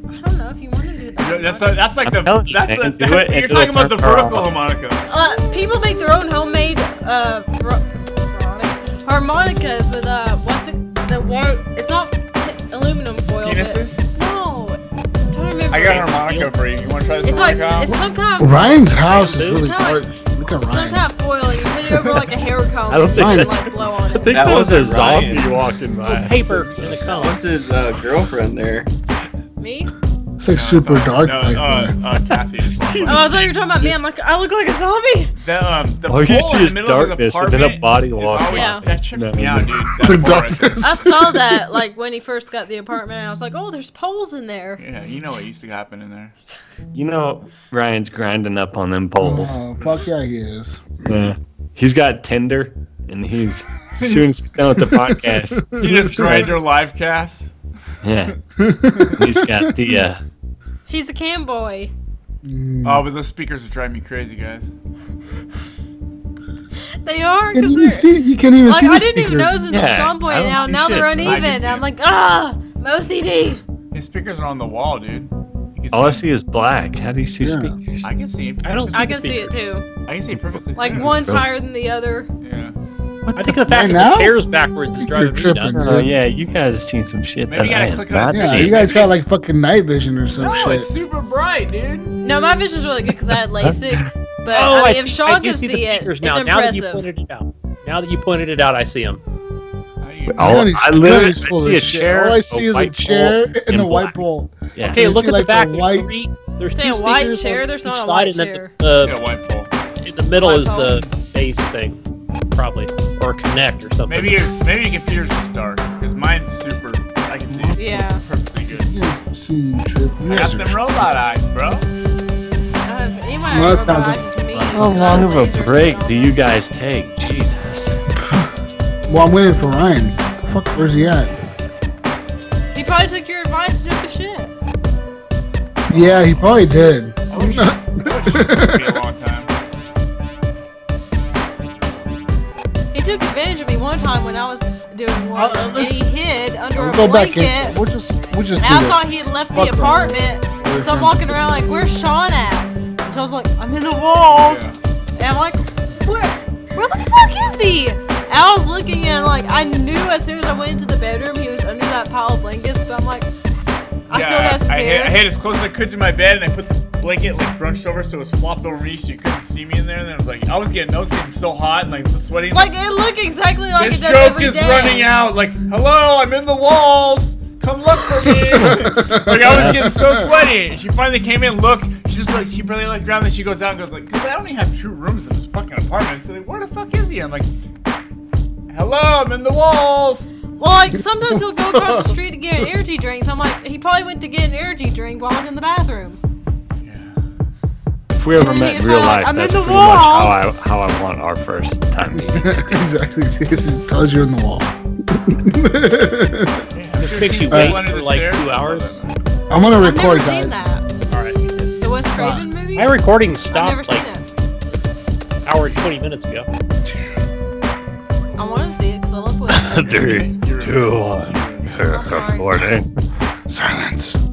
Speaker 4: I don't know if you want to do
Speaker 2: Yeah,
Speaker 4: that.
Speaker 2: That's a, that's like the
Speaker 9: I'm telling you,
Speaker 2: that's a,
Speaker 9: man, do it
Speaker 2: you're
Speaker 9: until
Speaker 2: talking
Speaker 9: it
Speaker 2: about the
Speaker 9: turns her
Speaker 2: vertical
Speaker 9: on.
Speaker 2: harmonica.
Speaker 4: uh, people make their own homemade uh har- harmonics, harmonicas with uh what's it the water? It's not t- aluminum foil. but-
Speaker 2: Penises?
Speaker 4: No, I'm trying to remember.
Speaker 2: I got a harmonica for you. You want to try this
Speaker 4: It's like
Speaker 2: harmonica?
Speaker 4: it's some kind of
Speaker 3: Ryan's house is really
Speaker 4: It's kinda
Speaker 3: dark.
Speaker 4: like-
Speaker 3: Look at
Speaker 4: some
Speaker 3: Ryan.
Speaker 4: kind of foil and you put it over like a hair comb.
Speaker 9: I don't think
Speaker 4: and
Speaker 9: that's-
Speaker 4: like blow on it.
Speaker 9: think
Speaker 6: That wasn't Ryan.
Speaker 9: walking by.
Speaker 8: Paper in the column.
Speaker 6: What's his uh, girlfriend there?
Speaker 4: Me?
Speaker 3: It's like super dark.
Speaker 2: No,
Speaker 3: back
Speaker 2: uh,
Speaker 3: there.
Speaker 2: uh, Kathy. just walked
Speaker 4: Oh, I
Speaker 2: by.
Speaker 4: thought you were talking about me. I'm like, I look like a zombie.
Speaker 2: The um, the
Speaker 9: All you
Speaker 2: pole
Speaker 9: see
Speaker 2: in the
Speaker 9: is
Speaker 2: middle of his
Speaker 9: darkness and then a
Speaker 2: apartment
Speaker 9: body
Speaker 2: is
Speaker 9: walking.
Speaker 2: always-
Speaker 4: Yeah.
Speaker 2: That trips
Speaker 9: No,
Speaker 2: me
Speaker 9: no,
Speaker 2: out,
Speaker 9: no.
Speaker 2: dude. That
Speaker 3: The
Speaker 2: pole right there.
Speaker 4: I
Speaker 3: darkness.
Speaker 4: saw that like when he first got the apartment, and I was like, oh, there's poles in there.
Speaker 2: Yeah, you know what used to happen in there.
Speaker 9: You know, Ryan's grinding up on them poles.
Speaker 3: Oh, fuck yeah, he is.
Speaker 9: Yeah. He's got Tinder, and he's as soon as he's done with the podcast,
Speaker 2: You just grind your live cast.
Speaker 9: yeah, he's got the uh,
Speaker 4: He's a cam boy.
Speaker 3: Mm.
Speaker 2: Oh, but those speakers are driving me crazy, guys.
Speaker 4: They are.
Speaker 3: And
Speaker 4: 'cause
Speaker 3: you
Speaker 4: they're-
Speaker 3: can see, you can't even
Speaker 4: like
Speaker 3: see the
Speaker 4: I didn't even notice
Speaker 3: speakers.
Speaker 4: until
Speaker 9: Yeah,
Speaker 4: Sean
Speaker 9: I
Speaker 4: pointed
Speaker 9: don't
Speaker 4: out.
Speaker 9: see
Speaker 4: Now they're
Speaker 9: shit. I
Speaker 2: can
Speaker 4: uneven.
Speaker 2: see
Speaker 4: I'm
Speaker 2: it.
Speaker 4: like, ah, OCD.
Speaker 2: His speakers are on the wall, dude. You can
Speaker 9: all I
Speaker 2: see
Speaker 9: see is black. How do you see
Speaker 3: Yeah.
Speaker 9: speakers?
Speaker 2: I can see.
Speaker 8: I don't
Speaker 4: I can see it too.
Speaker 2: I can see perfectly.
Speaker 4: Like
Speaker 2: clear.
Speaker 4: one's higher than the other.
Speaker 2: Yeah.
Speaker 8: I think the fact
Speaker 3: Right
Speaker 8: that
Speaker 3: now?
Speaker 8: the chair's backwards is driving me
Speaker 3: You're
Speaker 8: nuts.
Speaker 3: tripping.
Speaker 9: Oh yeah, you guys have seen some shit
Speaker 2: Maybe you
Speaker 9: that I
Speaker 2: gotta
Speaker 9: have
Speaker 2: click on
Speaker 9: not
Speaker 2: his
Speaker 3: Yeah,
Speaker 9: seen.
Speaker 3: you guys got like fucking night vision or some
Speaker 2: No,
Speaker 3: Oh, shit.
Speaker 2: Oh, it's super bright, dude.
Speaker 4: No, my vision's really good because I had LASIK. But
Speaker 8: Oh,
Speaker 4: I
Speaker 8: I
Speaker 4: mean, if
Speaker 8: see-
Speaker 4: Sean
Speaker 8: I do
Speaker 4: can
Speaker 8: see
Speaker 4: see,
Speaker 8: the
Speaker 4: it,
Speaker 8: speakers
Speaker 4: it's
Speaker 8: now. now that you
Speaker 4: impressive.
Speaker 8: pointed it out, now that you pointed it out, I see them.
Speaker 2: How do you?
Speaker 9: Oh,
Speaker 3: Johnny's-
Speaker 9: I literally I
Speaker 3: Johnny's full
Speaker 9: see
Speaker 3: of
Speaker 9: a
Speaker 3: shit.
Speaker 9: chair.
Speaker 3: All I see is a
Speaker 9: white
Speaker 3: chair
Speaker 9: pole,
Speaker 3: and a white
Speaker 9: black.
Speaker 3: pole.
Speaker 9: Yeah.
Speaker 8: Okay,
Speaker 3: You
Speaker 8: look
Speaker 3: see,
Speaker 8: at
Speaker 3: like,
Speaker 8: the back.
Speaker 3: the
Speaker 8: There's
Speaker 3: white-
Speaker 8: three. There's
Speaker 4: Say
Speaker 8: two
Speaker 4: a white
Speaker 8: speakers
Speaker 4: chair,
Speaker 8: on
Speaker 4: there's
Speaker 8: each
Speaker 4: not a
Speaker 8: side,
Speaker 4: white
Speaker 8: and then
Speaker 4: chair.
Speaker 8: the,
Speaker 2: Yeah, white pole.
Speaker 8: in the middle
Speaker 4: White
Speaker 8: is the base thing, probably, or a connect or something.
Speaker 2: Maybe your maybe your computer's just dark because mine's super. I can see it
Speaker 4: Yeah.
Speaker 2: perfectly good.
Speaker 3: Yeah, see, you trip. You
Speaker 2: I got
Speaker 3: guys
Speaker 2: them
Speaker 3: are
Speaker 2: robot eyes, bro.
Speaker 4: Uh, if anyone
Speaker 3: Well,
Speaker 4: has
Speaker 3: that
Speaker 4: robot
Speaker 3: sounds-
Speaker 4: eyes, it's me,
Speaker 9: How
Speaker 4: because I
Speaker 9: long
Speaker 4: have
Speaker 9: of a
Speaker 4: lasers
Speaker 9: break
Speaker 4: now.
Speaker 9: do you guys take? Jesus.
Speaker 3: Well, I'm waiting for Ryan. Fuck, where's he at?
Speaker 4: He probably took your advice and took the shit.
Speaker 3: Yeah, he probably did.
Speaker 2: I wish this- I wish this would be a long time.
Speaker 4: He took advantage of me one time when I was doing
Speaker 3: Uh,
Speaker 4: work,
Speaker 3: uh,
Speaker 4: and
Speaker 3: this-
Speaker 4: he hid under a
Speaker 3: We'll go back
Speaker 4: blanket.
Speaker 3: in. We'll just we'll just do
Speaker 4: And I
Speaker 3: this.
Speaker 4: thought he had left the
Speaker 3: Fuck him.
Speaker 4: apartment,
Speaker 3: Where's
Speaker 4: so I'm
Speaker 3: him?
Speaker 4: walking around like, "Where's Sean at?" And Sean's like, "I'm in the walls," and I'm like, "Where? Where the fuck is he?" And I was looking and like I knew as soon as I went into the bedroom he was under that pile of blankets, but I'm like, I
Speaker 2: Yeah,
Speaker 4: still got
Speaker 2: I, I, hid,
Speaker 4: scared.
Speaker 2: I hid as close as I could to my bed, and I put the blanket like bunched over so it was flopped over me, so you couldn't see me in there. And then I was like, I was getting, I was getting so hot and like sweating.
Speaker 4: like it looked exactly like
Speaker 2: this
Speaker 4: it does
Speaker 2: joke
Speaker 4: every
Speaker 2: is
Speaker 4: day.
Speaker 2: running out. Like, hello, I'm in the walls. Come look for me. like I was getting so sweaty. She finally came in, looked. She just like she barely looked around. Then she goes out and goes like, "Cause I only have two rooms in this fucking apartment." So like, where the fuck is he? I'm like, hello, I'm in the walls.
Speaker 4: Well, like sometimes he'll go across the street to get an energy drink. So I'm like, he probably went to get an energy drink while I was in the bathroom.
Speaker 9: If we ever
Speaker 4: And
Speaker 9: met
Speaker 4: he's
Speaker 9: in real
Speaker 4: like,
Speaker 9: life,
Speaker 4: "I'm in
Speaker 9: that's
Speaker 4: the
Speaker 9: pretty much how I
Speaker 4: walls."
Speaker 9: how I want our first time meeting.
Speaker 3: exactly. He tells you in the wall.
Speaker 8: Just make you
Speaker 2: Alright.
Speaker 8: wait
Speaker 2: Under
Speaker 8: for
Speaker 2: the
Speaker 8: like
Speaker 2: stairs?
Speaker 8: two hours.
Speaker 3: I'm gonna
Speaker 4: I've never
Speaker 3: record,
Speaker 4: seen
Speaker 3: guys.
Speaker 4: that.
Speaker 8: All right.
Speaker 4: The Wes Craven movie.
Speaker 8: My recording
Speaker 4: I've never
Speaker 8: stopped
Speaker 4: seen
Speaker 8: like
Speaker 4: it.
Speaker 8: hour and twenty minutes ago.
Speaker 4: I want to see it because I love what
Speaker 9: Three, two, one.
Speaker 4: sorry.
Speaker 9: Morning.
Speaker 3: Silence.